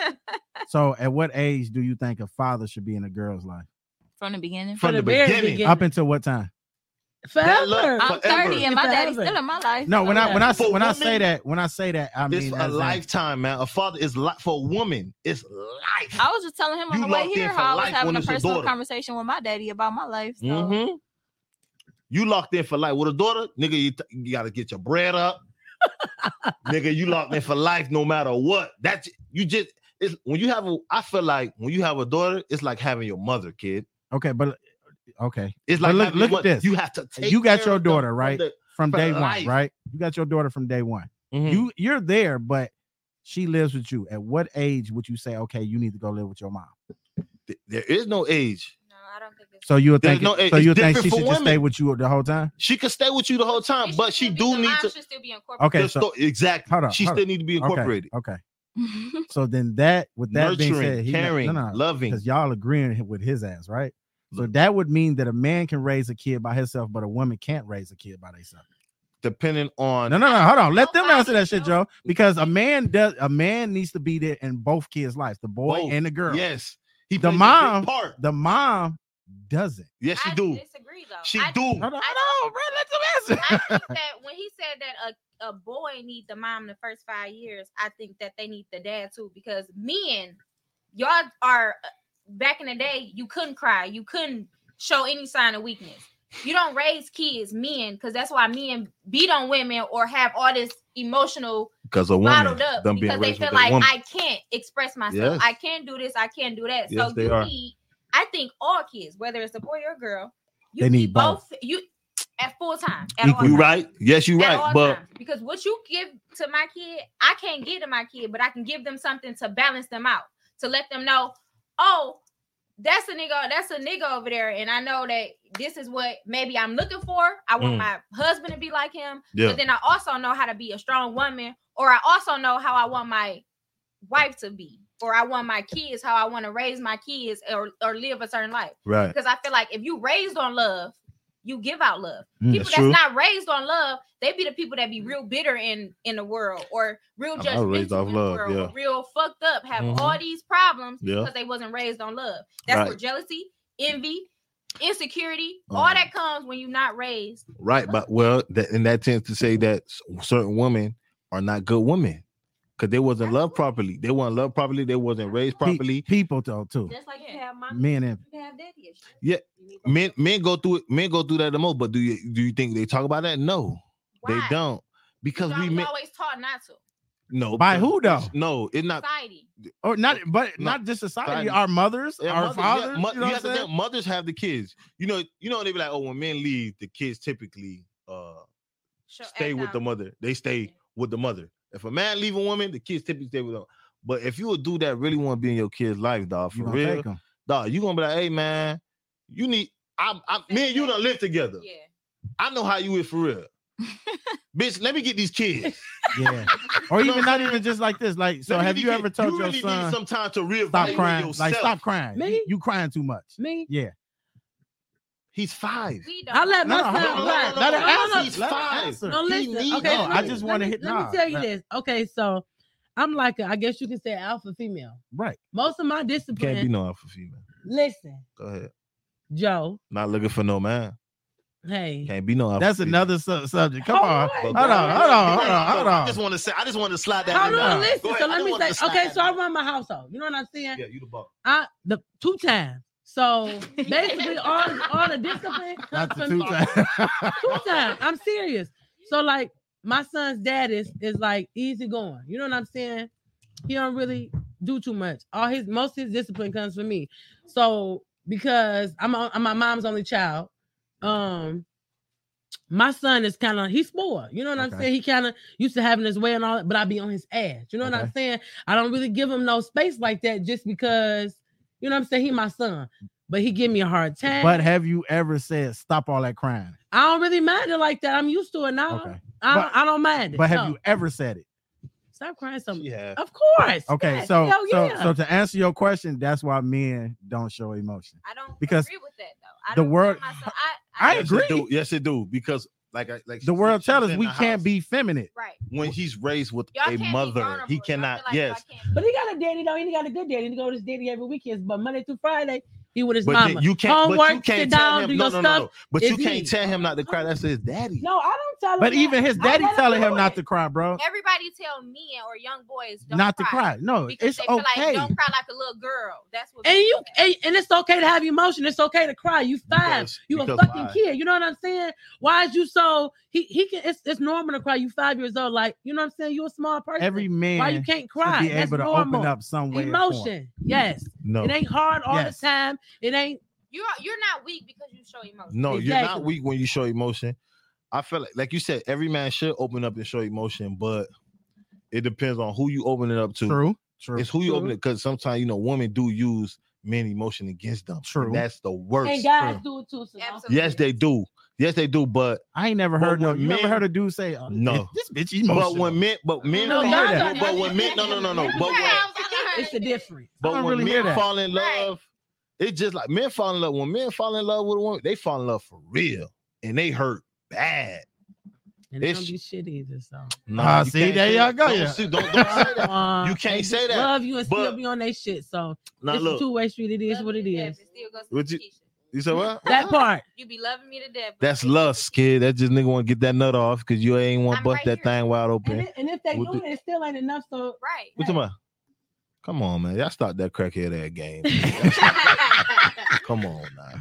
Speaker 2: So, at what age do you think a father should be in a girl's life?
Speaker 5: From the beginning.
Speaker 3: From the beginning.
Speaker 2: Up until what time?
Speaker 4: Forever.
Speaker 5: I'm 30 and my daddy's still in my life.
Speaker 2: No, when I when I
Speaker 3: For
Speaker 2: when I
Speaker 3: women,
Speaker 2: say that when I say that I mean
Speaker 3: It's
Speaker 2: as
Speaker 3: a
Speaker 2: in-
Speaker 3: lifetime, man. A father is li- for a woman, it's life.
Speaker 5: I was just telling him on
Speaker 3: You
Speaker 5: the way
Speaker 3: locked in
Speaker 5: here
Speaker 3: for
Speaker 5: how I was
Speaker 3: life when
Speaker 5: having a
Speaker 3: it's your
Speaker 5: personal
Speaker 3: daughter.
Speaker 5: conversation with my daddy about my life. So
Speaker 6: Mm-hmm.
Speaker 3: Mhm. You locked in for life with a daughter, nigga. You, t- you gotta get your
Speaker 6: [LAUGHS]
Speaker 3: bread up, nigga. You locked in for life, no matter what. That's you just. It's when you have a. I feel like when you have a daughter, it's like having your mother, kid.
Speaker 2: Okay, but okay.
Speaker 3: It's
Speaker 2: But
Speaker 3: like
Speaker 2: look
Speaker 3: having
Speaker 2: look
Speaker 3: your
Speaker 2: at
Speaker 3: mother.
Speaker 2: this.
Speaker 3: You have to. Take
Speaker 2: you got
Speaker 3: care
Speaker 2: your
Speaker 3: of them
Speaker 2: daughter
Speaker 3: from
Speaker 2: right
Speaker 3: the-
Speaker 2: from
Speaker 3: from
Speaker 2: day
Speaker 3: life.
Speaker 2: one, right? You got your daughter from day one.
Speaker 3: Mhm.
Speaker 2: You you're there, but she lives with you. At what age would you say, okay, you need to go live with your mom?
Speaker 3: Th- There is no age.
Speaker 6: No, I don't think it's
Speaker 2: So you would
Speaker 3: There's
Speaker 2: think
Speaker 3: no age.
Speaker 2: so
Speaker 3: It's
Speaker 2: you would think
Speaker 3: different
Speaker 2: she
Speaker 3: for
Speaker 2: should just stay
Speaker 3: women.
Speaker 2: with you the whole time?
Speaker 3: She could stay with you the whole time,
Speaker 6: It
Speaker 3: but
Speaker 6: should
Speaker 3: she
Speaker 6: still
Speaker 3: do
Speaker 6: be- the
Speaker 3: need
Speaker 6: line
Speaker 3: to.
Speaker 6: should still be incorporated.
Speaker 2: Okay,
Speaker 3: the
Speaker 2: so
Speaker 3: sto- exactly.
Speaker 2: hold on,
Speaker 3: she
Speaker 2: hold
Speaker 3: still need to be
Speaker 2: okay,
Speaker 3: incorporated.
Speaker 2: Okay. So then that with that being
Speaker 3: Nurturing,
Speaker 2: said, he-
Speaker 3: caring,
Speaker 2: no, no,
Speaker 3: loving.
Speaker 2: because y'all agreeing with his ass, right? So that would mean that a man can raise a kid by himself, but a woman can't raise a kid by themselves.
Speaker 3: Depending on
Speaker 2: No, no, no. Hold on. Let them answer that shit, Joe. Because a man does a man needs to be there in both kids' lives, the boy
Speaker 3: both.
Speaker 2: and the girl.
Speaker 3: Yes, he
Speaker 2: The
Speaker 3: plays a big
Speaker 2: mom-
Speaker 3: part.
Speaker 2: The mom doesn't.
Speaker 3: Yes, she
Speaker 6: I
Speaker 3: do.
Speaker 6: disagree though.
Speaker 3: She
Speaker 6: I,
Speaker 3: do.
Speaker 2: Hold on,
Speaker 6: I-
Speaker 2: hold on, bro. Let them
Speaker 6: I
Speaker 2: answer.
Speaker 3: [LAUGHS]
Speaker 6: think that when he said that a, a boy needs the mom the first five years, I think that they need the dad too because men, y'all are uh, back in the day, you couldn't cry, you couldn't show any sign of weakness. You don't raise kids, men, because that's why men beat on women or have all this emotional
Speaker 3: because a woman
Speaker 6: bottled up
Speaker 3: them being
Speaker 6: because they
Speaker 3: raised
Speaker 6: feel
Speaker 3: with
Speaker 6: like
Speaker 3: a woman.
Speaker 6: I can't express myself.
Speaker 3: Yes.
Speaker 6: I can't do this. I can't do that.
Speaker 3: Yes,
Speaker 6: so
Speaker 3: they
Speaker 6: you
Speaker 3: are.
Speaker 6: need, I think, all kids, whether it's a boy or a girl, you
Speaker 2: They need
Speaker 6: need both. You at full time. At all
Speaker 2: Equal.
Speaker 3: you
Speaker 6: times.
Speaker 3: right? Yes, you
Speaker 6: At
Speaker 3: right.
Speaker 6: all
Speaker 3: But
Speaker 6: times. because what you give to my kid, I can't give to my kid, but I can give them something to balance them out to let them know, oh, that's a nigga, that's a nigga over there, and I know that this is what maybe I'm looking for. I want
Speaker 3: Mm.
Speaker 6: my husband to be like him,
Speaker 3: yeah,
Speaker 6: but then I also know how to be a strong woman, or I also know how I want my wife to be, or I want my kids, how I want to raise my kids or, or live a certain life.
Speaker 3: right.
Speaker 6: Because I feel like if you raised on love, you give out love.
Speaker 2: Mm,
Speaker 6: people
Speaker 3: that's
Speaker 6: that's
Speaker 3: true.
Speaker 6: not raised on love, they be the people that be real bitter in in the world or real
Speaker 3: I'm
Speaker 6: just
Speaker 3: not raised off love,
Speaker 6: world, or
Speaker 3: yeah.
Speaker 6: real fucked up, have
Speaker 2: Mm-hmm.
Speaker 3: Mhm.
Speaker 6: all these problems
Speaker 3: Yeah.
Speaker 6: because they wasn't raised on love. That's where
Speaker 3: Right.
Speaker 6: jealousy, envy, insecurity, all
Speaker 3: Uh-huh.
Speaker 6: that comes when you're not raised
Speaker 3: Right, but well, that, and that tends to say that s- certain women are not good women because they wasn't loved properly. They weren't loved properly. They wasn't raised
Speaker 2: Pe-
Speaker 3: properly.
Speaker 2: people though too.
Speaker 8: Just like you have mommy,
Speaker 2: Men and
Speaker 8: you have daddy issues.
Speaker 3: Yeah,
Speaker 8: You need both.
Speaker 3: Men, men go through it. Men go through that the most. But do you do you think they talk about that? No,
Speaker 6: Why?
Speaker 3: they don't. Because
Speaker 6: Y'all-
Speaker 3: we
Speaker 6: we
Speaker 3: men,
Speaker 6: always taught not to.
Speaker 3: no
Speaker 2: By
Speaker 3: because
Speaker 2: who, though?
Speaker 3: it's- No, it's not.
Speaker 6: Society.
Speaker 2: or not, but
Speaker 3: No.
Speaker 2: not just society.
Speaker 3: Society.
Speaker 2: Our mothers,
Speaker 3: Yeah,
Speaker 2: our
Speaker 3: mothers, yeah,
Speaker 2: fathers.
Speaker 3: mo-
Speaker 2: you know
Speaker 3: you
Speaker 2: what I'm
Speaker 3: have to
Speaker 2: saying?
Speaker 3: think mothers have the kids. You know, you know they be like, oh, when men leave, the kids typically uh
Speaker 6: Show-
Speaker 3: stay
Speaker 6: act
Speaker 3: with the
Speaker 6: out.
Speaker 3: mother. They stay with the mother. If a man leave a woman, the kids typically stay with them. But if you a dude that really want to be in your kid's life, dog, for
Speaker 2: You gonna
Speaker 3: real,
Speaker 2: take 'em.
Speaker 3: dog, you gonna be like, hey man, you need. I, I, me and you don't live together.
Speaker 6: Yeah.
Speaker 3: I know how you is
Speaker 6: [LAUGHS]
Speaker 3: for real. Bitch, let me get these kids.
Speaker 2: Yeah. Or
Speaker 3: You know
Speaker 2: even
Speaker 3: what
Speaker 2: not
Speaker 3: I'm
Speaker 2: even just like this. Like, so
Speaker 3: Let me
Speaker 2: have
Speaker 3: get
Speaker 2: you
Speaker 3: these
Speaker 2: ever
Speaker 3: kids.
Speaker 2: told
Speaker 3: you
Speaker 2: your
Speaker 3: really
Speaker 2: son
Speaker 3: need some time to reevaluate
Speaker 2: stop crying?
Speaker 3: yourself?
Speaker 2: Like, stop crying.
Speaker 4: Me?
Speaker 2: You, you crying too much.
Speaker 4: Me?
Speaker 2: Yeah.
Speaker 3: He's five.
Speaker 6: We don't.
Speaker 4: I let
Speaker 2: No,
Speaker 4: my
Speaker 2: no,
Speaker 4: son
Speaker 2: hold on,
Speaker 4: cry.
Speaker 2: hold on, hold on,
Speaker 4: No, no,
Speaker 2: hold
Speaker 4: no,
Speaker 2: on.
Speaker 3: He's
Speaker 2: Let her
Speaker 3: five.
Speaker 2: answer.
Speaker 4: No,
Speaker 3: He
Speaker 4: listen.
Speaker 3: needs-
Speaker 4: okay,
Speaker 3: No,
Speaker 4: let
Speaker 3: I
Speaker 4: me-
Speaker 2: just
Speaker 4: let
Speaker 2: wanna
Speaker 4: me-
Speaker 2: hit-
Speaker 4: Let
Speaker 2: nah,
Speaker 4: me tell you
Speaker 2: nah.
Speaker 4: this. Okay, so I'm like, a, I guess you could say alpha female.
Speaker 2: Right.
Speaker 4: Most of my
Speaker 3: Can't be
Speaker 4: discipline.
Speaker 3: no alpha female.
Speaker 4: Listen,
Speaker 3: Go ahead.
Speaker 4: Joe.
Speaker 3: Not looking for no man.
Speaker 4: Hey,
Speaker 3: Can't be no alpha.
Speaker 2: That's
Speaker 3: female.
Speaker 2: another su- subject. Come
Speaker 4: Hold
Speaker 2: on.
Speaker 4: on.
Speaker 2: Hold on. Hold on. Hold on. Hold
Speaker 3: I
Speaker 2: on.
Speaker 3: just want to say. I just want to slide that.
Speaker 4: Hold
Speaker 3: in
Speaker 4: on,
Speaker 3: there.
Speaker 4: listen.
Speaker 3: Go ahead.
Speaker 4: So
Speaker 3: I just
Speaker 4: let me
Speaker 3: wanted
Speaker 4: say,
Speaker 3: to slide
Speaker 4: okay,
Speaker 3: that
Speaker 4: so I
Speaker 3: in
Speaker 4: run my household. You know what I'm saying?
Speaker 3: there. Yeah, you the boss.
Speaker 4: I the two times. So basically, all all the discipline comes
Speaker 2: [LAUGHS] Not the
Speaker 4: from
Speaker 2: two times.
Speaker 4: two times. I'm serious. So like my son's dad is is like easy going. You know what I'm saying? He don't really do too much. All his most of his discipline comes from me. So because I'm, a, I'm my mom's only child, um, my son is kind of he's spoiled. You know what I'm
Speaker 14: Okay.
Speaker 4: saying? He kind of used to having his way and all, that, but I be on his ass. You know what I'm
Speaker 14: Okay.
Speaker 4: saying? I don't really give him no space like that just because you know what I'm saying. He my son, but he give me a hard time.
Speaker 2: But have you ever said stop all that crying?
Speaker 4: I don't really mind it like that. I'm used to it now.
Speaker 2: Okay.
Speaker 4: I, don't,
Speaker 2: But-
Speaker 4: I don't mind it.
Speaker 2: But have
Speaker 4: No.
Speaker 2: you ever said it?
Speaker 4: Stop crying some.
Speaker 3: Yeah.
Speaker 4: Of course.
Speaker 2: Okay,
Speaker 4: Yes.
Speaker 2: so
Speaker 4: Hell
Speaker 2: so
Speaker 4: yeah.
Speaker 2: so to answer your question, that's why men don't show emotion.
Speaker 6: I don't
Speaker 2: because
Speaker 6: agree with that though. I
Speaker 2: the
Speaker 6: don't
Speaker 2: world-
Speaker 6: tell myself- I,
Speaker 2: I
Speaker 3: yes,
Speaker 2: agree.
Speaker 3: It do. Yes, it do. Because like I like she
Speaker 2: the world
Speaker 3: said,
Speaker 2: tells
Speaker 3: she's
Speaker 2: us
Speaker 3: in
Speaker 2: we
Speaker 3: the
Speaker 2: can't
Speaker 3: house.
Speaker 2: be feminine.
Speaker 6: right.
Speaker 3: when he's raised with
Speaker 6: Y'all
Speaker 3: a
Speaker 6: can't be
Speaker 3: mother,
Speaker 6: vulnerable.
Speaker 3: he
Speaker 6: Y'all feel
Speaker 3: cannot.
Speaker 6: like y'all
Speaker 3: yes,
Speaker 4: But he got a daddy though, and he got a good daddy. He go to his daddy every weekend, but Monday through Friday, he with his
Speaker 3: but
Speaker 4: mama.
Speaker 3: then you can't.
Speaker 4: Homework,
Speaker 3: But you can't
Speaker 4: sit
Speaker 3: tell
Speaker 4: down,
Speaker 3: him.
Speaker 4: do
Speaker 3: no,
Speaker 4: your
Speaker 3: no, no,
Speaker 4: stuff.
Speaker 3: no. But
Speaker 4: It's
Speaker 3: you
Speaker 4: his.
Speaker 3: can't tell him not to cry. That's his daddy.
Speaker 4: No, I don't tell him.
Speaker 2: But
Speaker 4: that.
Speaker 2: even his
Speaker 4: I
Speaker 2: daddy
Speaker 4: let him
Speaker 2: telling
Speaker 4: do
Speaker 2: him not
Speaker 4: it.
Speaker 2: to cry, bro.
Speaker 6: Everybody tell me or young boys don't
Speaker 2: Not to cry. No,
Speaker 6: because
Speaker 2: it's
Speaker 6: they feel
Speaker 2: okay.
Speaker 6: like don't cry like a little girl. That's what.
Speaker 4: And
Speaker 6: people
Speaker 4: you and, and it's okay to have emotion. It's okay to cry. You five.
Speaker 3: Because-
Speaker 4: you a
Speaker 3: because
Speaker 4: fucking
Speaker 3: why?
Speaker 4: kid. You know what I'm saying? Why is you so he he can? It's, it's normal to cry. You five years old. Like you know what I'm saying? You a small person.
Speaker 2: Every man
Speaker 4: Why you can't
Speaker 2: should
Speaker 4: cry?
Speaker 2: be
Speaker 4: That's
Speaker 2: able to
Speaker 4: normal.
Speaker 2: open up some way or form.
Speaker 4: Emotion. Yes.
Speaker 3: No,
Speaker 4: It ain't hard all
Speaker 2: Yes.
Speaker 4: the time. It ain't.
Speaker 6: You are, you're not weak because you show emotion.
Speaker 3: no, you're not
Speaker 4: Exactly.
Speaker 3: weak when you show emotion. I feel like, like you said, every man should open up and show emotion, but it depends on who you open it up to.
Speaker 2: True. True.
Speaker 3: It's who you
Speaker 4: True.
Speaker 3: open it because sometimes you know women do use men emotion against them.
Speaker 2: True.
Speaker 3: And that's the worst.
Speaker 4: And guys do it too. So
Speaker 6: Absolutely.
Speaker 3: yes, they do. Yes, they do. But
Speaker 2: I ain't never
Speaker 3: But
Speaker 2: heard no.
Speaker 3: when
Speaker 2: You never
Speaker 3: men-
Speaker 2: heard a dude say, oh,
Speaker 3: No.
Speaker 2: This bitch emotional.
Speaker 3: but when men, but men,
Speaker 4: No,
Speaker 3: fall-
Speaker 4: y'all don't.
Speaker 3: but when men, no, no, no, no. But when,
Speaker 4: it's a difference.
Speaker 3: But
Speaker 2: don't
Speaker 3: when
Speaker 2: really
Speaker 3: men
Speaker 2: hear that.
Speaker 3: fall in
Speaker 6: Right.
Speaker 3: love, it's just like men fall in love. When men fall in love with a woman, they fall in love for real, and they hurt bad.
Speaker 4: And it
Speaker 3: It's-
Speaker 4: don't be shit either. So
Speaker 2: Ah,
Speaker 3: you
Speaker 2: see,
Speaker 3: can't
Speaker 2: there
Speaker 3: say
Speaker 2: y'all
Speaker 3: that.
Speaker 2: go,
Speaker 3: Don't,
Speaker 2: yeah.
Speaker 3: see- don't,
Speaker 2: [LAUGHS]
Speaker 3: don't say that.
Speaker 4: Uh,
Speaker 3: You can't
Speaker 4: they
Speaker 3: say that,
Speaker 4: Love you and still
Speaker 3: but-
Speaker 4: be on their shit. So
Speaker 3: Now
Speaker 4: it's a
Speaker 3: look,
Speaker 4: two way street. It is what it is.
Speaker 3: Would you- you said what?
Speaker 4: That part.
Speaker 6: You be loving me to death. but
Speaker 3: [LAUGHS] That's
Speaker 6: you-
Speaker 3: lust, kid. That just nigga want to get that nut off because you ain't want to
Speaker 6: I'm
Speaker 3: bust
Speaker 6: right
Speaker 3: that
Speaker 6: here.
Speaker 3: thing wide
Speaker 4: And,
Speaker 3: open.
Speaker 4: it- and if they
Speaker 3: We'll
Speaker 4: do
Speaker 3: do-
Speaker 4: it, it still ain't enough. So
Speaker 6: Right.
Speaker 3: What you about? Come on, man. Y'all stop that crackhead ass game. Come on now.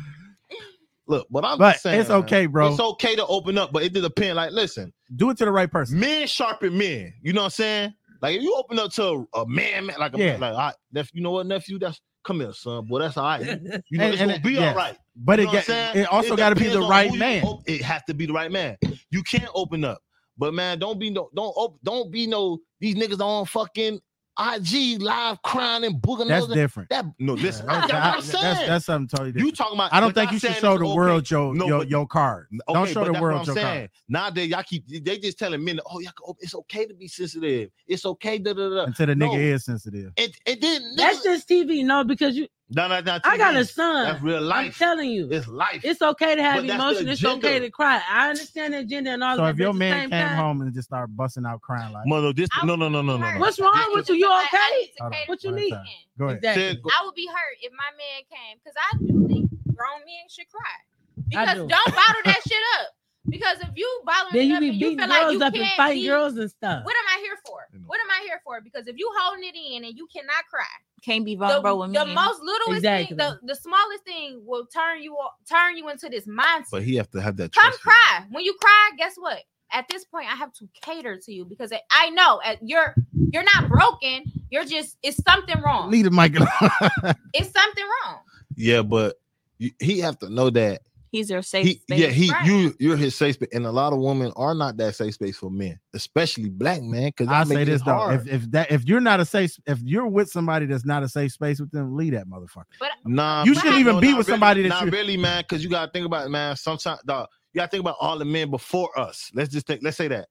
Speaker 3: Look, but I'm
Speaker 2: But
Speaker 3: just saying
Speaker 2: it's
Speaker 3: man,
Speaker 2: okay, bro.
Speaker 3: It's okay to open up, but it depends. Like, listen,
Speaker 2: do it to the right person.
Speaker 3: men sharpen men. You know what I'm saying? Like if you open up to a, a man, man, like a
Speaker 2: Yeah.
Speaker 3: like, all right, nep- you know what, nephew, that's come here, son, boy, that's all right. You
Speaker 4: and
Speaker 3: know,
Speaker 2: And-
Speaker 3: it's
Speaker 2: and
Speaker 3: gonna
Speaker 2: it-
Speaker 3: be
Speaker 2: yes.
Speaker 3: all right.
Speaker 2: But
Speaker 3: You
Speaker 2: it
Speaker 3: know
Speaker 2: get,
Speaker 3: what I'm saying?
Speaker 2: it also got to be
Speaker 3: depends
Speaker 2: the
Speaker 3: on
Speaker 2: right
Speaker 3: who you
Speaker 2: man.
Speaker 3: op- it has to be the right man. You can't open up, but man, don't be no, don't op- don't be no. These niggas on fucking IG live crying and booging.
Speaker 2: That's
Speaker 3: nose and-
Speaker 2: different.
Speaker 3: That no, listen,
Speaker 2: Yeah,
Speaker 3: that's what I'm
Speaker 2: that's,
Speaker 3: saying.
Speaker 2: that's, that's something totally
Speaker 3: you
Speaker 2: different.
Speaker 3: talking about?
Speaker 2: I don't
Speaker 3: but
Speaker 2: think
Speaker 3: not
Speaker 2: you should
Speaker 3: saying
Speaker 2: show
Speaker 3: it's
Speaker 2: the
Speaker 3: okay.
Speaker 2: world your
Speaker 3: No,
Speaker 2: your,
Speaker 3: but-
Speaker 2: your card. don't
Speaker 3: Okay,
Speaker 2: show
Speaker 3: but
Speaker 2: the
Speaker 3: that's what
Speaker 2: world
Speaker 3: I'm
Speaker 2: your
Speaker 3: saying.
Speaker 2: card
Speaker 3: Nowadays, y'all keep they just telling men, oh, y'all, can op- it's okay to be sensitive. It's okay, da da da.
Speaker 2: until the
Speaker 3: No.
Speaker 2: nigga is sensitive.
Speaker 3: It it didn't.
Speaker 4: that's just TV. No, because you,
Speaker 3: no, no, no,
Speaker 4: I got
Speaker 3: TV.
Speaker 4: a son.
Speaker 3: That's real
Speaker 4: I'm
Speaker 3: life.
Speaker 4: telling you,
Speaker 3: It's life.
Speaker 4: it's okay to have
Speaker 3: But that's the
Speaker 4: emotion. It's
Speaker 3: agenda.
Speaker 4: okay to cry. I understand the agenda and all
Speaker 2: So
Speaker 4: that.
Speaker 2: if
Speaker 4: but
Speaker 2: your
Speaker 4: at the
Speaker 2: man
Speaker 4: same
Speaker 2: came
Speaker 4: time, [LAUGHS]
Speaker 2: home and just started busting out crying like,
Speaker 3: Mother, this
Speaker 6: I
Speaker 3: no no no no no. no.
Speaker 4: What's wrong with you? You
Speaker 6: Like, I
Speaker 4: okay?
Speaker 6: need to
Speaker 2: Hold on.
Speaker 6: cater
Speaker 4: What you
Speaker 6: to
Speaker 4: need?
Speaker 6: the man.
Speaker 2: go ahead.
Speaker 4: Exactly.
Speaker 3: Said-
Speaker 6: I would be hurt if my man came because I do think grown men should cry. Because
Speaker 4: do.
Speaker 6: do. not bottle
Speaker 4: [LAUGHS]
Speaker 6: that shit up. Because if you bottle
Speaker 4: Then
Speaker 6: it
Speaker 4: you
Speaker 6: up
Speaker 4: be
Speaker 6: and you
Speaker 4: beating
Speaker 6: feel like
Speaker 4: girls
Speaker 6: you
Speaker 4: up and
Speaker 6: can't
Speaker 4: fighting
Speaker 6: be,
Speaker 4: girls and stuff.
Speaker 6: what am I here for? What am I here for? Because if you holding it in and you cannot cry,
Speaker 5: Can't be
Speaker 6: the,
Speaker 5: vulnerable with me.
Speaker 6: the most littlest
Speaker 4: Exactly.
Speaker 6: thing, the, the smallest thing will turn you o- turn you into this monster.
Speaker 3: But he have to have that.
Speaker 6: Come
Speaker 3: trust.
Speaker 6: cry. When you cry, guess what? At this point, I have to cater to you because I- I know at you're you're not broken. You're just it's something wrong.
Speaker 2: Leave the mic alone.
Speaker 6: It's something wrong.
Speaker 3: [LAUGHS] Yeah, but you- he have to know that
Speaker 5: He's your safe
Speaker 3: he
Speaker 5: space.
Speaker 3: yeah he
Speaker 6: Right.
Speaker 3: you you're his safe space, and a lot of women are not that safe space for men, especially black men. Because
Speaker 2: I'll say this though: if, if that if you're not a safe if you're with somebody that's not a safe space with them, leave that motherfucker.
Speaker 3: Nah,
Speaker 2: You
Speaker 3: man.
Speaker 2: shouldn't even be
Speaker 3: not
Speaker 2: with
Speaker 3: really-
Speaker 2: somebody that
Speaker 3: not
Speaker 2: you- [LAUGHS]
Speaker 3: really, man. Because you gotta think about it, man. Sometimes, dog, you gotta think about all the men before us. Let's just think. Let's say that.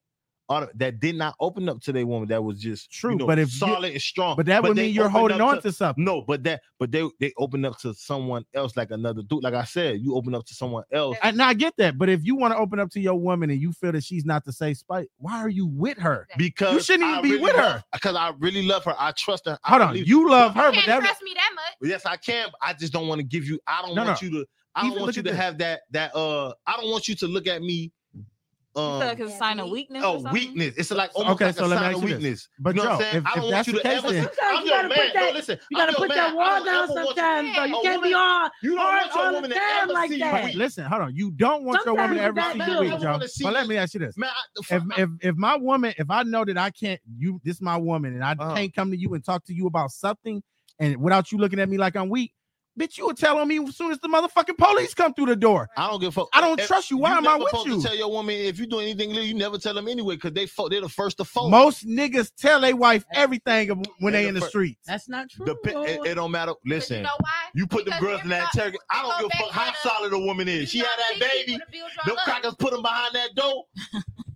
Speaker 3: All the, that did not open up to their woman. That was just you
Speaker 2: True,
Speaker 3: know,
Speaker 2: but if you-
Speaker 3: solid and strong.
Speaker 2: But that would
Speaker 3: they
Speaker 2: mean you're
Speaker 3: opened
Speaker 2: holding
Speaker 3: up
Speaker 2: on to something.
Speaker 3: no, but that but they they open up to someone else, like another dude. Like I said, you open up to someone else.
Speaker 2: And I get that, but if you want to open up to your woman and you feel that she's not the safe space, why are you with her?
Speaker 3: Because
Speaker 2: You shouldn't even
Speaker 3: I
Speaker 2: be
Speaker 3: really
Speaker 2: with
Speaker 3: love-
Speaker 2: her.
Speaker 3: Because I really love her. I trust her. I
Speaker 2: Hold on,
Speaker 3: believe-
Speaker 2: you love her,
Speaker 6: You
Speaker 2: but
Speaker 6: can't
Speaker 2: that
Speaker 6: trust me that much.
Speaker 3: Yes, I can. But I just don't want to give you. I don't
Speaker 2: No,
Speaker 3: want you to. I don't
Speaker 2: Even
Speaker 3: want
Speaker 2: look
Speaker 3: you
Speaker 2: at
Speaker 3: to
Speaker 2: this.
Speaker 3: have that. That uh. I don't want you to look at me um,
Speaker 5: feel like it's a sign of weakness. or
Speaker 3: Oh,
Speaker 5: something?
Speaker 3: weakness. It's like almost
Speaker 2: Okay,
Speaker 3: like
Speaker 2: so
Speaker 3: a
Speaker 2: let me
Speaker 3: sign
Speaker 2: ask
Speaker 3: of
Speaker 2: you this.
Speaker 3: weakness.
Speaker 2: But
Speaker 3: you know
Speaker 2: Joe,
Speaker 3: what I'm saying?
Speaker 2: if-
Speaker 3: I
Speaker 2: if
Speaker 3: don't
Speaker 2: that's
Speaker 3: want you
Speaker 2: the
Speaker 3: to
Speaker 2: case,
Speaker 3: ever.
Speaker 2: then-
Speaker 3: I'm
Speaker 15: Sometimes you
Speaker 3: your
Speaker 15: gotta
Speaker 3: man.
Speaker 15: put that.
Speaker 3: No, listen.
Speaker 15: You
Speaker 3: I'm
Speaker 15: gotta
Speaker 3: your
Speaker 15: put that
Speaker 3: man. I
Speaker 15: wall
Speaker 3: don't
Speaker 15: down
Speaker 3: ever want you-
Speaker 15: sometimes, though. You
Speaker 3: a
Speaker 15: can't
Speaker 3: woman-
Speaker 15: be all
Speaker 3: You don't
Speaker 15: hard
Speaker 3: want your
Speaker 15: all
Speaker 3: woman
Speaker 15: the
Speaker 3: to
Speaker 15: time
Speaker 3: ever
Speaker 15: like
Speaker 3: see you
Speaker 15: that.
Speaker 3: weak.
Speaker 2: Listen, hold on. You don't want your woman to ever
Speaker 15: Sometimes
Speaker 2: see
Speaker 15: you
Speaker 2: you
Speaker 15: got
Speaker 2: weak,
Speaker 15: to.
Speaker 2: Joe. But let me ask you this.
Speaker 3: Man, I- the
Speaker 2: If,
Speaker 3: fuck-
Speaker 2: if if my woman, if I know that I can't, you this my woman, and I
Speaker 3: Uh-huh.
Speaker 2: can't come to you and talk to you about something, and without you looking at me like I'm weak, bitch, you will tell on me as soon as the motherfucking police come through the door.
Speaker 3: I don't give a fuck.
Speaker 2: I don't
Speaker 3: If-
Speaker 2: trust you. Why am I
Speaker 3: never
Speaker 2: with
Speaker 3: supposed
Speaker 2: you?
Speaker 3: To tell your woman if you do anything illegal, you never tell them anyway because they fo- they're the first to fold.
Speaker 2: Most niggas tell their wife everything ab- when
Speaker 3: They
Speaker 2: they
Speaker 3: the
Speaker 2: in the
Speaker 3: fir-
Speaker 2: streets.
Speaker 8: That's not true.
Speaker 3: Depe- it, it don't matter.
Speaker 6: But you
Speaker 3: Listen,
Speaker 6: know why?
Speaker 3: you put the
Speaker 6: Because
Speaker 3: girls in
Speaker 6: they're
Speaker 3: that
Speaker 6: not-
Speaker 3: interrogation. I
Speaker 6: they
Speaker 3: don't give a
Speaker 6: gonna
Speaker 3: fuck how
Speaker 6: bang
Speaker 3: solid a woman
Speaker 6: you
Speaker 3: is. She
Speaker 6: know,
Speaker 3: had
Speaker 6: teach
Speaker 3: that
Speaker 6: people
Speaker 3: baby.
Speaker 6: to build y'all
Speaker 3: Them
Speaker 6: up.
Speaker 3: crackers put them behind that door.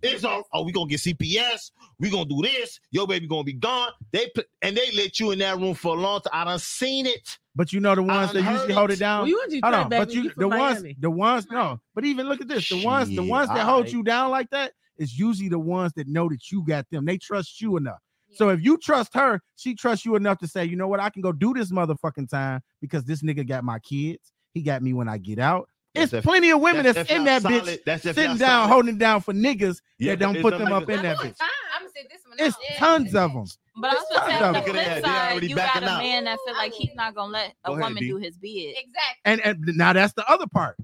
Speaker 3: It's on. Oh, we gonna get CPS. We gonna do this. Your baby gonna be gone. They put and they let you in that room for a long time. I done seen it.
Speaker 2: But you know the ones that
Speaker 3: heard
Speaker 2: usually
Speaker 3: it.
Speaker 2: hold it down.
Speaker 8: Well, you in Detroit,
Speaker 2: Hold on,
Speaker 8: baby.
Speaker 2: but you,
Speaker 8: from
Speaker 2: the ones,
Speaker 8: Miami.
Speaker 2: the ones, no. But even look at this, the ones, the
Speaker 3: Shit,
Speaker 2: ones that hold
Speaker 3: alright.
Speaker 2: you down like that is usually the ones that know that you got them. They trust you enough.
Speaker 6: Yeah.
Speaker 2: So if you trust her, she trusts you enough to say, you know what, I can go do this motherfucking time because this nigga got my kids. He got me when I get out. It's
Speaker 3: That's if-
Speaker 2: plenty of women that's,
Speaker 3: if
Speaker 2: in
Speaker 3: y'all
Speaker 2: that bitch
Speaker 3: solid. That's if
Speaker 2: sitting
Speaker 3: y'all
Speaker 2: down,
Speaker 3: solid.
Speaker 2: holding it down for niggas
Speaker 3: Yeah,
Speaker 2: that don't
Speaker 3: it's
Speaker 2: put
Speaker 3: not
Speaker 2: them
Speaker 3: like
Speaker 2: up
Speaker 3: that.
Speaker 2: in that bitch.
Speaker 6: I'm gonna say this one.
Speaker 2: It's
Speaker 6: out. Yeah.
Speaker 2: tons of them.
Speaker 5: But I was gonna say,
Speaker 2: Son
Speaker 5: on
Speaker 2: of
Speaker 5: the
Speaker 2: a-
Speaker 3: Look at
Speaker 5: flip
Speaker 3: that. They
Speaker 5: side,
Speaker 3: already
Speaker 5: you got
Speaker 3: backing
Speaker 5: a
Speaker 3: out.
Speaker 5: man that feel like he's not gonna let a
Speaker 3: Go ahead,
Speaker 5: woman
Speaker 3: D.
Speaker 5: do his bid.
Speaker 6: Exactly.
Speaker 2: And, and now that's the other part.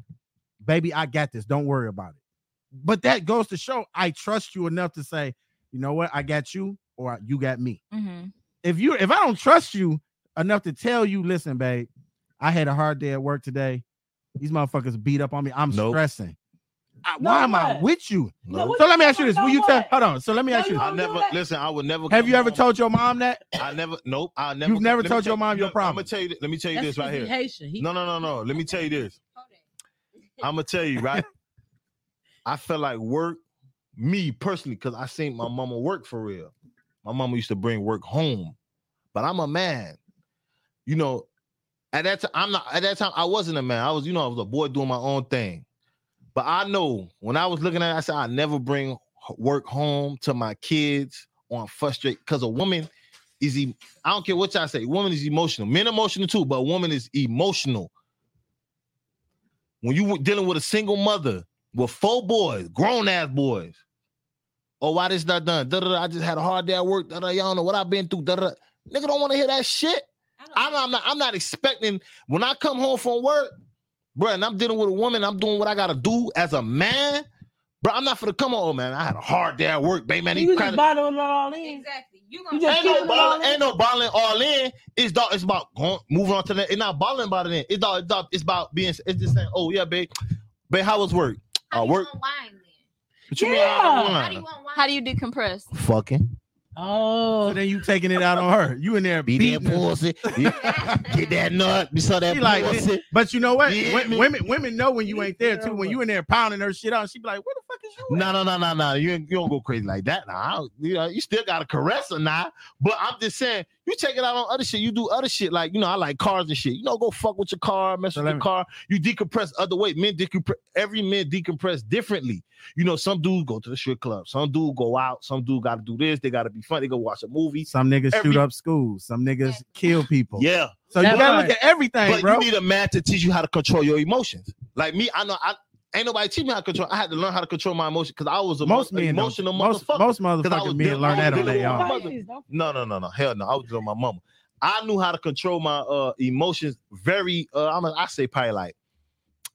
Speaker 2: Baby, I got this. Don't worry about it. But that goes to show I trust you enough to say, you know what, I got you or you got me.
Speaker 5: Mm-hmm.
Speaker 2: If you if I don't trust you enough to tell you, listen, babe, I had a hard day at work today. These motherfuckers beat up on me. I'm
Speaker 3: Nope.
Speaker 2: stressing. I-
Speaker 8: No,
Speaker 2: why am I
Speaker 8: what?
Speaker 2: with you?
Speaker 3: No.
Speaker 8: No, what
Speaker 2: So
Speaker 8: you
Speaker 2: let me ask you
Speaker 8: doing?
Speaker 2: this.
Speaker 8: No,
Speaker 2: Will you tell
Speaker 8: what?
Speaker 2: hold on? So let me
Speaker 8: No,
Speaker 2: ask
Speaker 8: you
Speaker 2: you.
Speaker 3: I
Speaker 8: don't do
Speaker 3: never
Speaker 8: that.
Speaker 3: listen. I would never.
Speaker 2: Have
Speaker 3: come
Speaker 2: you ever
Speaker 3: home-
Speaker 2: told your mom that?
Speaker 3: I never. Nope. I never.
Speaker 2: You've never
Speaker 3: let me
Speaker 2: told
Speaker 3: tell-
Speaker 2: your mom your
Speaker 3: look, I'm
Speaker 2: problem.
Speaker 3: gonna tell you. Let me tell you
Speaker 8: That's
Speaker 3: this right
Speaker 8: because
Speaker 3: here.
Speaker 8: he Haitian. He,
Speaker 3: No, no, no, no. Let me tell you this. I'm gonna tell
Speaker 2: [LAUGHS]
Speaker 3: you right. I feel like work, me personally, because I seen my mama work for real. My mama used to bring work home, but I'm a man. You know, at that time, I'm not. At that time, I wasn't a man. I was, you know, I was a boy doing my own thing. But I know when I was looking at, it, I said I never bring h- work home to my kids or I'm frustrated because a woman is. E- I don't care what y'all say. Woman is emotional. Men emotional too, but a woman is emotional. When you were dealing with a single mother, with four boys, grown ass boys. Oh, why this not done? Da, da, da, I just had a hard day at work. Da, da, y'all don't know what I've been through. Da, da, da. Nigga don't want to hear that shit. I'm, I'm not. I'm not expecting when I come home from work, bruh, and I'm dealing with a woman. I'm doing what I gotta do as a man, bruh, I'm not for the come on, "Oh, man. I had a hard day at work, baby. Man, he
Speaker 8: you just
Speaker 3: crying-
Speaker 8: bottle it all in.
Speaker 6: Exactly. You
Speaker 8: You
Speaker 6: gonna
Speaker 8: just
Speaker 3: Ain't no
Speaker 8: Keeping it all
Speaker 3: balling,
Speaker 8: in.
Speaker 3: ain't no balling all in. It's dog, it's about going moving on to the it's not balling about it. in. It's dog, it's, dog, it's about being it's just saying, oh yeah, babe. Babe, how was work?
Speaker 6: how
Speaker 3: Uh,
Speaker 6: do you
Speaker 3: work.
Speaker 6: unwind then?
Speaker 3: What you mean, I don't
Speaker 8: Yeah.
Speaker 6: How do
Speaker 3: wanna-
Speaker 6: you unwind?
Speaker 5: How do you decompress?
Speaker 3: Fucking.
Speaker 8: Oh,
Speaker 2: So then you taking it out on her. You in there
Speaker 3: Be
Speaker 2: beating
Speaker 3: that
Speaker 2: her. [LAUGHS]
Speaker 3: pussy. Get that nut. We saw that
Speaker 2: She like,
Speaker 3: pussy.
Speaker 2: But you know what?
Speaker 3: You hear
Speaker 2: Wo-
Speaker 3: me?
Speaker 2: women women know when you ain't there too. When you in there pounding her shit out, she be like, "Where the fuck is you?" at?"
Speaker 3: No, no, no, no, no. You, ain't- you don't go crazy like that. Now, I don't- you know, you still got to caress or not. But I'm just saying, you take it out on other shit. You do other shit like you know, I like cars and shit. You know, go fuck with your car, mess
Speaker 2: So
Speaker 3: with
Speaker 2: let
Speaker 3: your
Speaker 2: me-
Speaker 3: car. You decompress other way. Men decompress. Every man decompress differently. You know, some dudes go to the strip club. Some dude go out. Some dude got to do this. They got to be fun. They go watch a movie.
Speaker 2: Some niggas shoot
Speaker 3: Every-
Speaker 2: up schools. Some niggas kill people.
Speaker 3: Yeah,
Speaker 2: So you
Speaker 8: That
Speaker 2: gotta
Speaker 8: part.
Speaker 2: look at everything,
Speaker 3: but
Speaker 2: bro.
Speaker 3: you need a man to teach you how to control your emotions. Like me, I know I. Ain't nobody teach me how to control. I had to learn how to control my emotions because I was a
Speaker 2: most
Speaker 3: mo-
Speaker 2: men, don't.
Speaker 3: emotional
Speaker 2: most most
Speaker 3: motherfucker. 'Cause I was
Speaker 2: motherfucking men
Speaker 3: dealing-
Speaker 2: learn
Speaker 3: I
Speaker 2: that
Speaker 3: was
Speaker 2: on
Speaker 3: dealing
Speaker 2: their
Speaker 3: with
Speaker 2: own.
Speaker 3: my mother. No, no, no, no. Hell no. I was doing my mama. I knew how to control my uh emotions very uh I'm I say probably like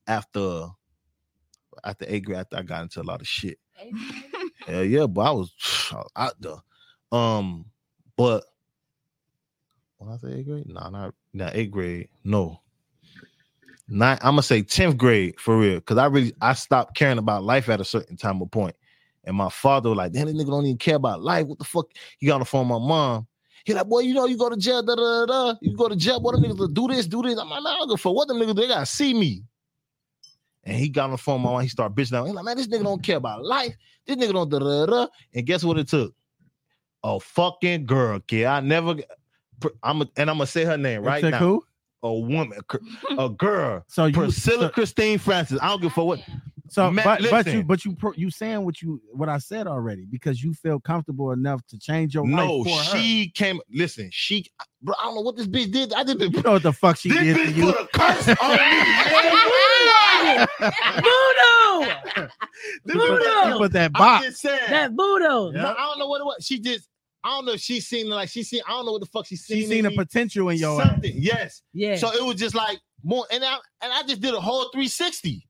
Speaker 3: after after eighth grade after I got into a lot of shit. Hell yeah, but I was [SIGHS] I was out there. Um but when I say eighth grade, no, nah, not not eighth grade, no. Nine, I'm gonna say 10th grade for real. Cause I really I stopped caring about life at a certain time or point. And my father was like, damn, that nigga don't even care about life. What the fuck? He got on the phone with my mom. He like, boy, you know, you go to jail, da da da. da. You go to jail, boy, them niggas will do this, do this. I'm like, man, I don't give a fuck. What them niggas do? They gotta see me. And he got on the phone, with my mom. He started bitching out. He like, man, this nigga don't care about life. This nigga don't da da da. And guess what it took? A fucking girl, kid. I never. I'm and I'm gonna say her name right
Speaker 2: Took
Speaker 3: now.
Speaker 2: who?
Speaker 3: A woman, a girl,
Speaker 2: So you
Speaker 3: Priscilla
Speaker 2: so,
Speaker 3: Christine Francis. I don't give a fuck what.
Speaker 2: So,
Speaker 3: Man,
Speaker 2: but, but you,
Speaker 3: listen.
Speaker 2: but you, pro- you saying what you, what I said already, because you feel comfortable enough to change your
Speaker 3: No,
Speaker 2: life for her.
Speaker 3: she came. Listen, she. Bro, I don't know what this bitch did. I just been.
Speaker 2: You know what the fuck she
Speaker 3: This
Speaker 2: did to
Speaker 3: bitch
Speaker 2: you?
Speaker 3: put a curse on
Speaker 2: [LAUGHS]
Speaker 3: me.
Speaker 4: Voodoo.
Speaker 3: This
Speaker 2: You put,
Speaker 3: bitch-
Speaker 2: you put that
Speaker 3: I'm
Speaker 2: box.
Speaker 3: just saying.
Speaker 4: That voodoo.
Speaker 3: No, I don't know what it was. She just. I don't know. if She seen like she seen. I don't know what the fuck she seen.
Speaker 2: She seen the
Speaker 3: in me.
Speaker 2: potential in your ass.
Speaker 3: something. Yes.
Speaker 4: Yeah.
Speaker 3: So it was just like more, and I and I just did a whole 360,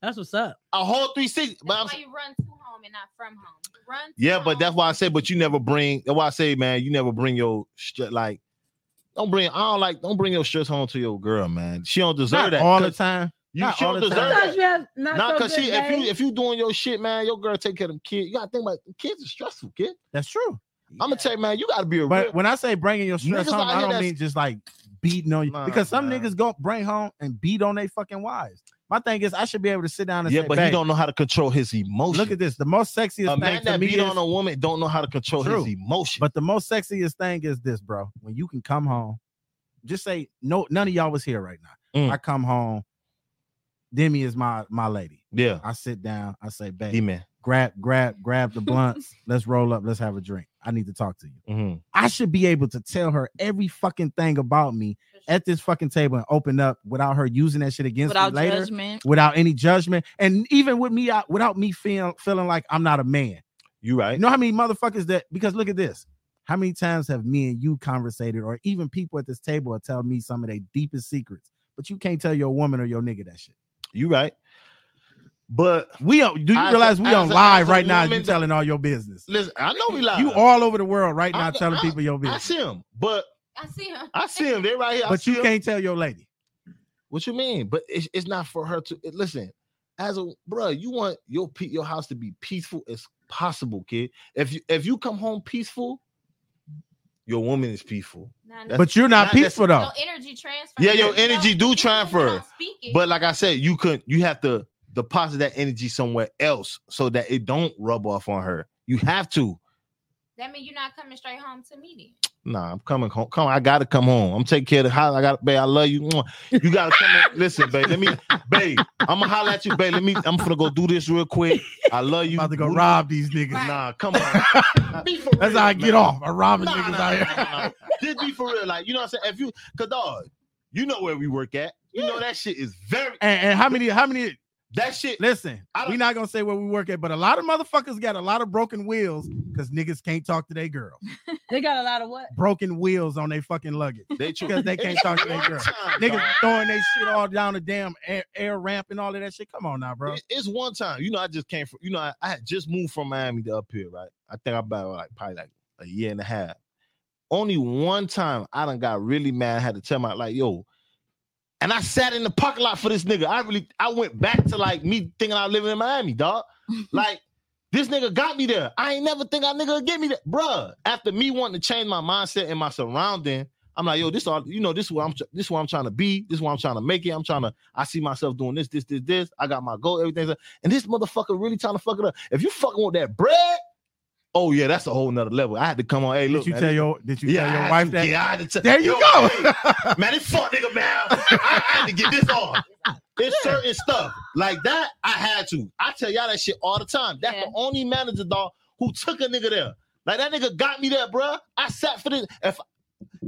Speaker 4: that's what's up.
Speaker 3: a whole 360. But I'm
Speaker 6: That's why you run to home and not from home. [LAUGHS] You Run. to
Speaker 3: Yeah, but
Speaker 6: home.
Speaker 3: that's why I say, but you never bring. That's why I say, man, you never bring your str- like. Don't bring. I don't like. Don't bring your stress home to your girl, man. She don't deserve
Speaker 2: Not
Speaker 3: that.
Speaker 2: all the
Speaker 3: 'cause
Speaker 2: time.
Speaker 3: You
Speaker 2: not
Speaker 3: she
Speaker 2: all
Speaker 3: don't
Speaker 2: the
Speaker 3: deserve
Speaker 2: time.
Speaker 3: that.
Speaker 4: Sometimes you have not,
Speaker 3: Not
Speaker 4: so
Speaker 3: because
Speaker 4: good
Speaker 3: she. If you
Speaker 4: days.
Speaker 3: if you doing your shit, man, your girl take care of them kids. You gotta think about them kids are stressful, kid.
Speaker 2: That's true.
Speaker 3: I'm gonna tell you, man, you gotta be a real.
Speaker 2: But when I say bringing your stress
Speaker 3: Niggas
Speaker 2: home,
Speaker 3: out here
Speaker 2: I don't
Speaker 3: that's-
Speaker 2: mean just like beating on you.
Speaker 3: Nah,
Speaker 2: because some
Speaker 3: man.
Speaker 2: niggas go bring home and beat on their fucking wives. My thing is, I should be able to sit down and
Speaker 3: yeah,
Speaker 2: say,
Speaker 3: but he
Speaker 2: "Babe,
Speaker 3: don't know how to control his emotions.
Speaker 2: look at this. The most sexiest
Speaker 3: a man
Speaker 2: thing to
Speaker 3: that
Speaker 2: me
Speaker 3: beat
Speaker 2: is,
Speaker 3: on a woman don't know how to control
Speaker 2: True.
Speaker 3: his emotions.
Speaker 2: but the most sexiest thing is this, bro. When you can come home, just say no. None of y'all was here right now.
Speaker 3: Mm.
Speaker 2: I come home. Demi is my my lady.
Speaker 3: yeah,
Speaker 2: I sit down. I say, "Babe,
Speaker 3: amen.
Speaker 2: grab grab grab
Speaker 16: [LAUGHS]
Speaker 2: the blunts. let's roll up. Let's have a drink. I need to talk to you."
Speaker 3: Mhm.
Speaker 2: I should be able to tell her every fucking thing about me at this fucking table and open up without her using that shit against
Speaker 16: without
Speaker 2: me later,
Speaker 16: judgment.
Speaker 2: without any judgment, and even with me out, without me feeling feeling like I'm not a man.
Speaker 3: You right?
Speaker 2: You know how many motherfuckers that because look at this. How many times have me and you conversated, or even people at this table will tell me some of their deepest secrets, but you can't tell your woman or your nigga that shit.
Speaker 3: You right? But
Speaker 2: We don't. Do you
Speaker 3: As a-
Speaker 2: realize we
Speaker 3: as
Speaker 2: on
Speaker 3: a-
Speaker 2: live
Speaker 3: as a
Speaker 2: right now? and You
Speaker 3: woman-
Speaker 2: telling all your business.
Speaker 3: listen, I know we live.
Speaker 2: You all over the world right now
Speaker 3: I'm-
Speaker 2: telling
Speaker 3: I'm-
Speaker 2: people your
Speaker 3: I
Speaker 2: business,
Speaker 3: see him, but
Speaker 6: I see him.
Speaker 3: I see him. They right here. I
Speaker 2: but
Speaker 3: see
Speaker 2: you
Speaker 3: him.
Speaker 2: can't tell your lady.
Speaker 3: What you mean? But it's, it's not for her to it- listen. As a bruh, you want your pe- your house to be peaceful as possible, kid. If you if you come home peaceful, your woman is peaceful.
Speaker 6: Nah,
Speaker 3: That's-
Speaker 2: But you're not,
Speaker 3: not
Speaker 2: peaceful though.
Speaker 6: Your energy transfer.
Speaker 3: Yeah, your energy do
Speaker 6: You
Speaker 3: transfer.
Speaker 6: don't speak it.
Speaker 3: But like I said, you could you have to deposit that energy somewhere else so that it don't rub off on her. You have to.
Speaker 6: that means you're not coming straight home to me.
Speaker 3: Nah, I'm coming home. Come, on, I gotta come home. I'm taking care of the house. I got, babe. I love you. Mwah. You gotta
Speaker 2: [LAUGHS]
Speaker 3: come. in. Listen, babe. Let me, babe. I'm gonna holler at you, babe. Let me. I'm gonna go do this real quick. I love you.
Speaker 2: about to go
Speaker 3: Booty-
Speaker 2: rob these niggas.
Speaker 3: Nah, come on. Be [LAUGHS] for
Speaker 2: [LAUGHS] That's how I
Speaker 3: real,
Speaker 2: get
Speaker 3: man.
Speaker 2: off. I'm robbing
Speaker 3: Nah, nah,
Speaker 2: niggas
Speaker 3: nah,
Speaker 2: out
Speaker 3: nah,
Speaker 2: here.
Speaker 3: nah, nah. Just be for real, like you know what I'm saying. If you, cause dog, you know where we work at. You know that shit is very.
Speaker 2: And, and how many? How many?
Speaker 3: That shit.
Speaker 2: Listen,
Speaker 3: I don't-
Speaker 2: we not gonna say where we work at, but a lot of motherfuckers got a lot of broken wheels because niggas can't talk to their girl.
Speaker 4: They got a lot of what?
Speaker 2: Broken wheels on their fucking luggage
Speaker 3: They true.
Speaker 2: because they
Speaker 3: [LAUGHS] It's
Speaker 2: can't talk to their
Speaker 3: one
Speaker 2: girl.
Speaker 3: time,
Speaker 2: Niggas
Speaker 3: dog.
Speaker 2: throwing their shit all down the damn air, air ramp and all of that shit. Come on now, bro.
Speaker 3: It- It's one time. You know, I just came from. You know, I, I had just moved from Miami to up here, right? I think I about like probably like a year and a half. Only one time I done got really mad. I had to tell my like, yo. And I sat in the parking lot for this nigga. I really, I went back to like me thinking I was living in Miami, dog. Like this nigga got me there. I ain't never think I nigga would get me there, bruh. After me wanting to change my mindset and my surrounding, I'm like, yo, this all you know, this is what I'm tr- this is what I'm trying to be, this is what I'm trying to make it. I'm trying to, I see myself doing this, this, this, this. I got my goal, everything's up. And this motherfucker really trying to fuck it up. If you fucking with that bread, oh yeah, that's a whole nother level. I had to come on. Hey, look,
Speaker 2: did you
Speaker 3: man,
Speaker 2: tell
Speaker 3: this-
Speaker 2: your Did you
Speaker 3: I
Speaker 2: tell your
Speaker 3: had
Speaker 2: wife
Speaker 3: to-
Speaker 2: that?
Speaker 3: Yeah, I had to tell
Speaker 2: There you
Speaker 3: yo,
Speaker 2: go.
Speaker 3: hey, [LAUGHS] man, this fuck nigga, man. I, I had to get this on. It's certain stuff like that. I had to. I tell y'all that shit all the time. That's the
Speaker 6: Yeah.
Speaker 3: only manager dog who took a nigga there. Like that nigga got me there, bruh. I sat for this. If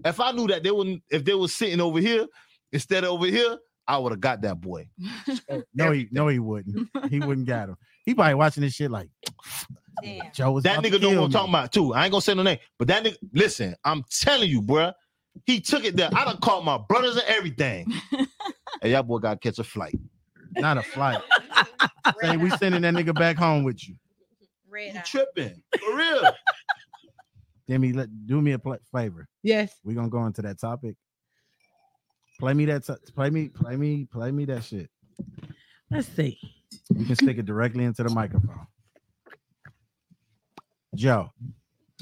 Speaker 3: if I knew that they wouldn't, if they was sitting over here instead of over here, I would have got that boy.
Speaker 2: [LAUGHS] no, he no, he wouldn't. He wouldn't got him. He probably watching this shit like
Speaker 6: Damn.
Speaker 2: Joe was
Speaker 3: That
Speaker 2: about to
Speaker 3: nigga know
Speaker 2: kill
Speaker 3: what I'm
Speaker 2: me."
Speaker 3: talking about too. I ain't gonna say no name, but that nigga, listen, I'm telling you, bruh, he took it there. I done called my brothers and
Speaker 2: [LAUGHS]
Speaker 3: everything. hey, y'all boy gotta catch a flight.
Speaker 2: Not
Speaker 4: [LAUGHS]
Speaker 2: a flight. Say we sending that nigga back home with you.
Speaker 6: Red
Speaker 3: You
Speaker 6: eye.
Speaker 3: tripping
Speaker 2: [LAUGHS]
Speaker 3: for real?
Speaker 2: Demi, let do me a pl- favor.
Speaker 4: Yes.
Speaker 2: We're gonna go into that topic. Play me that. to- play me. Play me. Play me that shit.
Speaker 4: Let's see.
Speaker 2: You can stick it directly into the microphone. Joe,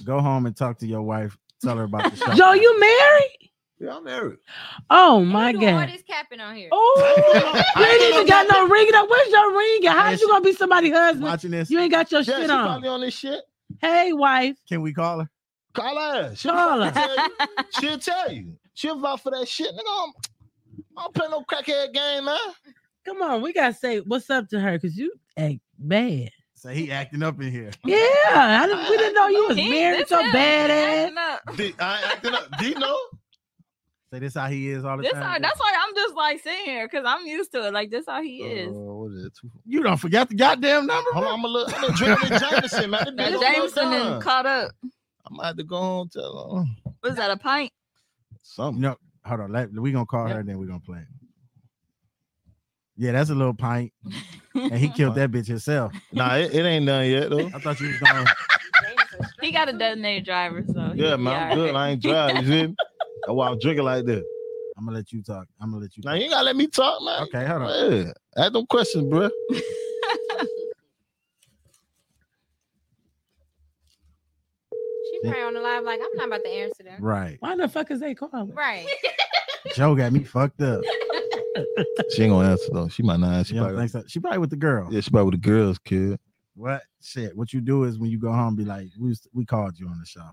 Speaker 2: go home and talk to your wife. Tell her about the show.
Speaker 4: Joe, you married?
Speaker 3: yeah, I'm married.
Speaker 4: Oh
Speaker 6: You
Speaker 4: my
Speaker 6: do all
Speaker 4: god.
Speaker 6: this capping on here.
Speaker 4: Oh, [LAUGHS] you ain't even got no ring. Now, where's your ring? at? How
Speaker 2: Man,
Speaker 4: you gonna be somebody's husband?
Speaker 2: watching this?
Speaker 4: You ain't got your
Speaker 3: Yeah, she
Speaker 4: shit on.
Speaker 3: probably on this shit.
Speaker 4: Hey, wife.
Speaker 2: Can we call her?
Speaker 3: Call her. She'll,
Speaker 4: Call her.
Speaker 3: fucking Tell you.
Speaker 17: [LAUGHS]
Speaker 3: She'll tell you. She'll vouch for that shit. Nigga, I'm, I don't play no crackhead game, man.
Speaker 4: Come on, we gotta say what's up to her because you
Speaker 17: act bad.
Speaker 2: So he acting up in here.
Speaker 17: Yeah, I didn't, we didn't know you was
Speaker 2: He-
Speaker 17: married
Speaker 2: this
Speaker 17: to a
Speaker 2: him,
Speaker 17: badass.
Speaker 5: Acting up.
Speaker 2: Did I
Speaker 3: [LAUGHS]
Speaker 2: acting up? Do you know? Say this how he is all the
Speaker 5: This how,
Speaker 2: time.
Speaker 5: that's why I'm just like sitting here because I'm used to it. Like this how
Speaker 2: Uh,
Speaker 5: he is.
Speaker 2: You don't forget the goddamn number.
Speaker 3: Hold on, I'm a little, I'm a Jeremy Jameson, man. That bitch
Speaker 5: That
Speaker 3: don't know
Speaker 5: Jameson
Speaker 3: time.
Speaker 5: and caught up.
Speaker 3: I might have to go home tell
Speaker 2: [LAUGHS]
Speaker 3: her.
Speaker 5: Was that a pint?
Speaker 3: Something.
Speaker 2: No, hold on. Let, we gonna call her, then we gonna play. it. Yeah, that's a little pint, and he killed that bitch himself.
Speaker 3: Nah, it, it ain't done yet though.
Speaker 2: I thought you was going.
Speaker 5: He got a designated driver, so
Speaker 3: [LAUGHS] Yeah, man, I'm good. I
Speaker 4: [LAUGHS]
Speaker 3: ain't drive. You feel me? That's why I'm drinking like this.
Speaker 2: I'm gonna let you talk. I'm gonna let you.
Speaker 3: Now you ain't gotta let me talk, man.
Speaker 2: Okay, hold on.
Speaker 3: Yeah, ask them questions,
Speaker 4: [LAUGHS]
Speaker 3: bro.
Speaker 6: She probably on the live like I'm not about to answer them.
Speaker 2: Right.
Speaker 17: Why the fuck is they calling?
Speaker 3: [LAUGHS]
Speaker 6: Right. [LAUGHS]
Speaker 2: Joe got me fucked up.
Speaker 3: She ain't gonna answer though. She might not. She
Speaker 2: You don't
Speaker 3: probably,
Speaker 2: think so? She probably with the girl.
Speaker 3: yeah, she probably with the girls, kid.
Speaker 2: What shit? What you do is when you go home, be like, we was- we called you on the show.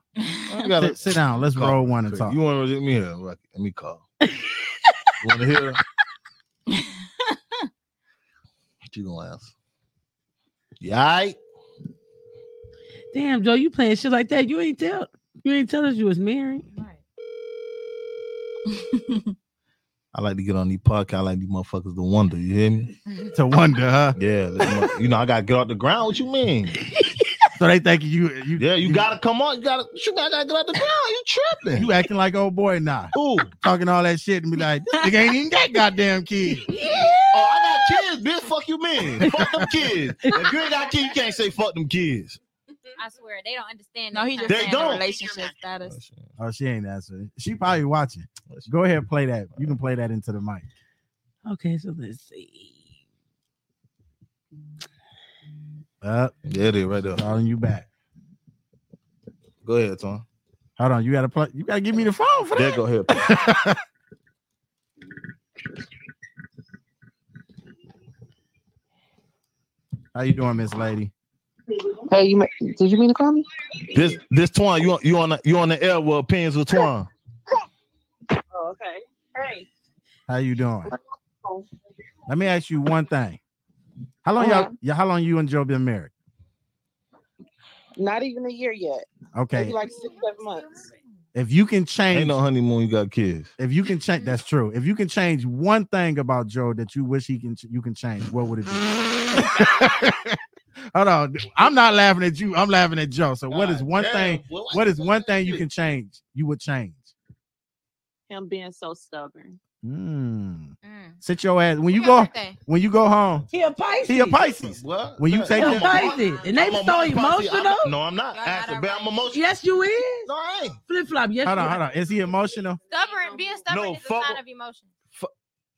Speaker 3: You gotta-
Speaker 2: sit, sit down. Let's
Speaker 3: Call
Speaker 2: roll
Speaker 3: her
Speaker 2: one and
Speaker 3: quick.
Speaker 2: talk.
Speaker 3: You want to let me hear? her? Rocky? Let
Speaker 4: [LAUGHS]
Speaker 3: me call. you want to hear? her? She gonna answer. Yeah, all right.
Speaker 17: Damn, Joe, you playing shit like that. You ain't tell you ain't tell us you was married.
Speaker 3: I like to get on these podcasts. I like these motherfuckers to wonder. You hear me?
Speaker 2: [LAUGHS] to wonder, huh?
Speaker 3: Yeah. let them know- you know, I gotta get off the ground. What you mean?
Speaker 2: [LAUGHS] so they think you, you
Speaker 3: Yeah, you, gotta come on. You gotta you gotta get off the ground. You tripping.
Speaker 2: [LAUGHS]
Speaker 3: [LAUGHS]
Speaker 2: You acting like old boy now.
Speaker 3: Ooh,
Speaker 2: talking all that shit and be like, this nigga ain't even got goddamn kids.
Speaker 3: Oh, I got kids, bitch. Fuck you, man. Fuck them kids. If you ain't got kids, you can't say [LAUGHS] fuck them kids.
Speaker 6: I swear they don't understand.
Speaker 5: No,
Speaker 8: [LAUGHS]
Speaker 5: he just
Speaker 3: They
Speaker 5: saying
Speaker 3: don't.
Speaker 5: the relationship status.
Speaker 2: Oh, she ain't answering. She probably watching. Go ahead, play that. You can play that into the mic.
Speaker 17: Okay, so let's see.
Speaker 2: Up.
Speaker 3: Yeah, they right there.
Speaker 2: Calling you back.
Speaker 3: Go ahead, Tom.
Speaker 2: Hold on. You gotta play. You gotta give me the phone for
Speaker 3: Yeah,
Speaker 2: that.
Speaker 3: go ahead.
Speaker 2: How you doing, Miss Lady?
Speaker 9: Hey, you ma- did you mean to call me?
Speaker 3: This this Twan, you on you on the you on the air with opinions with Twan.
Speaker 9: Oh, okay. Hey.
Speaker 2: How [LAUGHS] you doing? Let me ask you one thing. How long y'all?
Speaker 9: Uh-huh.
Speaker 2: Yeah, how long you and Joe been married?
Speaker 9: Not even a year yet.
Speaker 2: Okay.
Speaker 9: Maybe like six, seven months.
Speaker 2: If you can change,
Speaker 3: Ain't no honeymoon. You got kids.
Speaker 2: If you can change, that's true. If you can change one thing about Joe that you wish he can, you can change. What
Speaker 3: [LAUGHS]
Speaker 2: would it be? Hold on, I'm not laughing at you. I'm laughing at Joe. So, what is one
Speaker 9: damn,
Speaker 2: thing?
Speaker 9: well,
Speaker 2: What is one thing you can change? You would change.
Speaker 9: Him being so stubborn.
Speaker 2: Hmm. Sit your ass when you go
Speaker 9: birthday.
Speaker 2: when you go home.
Speaker 17: He a Pisces.
Speaker 2: He a Pisces.
Speaker 3: What?
Speaker 2: When you
Speaker 3: What?
Speaker 2: take
Speaker 3: He a
Speaker 2: him-
Speaker 17: Pisces. And they
Speaker 3: I'm a
Speaker 17: so
Speaker 3: Pisces. I'm-
Speaker 17: emotional.
Speaker 3: no, I'm not. Actually, but I'm emotional.
Speaker 17: Yes, you is.
Speaker 3: No, I ain't.
Speaker 17: Flip flop. Yes,
Speaker 2: Hold
Speaker 17: you
Speaker 2: on,
Speaker 17: are.
Speaker 2: hold on. Is he emotional?
Speaker 6: Stubborn, being stubborn
Speaker 2: No,
Speaker 6: is a
Speaker 2: fuck-
Speaker 6: sign of emotion.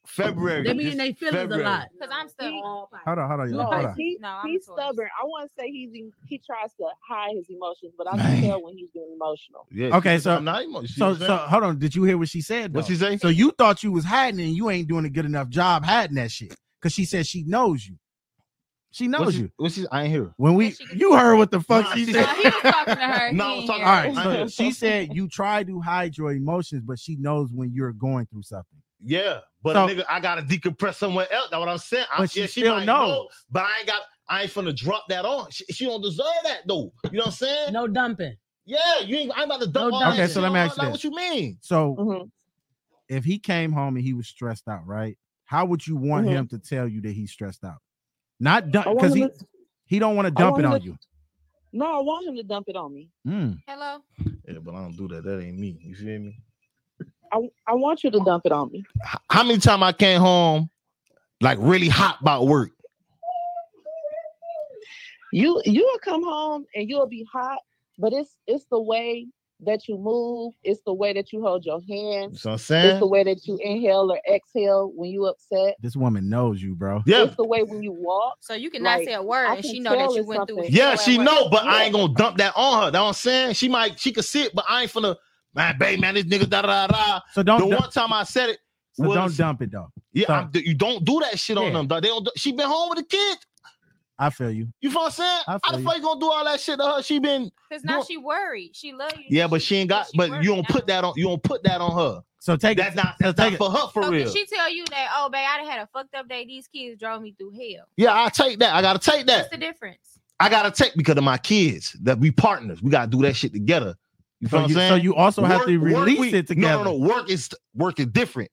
Speaker 3: February.
Speaker 17: They be in their feelings
Speaker 3: February.
Speaker 17: a lot.
Speaker 6: Because I'm stubborn.
Speaker 2: Hold on, hold on, y'all, hold on.
Speaker 9: He,
Speaker 6: No, I'm
Speaker 9: he's stubborn. I want to say he's in, he tries to hide his emotions, but I can tell when he's being emotional.
Speaker 3: Yeah,
Speaker 2: Okay,
Speaker 3: she-
Speaker 2: so
Speaker 3: I'm not emotional. She
Speaker 2: so
Speaker 3: was
Speaker 2: so
Speaker 3: saying-
Speaker 2: hold on. Did you hear what she said?
Speaker 3: What'd
Speaker 2: though?
Speaker 3: she say?
Speaker 2: So you thought you was hiding and you ain't doing a good enough job hiding that shit because she said she knows you. She knows
Speaker 3: What's she-
Speaker 2: you.
Speaker 3: what's she- I ain't hear.
Speaker 2: When we you heard what the fuck
Speaker 3: Nah,
Speaker 2: she
Speaker 3: she-
Speaker 2: said.
Speaker 3: No, he was talking to [LAUGHS] her. No, He I was ain't talking to hear.
Speaker 2: All
Speaker 3: her. I ain't
Speaker 2: right,
Speaker 3: hear.
Speaker 2: so
Speaker 3: [LAUGHS]
Speaker 2: she said you try to hide your emotions, but she knows when you're going through something.
Speaker 3: Yeah, but
Speaker 2: So-
Speaker 3: nigga, I gotta decompress somewhere else. That's what I'm saying. I,
Speaker 2: But she
Speaker 3: yeah, she
Speaker 2: still
Speaker 3: might know, but I ain't got. I ain't finna drop that on. She, she don't deserve that though. You know what I'm saying?
Speaker 17: No dumping.
Speaker 3: Yeah, you ain't. I ain't about to dump. all that
Speaker 2: Oh, Okay, so
Speaker 3: shit
Speaker 2: let me
Speaker 3: on
Speaker 2: ask you
Speaker 3: her.
Speaker 2: this.
Speaker 3: Like, What you mean?
Speaker 2: So
Speaker 9: Mm-hmm.
Speaker 2: if he came home and he was stressed out, right? How would you want
Speaker 9: Mhm.
Speaker 2: him to tell you that he's stressed out? Not dump
Speaker 9: I want
Speaker 2: because he
Speaker 9: him to-
Speaker 2: he don't want to
Speaker 9: I
Speaker 2: dump
Speaker 9: want
Speaker 2: it
Speaker 9: him
Speaker 2: on
Speaker 9: to-
Speaker 2: you.
Speaker 9: No, I want him to dump it on me.
Speaker 2: Mm.
Speaker 6: Hello.
Speaker 3: Yeah, but I don't do that. That ain't me. You feel me?
Speaker 9: I, I want you to dump it on me.
Speaker 3: How many times I came home like really hot about work?
Speaker 9: You you'll come home and you'll be hot, but it's it's the way that you move, it's the way that you hold your hands,
Speaker 3: That's what I'm
Speaker 9: it's
Speaker 3: saying.
Speaker 9: the way that you inhale or exhale when you upset.
Speaker 2: This woman knows you, bro.
Speaker 3: Yeah,
Speaker 9: It's the way when you walk.
Speaker 6: So you cannot say a word,
Speaker 9: I
Speaker 6: and
Speaker 9: can
Speaker 6: she know that
Speaker 9: tell
Speaker 6: you
Speaker 9: it's
Speaker 6: went through it.
Speaker 9: something.
Speaker 3: yeah, she
Speaker 9: Yeah.
Speaker 3: know, but I ain't gonna dump that on her. That's what I'm saying. She might. She could sit, but I ain't finna. Man, babe, man, this nigga da da da, da.
Speaker 2: So don't
Speaker 3: The
Speaker 2: dump-
Speaker 3: one time I said it.
Speaker 2: So
Speaker 3: was-
Speaker 2: don't dump it though.
Speaker 3: Yeah,
Speaker 2: So-
Speaker 3: I'm- you don't do that shit on
Speaker 2: Yeah.
Speaker 3: them. Dog. They don't. do- She been home with the kids.
Speaker 2: I feel you.
Speaker 3: You feel what I'm saying?
Speaker 2: I
Speaker 3: How
Speaker 2: feel
Speaker 3: the
Speaker 2: you.
Speaker 3: fuck you gonna do all that shit to her? She been
Speaker 6: Cause now she worried. She love you.
Speaker 3: yeah, but she ain't got. But you don't put that on. You don't put that on her.
Speaker 2: So take
Speaker 3: that's not that's not for her for
Speaker 6: so
Speaker 3: real.
Speaker 6: Did she tell you that? Oh, babe, I done had a fucked up day. These kids drove me through hell.
Speaker 3: Yeah, I take that. I gotta take
Speaker 6: What's
Speaker 3: that.
Speaker 6: the difference?
Speaker 3: I gotta take because of my kids that we partners. We gotta do that shit together. You
Speaker 2: So
Speaker 3: feel what I'm
Speaker 2: you- so
Speaker 3: saying?
Speaker 2: you also have to release
Speaker 3: we-
Speaker 2: it
Speaker 3: No, no, no. Work is work is different.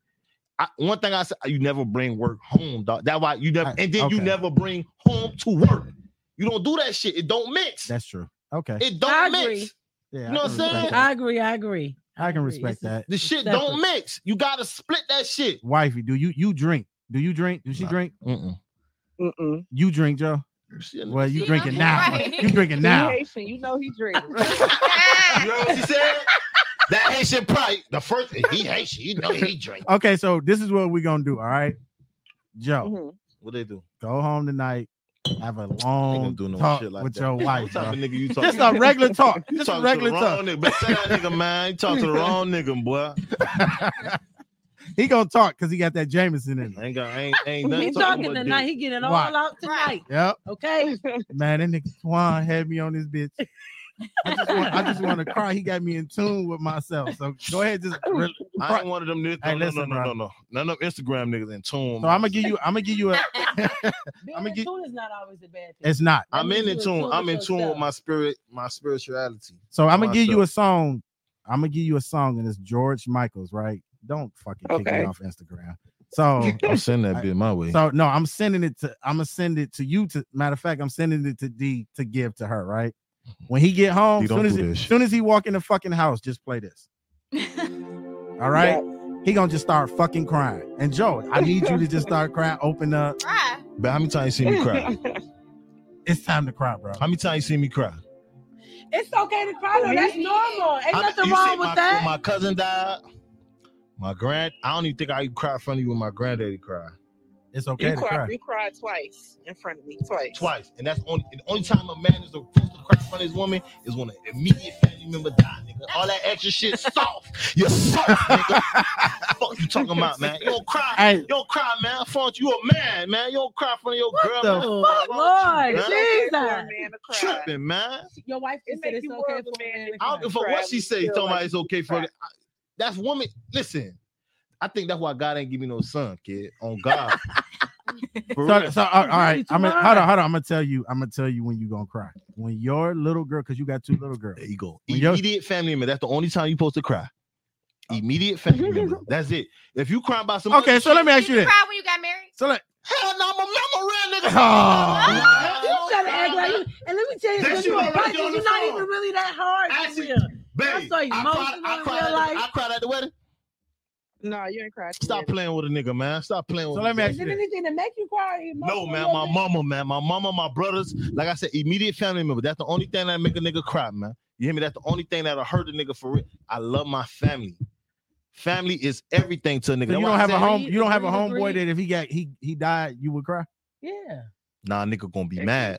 Speaker 3: I, one thing I said, you never bring work home, dog. That's why you never, and then you
Speaker 2: okay.
Speaker 3: never bring home to work. You don't do that shit. It don't mix.
Speaker 2: That's true. Okay.
Speaker 3: It don't
Speaker 4: I
Speaker 3: mix.
Speaker 4: agree.
Speaker 2: Yeah,
Speaker 3: You know
Speaker 2: I
Speaker 3: what I'm
Speaker 2: can respect
Speaker 3: saying?
Speaker 2: that.
Speaker 4: I agree. I agree.
Speaker 2: I can respect that.
Speaker 3: The shit
Speaker 4: Separate.
Speaker 3: don't mix. You gotta split that shit.
Speaker 2: Wifey, do you you drink? Do you drink? Do she drink?
Speaker 3: Mm-mm.
Speaker 9: Mm-mm.
Speaker 2: You drink, Joe? Well, you drinking now. You drinking
Speaker 3: [LAUGHS]
Speaker 9: He
Speaker 2: now.
Speaker 9: Haitian, you know he drinks.
Speaker 3: You know what she said? That Haitian pride. The first he hates you. You know he drink.
Speaker 2: [LAUGHS] Okay, so this is what we're gonna do. All right, Joe,
Speaker 3: What
Speaker 2: [LAUGHS]
Speaker 3: they do?
Speaker 4: Mm-hmm.
Speaker 2: go home tonight. Have a long
Speaker 3: do no
Speaker 2: talk
Speaker 3: shit like
Speaker 2: with
Speaker 3: that.
Speaker 2: your
Speaker 3: What
Speaker 2: wife.
Speaker 3: type of
Speaker 2: bro.
Speaker 3: nigga you talking
Speaker 2: Just a
Speaker 3: to?
Speaker 2: regular
Speaker 3: [LAUGHS]
Speaker 2: talk.
Speaker 3: You
Speaker 2: Just a
Speaker 3: talking
Speaker 2: regular
Speaker 3: to the
Speaker 2: talk.
Speaker 3: wrong nigga. But tell that nigga, man, you talk to the wrong nigga, boy.
Speaker 2: [LAUGHS] He gonna talk because he got that Jameson in him.
Speaker 3: Ain't got, ain't, ain't nothing
Speaker 4: He
Speaker 3: talking
Speaker 4: talking
Speaker 3: about
Speaker 4: tonight.
Speaker 3: dick.
Speaker 4: He getting all
Speaker 2: Why?
Speaker 4: out tonight.
Speaker 2: Yep.
Speaker 3: [LAUGHS]
Speaker 4: Okay. Oh.
Speaker 2: Man, that nigga Twan had me on this bitch. I just want, I just want to cry. He got me in tune with myself. So go ahead, just. re-
Speaker 3: I ain't one of them niggas.
Speaker 2: Hey,
Speaker 3: no,
Speaker 2: listen,
Speaker 3: no, no,
Speaker 2: bro.
Speaker 3: no, no, none of them Instagram niggas in tune.
Speaker 2: So I'm gonna give you. I'm gonna give you a.
Speaker 4: Being
Speaker 2: I'ma
Speaker 4: in
Speaker 2: get-
Speaker 4: tune is not always a bad thing.
Speaker 2: It's not.
Speaker 3: I'm in,
Speaker 4: You
Speaker 3: in tune. I'm in tune with
Speaker 4: yourself.
Speaker 3: my spirit, my spirituality.
Speaker 2: So I'm gonna give you a
Speaker 3: Myself.
Speaker 2: song. I'm gonna give you a song, and it's George Michael's, right? Don't fucking kick
Speaker 9: Okay.
Speaker 2: me off Instagram. So
Speaker 3: I'm sending that bit my way.
Speaker 2: So no, I'm sending it to I'm gonna send it to you to matter of fact, I'm sending it to D to give to her, right? When he get home,
Speaker 3: D, don't
Speaker 2: soon as
Speaker 3: do
Speaker 2: he,
Speaker 3: this.
Speaker 2: soon as he walk in the fucking house, just play this. All right, he gonna just start fucking crying. And Joe, I need you to just start crying. Open up.
Speaker 6: Right.
Speaker 3: but how many times you seen me cry?
Speaker 2: [LAUGHS] It's time to cry, bro.
Speaker 3: How many times you seen me cry?
Speaker 4: It's okay to cry though. That's normal. Ain't
Speaker 3: I-
Speaker 4: nothing
Speaker 3: you see
Speaker 4: wrong
Speaker 3: my,
Speaker 4: with that.
Speaker 3: when my cousin died. My grand, I don't even think I cried in front of you when my granddaddy cried
Speaker 2: It's okay
Speaker 9: You
Speaker 2: to
Speaker 9: cried,
Speaker 2: cry.
Speaker 9: you cried twice in front of me. Twice.
Speaker 3: twice, and that's only the only time a man is supposed to cry in front of his woman is when an immediate family member dies. Nigga. All that extra shit soft. You're soft, nigga. Fuck you talking about, man? You don't cry.
Speaker 2: Hey.
Speaker 3: You don't cry, man. Fuck you, a man, man. You don't cry in front of your girl.
Speaker 2: the
Speaker 3: man.
Speaker 4: Oh, Lord
Speaker 3: Huh?
Speaker 9: Poor
Speaker 4: Jesus.
Speaker 9: man to cry.
Speaker 3: Tripping, man.
Speaker 4: Your wife
Speaker 9: It
Speaker 4: just said
Speaker 9: make
Speaker 4: it's
Speaker 9: you
Speaker 4: okay
Speaker 9: world
Speaker 4: for
Speaker 9: a
Speaker 4: a
Speaker 9: man
Speaker 4: man to
Speaker 9: if
Speaker 3: I
Speaker 4: cry.
Speaker 3: don't give a fuck what she say.
Speaker 9: Feel
Speaker 3: Talking about
Speaker 9: like
Speaker 3: it's okay for
Speaker 9: cry.
Speaker 3: the, I- that's woman. Listen, I think that's why God ain't give me no son, kid. On God. For
Speaker 2: So,
Speaker 3: real.
Speaker 2: so uh, all- all right, I'm gonna hold
Speaker 4: Tomorrow.
Speaker 2: on, hold on. I'm gonna tell you, I'm gonna tell you when you gonna cry. When your little girl, because you got two little girls.
Speaker 3: There you go.
Speaker 2: When you're-
Speaker 3: Immediate family member. That's the only time you're supposed to cry. Immediate family member. That's it. If you crying about some
Speaker 2: Okay, so let me ask
Speaker 6: Did
Speaker 2: you
Speaker 6: you
Speaker 2: this.
Speaker 6: cry when you got married?
Speaker 2: So let
Speaker 3: hell no, I'm a mama ran nigga.
Speaker 2: oh,
Speaker 4: You trying to act like you, and let me tell you,
Speaker 3: That
Speaker 4: when
Speaker 3: shit
Speaker 4: you a
Speaker 3: already
Speaker 4: virgin,
Speaker 3: on the
Speaker 4: you're not
Speaker 3: phone.
Speaker 4: even really that hard.
Speaker 3: Ask
Speaker 4: For
Speaker 3: it.
Speaker 4: real.
Speaker 3: Baby,
Speaker 4: so
Speaker 3: I cried,
Speaker 4: emotional
Speaker 3: I,
Speaker 4: in
Speaker 3: cried
Speaker 4: real
Speaker 3: at the,
Speaker 4: life.
Speaker 3: I cried at the wedding.
Speaker 9: No, you ain't cried. at the
Speaker 3: Stop
Speaker 9: wedding.
Speaker 3: playing with a nigga, man. Stop playing with
Speaker 2: So
Speaker 3: a
Speaker 2: let me
Speaker 3: nigga.
Speaker 2: ask
Speaker 4: Is
Speaker 2: you
Speaker 4: there
Speaker 2: this.
Speaker 4: anything to make you cry? or
Speaker 3: No,
Speaker 4: emotional
Speaker 3: man.
Speaker 4: about
Speaker 3: My
Speaker 4: that?
Speaker 3: mama, man. My mama, my brothers. Like I said, immediate family member. That's the only thing that make a nigga cry, man. You hear me? That's the only thing that'll hurt a nigga for real. I love my family. Family is everything to a
Speaker 2: So
Speaker 3: nigga.
Speaker 2: you
Speaker 3: That's why I
Speaker 2: don't have
Speaker 3: said-
Speaker 2: a home.
Speaker 4: Agreed,
Speaker 2: You don't have a
Speaker 4: agreed,
Speaker 2: homeboy
Speaker 4: agreed.
Speaker 2: that if he got he he died, you would cry.
Speaker 4: Yeah.
Speaker 3: Nah, nigga gonna be mad.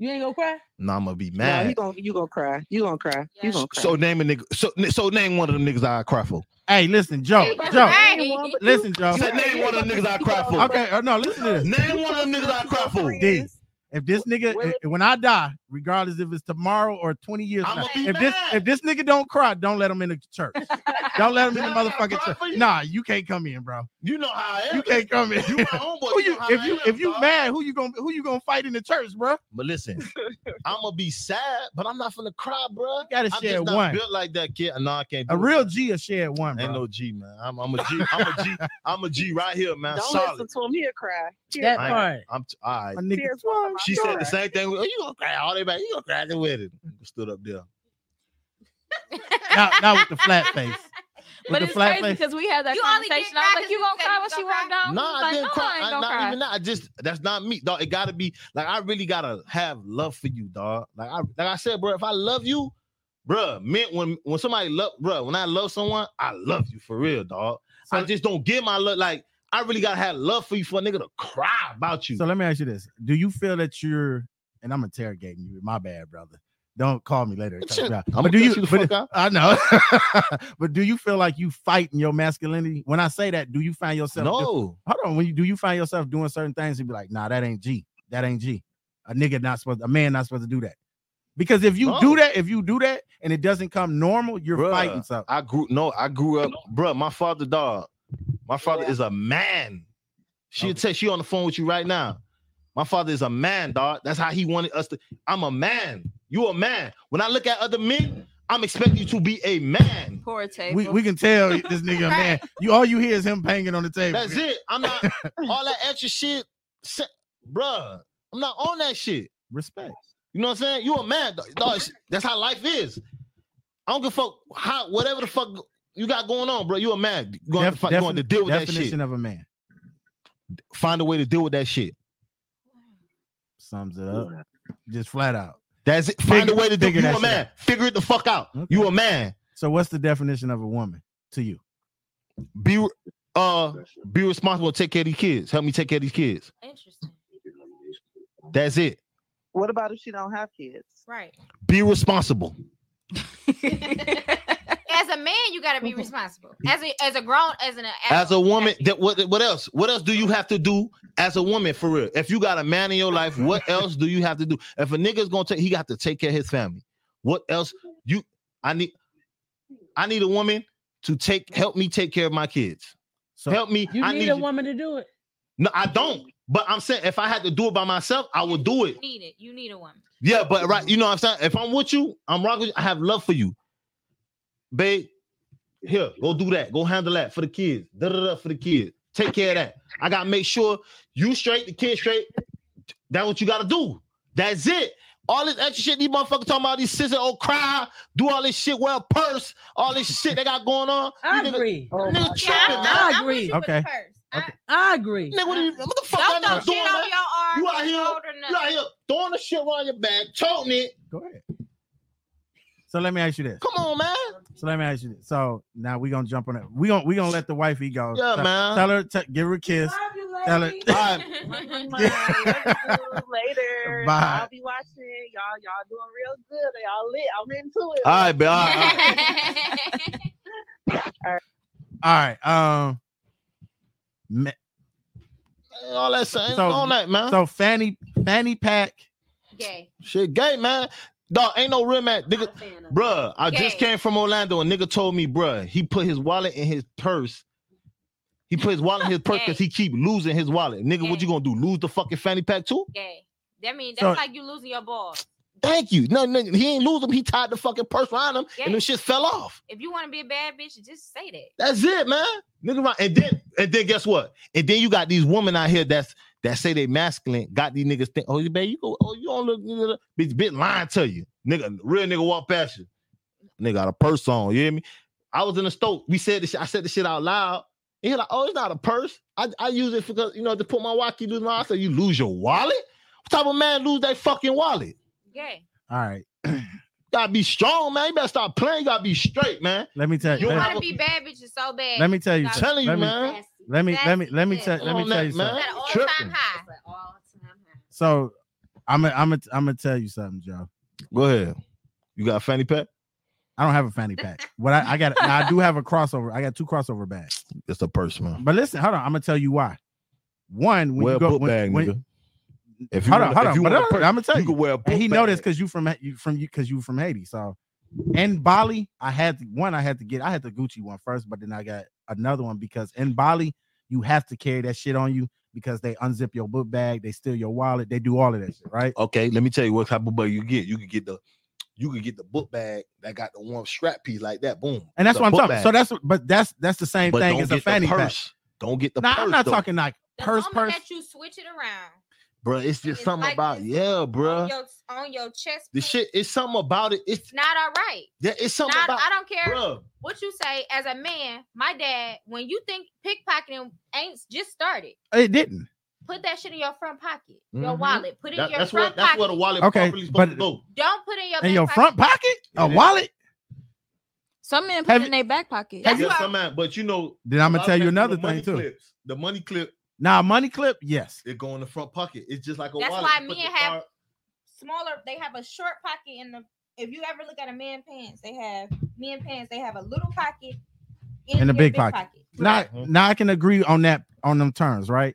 Speaker 4: You ain't gonna cry?
Speaker 3: Nah, I'm gonna be
Speaker 9: No,
Speaker 3: mad.
Speaker 9: he gonna you gonna cry. You gonna cry. You gonna cry.
Speaker 3: So name a nigga. So so name one of the niggas I cry for.
Speaker 2: Hey, listen, Joe, Joe,
Speaker 6: Hey.
Speaker 2: listen, Joe.
Speaker 3: I said name one of the niggas I cry for.
Speaker 2: Okay, uh, no, listen to this.
Speaker 3: Name one of the niggas I cry for.
Speaker 2: D. If this nigga, i- when I die, regardless if it's tomorrow or twenty years, from
Speaker 3: I'ma
Speaker 2: now,
Speaker 3: be
Speaker 2: if this
Speaker 3: mad.
Speaker 2: if this nigga don't cry, don't let him in the church. Don't let him in the
Speaker 3: Then I gotta
Speaker 2: motherfucking
Speaker 3: cry for
Speaker 2: church.
Speaker 3: you?
Speaker 2: Nah, you can't come in, bro.
Speaker 3: You know how I am.
Speaker 2: You can't come in.
Speaker 3: [LAUGHS]
Speaker 2: [LAUGHS]
Speaker 3: You my homeboy.
Speaker 2: Who
Speaker 3: You
Speaker 2: you
Speaker 3: know how
Speaker 2: if
Speaker 3: I
Speaker 2: you
Speaker 3: am,
Speaker 2: if you
Speaker 3: dog.
Speaker 2: mad? Who you gonna who you gonna fight in the church, bro? [LAUGHS]
Speaker 3: But listen, I'm gonna be sad, but I'm not gonna cry, bro.
Speaker 2: gotta
Speaker 3: I'm
Speaker 2: share
Speaker 3: just not
Speaker 2: one.
Speaker 3: built like that, kid. No, I can't. Do
Speaker 2: A
Speaker 3: it,
Speaker 2: real
Speaker 3: man.
Speaker 2: G a shared one, bro.
Speaker 3: Ain't no G, man. I'm, I'm a G. I'm a
Speaker 2: [LAUGHS]
Speaker 3: G. I'm a G right here, man.
Speaker 9: Don't
Speaker 3: Solid.
Speaker 9: listen to him. He'll cry. He'll
Speaker 4: That
Speaker 3: I
Speaker 9: cry.
Speaker 3: ain't-
Speaker 4: part.
Speaker 3: I'm t- all right.
Speaker 2: A nigga,
Speaker 9: Tears will come out
Speaker 3: She
Speaker 9: your
Speaker 3: said the
Speaker 9: eyes.
Speaker 3: same thing. Oh, you gonna cry all day, back. You gonna cry at the wedding? Stood up there.
Speaker 2: not, not with the flat face. With
Speaker 5: But
Speaker 2: the
Speaker 5: it's
Speaker 2: flat
Speaker 5: crazy
Speaker 2: face.
Speaker 5: because we had that
Speaker 6: You only get
Speaker 5: conversation. I was
Speaker 6: cry
Speaker 5: like, "You
Speaker 6: 'cause
Speaker 5: gonna
Speaker 6: you
Speaker 5: cry
Speaker 6: said
Speaker 5: when she
Speaker 6: you
Speaker 5: walked
Speaker 6: gonna
Speaker 5: down?"
Speaker 3: No,
Speaker 5: She was
Speaker 3: I
Speaker 5: like,
Speaker 3: didn't
Speaker 5: "No,
Speaker 3: cry.
Speaker 5: I
Speaker 3: I-
Speaker 5: ain't gonna
Speaker 3: not
Speaker 5: cry."
Speaker 3: even that. I just that's not me, dog. It gotta be like I really gotta have love for you, dog. Like I like I said, bro, if I love you, bruh, meant when when somebody love, bruh, when I love someone, I love you for real, dog. I
Speaker 2: So,
Speaker 3: just don't give my love. Like I really gotta have love for you for a nigga to cry about you.
Speaker 2: so let me ask you this: Do you feel that you're and I'm interrogating you? My bad, brother. Don't call me later. and cuss
Speaker 3: Shit,
Speaker 2: me out.
Speaker 3: I'ma
Speaker 2: But do
Speaker 3: cut
Speaker 2: you?
Speaker 3: you the
Speaker 2: but-
Speaker 3: fuck out.
Speaker 2: I know. [LAUGHS] but do you feel like you fighting your masculinity? When I say that, do you find yourself? do-
Speaker 3: no,
Speaker 2: hold on. When you do you find yourself doing certain things and be like, Nah, that ain't G. That ain't G. A nigga not supposed, a man not supposed to do that. Because if you
Speaker 3: No.
Speaker 2: do that, if you do that and it doesn't come normal, you're
Speaker 3: Bruh,
Speaker 2: fighting something.
Speaker 3: Uh, I grew no, I grew up, bruh. My father, dog. My father is a man. She'll tell she on the phone with you right now. My father is a man, dog. That's how he wanted us to. I'm a man. You a man. When I look at other men, I'm expecting you to be a man.
Speaker 5: Poor table.
Speaker 2: We, we can tell this nigga a man. [LAUGHS] You all you hear is him banging on the table.
Speaker 3: That's it. I'm not all that extra shit, se- bruh. I'm not on that shit.
Speaker 2: Respect.
Speaker 3: You know what I'm saying? You a man, dog. Dog, it's- That's how life is. I don't give a fuck how whatever the fuck you got going on, bro. You a man. You going,
Speaker 2: Def-
Speaker 3: to, you going to
Speaker 2: defin-
Speaker 3: deal with that
Speaker 2: definition
Speaker 3: shit.
Speaker 2: of a man
Speaker 3: Find a way to deal with that shit.
Speaker 2: sums it up. Just flat out.
Speaker 3: That's it. Find
Speaker 2: Figure-
Speaker 3: a way to do.
Speaker 2: figure
Speaker 3: You
Speaker 2: that
Speaker 3: a
Speaker 2: shit
Speaker 3: man. Figure it the fuck out.
Speaker 2: Okay.
Speaker 3: You a man.
Speaker 2: So what's the definition of a woman to you?
Speaker 3: Be uh be responsible. Take care of these kids. Help me take care of these kids.
Speaker 6: Interesting.
Speaker 3: That's it.
Speaker 9: What about if she don't have kids?
Speaker 6: Right.
Speaker 3: Be responsible.
Speaker 6: As a man, you gotta be responsible. As a as a grown as an
Speaker 3: As a woman, that what what else? What else do you have to do as a woman for real? If you got a man in your life, what else do you have to do? If a nigga's gonna take, he got to take care of his family. What else? You, I need, I need a woman to take help me take care of my kids. help me.
Speaker 4: You
Speaker 3: I
Speaker 4: need,
Speaker 3: need
Speaker 4: a
Speaker 3: you-
Speaker 4: woman to do it.
Speaker 3: No, I don't. But I'm saying if I had to do it by myself, I would do it.
Speaker 6: you need it. You need a woman.
Speaker 3: Yeah, but right, you know what I'm saying? If I'm with you, I'm rocking with you, I have love for you. Babe, here, go do that. Go handle that for the kids. Da da da for the kids. Take care of that. I gotta make sure you straight, the kids straight. That's what you gotta do. That's it. All this extra shit, these motherfuckers talking about these sisters, oh cry, do all this shit, wear a purse, all this shit they got going on.
Speaker 4: I
Speaker 3: You niggas-
Speaker 4: agree.
Speaker 3: you niggas tripping, man.
Speaker 4: I agree.
Speaker 2: Okay.
Speaker 4: I agree.
Speaker 3: Nigga, what, are you, what the fuck
Speaker 6: Don't throw
Speaker 3: y'all niggas doing?
Speaker 6: shit on
Speaker 3: man?
Speaker 6: your arm,
Speaker 3: you out
Speaker 6: your shoulder,
Speaker 3: here, you out
Speaker 6: nothing.
Speaker 3: here throwing the shit around your back, toting it.
Speaker 2: Go ahead. So let me ask you this.
Speaker 3: Come on, man.
Speaker 2: So let me ask you this. So now we gonna jump on it. We gonna we gonna let the wifey go.
Speaker 3: Yeah,
Speaker 2: tell,
Speaker 3: man.
Speaker 2: Tell her, t- give her a kiss. Tell
Speaker 9: [LAUGHS]
Speaker 2: her. [LAUGHS]
Speaker 9: Later.
Speaker 2: Bye.
Speaker 9: I'll be watching. Y'all, y'all doing real good. Y'all lit. I'm into it.
Speaker 2: All right, babe. All All right. Um. ma-
Speaker 3: All that
Speaker 9: [LAUGHS]
Speaker 3: same, all that, man.
Speaker 2: So fanny fanny pack.
Speaker 6: Gay.
Speaker 3: Shit, gay, man. Dog, ain't no real man. Nigga, bruh, I just
Speaker 6: Gay.
Speaker 3: came from Orlando and nigga told me, bruh, he put his wallet in his purse. He put his wallet in his purse because he keep losing his wallet. Nigga, what you gonna do? Lose the fucking fanny pack too?
Speaker 6: Gay. That means
Speaker 3: So-
Speaker 6: that's like you losing your balls.
Speaker 3: Thank you. No, no, he ain't lose them. He tied the fucking purse around him
Speaker 6: Gay.
Speaker 3: and them shit fell off.
Speaker 6: If you want to be a bad bitch, just say that.
Speaker 3: That's it, man. Nigga, right. and then and then guess what? And then you got these women out here that's that say they masculine. Got these niggas think, oh, you babe, you go, oh, you don't look, you know, bitch, bitch, lying to you, nigga. Real nigga walk past you. Nigga got a purse on. You hear me? I was in the store. We said this. I said this shit out loud. And he like, oh, it's not a purse. I, I use it because you know to put my wallet. You lose my. I said, you lose your wallet. What type of man lose their fucking wallet?
Speaker 6: Gay.
Speaker 2: All right. [CLEARS THROAT]
Speaker 3: Gotta be strong, man. You better stop playing. You gotta be straight, man.
Speaker 2: Let me tell
Speaker 6: You
Speaker 2: you.
Speaker 6: want
Speaker 2: Let,
Speaker 6: to be bad bitches so bad.
Speaker 2: let me tell you.
Speaker 6: gotta-
Speaker 2: something. let me, Let me let me let me tell let me
Speaker 3: On
Speaker 2: tell
Speaker 3: that,
Speaker 2: you
Speaker 3: man.
Speaker 2: something.
Speaker 6: At an all
Speaker 3: Tripping.
Speaker 6: time high.
Speaker 2: So I'm i I'm i I'm gonna tell you something, Joe.
Speaker 3: Go ahead. You got a fanny pack?
Speaker 2: I don't have a fanny pack. What I, I got, now I do have a crossover. I got two crossover bags.
Speaker 3: It's a purse, man.
Speaker 2: But listen, hold on. I'm gonna tell you why. One, when
Speaker 3: wear
Speaker 2: you go,
Speaker 3: a book
Speaker 2: when-
Speaker 3: bag,
Speaker 2: when-
Speaker 3: nigga. If you
Speaker 2: hold on,
Speaker 3: wanna-
Speaker 2: hold
Speaker 3: if
Speaker 2: on.
Speaker 3: you
Speaker 2: But
Speaker 3: wanna purse,
Speaker 2: I'm gonna tell
Speaker 3: you
Speaker 2: you,
Speaker 3: can wear a
Speaker 2: and he
Speaker 3: book
Speaker 2: know
Speaker 3: bag.
Speaker 2: this because you from Ha- you from you because you from Haiti. So in Bali, I had to, one. I had to get. I had the Gucci one first, but then I got another one because in Bali you have to carry that shit on you because they unzip your book bag, they steal your wallet, they do all of that shit, right?
Speaker 3: Okay, let me tell you what type of bag you get. You can get the you can get the book bag that got the one strap piece like that. Boom.
Speaker 2: And that's
Speaker 3: It's a
Speaker 2: what I'm
Speaker 3: book
Speaker 2: talking.
Speaker 3: bag.
Speaker 2: So that's but that's that's the same
Speaker 3: But
Speaker 2: thing
Speaker 3: don't
Speaker 2: as a
Speaker 3: get the
Speaker 2: fanny pack.
Speaker 3: purse. Don't get the
Speaker 2: Nah,
Speaker 3: purse,
Speaker 2: I'm not
Speaker 3: though.
Speaker 2: talking like
Speaker 6: The
Speaker 2: purse
Speaker 6: moment
Speaker 2: purse.
Speaker 6: that you switch it around
Speaker 3: Bro, it's just
Speaker 6: It's
Speaker 3: something
Speaker 6: like
Speaker 3: about yeah,
Speaker 6: on
Speaker 3: bro.
Speaker 6: your, on your chest,
Speaker 3: The shit, it's something about it. It's
Speaker 6: not all right.
Speaker 3: yeah, it's something
Speaker 6: Not-
Speaker 3: about.
Speaker 6: I don't care.
Speaker 3: Bruh,
Speaker 6: What you say as a man, my dad, when you think pickpocketing ain't just started,
Speaker 2: It didn't.
Speaker 6: put that shit in your front pocket, your
Speaker 2: Mhm.
Speaker 6: wallet. Put it
Speaker 3: Mm-hmm. that-
Speaker 6: in your
Speaker 3: that's
Speaker 6: front
Speaker 3: what that's
Speaker 6: pocket.
Speaker 3: what a wallet
Speaker 2: Okay,
Speaker 3: properly supposed to
Speaker 2: but
Speaker 3: go.
Speaker 6: Don't put it in your
Speaker 2: in
Speaker 6: back
Speaker 2: your front pocket, a wallet.
Speaker 5: Some men
Speaker 2: Have
Speaker 5: put it
Speaker 2: you-
Speaker 5: in their back pocket.
Speaker 3: That's yeah, some man, but you know.
Speaker 2: Then I'ma
Speaker 3: a lot of
Speaker 2: tell you
Speaker 3: times
Speaker 2: another
Speaker 3: the money
Speaker 2: thing, too.
Speaker 3: Clips, the money clip,
Speaker 2: Now, a money clip, yes.
Speaker 3: it go in the front pocket. It's just like a
Speaker 6: That's
Speaker 3: wallet.
Speaker 6: why
Speaker 3: You put
Speaker 6: men
Speaker 3: the
Speaker 6: have
Speaker 3: card-
Speaker 6: smaller. They have a short pocket in the. If you ever look at a man pants, they have men pants. They have a little pocket
Speaker 2: in the
Speaker 6: their
Speaker 3: Mm-hmm.
Speaker 2: big pocket. Now, now I can agree on that on them terms, right?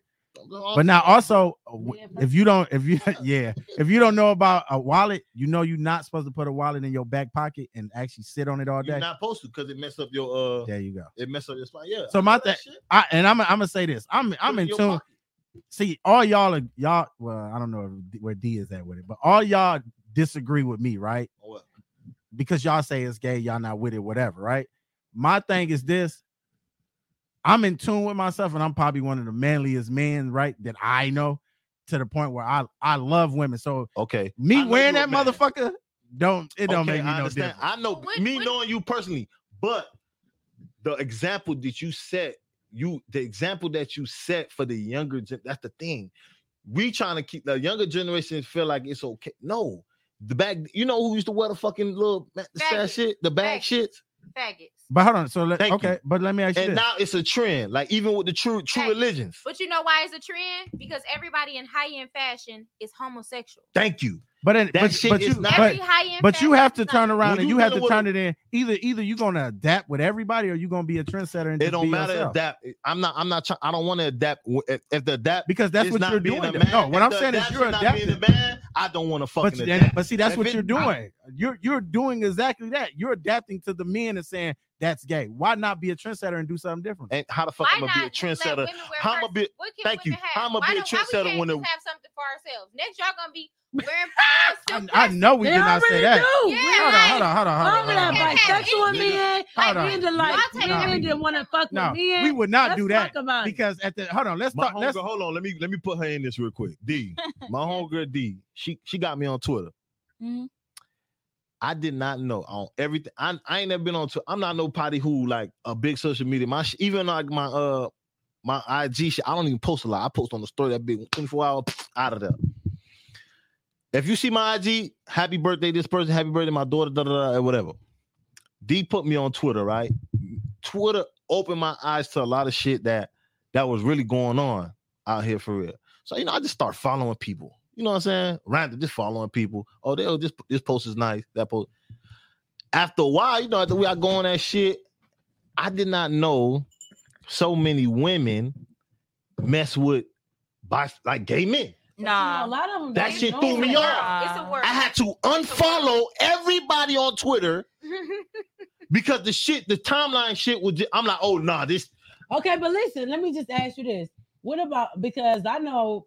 Speaker 2: But now also, uh, w- if you don't, if you [LAUGHS] yeah, if you don't know about a wallet, you know you're not supposed to put a wallet in your back pocket and actually sit on it all
Speaker 3: You're
Speaker 2: day.
Speaker 3: not supposed to because it messed up your uh.
Speaker 2: There you go.
Speaker 3: It messed up your spot. Yeah.
Speaker 2: So my thing, I and I'm I'm gonna say this. I'm I'm
Speaker 3: Put it in
Speaker 2: in
Speaker 3: your
Speaker 2: tune.
Speaker 3: pocket.
Speaker 2: See, all y'all are y'all. Well, I don't know if D- where D is at with it, but all y'all disagree with me, right?
Speaker 3: What?
Speaker 2: Because y'all say it's gay, y'all not with it, whatever, right? My thing is this. I'm in tune with myself, and I'm probably one of the manliest men, right? That I know, to the point where I I love women. So
Speaker 3: okay,
Speaker 2: me wearing that motherfucker don't it don't
Speaker 3: Okay,
Speaker 2: make me
Speaker 3: I
Speaker 2: no
Speaker 3: understand.
Speaker 2: different.
Speaker 3: I know me knowing you personally, but the example that you set, you the example that you set for the younger gen, that's the thing. We trying to keep the younger generation feel like it's okay. No, the bag, you know who used to wear the fucking little ma- the sad
Speaker 6: Faggot.
Speaker 3: shit, the bag shit.
Speaker 6: faggots.
Speaker 2: But hold on, so let,
Speaker 3: Thank
Speaker 2: okay, but let me ask you
Speaker 3: And
Speaker 2: this.
Speaker 3: now it's a trend, like even with the true true religions.
Speaker 6: But you know why it's a trend? Because everybody in high end fashion is homosexual.
Speaker 3: Thank you.
Speaker 2: But then,
Speaker 3: That
Speaker 2: but,
Speaker 3: shit
Speaker 2: but
Speaker 3: is
Speaker 2: you,
Speaker 3: not-
Speaker 2: but,
Speaker 6: Every high-end
Speaker 2: but you
Speaker 6: fashion
Speaker 2: have to
Speaker 6: designer.
Speaker 2: turn around
Speaker 3: When
Speaker 2: and
Speaker 3: you
Speaker 2: you have
Speaker 3: dealing
Speaker 2: to
Speaker 3: with
Speaker 2: turn it in. Either either you're gonna adapt with everybody, or you're gonna be a trendsetter. And
Speaker 3: It
Speaker 2: just
Speaker 3: don't
Speaker 2: be
Speaker 3: matter
Speaker 2: yourself.
Speaker 3: adapt. I'm not. I'm not. Try, I don't want to adapt. W- If, if the adapt
Speaker 2: because that's
Speaker 3: is
Speaker 2: what
Speaker 3: not
Speaker 2: you're
Speaker 3: being
Speaker 2: doing.
Speaker 3: a
Speaker 2: though.
Speaker 3: man,
Speaker 2: no, what
Speaker 3: if
Speaker 2: I'm
Speaker 3: the
Speaker 2: saying is
Speaker 3: adapt
Speaker 2: you're
Speaker 3: not being
Speaker 2: adapting.
Speaker 3: a man, I don't want to fucking
Speaker 2: But,
Speaker 3: adapt.
Speaker 2: then, but see, that's
Speaker 3: If
Speaker 2: what
Speaker 3: it-
Speaker 2: you're doing.
Speaker 3: I-
Speaker 2: you're you're doing exactly that. You're adapting to the men and saying that's gay. Why not be a trendsetter and do something different?
Speaker 3: And how the fuck
Speaker 6: Why
Speaker 3: I'm gonna be a
Speaker 6: not just let
Speaker 3: trendsetter?
Speaker 6: women wear
Speaker 3: How I'm gonna
Speaker 6: purses?
Speaker 3: be?
Speaker 6: What can
Speaker 3: Thank you.
Speaker 6: women have?
Speaker 3: How I'm
Speaker 6: Why
Speaker 3: gonna be a
Speaker 6: don't- why we
Speaker 3: trendsetter
Speaker 6: can't
Speaker 3: when the
Speaker 6: just have something for ourselves. Next, y'all gonna
Speaker 2: [LAUGHS]
Speaker 6: be wearing
Speaker 2: I know we
Speaker 4: They
Speaker 2: did not say
Speaker 4: already
Speaker 2: that.
Speaker 4: do.
Speaker 6: Yeah,
Speaker 4: We're
Speaker 2: hold,
Speaker 4: like-
Speaker 2: on, hold on, hold on, hold
Speaker 4: We're
Speaker 2: on,
Speaker 4: like
Speaker 2: hold on.
Speaker 4: bisexual men,
Speaker 2: Hold on.
Speaker 4: men that like women that want to fuck
Speaker 2: No,
Speaker 4: with men.
Speaker 2: we would not
Speaker 4: Let's
Speaker 2: do that
Speaker 4: talk about it.
Speaker 2: because at the hold on, let's
Speaker 3: my
Speaker 2: talk. Let's
Speaker 3: homegirl, hold on, let me let me put her in this real quick.
Speaker 4: [LAUGHS]
Speaker 3: D, my homegirl D, she she got me on Twitter.
Speaker 5: Mhm.
Speaker 3: I did not know on everything. I, I ain't never been on Twitter. I'm not nobody who like a big social media. My sh- even like my uh my IG shit. I don't even post a lot. I post on the story that big 24 hour out of there. If you see my IG, happy birthday this person, happy birthday my daughter, da da da, or whatever. D put me on Twitter, right? Twitter opened my eyes to a lot of shit that that was really going on out here for real. So you know, I just start following people. You know what I'm saying? Random, just following people. Oh, they oh, this this post is nice. That post. After a while, you know, after we are going that shit, I did not know so many women mess with by like gay men.
Speaker 5: Nah,
Speaker 4: a lot of them.
Speaker 3: That
Speaker 4: don't
Speaker 3: shit
Speaker 4: know
Speaker 3: threw me
Speaker 4: that.
Speaker 3: off.
Speaker 6: It's a word.
Speaker 3: I had to unfollow everybody on Twitter because the shit, the timeline shit was. Just, I'm like, oh nah, this
Speaker 4: Okay, but listen, let me just ask you this. What about because I know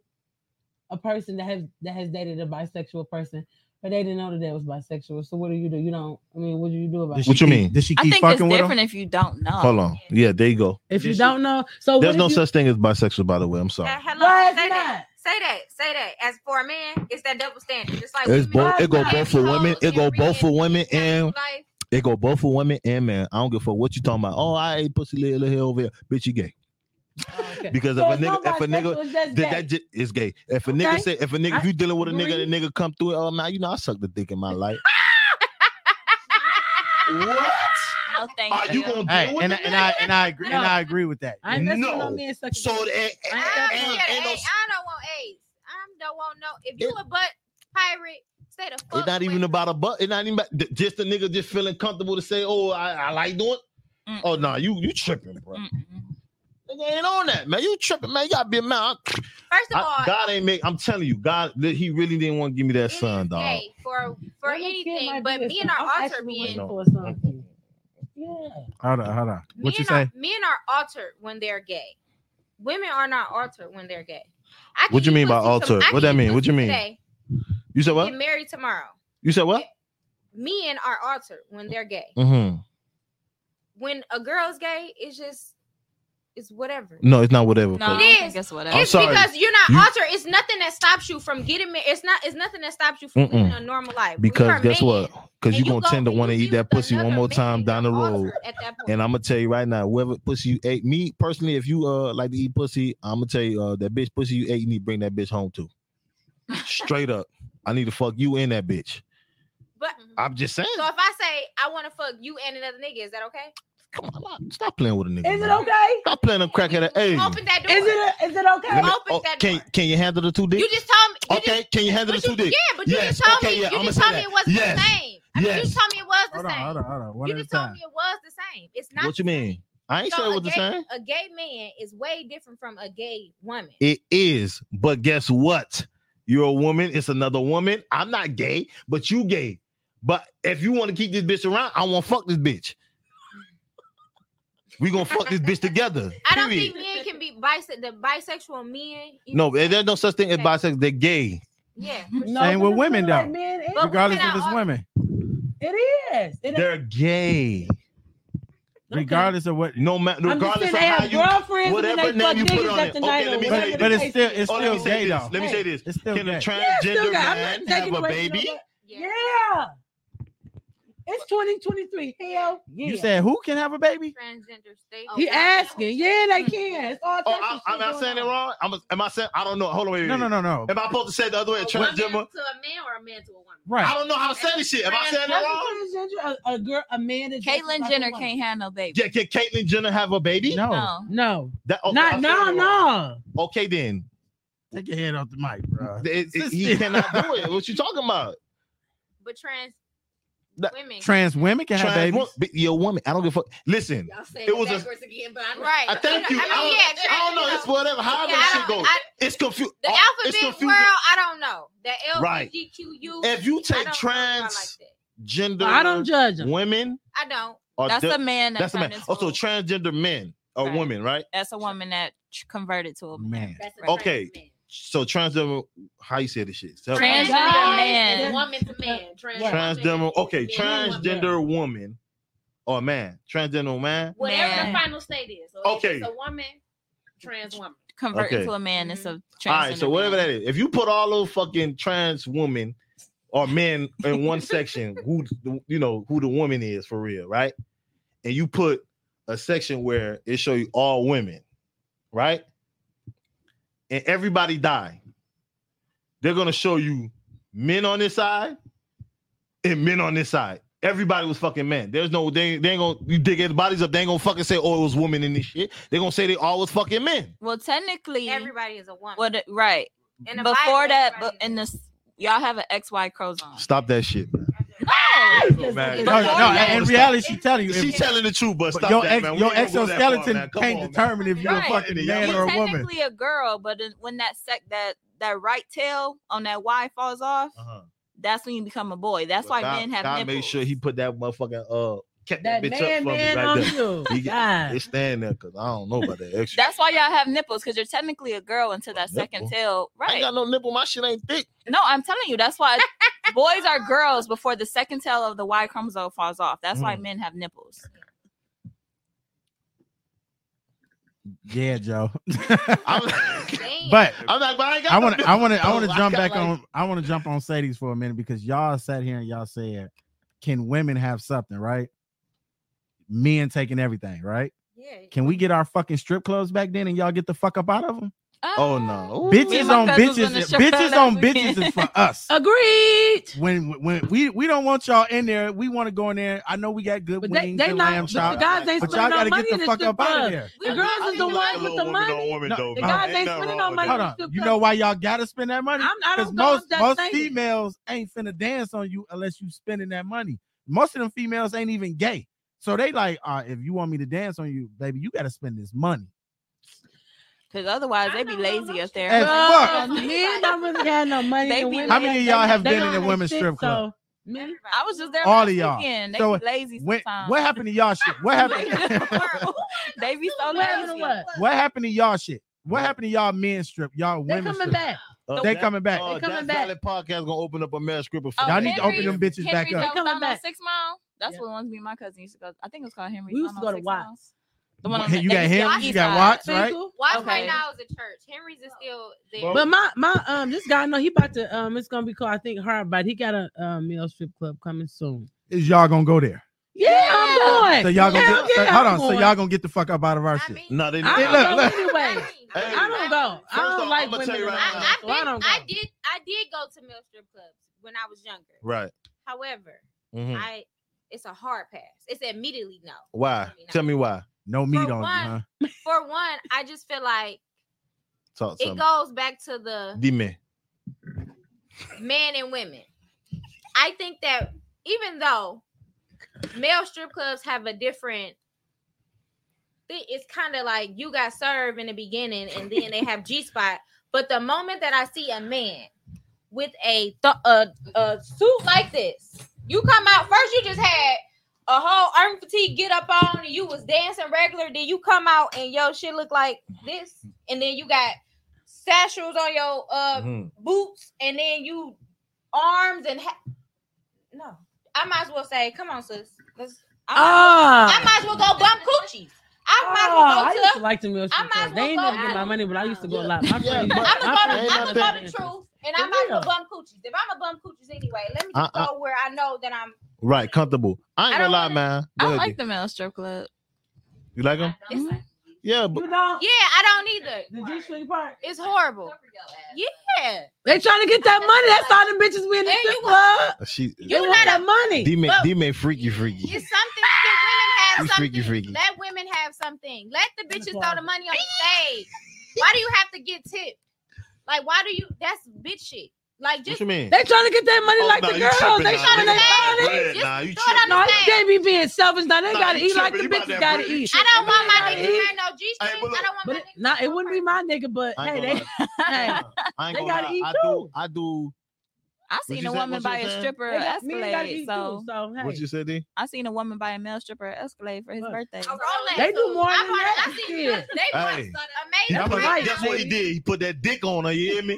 Speaker 4: a person that has that has dated a bisexual person, but they didn't know that they was bisexual. So what do you do? You don't I mean, what do you do about
Speaker 2: Did
Speaker 4: it?
Speaker 3: What
Speaker 2: she
Speaker 3: you
Speaker 2: keep-
Speaker 3: mean?
Speaker 2: Did she
Speaker 5: I
Speaker 2: keep
Speaker 5: think it's
Speaker 2: fucking with him?
Speaker 5: different if you don't know.
Speaker 3: Hold on. Yeah, there you go.
Speaker 4: If you don't know, so
Speaker 3: There's
Speaker 4: what
Speaker 3: no
Speaker 4: if you,
Speaker 3: such thing as bisexual, by the way. I'm sorry.
Speaker 6: Uh, hello,
Speaker 4: Why is
Speaker 6: say that.
Speaker 4: not?
Speaker 6: Say that. Say that. As for a man, it's that double standard. It's like
Speaker 3: It's both. It go
Speaker 4: Why
Speaker 3: both for women. It go both for women and
Speaker 6: and life.
Speaker 3: it go both for women and men. I don't give a fuck what you talking about. Oh, I ate pussy little here over here. Bitch, you gay.
Speaker 4: Oh, okay.
Speaker 3: Because
Speaker 4: So
Speaker 3: if a
Speaker 4: no
Speaker 3: nigga, if a nigga,
Speaker 4: bisexual is just
Speaker 3: that,
Speaker 4: gay.
Speaker 3: that just is gay. If a
Speaker 4: Okay.
Speaker 3: nigga say, if a nigga, if
Speaker 4: I
Speaker 3: you dealing with a nigga, the
Speaker 4: agree.
Speaker 3: nigga come through it. Oh, now you know I sucked the dick
Speaker 4: [LAUGHS]
Speaker 3: in my life. what?
Speaker 5: No, thank
Speaker 3: Are you gonna
Speaker 2: Hey,
Speaker 3: deal with
Speaker 2: and, I-
Speaker 3: that?
Speaker 2: and I and I agree and I agree with that.
Speaker 4: I ain't messing with no
Speaker 3: No.
Speaker 4: man sucking.
Speaker 3: So that
Speaker 4: I ain't got
Speaker 6: I don't,
Speaker 3: and-
Speaker 6: care.
Speaker 3: and
Speaker 6: Hey,
Speaker 3: those-
Speaker 6: I don't want AIDS. I don't want no. If you a butt pirate, stay the fuck.
Speaker 3: it's not even
Speaker 6: away.
Speaker 3: about a butt. It's not even about, just a nigga just feeling comfortable to say, oh, I, I like doing.
Speaker 5: Mm.
Speaker 3: Oh, nah, you you tripping, bro.
Speaker 5: Mm-mm.
Speaker 3: Nigga ain't on that, man. You tripping, man. You gotta be a man. I-
Speaker 6: First of all,
Speaker 3: I- God ain't make. I'm telling you, God, li- He really didn't want to give me that
Speaker 6: it is
Speaker 3: son, dog.
Speaker 6: gay for for
Speaker 4: Let me get my
Speaker 6: anything, but
Speaker 4: dick
Speaker 6: me and our
Speaker 4: I'm
Speaker 6: altar
Speaker 4: actually
Speaker 6: being
Speaker 4: waiting for something. Yeah.
Speaker 2: Hold on, hold on.
Speaker 6: men
Speaker 2: What you
Speaker 6: are
Speaker 2: say?
Speaker 6: men are altered when they're gay. Women are not altered when they're gay. I can
Speaker 3: What you
Speaker 6: eat
Speaker 3: mean by
Speaker 6: pussy
Speaker 3: altered?
Speaker 6: I
Speaker 3: What
Speaker 6: can
Speaker 3: that
Speaker 6: eat
Speaker 3: mean? What
Speaker 6: pussy
Speaker 3: you mean?
Speaker 6: Today,
Speaker 3: You said
Speaker 6: get
Speaker 3: what?
Speaker 6: married tomorrow.
Speaker 3: You said what?
Speaker 6: Men are altered when they're gay.
Speaker 3: Mm-hmm.
Speaker 6: When a girl's gay, it's just it's whatever.
Speaker 3: No, it's not whatever.
Speaker 5: No,
Speaker 3: Cole.
Speaker 6: It
Speaker 5: I
Speaker 6: is.
Speaker 5: guess whatever.
Speaker 6: It's
Speaker 3: sorry.
Speaker 6: because you're not
Speaker 3: You-
Speaker 6: altered. It's nothing that stops you from getting married. It's not. It's nothing that stops you from
Speaker 3: Mm-mm.
Speaker 6: living a normal life. When you're
Speaker 3: Because
Speaker 6: a
Speaker 3: guess
Speaker 6: man
Speaker 3: what?
Speaker 6: and
Speaker 3: Because you gonna
Speaker 6: go
Speaker 3: tend to
Speaker 6: and
Speaker 3: want to
Speaker 6: you
Speaker 3: eat that
Speaker 6: be with
Speaker 3: pussy one
Speaker 6: another
Speaker 3: more
Speaker 6: man,
Speaker 3: time down the
Speaker 6: you're
Speaker 3: road.
Speaker 6: altered At that point.
Speaker 3: And I'm gonna tell you right now, whoever pussy you ate, me personally, if you uh like to eat pussy, I'm gonna tell you uh that bitch pussy you ate, you need to bring that bitch home too. Straight up, I need to fuck you in that bitch.
Speaker 6: But-
Speaker 3: I'm just saying,
Speaker 6: So if I say I want to fuck you and another nigga, is that okay?
Speaker 3: come on, stop playing with a nigga.
Speaker 4: Is it
Speaker 3: man.
Speaker 4: okay?
Speaker 3: Stop playing a crack at hey.
Speaker 6: Open that door.
Speaker 4: Is it a, is it okay?
Speaker 3: Let me- oh,
Speaker 6: open that
Speaker 3: can
Speaker 6: door.
Speaker 3: can you handle the two dicks?
Speaker 6: you just told me. You
Speaker 3: okay,
Speaker 6: Just,
Speaker 3: can you handle the
Speaker 6: but
Speaker 3: two
Speaker 6: you,
Speaker 3: dicks?
Speaker 6: Yeah, but you
Speaker 3: Yes,
Speaker 6: just told
Speaker 3: okay,
Speaker 6: me.
Speaker 3: yeah,
Speaker 6: you
Speaker 3: I'ma
Speaker 6: just
Speaker 3: say
Speaker 6: told me
Speaker 3: that.
Speaker 6: it wasn't
Speaker 3: Yes,
Speaker 6: the same. I mean, you
Speaker 3: yes.
Speaker 6: just told me it was the
Speaker 2: Hold on,
Speaker 6: same.
Speaker 2: hold on, hold on. One
Speaker 6: you
Speaker 2: at a
Speaker 6: just told
Speaker 2: time.
Speaker 6: me it was the same. It's not.
Speaker 3: What you
Speaker 6: the same.
Speaker 3: mean? I ain't
Speaker 6: So
Speaker 3: say
Speaker 6: a
Speaker 3: what the
Speaker 6: gay-
Speaker 3: same.
Speaker 6: A gay man is way different from a gay woman.
Speaker 3: It is, but guess what? You're a woman. It's another woman. I'm not gay, but you gay. But if you want to keep this bitch around, I want to fuck this bitch. We gonna fuck this bitch together.
Speaker 4: [LAUGHS]
Speaker 6: I don't
Speaker 3: period.
Speaker 6: think men can be bise- the bisexual men. you
Speaker 3: No,
Speaker 6: know,
Speaker 3: there's no such thing as bisexual. They're gay.
Speaker 2: [LAUGHS]
Speaker 6: yeah.
Speaker 2: Same with women though,
Speaker 6: But
Speaker 2: regardless
Speaker 6: women
Speaker 2: if it's
Speaker 6: are-
Speaker 2: women,
Speaker 4: It is. It
Speaker 3: They're gay.
Speaker 2: regardless of what.
Speaker 3: No matter,
Speaker 4: I'm just
Speaker 3: regardless
Speaker 4: saying
Speaker 3: of
Speaker 4: they
Speaker 3: how
Speaker 4: have
Speaker 3: you,
Speaker 4: girlfriends and then
Speaker 3: whatever
Speaker 4: they fuck
Speaker 3: name you put
Speaker 4: niggas
Speaker 3: on
Speaker 4: at
Speaker 3: it.
Speaker 4: the
Speaker 3: Okay,
Speaker 4: night or
Speaker 3: let me
Speaker 4: whatever
Speaker 3: say
Speaker 4: the
Speaker 3: this.
Speaker 4: case
Speaker 2: But it's
Speaker 4: is.
Speaker 2: still-
Speaker 3: Oh, let me
Speaker 2: it's
Speaker 3: say
Speaker 2: still gay,
Speaker 3: this.
Speaker 2: though.
Speaker 3: Let me say this.
Speaker 2: It's still
Speaker 3: Can
Speaker 2: gay.
Speaker 3: a
Speaker 4: Yeah, it's still
Speaker 3: transgender
Speaker 4: gay. I'm
Speaker 3: man
Speaker 4: not
Speaker 3: have
Speaker 4: taking
Speaker 3: a
Speaker 4: away from
Speaker 3: baby?
Speaker 4: that. Yeah. It's 2023. Hell yeah.
Speaker 2: You said who can have a baby?
Speaker 6: Transgender state.
Speaker 4: He asking. Yeah, they can. It's all
Speaker 3: Oh,
Speaker 4: types
Speaker 3: I,
Speaker 4: of shit
Speaker 3: am I
Speaker 4: going
Speaker 3: saying it
Speaker 4: on.
Speaker 3: wrong? I'm, am I saying? I don't know. Hold on, wait, wait,
Speaker 2: No,
Speaker 3: wait.
Speaker 2: no, no, no.
Speaker 3: Am I supposed to say it the other way?
Speaker 6: A woman to a man or
Speaker 3: Transgender?
Speaker 6: a man to a woman.
Speaker 2: Right.
Speaker 3: I don't know how to say this shit. Am I saying it
Speaker 4: That's
Speaker 3: wrong?
Speaker 4: a transgender, a, a girl, a man. that dresses
Speaker 5: Caitlyn
Speaker 4: like a
Speaker 5: Jenner
Speaker 4: woman.
Speaker 5: can't have no baby.
Speaker 3: Yeah, can Caitlyn Jenner have a baby?
Speaker 2: No.
Speaker 5: No.
Speaker 4: No,
Speaker 3: That, oh, okay, I
Speaker 4: not
Speaker 3: said
Speaker 4: no,
Speaker 3: it wrong.
Speaker 4: no.
Speaker 3: Okay, then
Speaker 2: Take your head off the mic, bro.
Speaker 3: It- it- he cannot do it. What you talking about?
Speaker 6: But trans
Speaker 3: That-
Speaker 6: women.
Speaker 2: Trans women can have
Speaker 3: Trans
Speaker 2: babies.
Speaker 3: wo- but you're a woman. I don't give a fuck. Listen,
Speaker 8: Y'all saying
Speaker 3: it was a.
Speaker 8: backwards again, but I know.
Speaker 6: right.
Speaker 3: I thank you. I
Speaker 6: I mean,
Speaker 3: don't,
Speaker 6: yeah,
Speaker 3: I don't
Speaker 6: trans-
Speaker 3: know.
Speaker 6: you
Speaker 3: It's whatever. However
Speaker 6: Yeah,
Speaker 3: that
Speaker 6: I
Speaker 3: shit
Speaker 6: don't-
Speaker 3: goes,
Speaker 6: I-
Speaker 3: it's oh, confused.
Speaker 6: The
Speaker 3: it's
Speaker 6: alphabet
Speaker 3: confusing.
Speaker 6: world, I don't know. The
Speaker 3: Right.
Speaker 6: LGBTQU.
Speaker 3: If you
Speaker 6: I
Speaker 3: take
Speaker 6: don't
Speaker 3: trans gender,
Speaker 4: I don't judge them.
Speaker 3: women
Speaker 6: I don't.
Speaker 3: or
Speaker 5: That's
Speaker 3: the-
Speaker 5: a man that
Speaker 3: that's a
Speaker 5: turned
Speaker 3: man.
Speaker 5: into
Speaker 3: Also,
Speaker 5: a-
Speaker 3: transgender men or
Speaker 5: Right.
Speaker 3: women, right?
Speaker 5: that's a woman that tr- converted to a man.
Speaker 2: Man,
Speaker 8: That's a
Speaker 3: Okay.
Speaker 8: trans man.
Speaker 3: So transgender, how you say this shit? Tell-
Speaker 5: Trans-
Speaker 8: Transgender
Speaker 5: man.
Speaker 8: is woman to man. Trans-
Speaker 3: transgender, okay,
Speaker 8: Yeah, woman.
Speaker 3: transgender woman or man, transgender man.
Speaker 8: Whatever
Speaker 5: Man.
Speaker 8: the final state is. So if
Speaker 3: Okay.
Speaker 8: it's a woman, trans woman.
Speaker 5: Converted
Speaker 3: Okay.
Speaker 5: to a man.
Speaker 8: Mm-hmm.
Speaker 5: It's a transgender.
Speaker 3: All right, so whatever that is, if you put all those fucking trans women or men in one section, who the- you know who the woman is for real, right? And you put a section where it show you all women, right? And everybody die. They're gonna show you men on this side and men on this side. Everybody was fucking men. There's no they, they ain't gonna you dig their bodies up. They ain't gonna fucking say oh it was women in this shit. They're gonna say they all was fucking men.
Speaker 5: Well, technically,
Speaker 6: Everybody is a woman.
Speaker 5: what? right
Speaker 6: In the
Speaker 5: before
Speaker 6: Bible,
Speaker 5: that,
Speaker 6: everybody
Speaker 5: but
Speaker 6: is
Speaker 5: in
Speaker 6: a
Speaker 5: this, y'all have an XY chromosome.
Speaker 3: Stop that shit, man.
Speaker 2: no,
Speaker 3: Man,
Speaker 2: no,
Speaker 3: come on,
Speaker 2: no,
Speaker 3: man.
Speaker 2: in reality, she telling you.
Speaker 3: She's
Speaker 2: If,
Speaker 3: telling the truth, but
Speaker 2: but
Speaker 3: stop
Speaker 2: your
Speaker 3: that,
Speaker 2: ex,
Speaker 3: man. We
Speaker 2: your
Speaker 3: ain't gonna go that far,
Speaker 2: exoskeleton
Speaker 3: man. Come
Speaker 2: can't
Speaker 3: on, man.
Speaker 2: determine if you're
Speaker 5: Right.
Speaker 2: a fucking
Speaker 3: Y'all
Speaker 2: man
Speaker 5: You're
Speaker 2: or a woman.
Speaker 5: technically a girl, but in- when that sec that that right tail on that Y falls off,
Speaker 3: Uh-huh.
Speaker 5: that's when you become a boy. That's why
Speaker 3: But God-
Speaker 5: men have
Speaker 3: God
Speaker 5: nipples.
Speaker 3: made sure he put that motherfucking uh kept that,
Speaker 4: That
Speaker 3: bitch up
Speaker 4: man,
Speaker 3: for
Speaker 4: man
Speaker 3: me right
Speaker 4: on
Speaker 3: there.
Speaker 4: you.
Speaker 3: [LAUGHS] He-
Speaker 4: God.
Speaker 3: It stand there because I don't know about that extra.
Speaker 5: That's why y'all have nipples because you're technically a girl until that second
Speaker 3: Nipple.
Speaker 5: tail.
Speaker 3: I ain't
Speaker 5: Right?
Speaker 3: got no nipple. My shit ain't thick.
Speaker 5: No, I'm telling you, that's
Speaker 3: [LAUGHS]
Speaker 5: why boys are girls before the second tail of the Y chromosome falls off. That's why
Speaker 3: Mm.
Speaker 5: men have nipples.
Speaker 2: Yeah, Joe. [LAUGHS]
Speaker 3: I'm,
Speaker 6: Damn.
Speaker 2: but
Speaker 3: I'm like, but I ain't got
Speaker 2: I
Speaker 3: no
Speaker 2: want to, I want
Speaker 3: nipple. [LAUGHS]
Speaker 2: to, I want
Speaker 3: Oh,
Speaker 2: to jump
Speaker 3: got
Speaker 2: back
Speaker 3: like-
Speaker 2: on, I want to jump on Sadie's for a minute because y'all sat here and y'all said, "Can women have something?" Right? Men taking everything, right?
Speaker 6: yeah.
Speaker 2: Can we get our fucking strip clubs back then and y'all get the fuck up out of them?
Speaker 4: Uh,
Speaker 3: Oh no,
Speaker 2: bitches
Speaker 5: my
Speaker 2: on
Speaker 5: cousins in the
Speaker 2: bitches,
Speaker 5: strip
Speaker 2: bitches
Speaker 5: club
Speaker 2: on
Speaker 5: last weekend.
Speaker 2: bitches is for us.
Speaker 4: Agreed.
Speaker 2: When when we we don't want y'all in there, we want to go in there. I know we got good
Speaker 4: But they,
Speaker 2: wings
Speaker 4: they
Speaker 2: and
Speaker 4: not.
Speaker 2: lamb
Speaker 4: But
Speaker 2: chop,
Speaker 4: the guys ain't
Speaker 2: but
Speaker 4: spending
Speaker 2: y'all got
Speaker 4: no
Speaker 2: to
Speaker 4: money
Speaker 2: get
Speaker 4: in
Speaker 2: the
Speaker 4: the
Speaker 2: fuck
Speaker 4: strip
Speaker 2: up out of
Speaker 4: club.
Speaker 2: there.
Speaker 4: The girls is the ones with the money.
Speaker 9: woman
Speaker 2: No,
Speaker 9: though.
Speaker 2: the
Speaker 9: man.
Speaker 2: guys
Speaker 4: ain't
Speaker 9: nothing
Speaker 4: spending
Speaker 9: wrong
Speaker 4: no
Speaker 9: with
Speaker 2: Hold
Speaker 4: money.
Speaker 9: that.
Speaker 2: on, you know why y'all got to spend that money?
Speaker 4: I'm, I
Speaker 2: Because
Speaker 4: don't
Speaker 2: most
Speaker 4: go
Speaker 2: most
Speaker 4: that thing.
Speaker 2: females ain't finna dance on you unless you spending that money. Most of them females ain't even gay, so they like, uh, if you want me to dance on you, baby, you got to spend this money.
Speaker 5: Because otherwise
Speaker 8: I
Speaker 5: they be
Speaker 8: know, no,
Speaker 5: lazy
Speaker 8: no
Speaker 5: up
Speaker 8: shit.
Speaker 5: there.
Speaker 2: As fuck.
Speaker 4: Girls, men don't really have no money.
Speaker 5: They
Speaker 4: and
Speaker 5: be
Speaker 4: women-
Speaker 2: How many of y'all have
Speaker 4: they
Speaker 2: been
Speaker 4: don't
Speaker 2: in a
Speaker 4: have
Speaker 2: women's
Speaker 4: shit,
Speaker 2: strip club?
Speaker 4: so men-
Speaker 5: I was just there
Speaker 2: All
Speaker 5: last
Speaker 2: of y'all.
Speaker 5: weekend. They
Speaker 2: So
Speaker 5: be lazy
Speaker 2: When,
Speaker 5: sometimes.
Speaker 2: what happened to y'all shit?
Speaker 4: [LAUGHS]
Speaker 2: What happened?
Speaker 5: they be so
Speaker 4: What happened to
Speaker 5: lazy.
Speaker 4: what?
Speaker 2: What happened to y'all shit? What happened to y'all men strip? Y'all
Speaker 4: They
Speaker 2: women
Speaker 4: coming
Speaker 2: strip.
Speaker 4: back.
Speaker 3: Uh,
Speaker 2: They
Speaker 3: that-
Speaker 2: coming back.
Speaker 3: uh,
Speaker 4: They coming
Speaker 3: that
Speaker 4: back.
Speaker 3: Valid podcast gonna open up a male script for
Speaker 5: Oh,
Speaker 2: Y'all need to open
Speaker 5: Henry's-
Speaker 2: them bitches back
Speaker 5: Henry's down
Speaker 2: up.
Speaker 4: They coming
Speaker 5: south on
Speaker 4: back.
Speaker 5: Six Mile. That's
Speaker 4: Yeah.
Speaker 5: what the ones me and my cousin used to go. I think it was called Henry's.
Speaker 4: We used to
Speaker 5: down
Speaker 4: go
Speaker 5: on
Speaker 4: to
Speaker 5: Six
Speaker 4: Watts.
Speaker 5: Mile. The one on
Speaker 2: Hey,
Speaker 5: the
Speaker 2: you got
Speaker 5: east-
Speaker 2: Henry's, you
Speaker 5: east
Speaker 2: got
Speaker 5: side.
Speaker 2: Watts, right?
Speaker 4: Single.
Speaker 6: Watch
Speaker 5: Okay.
Speaker 6: right now is a church. Henry's is still there.
Speaker 4: But my my um this guy I know he about to um it's gonna be called I think hard but he got a um male strip club coming soon.
Speaker 2: Is y'all gonna go there?
Speaker 4: Yeah, I'm
Speaker 2: So
Speaker 4: going.
Speaker 2: y'all gonna
Speaker 4: Hell
Speaker 2: get, so-
Speaker 4: yeah,
Speaker 2: hold
Speaker 4: I'm
Speaker 2: on. So
Speaker 4: going.
Speaker 2: y'all gonna get the fuck up out of our
Speaker 6: I
Speaker 2: shit.
Speaker 6: mean,
Speaker 3: No, they
Speaker 4: I
Speaker 3: not.
Speaker 4: don't
Speaker 2: look,
Speaker 4: go
Speaker 2: look.
Speaker 4: anyway.
Speaker 3: Hey,
Speaker 4: I don't go. I
Speaker 3: First
Speaker 4: don't
Speaker 3: off,
Speaker 4: like
Speaker 3: I'ma
Speaker 4: women.
Speaker 3: tell you
Speaker 4: in
Speaker 3: right
Speaker 4: my
Speaker 3: now.
Speaker 4: house,
Speaker 6: I,
Speaker 4: so
Speaker 6: I,
Speaker 4: I
Speaker 6: been,
Speaker 4: don't go.
Speaker 6: I did I did go to male strip clubs when I was younger.
Speaker 3: Right.
Speaker 6: However,
Speaker 2: Mm-hmm.
Speaker 3: Mhm.
Speaker 6: I it's a hard pass. It's immediately no.
Speaker 3: Why? Tell me why.
Speaker 2: No meat on
Speaker 6: For
Speaker 2: you, huh?
Speaker 6: one, for one, I just feel like
Speaker 3: Talk
Speaker 6: it
Speaker 3: something.
Speaker 6: goes back to the
Speaker 3: Dime.
Speaker 6: men and women. I think that even though male strip clubs have a different thi- it's kind of like you got served in the beginning and then they have G spot. But the moment that I see a man with a th- a, a suit like this, you come out first. You just had a whole arm fatigue get up on, and you was dancing regular. Then you come out and yo shit look like this, and then you got satchels on your uh
Speaker 1: Mhm.
Speaker 3: Mm-hmm.
Speaker 6: boots, and then you arms and ha- no, I might as well say, come on, sis. Let's, I, might,
Speaker 17: Ah.
Speaker 6: I might as well go bump coochies. I might as
Speaker 17: Oh,
Speaker 6: well
Speaker 4: Ah,
Speaker 6: go
Speaker 17: I
Speaker 6: to
Speaker 17: used to like the meal.
Speaker 6: I might as
Speaker 17: They
Speaker 6: well
Speaker 17: ain't never
Speaker 6: go
Speaker 17: get my
Speaker 6: out.
Speaker 17: money, but I used to go a lot. My friends,
Speaker 6: I'm
Speaker 17: my friends-
Speaker 6: gonna go to truth, and I might as well
Speaker 3: Yeah.
Speaker 6: bum coochies. If I'm a bum coochies anyway, let me
Speaker 3: I-
Speaker 6: just go where I know that I'm.
Speaker 3: Right, comfortable. Uh, I ain't
Speaker 6: I
Speaker 3: gonna
Speaker 6: don't
Speaker 3: lie, man. Go
Speaker 5: I
Speaker 3: ahead,
Speaker 5: like
Speaker 3: G.
Speaker 5: the male strip club.
Speaker 3: You like him? Yeah, but
Speaker 5: Mm-hmm.
Speaker 6: Yeah, I don't either. The G string part. It's horrible. Yeah.
Speaker 17: They trying to get that money. That's all them bitches we in the strip club.
Speaker 3: she. uh,
Speaker 17: You want that money?
Speaker 3: D man,
Speaker 6: but-
Speaker 3: D man, freaky, freaky.
Speaker 6: It's something that women have
Speaker 3: You freaky,
Speaker 6: something.
Speaker 3: freaky.
Speaker 6: Let women have something. Let the bitches throw the money on the stage. Why do you have to get tipped? Like, why do you? That's bitch shit. Like, just
Speaker 3: you mean?
Speaker 17: They trying to get that money
Speaker 3: Oh,
Speaker 17: like
Speaker 3: nah,
Speaker 17: the
Speaker 3: you
Speaker 17: girls.
Speaker 3: tripping
Speaker 17: they
Speaker 3: now.
Speaker 17: trying to
Speaker 3: You
Speaker 17: get
Speaker 3: tripping.
Speaker 17: money.
Speaker 3: Yeah, nah, you
Speaker 6: tripping.
Speaker 17: No, you
Speaker 6: Nah,
Speaker 17: can't be being selfish. Now they
Speaker 6: Nah,
Speaker 17: gotta
Speaker 6: you
Speaker 17: eat like the
Speaker 6: tripping. You about
Speaker 17: bitches
Speaker 6: that
Speaker 17: gotta
Speaker 6: bread.
Speaker 17: eat.
Speaker 6: I don't want my
Speaker 17: Gotta
Speaker 6: nigga
Speaker 17: eat.
Speaker 6: wearing no G string. I don't want
Speaker 17: But it, nah, it wouldn't be my nigga. But
Speaker 3: I ain't
Speaker 17: hey,
Speaker 3: gonna
Speaker 17: they hey,
Speaker 3: I ain't
Speaker 17: they
Speaker 3: gonna
Speaker 17: gotta
Speaker 3: lie.
Speaker 17: eat
Speaker 3: I
Speaker 17: too.
Speaker 3: do. I do.
Speaker 5: I
Speaker 3: What
Speaker 5: seen
Speaker 3: you
Speaker 5: a
Speaker 3: said-
Speaker 5: woman
Speaker 3: what you
Speaker 5: buy a
Speaker 3: said?
Speaker 5: stripper
Speaker 17: They got- men gotta
Speaker 5: Escalade.
Speaker 17: eat
Speaker 5: So
Speaker 17: too, so, hey.
Speaker 3: What you said, D?
Speaker 5: I seen a woman buy a male stripper Escalade for his birthday.
Speaker 6: Rolex.
Speaker 17: They do more
Speaker 6: I
Speaker 17: than
Speaker 6: bought a-
Speaker 17: that.
Speaker 6: I see-
Speaker 17: Shit.
Speaker 6: They bought
Speaker 3: Hey.
Speaker 6: some
Speaker 3: That's
Speaker 6: amazing.
Speaker 3: what,
Speaker 6: breakdown.
Speaker 3: that's what he did. He put that dick on her. You hear me?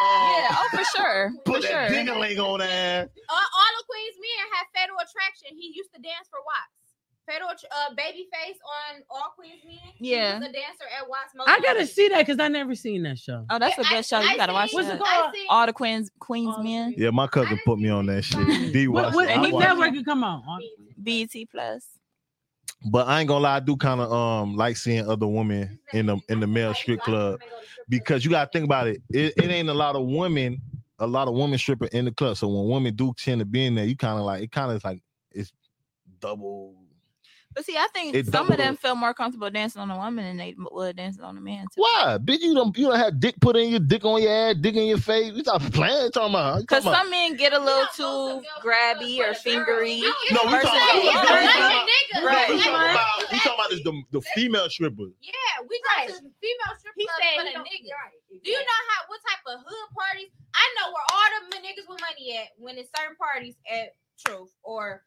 Speaker 5: Yeah, oh for sure, for
Speaker 3: Put that
Speaker 5: sure.
Speaker 3: ding-a-ling on her ass.
Speaker 6: Uh, all the Queens men have fatal attraction. He used to dance for Watts. Fatal Att- uh, baby face on all Queens men.
Speaker 17: Yeah.
Speaker 6: He was a dancer at Watts. Motor
Speaker 17: I gotta
Speaker 6: City.
Speaker 17: see that because I never seen that show.
Speaker 5: Oh, that's a good show. You gotta watch
Speaker 6: What's
Speaker 5: that.
Speaker 6: it called?
Speaker 5: All the Queens, Queens men.
Speaker 3: Yeah, my cousin put me on that shit. D
Speaker 17: What,
Speaker 3: watched
Speaker 17: what,
Speaker 3: it. I
Speaker 17: what
Speaker 3: watched it.
Speaker 17: network you come on?
Speaker 5: BT Plus.
Speaker 3: But I ain't gonna lie, I do kind of um like seeing other women in the in the male strip club because you gotta think about it. It, it ain't a lot of women, a lot of women stripper in the club. So when women do tend to be in there, you kind of like it kind of like it's double.
Speaker 5: But see, I think
Speaker 3: It
Speaker 5: some of them
Speaker 3: doubled.
Speaker 5: feel more comfortable dancing on a woman than they would dancing on a man. Too.
Speaker 3: Why, bitch? You don't you don't have dick put in your dick on your ass, dick in your face. You stop playing. Talking about you
Speaker 5: Because
Speaker 3: talking about-
Speaker 5: some men get a little too grabby or fingery.
Speaker 3: No, we talking
Speaker 5: versus-
Speaker 3: about, we talking
Speaker 6: Nigga,
Speaker 3: about, no,
Speaker 5: Right.
Speaker 3: we talking about, we talking about this, the, the female strippers.
Speaker 6: Yeah, we got to female strip club
Speaker 18: said
Speaker 6: for
Speaker 18: he
Speaker 6: the
Speaker 18: don't-
Speaker 6: niggas. Do you know how what type of hood parties? I know where all the m- niggas with money at when it's certain parties at Truth or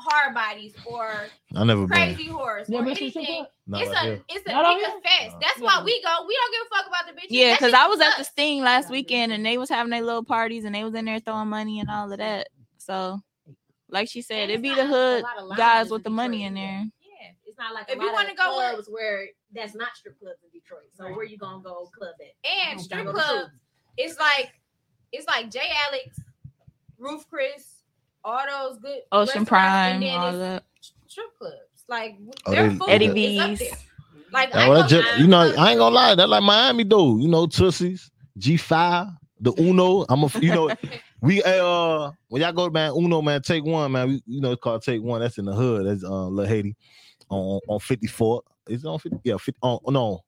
Speaker 6: Hard Bodies or
Speaker 3: I never been.
Speaker 6: Crazy Horse
Speaker 17: Yeah,
Speaker 6: or
Speaker 17: but she took
Speaker 6: anything.
Speaker 17: up.
Speaker 3: Not
Speaker 6: it's
Speaker 3: right
Speaker 6: a
Speaker 3: here.
Speaker 6: it's a
Speaker 17: Not over
Speaker 6: nigga fest. That's why we go. We don't give a fuck about the bitches.
Speaker 5: Yeah,
Speaker 6: That
Speaker 5: because
Speaker 6: shit
Speaker 5: I was at the
Speaker 6: sucks.
Speaker 5: Sting last weekend and they was having their little parties and they was in there throwing money and all of that. So, like she said, it'd be the hood guys with the money in there.
Speaker 6: Yeah,
Speaker 18: it's not like if
Speaker 6: If you
Speaker 18: you want to
Speaker 6: wanna go
Speaker 18: go
Speaker 6: with-
Speaker 18: clubs where that's not strip clubs in Detroit. So where you gonna go club at?
Speaker 2: Oh,
Speaker 6: and strip club. It's like it's like Jay Alex, Roof Chris, all those good
Speaker 5: Ocean
Speaker 6: restaurants,
Speaker 5: Prime,
Speaker 6: and then
Speaker 5: all
Speaker 6: it's
Speaker 5: that.
Speaker 6: strip clubs. Like
Speaker 3: Oh,
Speaker 6: their
Speaker 3: they-
Speaker 6: food
Speaker 5: Eddie
Speaker 6: is up
Speaker 5: B's.
Speaker 6: there. Like
Speaker 3: That
Speaker 6: I
Speaker 3: was
Speaker 6: go
Speaker 3: just,
Speaker 6: down-
Speaker 3: you know, I ain't gonna lie. That like Miami though. You know, Tussies, G five, the Uno. I'm a, you know, we uh, when y'all go man, Uno man, take one man. We, you know, it's called take one. That's in the hood. That's uh, Little Haiti, on on 54. Is it on 50? Yeah, 50, on no.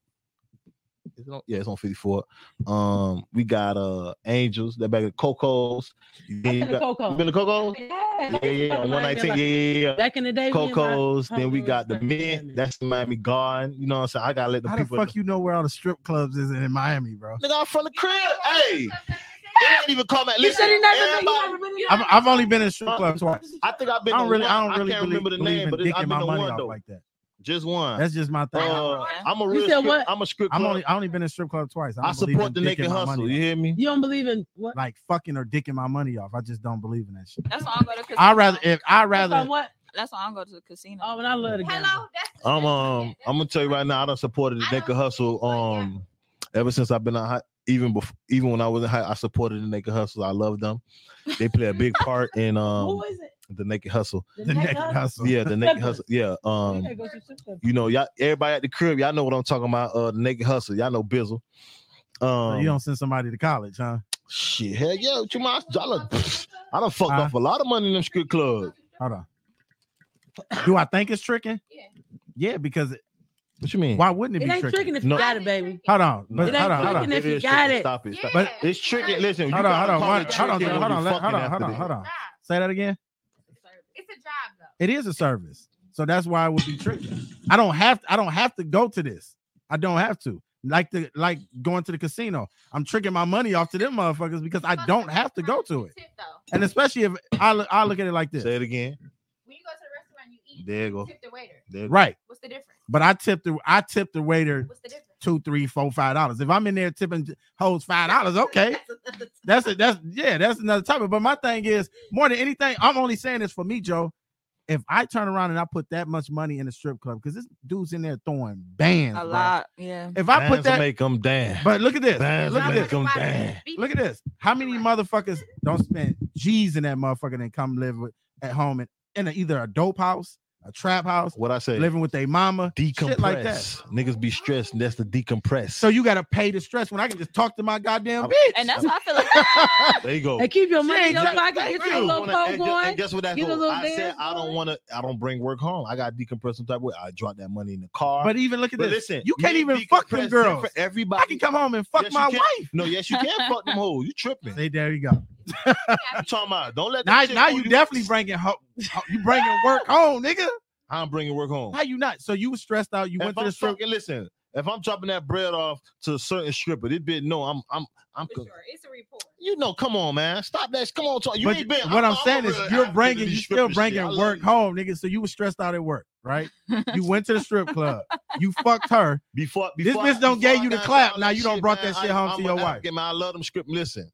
Speaker 3: Is it on, yeah, it's on 54. Um, we got uh Angels. That back at Coco's. Yeah, you
Speaker 17: been to
Speaker 3: got-
Speaker 17: Coco's.
Speaker 3: you been to Coco's?
Speaker 17: Yeah,
Speaker 3: Yeah, yeah, on 119. Yeah, yeah, yeah.
Speaker 17: Back in the day,
Speaker 3: Coco's. Then we got the
Speaker 17: men.
Speaker 3: men. That's the Miami Garden. You know what I'm saying? I gotta let the
Speaker 2: How the
Speaker 3: people.
Speaker 2: fuck you know where all the strip clubs is in Miami, bro?
Speaker 3: Nigga, I'm from the crib. Hey, they ain't even come at.
Speaker 17: You
Speaker 3: Listen,
Speaker 17: said he never been.
Speaker 3: everybody- Uh,
Speaker 17: You never been. in-
Speaker 2: I've, I've only been in strip clubs twice.
Speaker 3: I think I've been.
Speaker 2: I don't
Speaker 3: to
Speaker 2: really,
Speaker 3: one.
Speaker 2: I don't really
Speaker 3: can't
Speaker 2: believe,
Speaker 3: remember the
Speaker 2: believe
Speaker 3: name,
Speaker 2: in
Speaker 3: but it, I've
Speaker 2: dicking
Speaker 3: been
Speaker 2: my
Speaker 3: to
Speaker 2: money
Speaker 3: one
Speaker 2: off
Speaker 3: though.
Speaker 2: like that.
Speaker 3: Just one.
Speaker 2: That's just my thing.
Speaker 3: Uh, I'm a
Speaker 17: You
Speaker 3: real.
Speaker 17: said
Speaker 3: Strip,
Speaker 17: what?
Speaker 3: I'm a strip
Speaker 2: I'm
Speaker 3: club.
Speaker 2: only, I only been in strip club twice. I,
Speaker 3: I
Speaker 2: don't believe
Speaker 3: support the
Speaker 2: in
Speaker 3: naked
Speaker 2: dicking my
Speaker 3: hustle.
Speaker 2: money
Speaker 3: You
Speaker 2: off.
Speaker 3: hear me?
Speaker 17: You don't believe in what?
Speaker 2: Like fucking or dicking my money off. I just don't believe in that shit.
Speaker 5: That's why I go to.
Speaker 2: I
Speaker 5: casino.
Speaker 2: rather, if I
Speaker 17: Like
Speaker 2: rather,
Speaker 17: what?
Speaker 5: That's why I don't go to the casino.
Speaker 17: Oh, and I love the game.
Speaker 6: Hello, that's
Speaker 3: I'm um. I'm gonna tell you right now. I done supported the naked hustle. Um, ever since I've been out, high, even before, even when I was in high, I supported the naked hustle. I love them. They play a big part in um
Speaker 17: [LAUGHS] Who is it?
Speaker 3: the naked hustle.
Speaker 2: the naked hustle.
Speaker 3: Yeah, the
Speaker 17: [LAUGHS]
Speaker 3: naked
Speaker 17: Stripper.
Speaker 3: hustle. Yeah. Um,
Speaker 17: Yeah, go to strip club.
Speaker 3: you know, y'all everybody at the crib, y'all know what I'm talking about. Uh the naked hustle. Y'all know Bizzle.
Speaker 2: So
Speaker 3: Um
Speaker 2: Oh, you don't send somebody to college, huh?
Speaker 3: shit, hell yeah. What you mind? I done, pfft, I done fucked
Speaker 2: Huh?
Speaker 3: off a lot of money in them strip club.
Speaker 2: Hold on. Do I think it's tricking? Yeah, because it-
Speaker 3: What you mean?
Speaker 2: why wouldn't it
Speaker 17: It
Speaker 2: be
Speaker 17: ain't
Speaker 2: tricking?
Speaker 17: tricking if you
Speaker 3: No.
Speaker 17: got it, baby.
Speaker 2: Hold on,
Speaker 3: No,
Speaker 2: but
Speaker 17: ain't
Speaker 2: hold on, hold
Speaker 17: tricking
Speaker 2: on,
Speaker 17: if you
Speaker 3: is
Speaker 17: got
Speaker 3: tricking.
Speaker 17: it.
Speaker 3: Stop it. Stop it.
Speaker 2: but
Speaker 3: It's tricky. Listen, you
Speaker 2: hold on, hold
Speaker 3: gotta
Speaker 2: on,
Speaker 3: call
Speaker 2: one-
Speaker 3: it
Speaker 2: hold on,
Speaker 3: tricky
Speaker 2: hold
Speaker 3: when
Speaker 2: on,
Speaker 3: you
Speaker 2: hold on,
Speaker 3: fucking
Speaker 2: hold on,
Speaker 3: after
Speaker 2: hold on,
Speaker 3: that.
Speaker 2: hold on. Say that again.
Speaker 6: it's a job though.
Speaker 2: It is a service. So that's why it would be tricky. I don't have I don't have to go to this. I don't have to. Like the like going to the casino. I'm tricking my money off to them motherfuckers because I don't have to go to it. And especially if I look I look at it like this.
Speaker 3: Say it again.
Speaker 6: When you go to the restaurant, you eat.
Speaker 2: There you go.
Speaker 6: Tip the waiter.
Speaker 2: Right.
Speaker 6: What's the difference?
Speaker 2: But I tipped the I tipped the waiter
Speaker 6: What's the difference?
Speaker 2: two, three, four, five dollars. If I'm in there tipping hoes five
Speaker 6: [LAUGHS]
Speaker 2: dollars, okay. that's it. That's yeah, that's another topic. But my thing is more than anything, I'm only saying this for me, Joe. If I turn around and I put that much money in a strip club, because this dude's in there throwing bands.
Speaker 5: a
Speaker 2: bro.
Speaker 5: lot. Yeah.
Speaker 2: If I
Speaker 3: Bands
Speaker 2: put
Speaker 3: will
Speaker 2: that
Speaker 3: make them dance.
Speaker 2: But look at this.
Speaker 3: Bands
Speaker 2: look at
Speaker 3: will
Speaker 2: this.
Speaker 3: make 'em dance.
Speaker 2: Look at this. How many motherfuckers don't spend G's in that motherfucker and come live with, at home in, in a- either a dope house, a trap house,
Speaker 3: what I say,
Speaker 2: living with their mama,
Speaker 3: decompress.
Speaker 2: shit like that.
Speaker 3: Niggas be stressed. And that's the decompress.
Speaker 2: So you gotta pay the stress when I can just talk to my goddamn bitch.
Speaker 5: And that's how I feel like
Speaker 3: [LAUGHS] There you go.
Speaker 4: Hey, keep your
Speaker 3: She
Speaker 4: money in
Speaker 3: ain't
Speaker 4: your
Speaker 3: got-
Speaker 4: pocket. Get you a
Speaker 3: I
Speaker 4: little
Speaker 3: wanna-
Speaker 4: phone
Speaker 3: and gu-
Speaker 4: going.
Speaker 3: and guess what that's
Speaker 4: Get a
Speaker 3: going.
Speaker 4: little
Speaker 3: I said
Speaker 4: dance
Speaker 3: I don't want to. I don't bring work home. I got decompress some type of way. I drop that money in the car.
Speaker 2: But even look at
Speaker 3: But
Speaker 2: this.
Speaker 3: Listen,
Speaker 2: you can't
Speaker 3: me
Speaker 2: even fuck
Speaker 3: decompress
Speaker 2: them
Speaker 3: it
Speaker 2: girls.
Speaker 3: for Everybody. I
Speaker 2: can come home and fuck my wife.
Speaker 3: No, yes you
Speaker 2: [LAUGHS]
Speaker 3: can fuck them hoes. You tripping?
Speaker 2: Hey, there you go.
Speaker 3: [LAUGHS] you talking about? Don't let
Speaker 2: Now,
Speaker 3: that shit
Speaker 2: now
Speaker 3: go.
Speaker 2: you definitely bringing ho- ho- you bringing work home, nigga.
Speaker 3: I'm bringing work home.
Speaker 2: How you not? So you was stressed out. You
Speaker 3: if
Speaker 2: went to
Speaker 3: I'm
Speaker 2: the strip.
Speaker 3: fucking- listen, if I'm dropping that bread off to a certain stripper, this bitch no, I'm I'm I'm.
Speaker 6: For sure. It's a report.
Speaker 3: You know, come on, man, stop that. Come on, talk. You
Speaker 2: but
Speaker 3: ain't been.
Speaker 2: what I'm,
Speaker 3: a
Speaker 2: saying
Speaker 3: real
Speaker 2: is you're
Speaker 3: activity
Speaker 2: bringing, you
Speaker 3: stripper
Speaker 2: still
Speaker 3: shit.
Speaker 2: bringing
Speaker 3: I love
Speaker 2: work home, nigga. So you was stressed out at work, right?
Speaker 3: [LAUGHS]
Speaker 2: you went to the strip club. You fucked her.
Speaker 3: Before,
Speaker 2: this
Speaker 3: before I-
Speaker 2: bitch don't
Speaker 3: before
Speaker 2: gave
Speaker 3: I
Speaker 2: you the
Speaker 3: got
Speaker 2: clap.
Speaker 3: down
Speaker 2: Now you don't brought
Speaker 3: man,
Speaker 2: that shit
Speaker 3: I-
Speaker 2: home
Speaker 3: I'm
Speaker 2: to
Speaker 3: a
Speaker 2: your wife.
Speaker 3: African, man, I love them script. Listen,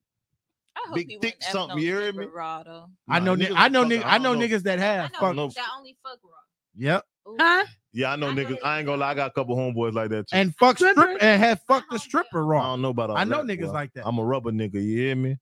Speaker 5: I hope
Speaker 3: big
Speaker 5: he
Speaker 3: dick
Speaker 5: wouldn't F
Speaker 3: something,
Speaker 5: no
Speaker 3: you hear me?
Speaker 5: vibrato.
Speaker 2: I know,
Speaker 3: Nah,
Speaker 2: ni-
Speaker 3: niggas
Speaker 2: I know,
Speaker 3: fucking-
Speaker 2: niggas,
Speaker 3: I
Speaker 2: I know
Speaker 3: don't know.
Speaker 2: niggas that have
Speaker 3: I
Speaker 2: fucked.
Speaker 3: know.
Speaker 6: That only fuck raw.
Speaker 2: Yep,
Speaker 4: Huh?
Speaker 3: Yeah, I know niggas. I ain't gonna lie. I got a couple homeboys like that too.
Speaker 2: and fuck strip and have fucked
Speaker 6: Oh,
Speaker 2: the stripper
Speaker 3: I
Speaker 2: raw.
Speaker 3: don't know about all
Speaker 2: I know
Speaker 3: that,
Speaker 2: niggas
Speaker 3: boy.
Speaker 2: like that.
Speaker 3: I'm a rubber nigga. You hear me?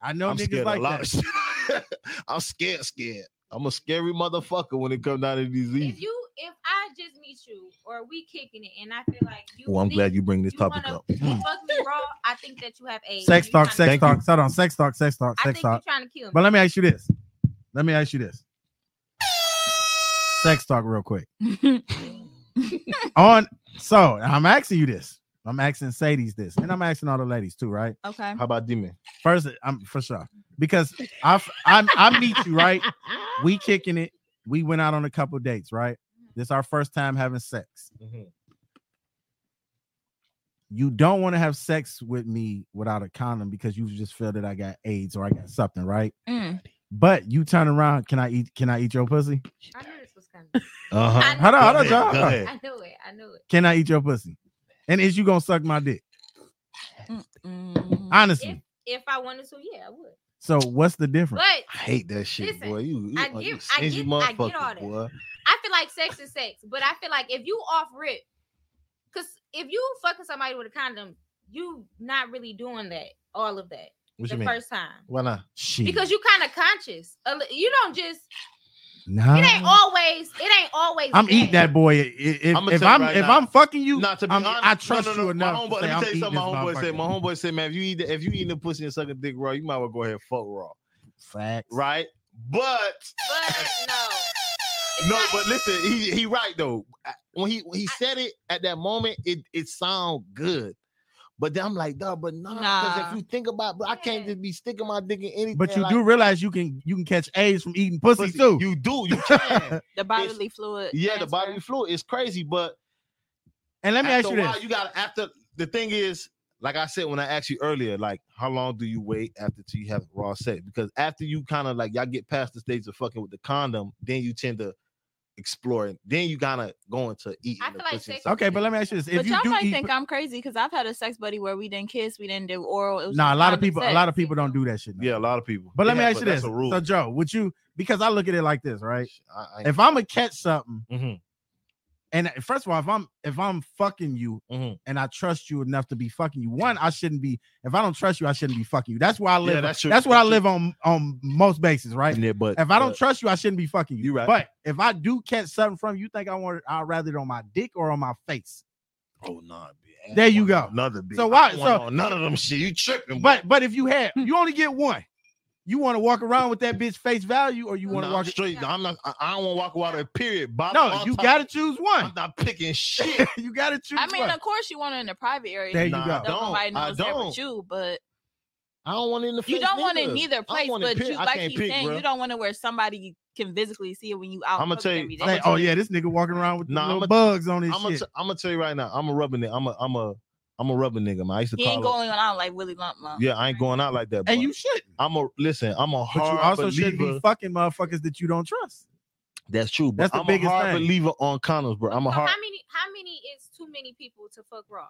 Speaker 2: I know
Speaker 3: I'm
Speaker 2: niggas
Speaker 3: scared
Speaker 2: like
Speaker 3: a lot
Speaker 2: that.
Speaker 3: of shit. [LAUGHS] I'm scared, scared. I'm a scary motherfucker when it comes down to these.
Speaker 6: If you, if I just meet you or we kicking it, and I feel like you.
Speaker 3: Oh, I'm glad you bring this
Speaker 6: you
Speaker 3: topic
Speaker 6: wanna-
Speaker 3: up. Mm.
Speaker 6: You fuck me raw. I think that you have a
Speaker 2: Sex
Speaker 6: you
Speaker 2: talk,
Speaker 6: tryna-
Speaker 2: sex talk. Hold on, sex talk, sex talk,
Speaker 6: I
Speaker 2: sex
Speaker 6: think
Speaker 2: talk.
Speaker 6: you're trying to kill me.
Speaker 2: But let me ask you this. Let me ask you this. Sex talk, real quick. On so I'm asking you this. I'm asking Sadie's this, and I'm asking all the ladies too, right?
Speaker 5: Okay.
Speaker 3: How about Demon?
Speaker 2: First, I'm for sure because I I I meet you right. We kicking it. We went out on a couple dates, right? This our first time having sex. You don't want to have sex with me without a condom because you just feel that I got AIDS or I got something, right?
Speaker 5: Mm.
Speaker 2: But you turn around, can I eat? Can I eat your pussy?
Speaker 6: I knew this was coming.
Speaker 3: Uh
Speaker 6: I
Speaker 2: Hold on, hold on,
Speaker 6: knew
Speaker 2: John.
Speaker 6: it. I knew it. I knew it.
Speaker 2: Can I eat your pussy? And is you gonna suck my dick? Honestly.
Speaker 6: If I wanted to, yeah, I would.
Speaker 2: So what's the difference?
Speaker 6: But
Speaker 3: I hate that shit,
Speaker 6: Listen,
Speaker 3: boy. You, you,
Speaker 6: I
Speaker 3: oh, you
Speaker 6: get- I
Speaker 3: stingy
Speaker 6: get- I get
Speaker 3: motherfucker,
Speaker 6: all that.
Speaker 3: boy.
Speaker 6: I feel like sex is sex, but I feel like if you off rip, because if you fucking somebody with a condom, you not really doing that, all of that,
Speaker 3: What
Speaker 6: the
Speaker 3: you mean?
Speaker 6: first time.
Speaker 3: Why not?
Speaker 2: Shit.
Speaker 6: Because you kind of conscious. A li- You don't just.
Speaker 2: Nah.
Speaker 6: It ain't always. It aint always.
Speaker 2: I'm eating that boy. I- I- If,
Speaker 3: I'ma
Speaker 2: if
Speaker 3: tell you
Speaker 2: I'm
Speaker 3: right
Speaker 2: if
Speaker 3: now.
Speaker 2: I'm fucking you,
Speaker 3: Not to be
Speaker 2: I'm-
Speaker 3: honest,
Speaker 2: I
Speaker 3: no,
Speaker 2: trust
Speaker 3: no, no.
Speaker 2: you enough.
Speaker 3: My
Speaker 2: to say
Speaker 3: homeboy, let me
Speaker 2: I'm
Speaker 3: tell you something. My
Speaker 2: eating this
Speaker 3: homeboy said,
Speaker 2: motherfucker.
Speaker 3: my homeboy said, man, if you eat the, if you eating the pussy and sucking dick raw, you might as well go ahead and fuck raw,
Speaker 2: Facts.
Speaker 3: right? But
Speaker 6: But no.
Speaker 3: no, but listen, he he right though. I- When he when he said it at that moment, it it sound good. But then I'm like, dog, but nah, because
Speaker 5: Nah.
Speaker 3: if you think about, but I can't just be sticking my dick in anything.
Speaker 2: But you
Speaker 3: like,
Speaker 2: do realize you can you can catch AIDS from eating pussy, too.
Speaker 3: You do,
Speaker 2: [LAUGHS]
Speaker 3: you can.
Speaker 5: The bodily fluid.
Speaker 3: yeah, the bodily fluid is crazy, but
Speaker 2: and let me
Speaker 3: after
Speaker 2: ask you
Speaker 3: a while,
Speaker 2: this.
Speaker 3: You got to after the thing is, like I said when I asked you earlier, like how long do you wait after till you have raw sex? Because after you kind of like y'all get past the stage of fucking with the condom, then you tend to explore it. Then you gotta go into eating.
Speaker 6: I
Speaker 3: the
Speaker 6: feel like
Speaker 3: pussy and
Speaker 6: sex-
Speaker 3: stuff.
Speaker 2: okay, but let me ask you this. If
Speaker 5: but
Speaker 2: you
Speaker 5: y'all
Speaker 2: do
Speaker 5: might
Speaker 2: eat,
Speaker 5: think I'm crazy because I've had a sex buddy where we didn't kiss, we didn't do oral. It was
Speaker 2: nah, a
Speaker 5: just
Speaker 2: lot of
Speaker 5: condom
Speaker 2: people a
Speaker 5: sex.
Speaker 2: lot of people don't do that shit.
Speaker 3: Yeah, a lot of people.
Speaker 2: But let
Speaker 3: Yeah,
Speaker 2: me ask you
Speaker 3: that's
Speaker 2: this.
Speaker 3: A rule.
Speaker 2: So Joe, would you because I look at it like this, right?
Speaker 3: I- I-
Speaker 2: If I'm gonna catch something,
Speaker 3: Mhm.
Speaker 2: and uh, first of all, if I'm if I'm fucking you
Speaker 3: Mhm.
Speaker 2: and I trust you enough to be fucking you, one, I shouldn't be. If I don't trust you, I shouldn't be fucking you. That's why I
Speaker 3: Yeah,
Speaker 2: live.
Speaker 3: that's
Speaker 2: that's
Speaker 3: true.
Speaker 2: what I
Speaker 3: That's
Speaker 2: live on on most bases, right?
Speaker 3: Yeah, but
Speaker 2: If I don't
Speaker 3: but
Speaker 2: trust you, I shouldn't be fucking you.
Speaker 3: You right.
Speaker 2: But if I do catch something from you, you think I want? it- I'd rather it on my dick or on my face.
Speaker 3: oh no,
Speaker 2: There you go.
Speaker 3: Another bitch.
Speaker 2: So
Speaker 3: I
Speaker 2: why-
Speaker 3: don't want
Speaker 2: so-
Speaker 3: no- none of them shit? You tripping? boy.
Speaker 2: But but if you
Speaker 3: Hmm.
Speaker 2: had, you only get one. You want to walk around with that bitch face value, or you want to
Speaker 3: Nah,
Speaker 2: walk?
Speaker 3: I'm straight. I'm not. I, I don't want to walk water. Period. Bottom
Speaker 2: No,
Speaker 3: all
Speaker 2: you
Speaker 3: time.
Speaker 2: got to choose
Speaker 3: I'm
Speaker 2: one. [LAUGHS]
Speaker 3: not picking shit.
Speaker 2: you got to choose.
Speaker 5: I mean,
Speaker 2: one.
Speaker 5: of course, you want it in a private area.
Speaker 2: There you
Speaker 3: Nah,
Speaker 2: go.
Speaker 3: I
Speaker 5: Don't
Speaker 3: don't.
Speaker 5: nobody
Speaker 3: I
Speaker 5: knows that
Speaker 3: don't.
Speaker 5: with you, but
Speaker 3: I don't want it in the face.
Speaker 5: You don't want it
Speaker 3: I
Speaker 5: neither
Speaker 3: don't
Speaker 5: place,
Speaker 3: want
Speaker 5: but
Speaker 3: it pic-
Speaker 5: you
Speaker 3: I
Speaker 5: like
Speaker 3: can't
Speaker 5: you
Speaker 3: pick,
Speaker 5: saying
Speaker 3: bruh.
Speaker 5: you don't want to where somebody you can physically see it when you out.
Speaker 3: I'm gonna
Speaker 5: fucking
Speaker 3: tell you.
Speaker 5: every day.
Speaker 3: I'ma
Speaker 2: oh
Speaker 3: tell
Speaker 2: yeah,
Speaker 3: you-
Speaker 2: this nigga walking around with
Speaker 3: Nah,
Speaker 2: little
Speaker 3: I'ma-
Speaker 2: bugs on his
Speaker 3: I'ma
Speaker 2: shit.
Speaker 3: t- I'ma tell you right now. I'm a rubber nigga. I'm a I'm a I'm a rubber nigga. Man. I used to
Speaker 5: He
Speaker 3: call
Speaker 5: ain't
Speaker 3: her-
Speaker 5: going out like Willie Lump Lump.
Speaker 3: Yeah, I ain't going out like that.
Speaker 2: And you
Speaker 3: should. I'm a listen. I'm a
Speaker 2: but
Speaker 3: hard
Speaker 2: you also shouldn't
Speaker 3: believer.
Speaker 2: be fucking motherfuckers that you don't trust.
Speaker 3: That's true. But
Speaker 2: That's the
Speaker 3: I'm
Speaker 2: biggest
Speaker 3: a hard
Speaker 2: thing.
Speaker 3: believer on condoms, bro. I'm a
Speaker 6: So
Speaker 3: hard.
Speaker 6: how many? How many is too many people to fuck raw?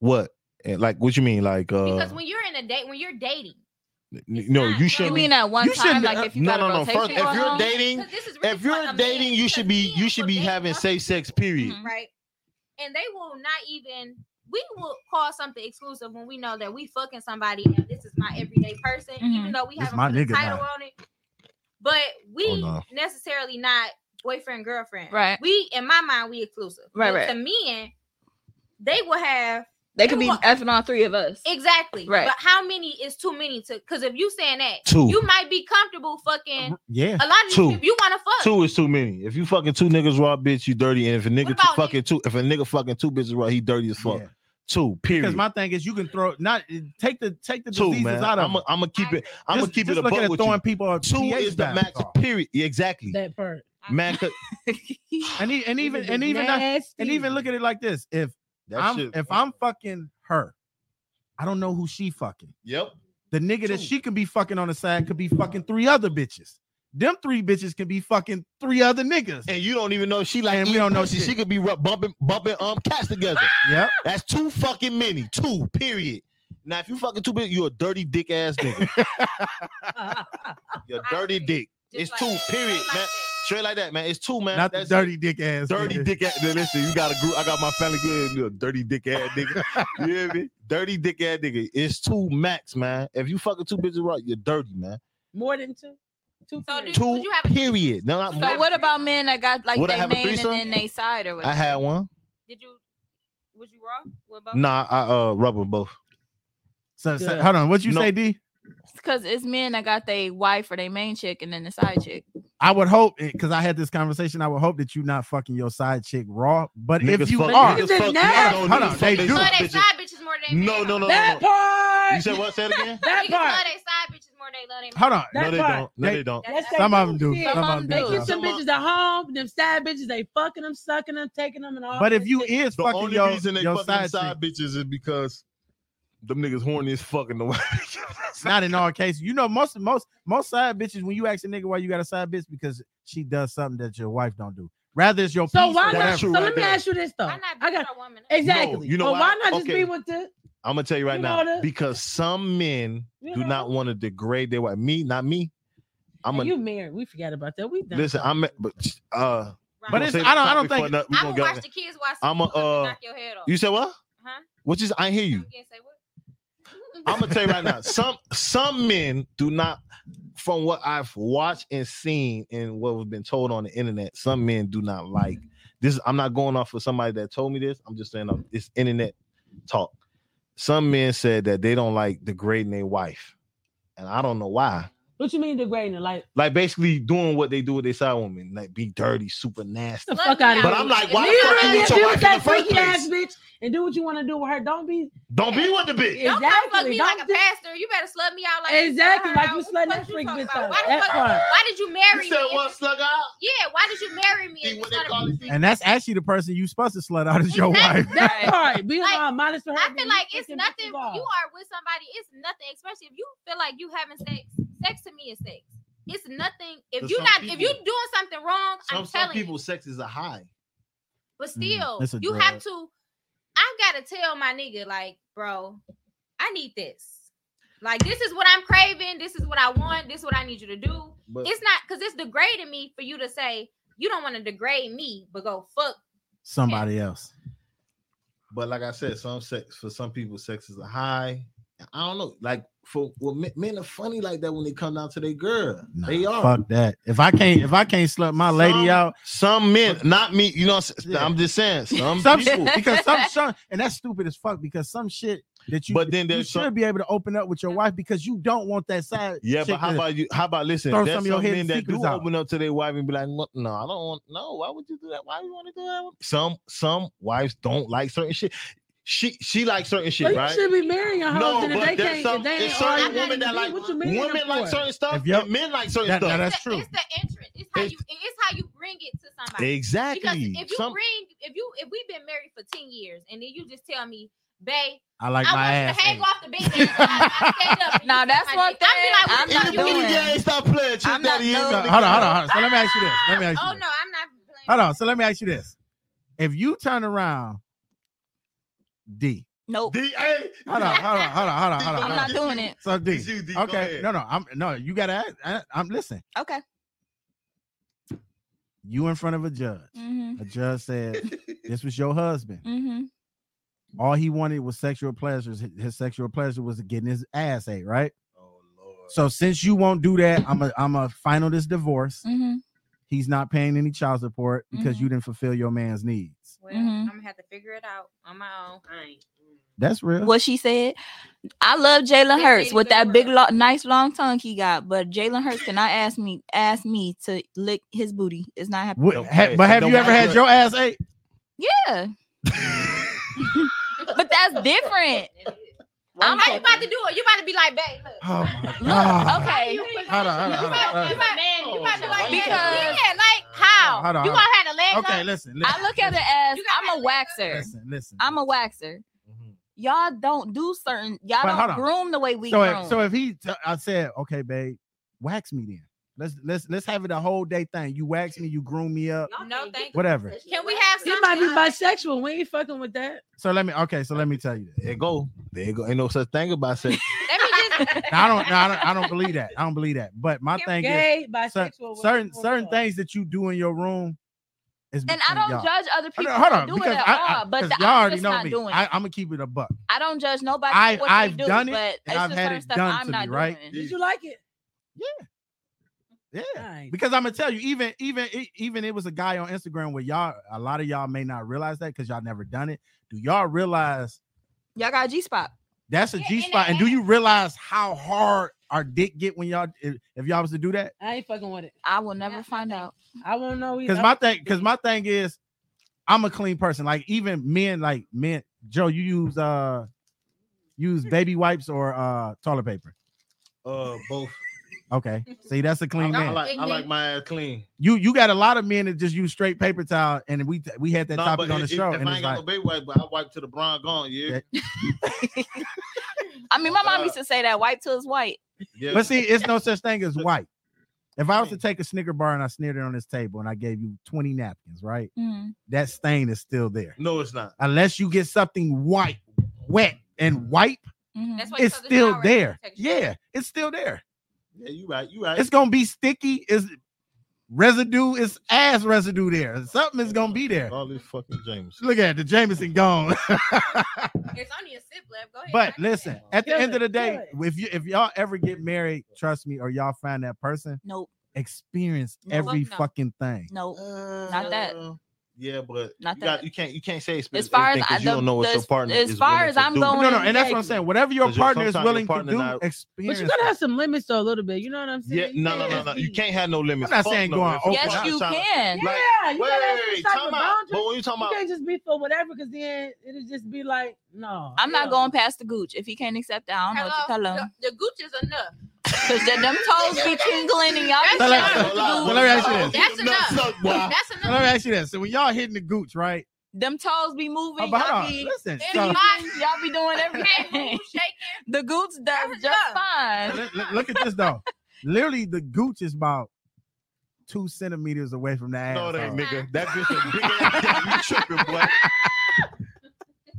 Speaker 3: What? And like, what you mean? Like, uh,
Speaker 6: Because when you're in a date, when you're dating,
Speaker 3: no, you shouldn't.
Speaker 6: mean at one
Speaker 3: you
Speaker 6: time,
Speaker 3: shouldn't-
Speaker 6: like, if you
Speaker 3: no,
Speaker 6: got a
Speaker 3: no, no.
Speaker 6: rotation
Speaker 3: First, if
Speaker 6: going
Speaker 3: you're
Speaker 6: on?
Speaker 3: dating,
Speaker 6: 'Cause this is really
Speaker 3: if you're
Speaker 6: what a man-
Speaker 3: dating, you should be you should be having safe sex. Period.
Speaker 5: Mm-hmm.
Speaker 6: right? And they will not even. We will call something exclusive when we know that we fucking somebody and this is my everyday person,
Speaker 5: Mm-hmm.
Speaker 6: even though we
Speaker 2: This
Speaker 6: have
Speaker 2: my
Speaker 6: a title
Speaker 2: nigga now.
Speaker 6: on it. But we
Speaker 2: Oh, no.
Speaker 6: necessarily not boyfriend girlfriend,
Speaker 5: Right.
Speaker 6: We in my mind we exclusive,
Speaker 5: Right,
Speaker 6: But
Speaker 5: right.
Speaker 6: To men, they will have
Speaker 5: They could be
Speaker 6: will-
Speaker 5: effing all three of us.
Speaker 6: Exactly.
Speaker 5: Right.
Speaker 6: But how many is too many to? Because if you saying that,
Speaker 3: Two.
Speaker 6: you might be comfortable fucking.
Speaker 3: Yeah.
Speaker 6: A lot of these
Speaker 3: Two.
Speaker 6: people you want to fuck.
Speaker 3: Two is too many. If you fucking two niggas raw, bitch, you dirty. And if a nigga
Speaker 6: about
Speaker 3: fucking two, if a nigga fucking two bitches raw, he dirty as fuck. Two. Period.
Speaker 2: Because my thing is, you can throw not take the take the
Speaker 3: two,
Speaker 2: diseases
Speaker 3: man.
Speaker 2: out of.
Speaker 3: I'm gonna keep it. I'm gonna
Speaker 2: Just-
Speaker 3: keep
Speaker 2: just
Speaker 3: it a
Speaker 2: looking
Speaker 3: buck
Speaker 2: at
Speaker 3: with
Speaker 2: throwing
Speaker 3: you.
Speaker 2: people a
Speaker 3: two
Speaker 2: pH
Speaker 3: is the
Speaker 2: balance
Speaker 3: max. Period. Yeah, Exactly.
Speaker 4: That part. [LAUGHS]
Speaker 3: Man, 'cause-
Speaker 2: and, e- and even
Speaker 4: is
Speaker 2: and even not- and
Speaker 4: nasty.
Speaker 2: even look at it like this: if
Speaker 3: That
Speaker 2: I'm
Speaker 3: shit-
Speaker 2: if I'm fucking her, I don't know who she fucking.
Speaker 3: Yep.
Speaker 2: The nigga that she could be fucking on the side could be fucking three other bitches. Them three bitches can be fucking three other niggas.
Speaker 3: And you don't even know she like.
Speaker 2: And we
Speaker 3: eating
Speaker 2: don't know
Speaker 3: pussy.
Speaker 2: shit.
Speaker 3: She could be ru- bumping, bumping um cats together.
Speaker 2: yeah,
Speaker 3: that's too fucking many. Two. Period. Now, if you fucking too big, you a dirty dick ass nigga.
Speaker 2: [LAUGHS]
Speaker 3: You're dirty dick. it's two. Period, man. Straight like that, man. It's two, man.
Speaker 2: Not
Speaker 3: That's
Speaker 2: the
Speaker 3: it.
Speaker 2: dirty dick ass.
Speaker 3: Dirty
Speaker 2: nigga.
Speaker 3: dick ass. Now, Listen, you got a group. I got my family good. You a dirty dick ass
Speaker 2: [LAUGHS]
Speaker 3: nigga. You hear me? Dirty dick ass nigga. It's two max, man. If you fucking two bitches right, you're dirty, man.
Speaker 4: More than two. Two.
Speaker 5: dude,
Speaker 3: Two
Speaker 5: would you have-
Speaker 3: period. No, not
Speaker 5: So
Speaker 3: more.
Speaker 5: what about men that got like
Speaker 3: Would I
Speaker 5: their
Speaker 3: have a
Speaker 5: main and
Speaker 3: threesome?
Speaker 5: then they side or whatever?
Speaker 3: I had one.
Speaker 6: Did you? Was you raw? What about?
Speaker 3: Nah, I uh rub them both.
Speaker 2: So, so- hold on, what you
Speaker 3: No.
Speaker 2: say, D?
Speaker 5: Because it's men that got their wife or their main chick and then the side chick.
Speaker 2: I would hope because I had this conversation. I would hope that you're not fucking your side chick raw. But if
Speaker 3: Niggas
Speaker 2: you
Speaker 3: fuck-
Speaker 2: are,
Speaker 3: niggas fuck- Niggas don't-
Speaker 2: hold on,
Speaker 3: niggas fuck
Speaker 2: they
Speaker 3: they
Speaker 2: do.
Speaker 3: side
Speaker 6: They side bitches more than they
Speaker 3: No, no, no,
Speaker 6: That
Speaker 3: no, no.
Speaker 4: part.
Speaker 3: You said what? Say it again.
Speaker 6: That
Speaker 4: part.
Speaker 6: Love they side bitches more than they love their
Speaker 2: Hold on,
Speaker 3: no, they don't. No, they, don't.
Speaker 4: That's
Speaker 2: Some
Speaker 4: their
Speaker 2: of 'em do.
Speaker 4: bullshit.
Speaker 2: Some of 'em
Speaker 4: They
Speaker 2: do.
Speaker 4: get some
Speaker 2: Some
Speaker 4: bitches at home. Them side bitches, they fucking them, sucking them, taking them, and all.
Speaker 2: But if
Speaker 4: that
Speaker 2: you
Speaker 4: shit.
Speaker 2: is
Speaker 3: The
Speaker 2: fucking
Speaker 3: only
Speaker 2: your,
Speaker 3: reason they
Speaker 2: your
Speaker 3: fucking
Speaker 2: side,
Speaker 3: side, bitches is because them niggas horny as fucking the way. [LAUGHS]
Speaker 2: chick, not in all cases. You know, most most most side bitches when you ask a nigga why you got a side bitch because she does something that your wife don't do. Rather it's your
Speaker 4: so
Speaker 2: piece
Speaker 4: why
Speaker 2: or
Speaker 4: not?
Speaker 2: whatever.
Speaker 4: So let me ask you this though. I got exactly.
Speaker 3: No, you know
Speaker 4: But
Speaker 3: why?
Speaker 4: why not just be
Speaker 3: Okay.
Speaker 4: with the?
Speaker 3: I'm gonna tell you right
Speaker 4: You
Speaker 3: now
Speaker 4: know the-
Speaker 3: because some men
Speaker 4: You
Speaker 3: do
Speaker 4: know?
Speaker 3: not want to degrade their wife. Me, not me. I'm
Speaker 4: you
Speaker 3: gonna
Speaker 4: married? We forgot about that. We done.
Speaker 3: listen. I'm but uh. we
Speaker 2: But
Speaker 3: gonna
Speaker 2: it's-
Speaker 3: save
Speaker 2: I don't-
Speaker 3: the
Speaker 2: I don't
Speaker 3: topic for
Speaker 2: think-
Speaker 3: another- we
Speaker 6: I
Speaker 3: gonna
Speaker 6: will
Speaker 3: get on
Speaker 6: watch the
Speaker 3: that.
Speaker 6: kids watch.
Speaker 3: I'm a uh.
Speaker 6: knock your head off.
Speaker 3: You said what?
Speaker 6: Huh?
Speaker 3: Which is I hear you.
Speaker 6: Again, say what?
Speaker 3: I'm gonna tell you right now. Some some men do not, from what I've watched and seen and what was been told on the internet, some men do not like this. I'm not going off for somebody that told me this. I'm just saying uh, it's internet talk. Some men said that they don't like degrading their wife, and I don't know why.
Speaker 4: What you mean degrading? Like
Speaker 3: Like basically doing what they do with their side woman, like be dirty, super nasty.
Speaker 4: the fuck out of
Speaker 3: But
Speaker 4: here.
Speaker 3: I'm like, why the
Speaker 4: Leave
Speaker 3: fuck
Speaker 4: her
Speaker 3: you
Speaker 4: in
Speaker 3: with
Speaker 4: there. Be with
Speaker 3: your wife in
Speaker 4: that
Speaker 3: the first
Speaker 4: freaky ass
Speaker 3: place?
Speaker 4: bitch and do what you want to do with her. Don't be
Speaker 3: Don't be with the bitch.
Speaker 6: Don't come fuck
Speaker 4: Exactly.
Speaker 6: me
Speaker 4: Don't
Speaker 6: like a
Speaker 4: do-
Speaker 6: pastor. You better slug me out like
Speaker 4: Exactly,
Speaker 6: you
Speaker 4: like
Speaker 6: slug her
Speaker 4: you
Speaker 6: out.
Speaker 4: slug that
Speaker 6: What the fuck
Speaker 4: freak bitch
Speaker 6: you talking about?
Speaker 4: out.
Speaker 6: Why the
Speaker 4: That
Speaker 6: fuck-
Speaker 4: part.
Speaker 6: Why did you marry
Speaker 3: You said
Speaker 6: me?
Speaker 3: what, slug her out?
Speaker 6: Yeah, why did you marry me? if it's gonna be-
Speaker 2: And that's actually the person you supposed to slut out is your wife.
Speaker 4: That part. Being all modest for her.
Speaker 6: I
Speaker 4: being
Speaker 6: feel like it's
Speaker 4: fucking
Speaker 6: nothing. You
Speaker 4: bitches off.
Speaker 6: are with somebody. It's nothing, especially if you feel like you having sex. Sex to me is sex. It's nothing.
Speaker 3: To
Speaker 6: If you
Speaker 3: some
Speaker 6: not, if
Speaker 3: people.
Speaker 6: you doing something wrong,
Speaker 3: Some,
Speaker 6: I'm
Speaker 3: some
Speaker 6: telling you.
Speaker 3: people, sex is a high.
Speaker 6: But still,
Speaker 3: it's Mm, a
Speaker 6: you have
Speaker 3: drug.
Speaker 6: to. I gotta tell my nigga, like, bro, I need this. Like, this is what I'm craving. This is what I want. This is what I need you to do.
Speaker 3: But-
Speaker 6: it's not because it's degrading me for you to say you don't want to degrade me, but go fuck.
Speaker 2: [LAUGHS] Somebody else.
Speaker 3: But like I said, some sex for some people, sex is a high. I don't know. Like for well, men, men are funny like that when they come down to their girl. they
Speaker 4: Oh.
Speaker 3: are.
Speaker 2: Fuck that. If I can't if I can't slut my lady
Speaker 3: Some-
Speaker 2: out,
Speaker 3: Some men, not me. You know, what I'm s- I'm just saying. Some, [LAUGHS]
Speaker 2: some
Speaker 3: people.
Speaker 2: shit because some, some and that's stupid as fuck because some shit that you
Speaker 3: But then
Speaker 2: you
Speaker 3: there's some-
Speaker 2: should be able to open up with your wife because you don't want that side.
Speaker 3: yeah,
Speaker 2: chick
Speaker 3: but how
Speaker 2: to-
Speaker 3: about you? How about listen?
Speaker 2: throw
Speaker 3: there's
Speaker 2: some of your
Speaker 3: some
Speaker 2: hidden
Speaker 3: men that do
Speaker 2: secrets out.
Speaker 3: open up to their wife and be like, no, no, I don't want. No, why would you do that? Why you want to do that? Some some wives don't like certain shit. she she likes certain shit,
Speaker 4: Well, you
Speaker 3: right?
Speaker 4: should be marrying your
Speaker 3: No,
Speaker 4: hoes, and if
Speaker 3: but
Speaker 4: they
Speaker 3: there's
Speaker 4: can't-
Speaker 3: some-
Speaker 4: if they
Speaker 3: it's
Speaker 4: ain't
Speaker 3: certain
Speaker 4: arguing,
Speaker 3: women that
Speaker 4: then
Speaker 3: like
Speaker 4: what you marrying
Speaker 3: women
Speaker 4: them
Speaker 3: like
Speaker 4: for?
Speaker 3: certain stuff, and men like certain
Speaker 2: That-
Speaker 3: stuff.
Speaker 2: now that's true.
Speaker 6: It's the interest. It's how you. It's how you bring it to somebody.
Speaker 3: Exactly.
Speaker 6: Because if you
Speaker 3: Some-
Speaker 6: bring, if you, if we've been married for ten years, and then you just tell me, "Babe,
Speaker 2: I like
Speaker 6: I
Speaker 2: my
Speaker 6: want
Speaker 2: ass.
Speaker 6: you to hang off the bed." now that's one thing.
Speaker 5: I'm not
Speaker 6: Anybody
Speaker 5: doing.
Speaker 6: get-
Speaker 3: Hey, stop playing. Chief Daddy
Speaker 2: No,
Speaker 3: is not
Speaker 2: hold on,
Speaker 3: the
Speaker 2: hold
Speaker 3: guy.
Speaker 2: on, hold on. So let me ask you this. Let me ask you.
Speaker 6: Oh
Speaker 2: this.
Speaker 6: no, I'm not.
Speaker 2: Hold on. So let me ask you this: If you turn around, D.
Speaker 5: Nope.
Speaker 3: D. Hey.
Speaker 2: Hold on, hold on, hold on, hold on, hold on.
Speaker 5: I'm not doing it.
Speaker 2: So D.
Speaker 5: It's you, D, go
Speaker 2: okay.
Speaker 5: ahead.
Speaker 2: No, no. I'm no. You gotta. Ask, I, I'm listen.
Speaker 5: Okay.
Speaker 2: You in front of a judge.
Speaker 5: Mhm.
Speaker 2: A judge
Speaker 3: [LAUGHS]
Speaker 2: said, "This was your husband.
Speaker 5: Mm-hmm.
Speaker 2: All he wanted was sexual pleasures. His- His sexual pleasure was getting his ass ate, right? Oh lord. So since you won't do that, I'm a I'm a final this divorce.
Speaker 5: Mm-hmm.
Speaker 2: He's not paying any child support because you didn't fulfill your man's needs.
Speaker 6: Well,
Speaker 5: Mm-hmm.
Speaker 6: I'm gonna have to figure it out on my own. I ain't.
Speaker 2: That's real.
Speaker 5: What she said. I love Jalen Hurts with that big, lo- nice long tongue he got, but Jalen Hurts cannot ask me ask me to lick his booty. It's not happening.
Speaker 2: What- ha- but have you ever had your ass ate?
Speaker 5: Yeah. but
Speaker 6: [LAUGHS]
Speaker 5: that's different.
Speaker 6: I'm how you about to do it? You about to be like, babe, look.
Speaker 2: Oh
Speaker 5: my
Speaker 3: Ah.
Speaker 2: God.
Speaker 5: Okay.
Speaker 2: Hold on, hold on,
Speaker 6: You
Speaker 2: hold
Speaker 6: about-
Speaker 2: on,
Speaker 6: you
Speaker 2: hold on.
Speaker 6: about- Oh, you about to like oh,
Speaker 5: Because-
Speaker 6: yeah, like how
Speaker 2: Hold on,
Speaker 6: you
Speaker 2: hold on.
Speaker 6: gonna have the legs?
Speaker 2: Okay,
Speaker 6: up?
Speaker 2: listen,
Speaker 5: I look at it as I'm a waxer.
Speaker 2: Listen, listen.
Speaker 5: I'm a waxer.
Speaker 6: Mm-hmm.
Speaker 5: Y'all don't do certain. Y'all
Speaker 2: But hold
Speaker 5: don't
Speaker 2: on.
Speaker 5: groom the way we
Speaker 2: so
Speaker 5: groom.
Speaker 2: if, so if he, t- I said, okay, babe, wax me then. Let's let's let's have it a whole day thing. You wax me, you groom me up.
Speaker 6: No, thank you.
Speaker 2: Whatever.
Speaker 6: Can we have
Speaker 4: He might be bisexual. We ain't fucking with that.
Speaker 2: So let me. Okay, so let me tell you. This.
Speaker 3: There you go. There you go. Ain't no such thing
Speaker 5: [LAUGHS]
Speaker 3: about sex.
Speaker 2: [LAUGHS] Now, I don't. no, I don't. I don't believe that. I don't believe that. But my
Speaker 5: You're
Speaker 2: thing
Speaker 5: gay,
Speaker 2: is
Speaker 5: bisexual,
Speaker 2: cer-
Speaker 5: what
Speaker 2: certain
Speaker 5: you
Speaker 2: certain things that you do in your room. Is
Speaker 5: and I
Speaker 2: between
Speaker 5: don't
Speaker 2: y'all.
Speaker 5: judge other people.
Speaker 2: Hold on,
Speaker 5: that do
Speaker 2: because
Speaker 5: it at
Speaker 2: I,
Speaker 5: all,
Speaker 2: I,
Speaker 5: but
Speaker 2: because
Speaker 5: the-
Speaker 2: y'all
Speaker 5: I'm
Speaker 2: already
Speaker 5: just
Speaker 2: know
Speaker 5: not
Speaker 2: me.
Speaker 5: doing
Speaker 2: I,
Speaker 5: it.
Speaker 2: I'm gonna keep it a buck.
Speaker 5: I don't judge nobody. for
Speaker 2: I-
Speaker 5: what
Speaker 2: I've
Speaker 5: they do,
Speaker 2: done it,
Speaker 5: but
Speaker 2: and
Speaker 5: it's
Speaker 2: I've
Speaker 5: just
Speaker 2: had
Speaker 5: certain
Speaker 2: it
Speaker 5: stuff
Speaker 2: done
Speaker 5: I'm
Speaker 2: to me,
Speaker 5: not
Speaker 2: right?
Speaker 5: doing.
Speaker 2: Did
Speaker 4: you like it?
Speaker 2: Yeah.
Speaker 4: Nice.
Speaker 2: Because I'm gonna tell you, even even e- even it was a guy on Instagram where y'all a lot of y'all may not realize that because y'all never done it. Do y'all realize
Speaker 5: Y'all got a G spot.
Speaker 2: that's a
Speaker 5: Yeah,
Speaker 2: G spot? And do you realize how hard our dick get when y'all if, if y'all was to do that?
Speaker 4: I ain't fucking with it.
Speaker 5: I will never find out.
Speaker 4: I won't know either.
Speaker 2: Because my thing, because my thing is, I'm a clean person. Like even men, like men, Joe, you use uh use baby wipes or uh toilet paper.
Speaker 3: Uh, both.
Speaker 2: Okay, see that's a clean
Speaker 3: I
Speaker 2: man.
Speaker 3: like I like my ass clean.
Speaker 2: you you got a lot of men that just use straight paper towel, and we we had that
Speaker 3: Nah,
Speaker 2: topic
Speaker 3: but
Speaker 2: on the
Speaker 3: if,
Speaker 2: show,
Speaker 3: If,
Speaker 2: and
Speaker 3: I
Speaker 2: it's
Speaker 3: ain't got
Speaker 2: like
Speaker 3: no baby wipe, but I wipe to the brown gone. Yeah.
Speaker 5: I
Speaker 2: Oh,
Speaker 5: mean, my mom
Speaker 2: uh,
Speaker 5: used to say that white till it's
Speaker 2: [LAUGHS]
Speaker 5: white.
Speaker 2: But see, it's no such thing
Speaker 3: [LAUGHS]
Speaker 2: as white. If I was to take a Snicker bar and I smeared it on this table and I gave you 20 napkins, right?
Speaker 5: Mhm.
Speaker 2: That stain is still there.
Speaker 3: No, it's not.
Speaker 2: Unless you get something white, wet, and wipe,
Speaker 5: Mm-hmm.
Speaker 6: That's why you
Speaker 2: it's
Speaker 6: throw the
Speaker 2: still
Speaker 6: shower in
Speaker 2: there.
Speaker 6: protection.
Speaker 2: Yeah, it's still there.
Speaker 3: Yeah, you right. You right.
Speaker 2: It's gonna be sticky. Is residue, it's ass residue there. Something is gonna be there.
Speaker 3: All this fucking James.
Speaker 2: Look at it, the Jameson gone.
Speaker 6: [LAUGHS]
Speaker 2: [LAUGHS]
Speaker 6: It's only a sip left. Go ahead.
Speaker 2: But listen, at the
Speaker 6: Kill
Speaker 2: end of
Speaker 6: it,
Speaker 2: the day,
Speaker 6: kill
Speaker 2: if you if y'all ever get married, trust me, or y'all find that person,
Speaker 5: Nope.
Speaker 2: experience
Speaker 5: No, fuck
Speaker 2: every
Speaker 5: no.
Speaker 2: fucking thing.
Speaker 5: Nope.
Speaker 4: Uh,
Speaker 5: not that.
Speaker 3: Yeah, but
Speaker 5: Not
Speaker 3: you, got,
Speaker 5: that.
Speaker 3: you can't you can't say
Speaker 5: As
Speaker 3: experience
Speaker 5: far as
Speaker 3: everything 'cause
Speaker 5: I-
Speaker 3: you don't
Speaker 5: the-
Speaker 3: know what
Speaker 5: the-
Speaker 3: your partner
Speaker 5: as
Speaker 3: is
Speaker 5: far
Speaker 3: willing
Speaker 5: as
Speaker 3: to
Speaker 5: I'm
Speaker 3: do.
Speaker 5: going-
Speaker 2: No, no, and that's what I'm saying. Whatever your
Speaker 3: 'Cause your-
Speaker 2: partner is
Speaker 3: sometimes your
Speaker 2: willing
Speaker 3: partner
Speaker 2: to do,
Speaker 3: not-
Speaker 4: but
Speaker 2: experience.
Speaker 4: you gotta have some limits though, a little bit. You know what I'm
Speaker 3: Yeah,
Speaker 4: saying?
Speaker 3: no, no, no, no. You can't have no limits.
Speaker 2: I'm not
Speaker 3: Fuck
Speaker 2: saying
Speaker 3: no,
Speaker 2: go on
Speaker 3: man. Fuck
Speaker 2: open.
Speaker 3: no.
Speaker 2: Yes,
Speaker 3: I'm
Speaker 2: you
Speaker 3: trying to-
Speaker 5: can.
Speaker 3: Like,
Speaker 4: yeah, you gotta have some
Speaker 3: wait,
Speaker 4: type
Speaker 3: time
Speaker 4: of
Speaker 3: out.
Speaker 4: boundaries.
Speaker 3: But when you talking about
Speaker 4: you can't just be for whatever, because then it'll just be like, no.
Speaker 5: I'm not going past the gooch. If he can't accept that, I don't know what to tell him.
Speaker 6: The, the gooch is enough.
Speaker 5: Because
Speaker 4: [LAUGHS]
Speaker 5: them toes be tingling and y'all be
Speaker 2: So let,
Speaker 5: trying to
Speaker 2: so-
Speaker 5: do-
Speaker 2: so let me ask you this.
Speaker 6: That's enough. That's
Speaker 2: So let me ask you this. So when y'all hitting the gooch, right?
Speaker 5: Them toes be moving.
Speaker 2: Oh, but hold
Speaker 5: y'all
Speaker 2: on.
Speaker 5: be
Speaker 2: Listen,
Speaker 5: and
Speaker 2: so-
Speaker 5: y'all- [LAUGHS] y'all be doing everything. [LAUGHS] the gooch does just fine.
Speaker 2: Look, look at this though. Literally, the gooch is about two centimeters away from the ass.
Speaker 3: No, it ain't, nigga. That bitch a big ass. [LAUGHS] dick. You tripping, boy?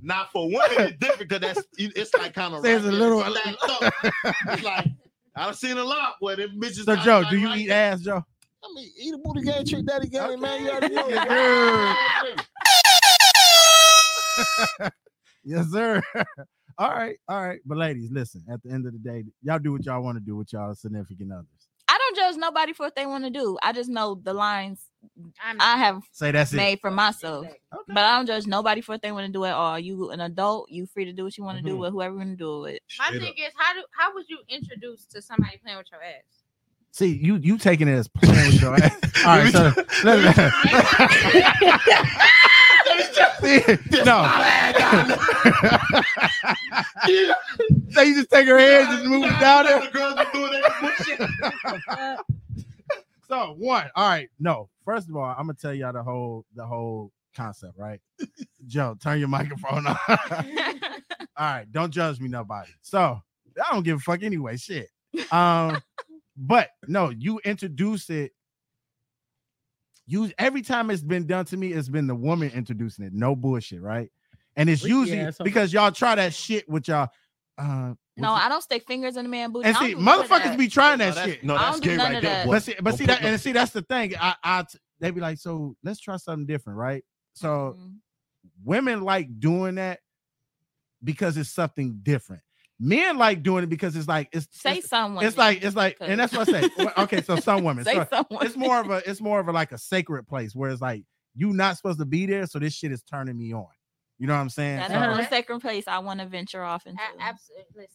Speaker 3: Not for women, it's different because that's it's like kind of.
Speaker 2: Says a little. [LAUGHS]
Speaker 3: It's like I've seen a lot where them bitches.
Speaker 2: so
Speaker 3: got
Speaker 2: Joe,
Speaker 3: like
Speaker 2: do you
Speaker 3: right
Speaker 2: eat
Speaker 3: there.
Speaker 2: ass, Joe?
Speaker 3: I mean, eat a booty game, trick daddy game, man. You already know.
Speaker 2: [LAUGHS] Yes, sir. [LAUGHS] all right, all right. But ladies, listen. At the end of the day, y'all do what y'all want to do with y'all significant others.
Speaker 5: I don't judge nobody for what they want to do. I just know the lines I have
Speaker 2: Say that's it.
Speaker 5: made for myself. But I don't judge nobody for what they want to do at all. You an adult, you free to do what you want to do
Speaker 2: Mm-hmm.
Speaker 6: Mhm.
Speaker 5: with whoever you want to do it with.
Speaker 6: My thing is, how do how would you introduce to somebody playing with your ass?
Speaker 2: See, you you taking it as [LAUGHS] playing with your ass. All right, so let me- [LAUGHS]
Speaker 19: no. so you just take her hands and move it down there.
Speaker 3: [LAUGHS]
Speaker 2: so one, all right, no. First of all, I'm gonna tell y'all the whole the whole concept, right? Joe, turn your microphone on. all right, don't judge me, nobody. So I don't give a fuck anyway. Shit. Um, but no, you introduce it. You every time it's been done to me, it's been the woman introducing it. No bullshit, right? And it's
Speaker 5: Yeah,
Speaker 2: usually
Speaker 5: it's okay.
Speaker 2: because y'all try that shit with y'all. Uh,
Speaker 5: No, I don't stick fingers in the man booty.
Speaker 2: and
Speaker 5: I don't
Speaker 2: see,
Speaker 5: do none of
Speaker 2: motherfuckers
Speaker 5: that.
Speaker 2: be trying that
Speaker 5: No, that's-
Speaker 2: shit.
Speaker 5: no, I that's don't do scary none right of there, that. boy.
Speaker 2: But see, but
Speaker 5: Don't
Speaker 2: see
Speaker 5: put
Speaker 2: that,
Speaker 5: no-
Speaker 2: and see, that's the thing. I, I, t- they be like, so let's try something different, right? So,
Speaker 5: Mm-hmm.
Speaker 2: women like doing that because it's something different. Men like doing it because it's like it's
Speaker 5: Say
Speaker 2: it's,
Speaker 5: some women,
Speaker 2: It's like it's like, and that's what I say.
Speaker 5: because-
Speaker 2: okay, so some women.
Speaker 5: Say
Speaker 2: so
Speaker 5: some
Speaker 2: It's more of a it's more of a like a sacred place where it's like you not supposed to be there, so this shit is turning me on. You know what I'm saying? uh-huh.
Speaker 5: That's
Speaker 2: So-
Speaker 5: the only sacred place I want to venture off into.
Speaker 6: Absolutely. Listen.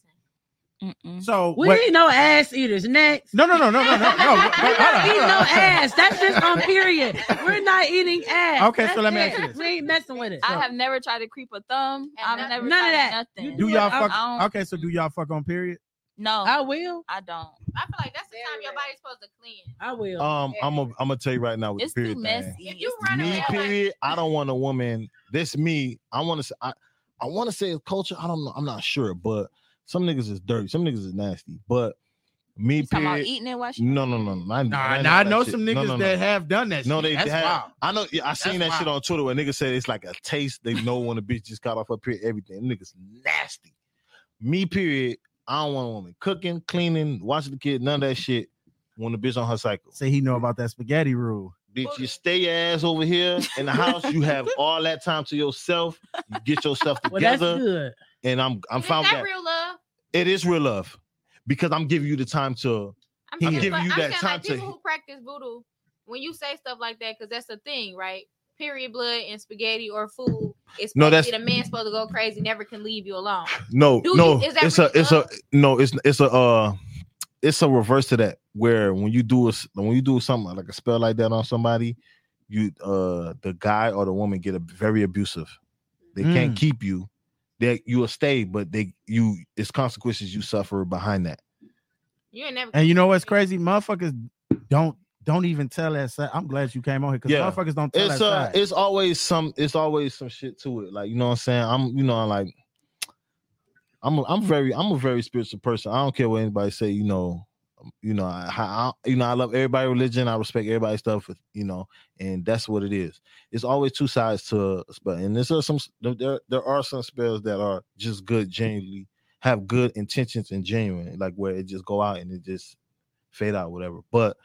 Speaker 2: So
Speaker 4: We
Speaker 2: what-
Speaker 4: ain't no ass eaters. Next.
Speaker 2: No, no, no, no, no, no,
Speaker 4: [LAUGHS] We're
Speaker 2: no.
Speaker 4: not
Speaker 2: Wait, hold on,
Speaker 4: eating
Speaker 2: hold
Speaker 4: no
Speaker 2: on.
Speaker 4: ass. That's just on period. We're not eating ass.
Speaker 2: Okay, so
Speaker 4: That's
Speaker 2: let me
Speaker 4: it.
Speaker 2: ask you this.
Speaker 4: We ain't messing with it.
Speaker 5: I have never tried to creep a thumb. I've never
Speaker 4: none of
Speaker 5: tried
Speaker 4: that.
Speaker 5: Nothing.
Speaker 2: Do y'all
Speaker 5: I- I
Speaker 2: fuck?
Speaker 5: don't-
Speaker 2: Okay, so do y'all fuck on period?
Speaker 5: No,
Speaker 4: I will.
Speaker 5: I don't.
Speaker 6: I feel like that's the time your body's supposed to clean.
Speaker 4: I
Speaker 3: [LAUGHS]
Speaker 4: will.
Speaker 3: Um, I'm gonna I'm gonna tell you right now with
Speaker 6: It's
Speaker 3: the
Speaker 6: too
Speaker 3: period thing.
Speaker 6: messy. If you run
Speaker 3: me
Speaker 6: away, like-
Speaker 3: period. I don't want a woman. This me. I want to say. I, I want to say it's culture. I don't know. I'm not sure, but some niggas is dirty. Some niggas is nasty. But me
Speaker 5: talking about
Speaker 3: period.
Speaker 5: eating it while she-
Speaker 3: no, no, no, no. Nah,
Speaker 2: Nah, nah, I know some niggas that have done that
Speaker 3: No,
Speaker 2: shit.
Speaker 3: they
Speaker 2: That's
Speaker 3: have.
Speaker 2: wild.
Speaker 3: I know. Yeah, I seen that shit on Twitter where niggas said it's like a taste. They know when a bitch just got off her period. Everything niggas nasty. Me period. I don't want a woman cooking, cleaning, watching the kid. None of that shit. When the bitch on her cycle.
Speaker 2: Say he know about that spaghetti rule.
Speaker 3: Bitch, you stay your ass over here in the house.
Speaker 4: [LAUGHS]
Speaker 3: You have all that time to yourself. You get yourself
Speaker 4: Well, that's
Speaker 3: together.
Speaker 4: good.
Speaker 3: And I'm I'm fine with
Speaker 6: That
Speaker 3: that.
Speaker 6: real love.
Speaker 3: It is real love because I'm giving you the time to.
Speaker 6: I'm,
Speaker 3: I'm
Speaker 6: saying,
Speaker 3: giving
Speaker 6: but
Speaker 3: you
Speaker 6: I'm
Speaker 3: that
Speaker 6: saying,
Speaker 3: time
Speaker 6: like people
Speaker 3: to.
Speaker 6: who practice voodoo, when you say stuff like that, because that's the thing, right? Period blood and spaghetti or food. It's
Speaker 3: No,
Speaker 6: no, that's
Speaker 3: that's-
Speaker 6: the man's supposed to go crazy, never can leave you alone.
Speaker 3: No,
Speaker 6: Do
Speaker 3: no,
Speaker 6: you- is that
Speaker 3: it's a
Speaker 6: really
Speaker 3: it's a no, it's it's a uh, it's a reverse to that where when you do a s- when you do something like a spell like that on somebody, you uh the guy or the woman get a very abusive. They can't
Speaker 20: Mm.
Speaker 3: keep you. That you will stay, but they you it's consequences you suffer behind that.
Speaker 6: You ain't never.
Speaker 2: And you know what's crazy? Motherfuckers don't don't even tell that side. I'm glad you came on here because
Speaker 3: Yeah.
Speaker 2: motherfuckers don't tell
Speaker 3: it's
Speaker 2: that
Speaker 3: uh
Speaker 2: side.
Speaker 3: it's always some it's always some shit to it like you know what i'm saying i'm you know I'm like i'm a, i'm very i'm a very spiritual person i don't care what anybody say you know um, you know I, I I- you know i love everybody religion i respect everybody's stuff with you know and that's what it is it's always two sides to a spell and there's some there, there are some spells that are just good genuinely have good intentions and genuine like where it just go out and it just fade out whatever but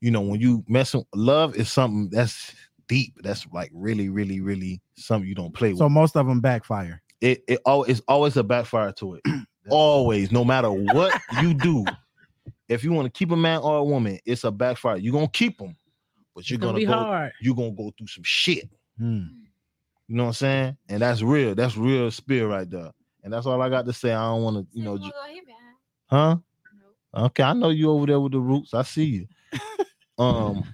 Speaker 3: you know, when you mess with love is something that's deep. That's like really, really, really something you don't play with.
Speaker 2: so most of them backfire.
Speaker 3: it it al- it's always a backfire
Speaker 4: [CLEARS THROAT]
Speaker 3: to it. [CLEARS THROAT] always, no matter what you do. If you want to keep a man or a woman, it's a backfire. You're gonna keep them, but you're
Speaker 4: gonna
Speaker 3: gonna,
Speaker 4: be
Speaker 3: go,
Speaker 4: hard.
Speaker 3: you're gonna go through some shit.
Speaker 2: Hmm.
Speaker 3: You know what I'm saying? And that's real. That's real spirit right there. And that's all I got to say. I don't want to, you know, ju- huh? Okay, I know you over there with the roots. I see you. Um,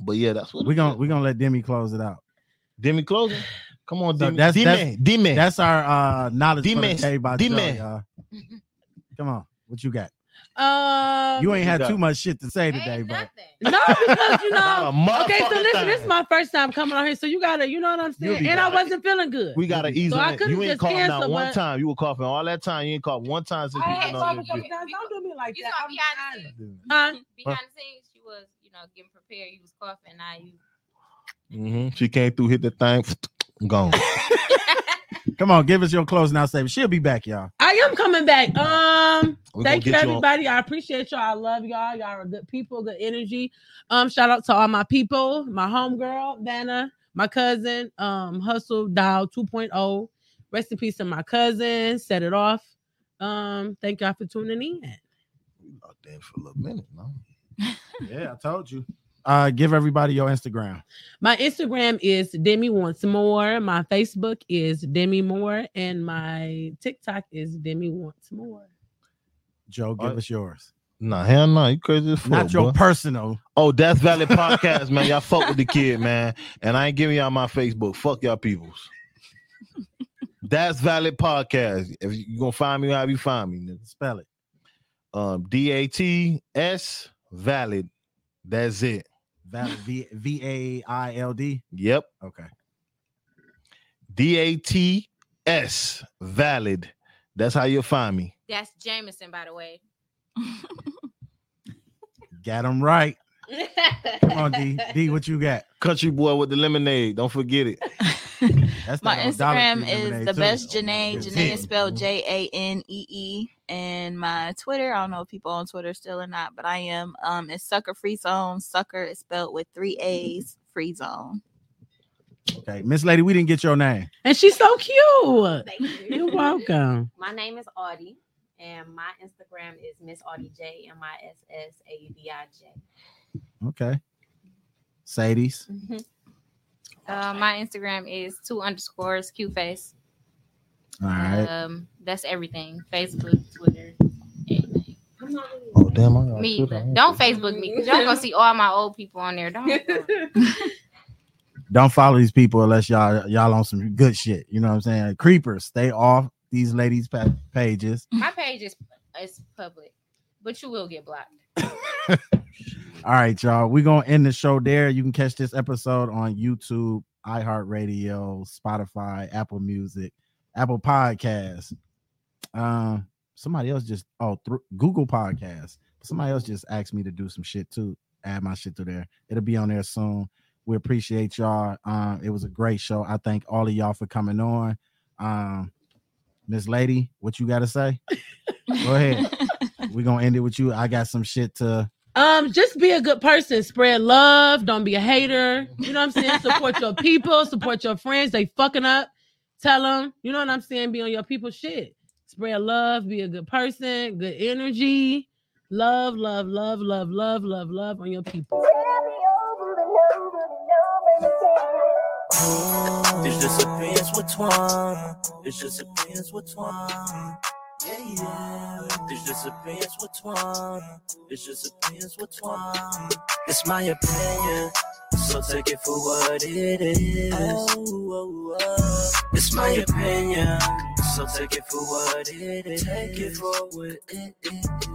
Speaker 3: but yeah, that's what
Speaker 2: We're gonna we're gonna let Demi close it out.
Speaker 3: Demi close it. Come on, Demi.
Speaker 2: that's,
Speaker 3: Demi,
Speaker 2: that's,
Speaker 3: Demi.
Speaker 2: that's our uh knowledge for
Speaker 3: Demi,
Speaker 2: the day by
Speaker 3: Demi.
Speaker 2: Joe, y'all. Come on, what you got?
Speaker 4: Um,
Speaker 2: you ain't had too much shit to say today, but
Speaker 4: No, because you
Speaker 2: Not
Speaker 4: know.
Speaker 2: a
Speaker 4: okay, so
Speaker 2: motherfucking
Speaker 4: listen, this
Speaker 2: thing.
Speaker 4: is my first time coming on here, so you gotta, you know what I'm
Speaker 3: You'll
Speaker 4: saying.
Speaker 3: be
Speaker 4: And I
Speaker 3: right.
Speaker 4: wasn't feeling good.
Speaker 3: we gotta ease
Speaker 4: So
Speaker 3: on
Speaker 4: I
Speaker 3: it.
Speaker 4: couldn't
Speaker 3: You ain't
Speaker 4: just
Speaker 3: coughing
Speaker 4: cancel,
Speaker 3: out one
Speaker 4: but-
Speaker 3: time. You were coughing all that time. You ain't coughed one time since
Speaker 4: I
Speaker 3: you
Speaker 4: ain't
Speaker 3: been on this
Speaker 4: coughing
Speaker 3: shit.
Speaker 4: Don't do me like
Speaker 6: you
Speaker 4: that.
Speaker 6: saw
Speaker 4: I'm
Speaker 6: behind the
Speaker 4: tired.
Speaker 6: scenes.
Speaker 11: [LAUGHS]
Speaker 4: Huh?
Speaker 6: Behind the scenes, she was, you know, getting prepared. You was coughing. Now you.
Speaker 3: Mhm. [LAUGHS] She came through, hit the thing, [SNIFFS] gone.
Speaker 2: [LAUGHS] come on, give us your closing out statement. She'll be back, y'all.
Speaker 4: I am coming back. Um,
Speaker 2: We gonna
Speaker 4: thank you
Speaker 2: get you on-
Speaker 4: everybody. I appreciate y'all. I love y'all. Y'all are good people, good energy. Um, shout out to all my people, my homegirl, Vanna, my cousin, um, Hustle Dial 2.0. Rest in peace to my cousin. Set it off. Um, thank y'all for tuning in.
Speaker 2: Yeah, I told you. Uh, give everybody your Instagram.
Speaker 4: My Instagram is Demi Wants More. My Facebook is Demi Moore, and my TikTok is Demi Wants More.
Speaker 2: Joe, give
Speaker 3: Alright.
Speaker 2: us yours.
Speaker 3: Nah, hell no, you crazy as fuck.
Speaker 2: Not your
Speaker 3: boy.
Speaker 2: personal.
Speaker 3: Oh, Death Valley Podcast, man. Y'all fuck with the kid, man. And I ain't giving y'all my Facebook. Fuck y'all peoples. That's Valid Podcast. If you gonna find me, how you find me? Nigga.
Speaker 2: Spell it.
Speaker 3: Um, D A T S Valid. That's it.
Speaker 2: Val- V V A I L D.
Speaker 3: Yep.
Speaker 2: Okay.
Speaker 3: D A T S Valid. That's how you'll find me.
Speaker 11: That's Jameson, by the
Speaker 6: [LAUGHS]
Speaker 11: way.
Speaker 2: Got him right. Come on, D.
Speaker 5: [LAUGHS]
Speaker 2: D, what you got?
Speaker 3: Country boy with the lemonade. Don't forget it.
Speaker 2: That's
Speaker 5: My
Speaker 2: that old Dollar
Speaker 5: Instagram
Speaker 2: Tree
Speaker 5: is
Speaker 2: lemonade,
Speaker 5: the
Speaker 2: too.
Speaker 5: best Janae.
Speaker 2: It's
Speaker 5: Janae
Speaker 2: it.
Speaker 5: is spelled J A N E E. And my Twitter, I don't know if people on Twitter still or not, but I am. Um, it's Sucker Free Zone. Sucker is spelled with three A's. Free Zone.
Speaker 2: Okay, Miss Lady, we didn't get your name.
Speaker 4: And she's so cute.
Speaker 11: you.
Speaker 4: You're welcome.
Speaker 11: My name is Audie, and my Instagram is Miss Audie J M I S S A U D I J.
Speaker 2: Okay. Sadie's.
Speaker 6: Uh, my Instagram is two underscores Q face.
Speaker 2: All right.
Speaker 6: Um, that's everything. Facebook, Twitter.
Speaker 3: Oh damn! I got
Speaker 6: Me,
Speaker 3: shit on.
Speaker 6: either. don't Facebook me because y'all gonna see all my old people
Speaker 11: [LAUGHS]
Speaker 6: on there. Don't.
Speaker 2: Don't follow these people unless y'all y'all on some good shit. You know what I'm saying? Creepers, stay off these ladies' pa- pages.
Speaker 6: my page is is public, but you will get blocked.
Speaker 2: All right, y'all. We're gonna end the show there. You can catch this episode on YouTube, iHeartRadio, Spotify, Apple Music, Apple Podcasts. Um, somebody else just oh through Google Podcasts. Somebody else just asked me to do some shit too. Add my shit to there. It'll be on there soon. We appreciate y'all. Um, it was a great show. I thank all of y'all for coming on. Um, Miss Lady, what you gotta say? Go ahead. We're gonna end it with you. I got some shit to
Speaker 4: Um, just be a good person, spread love, don't be a hater. You know what I'm saying? Support your people, support your friends. They fucking up. Tell them, you know what I'm saying? Be on your people shit. Spread love, be a good person, good energy. Love, love, love, love, love, love, love on your people.
Speaker 1: It's just a pants with twine. It's just a pants with twine. Yeah, yeah. It's just a pants with twine. It's just a pants with twine. It's my opinion, so take it for what it is. It's my opinion, so take it for what it is. Take it for what it is.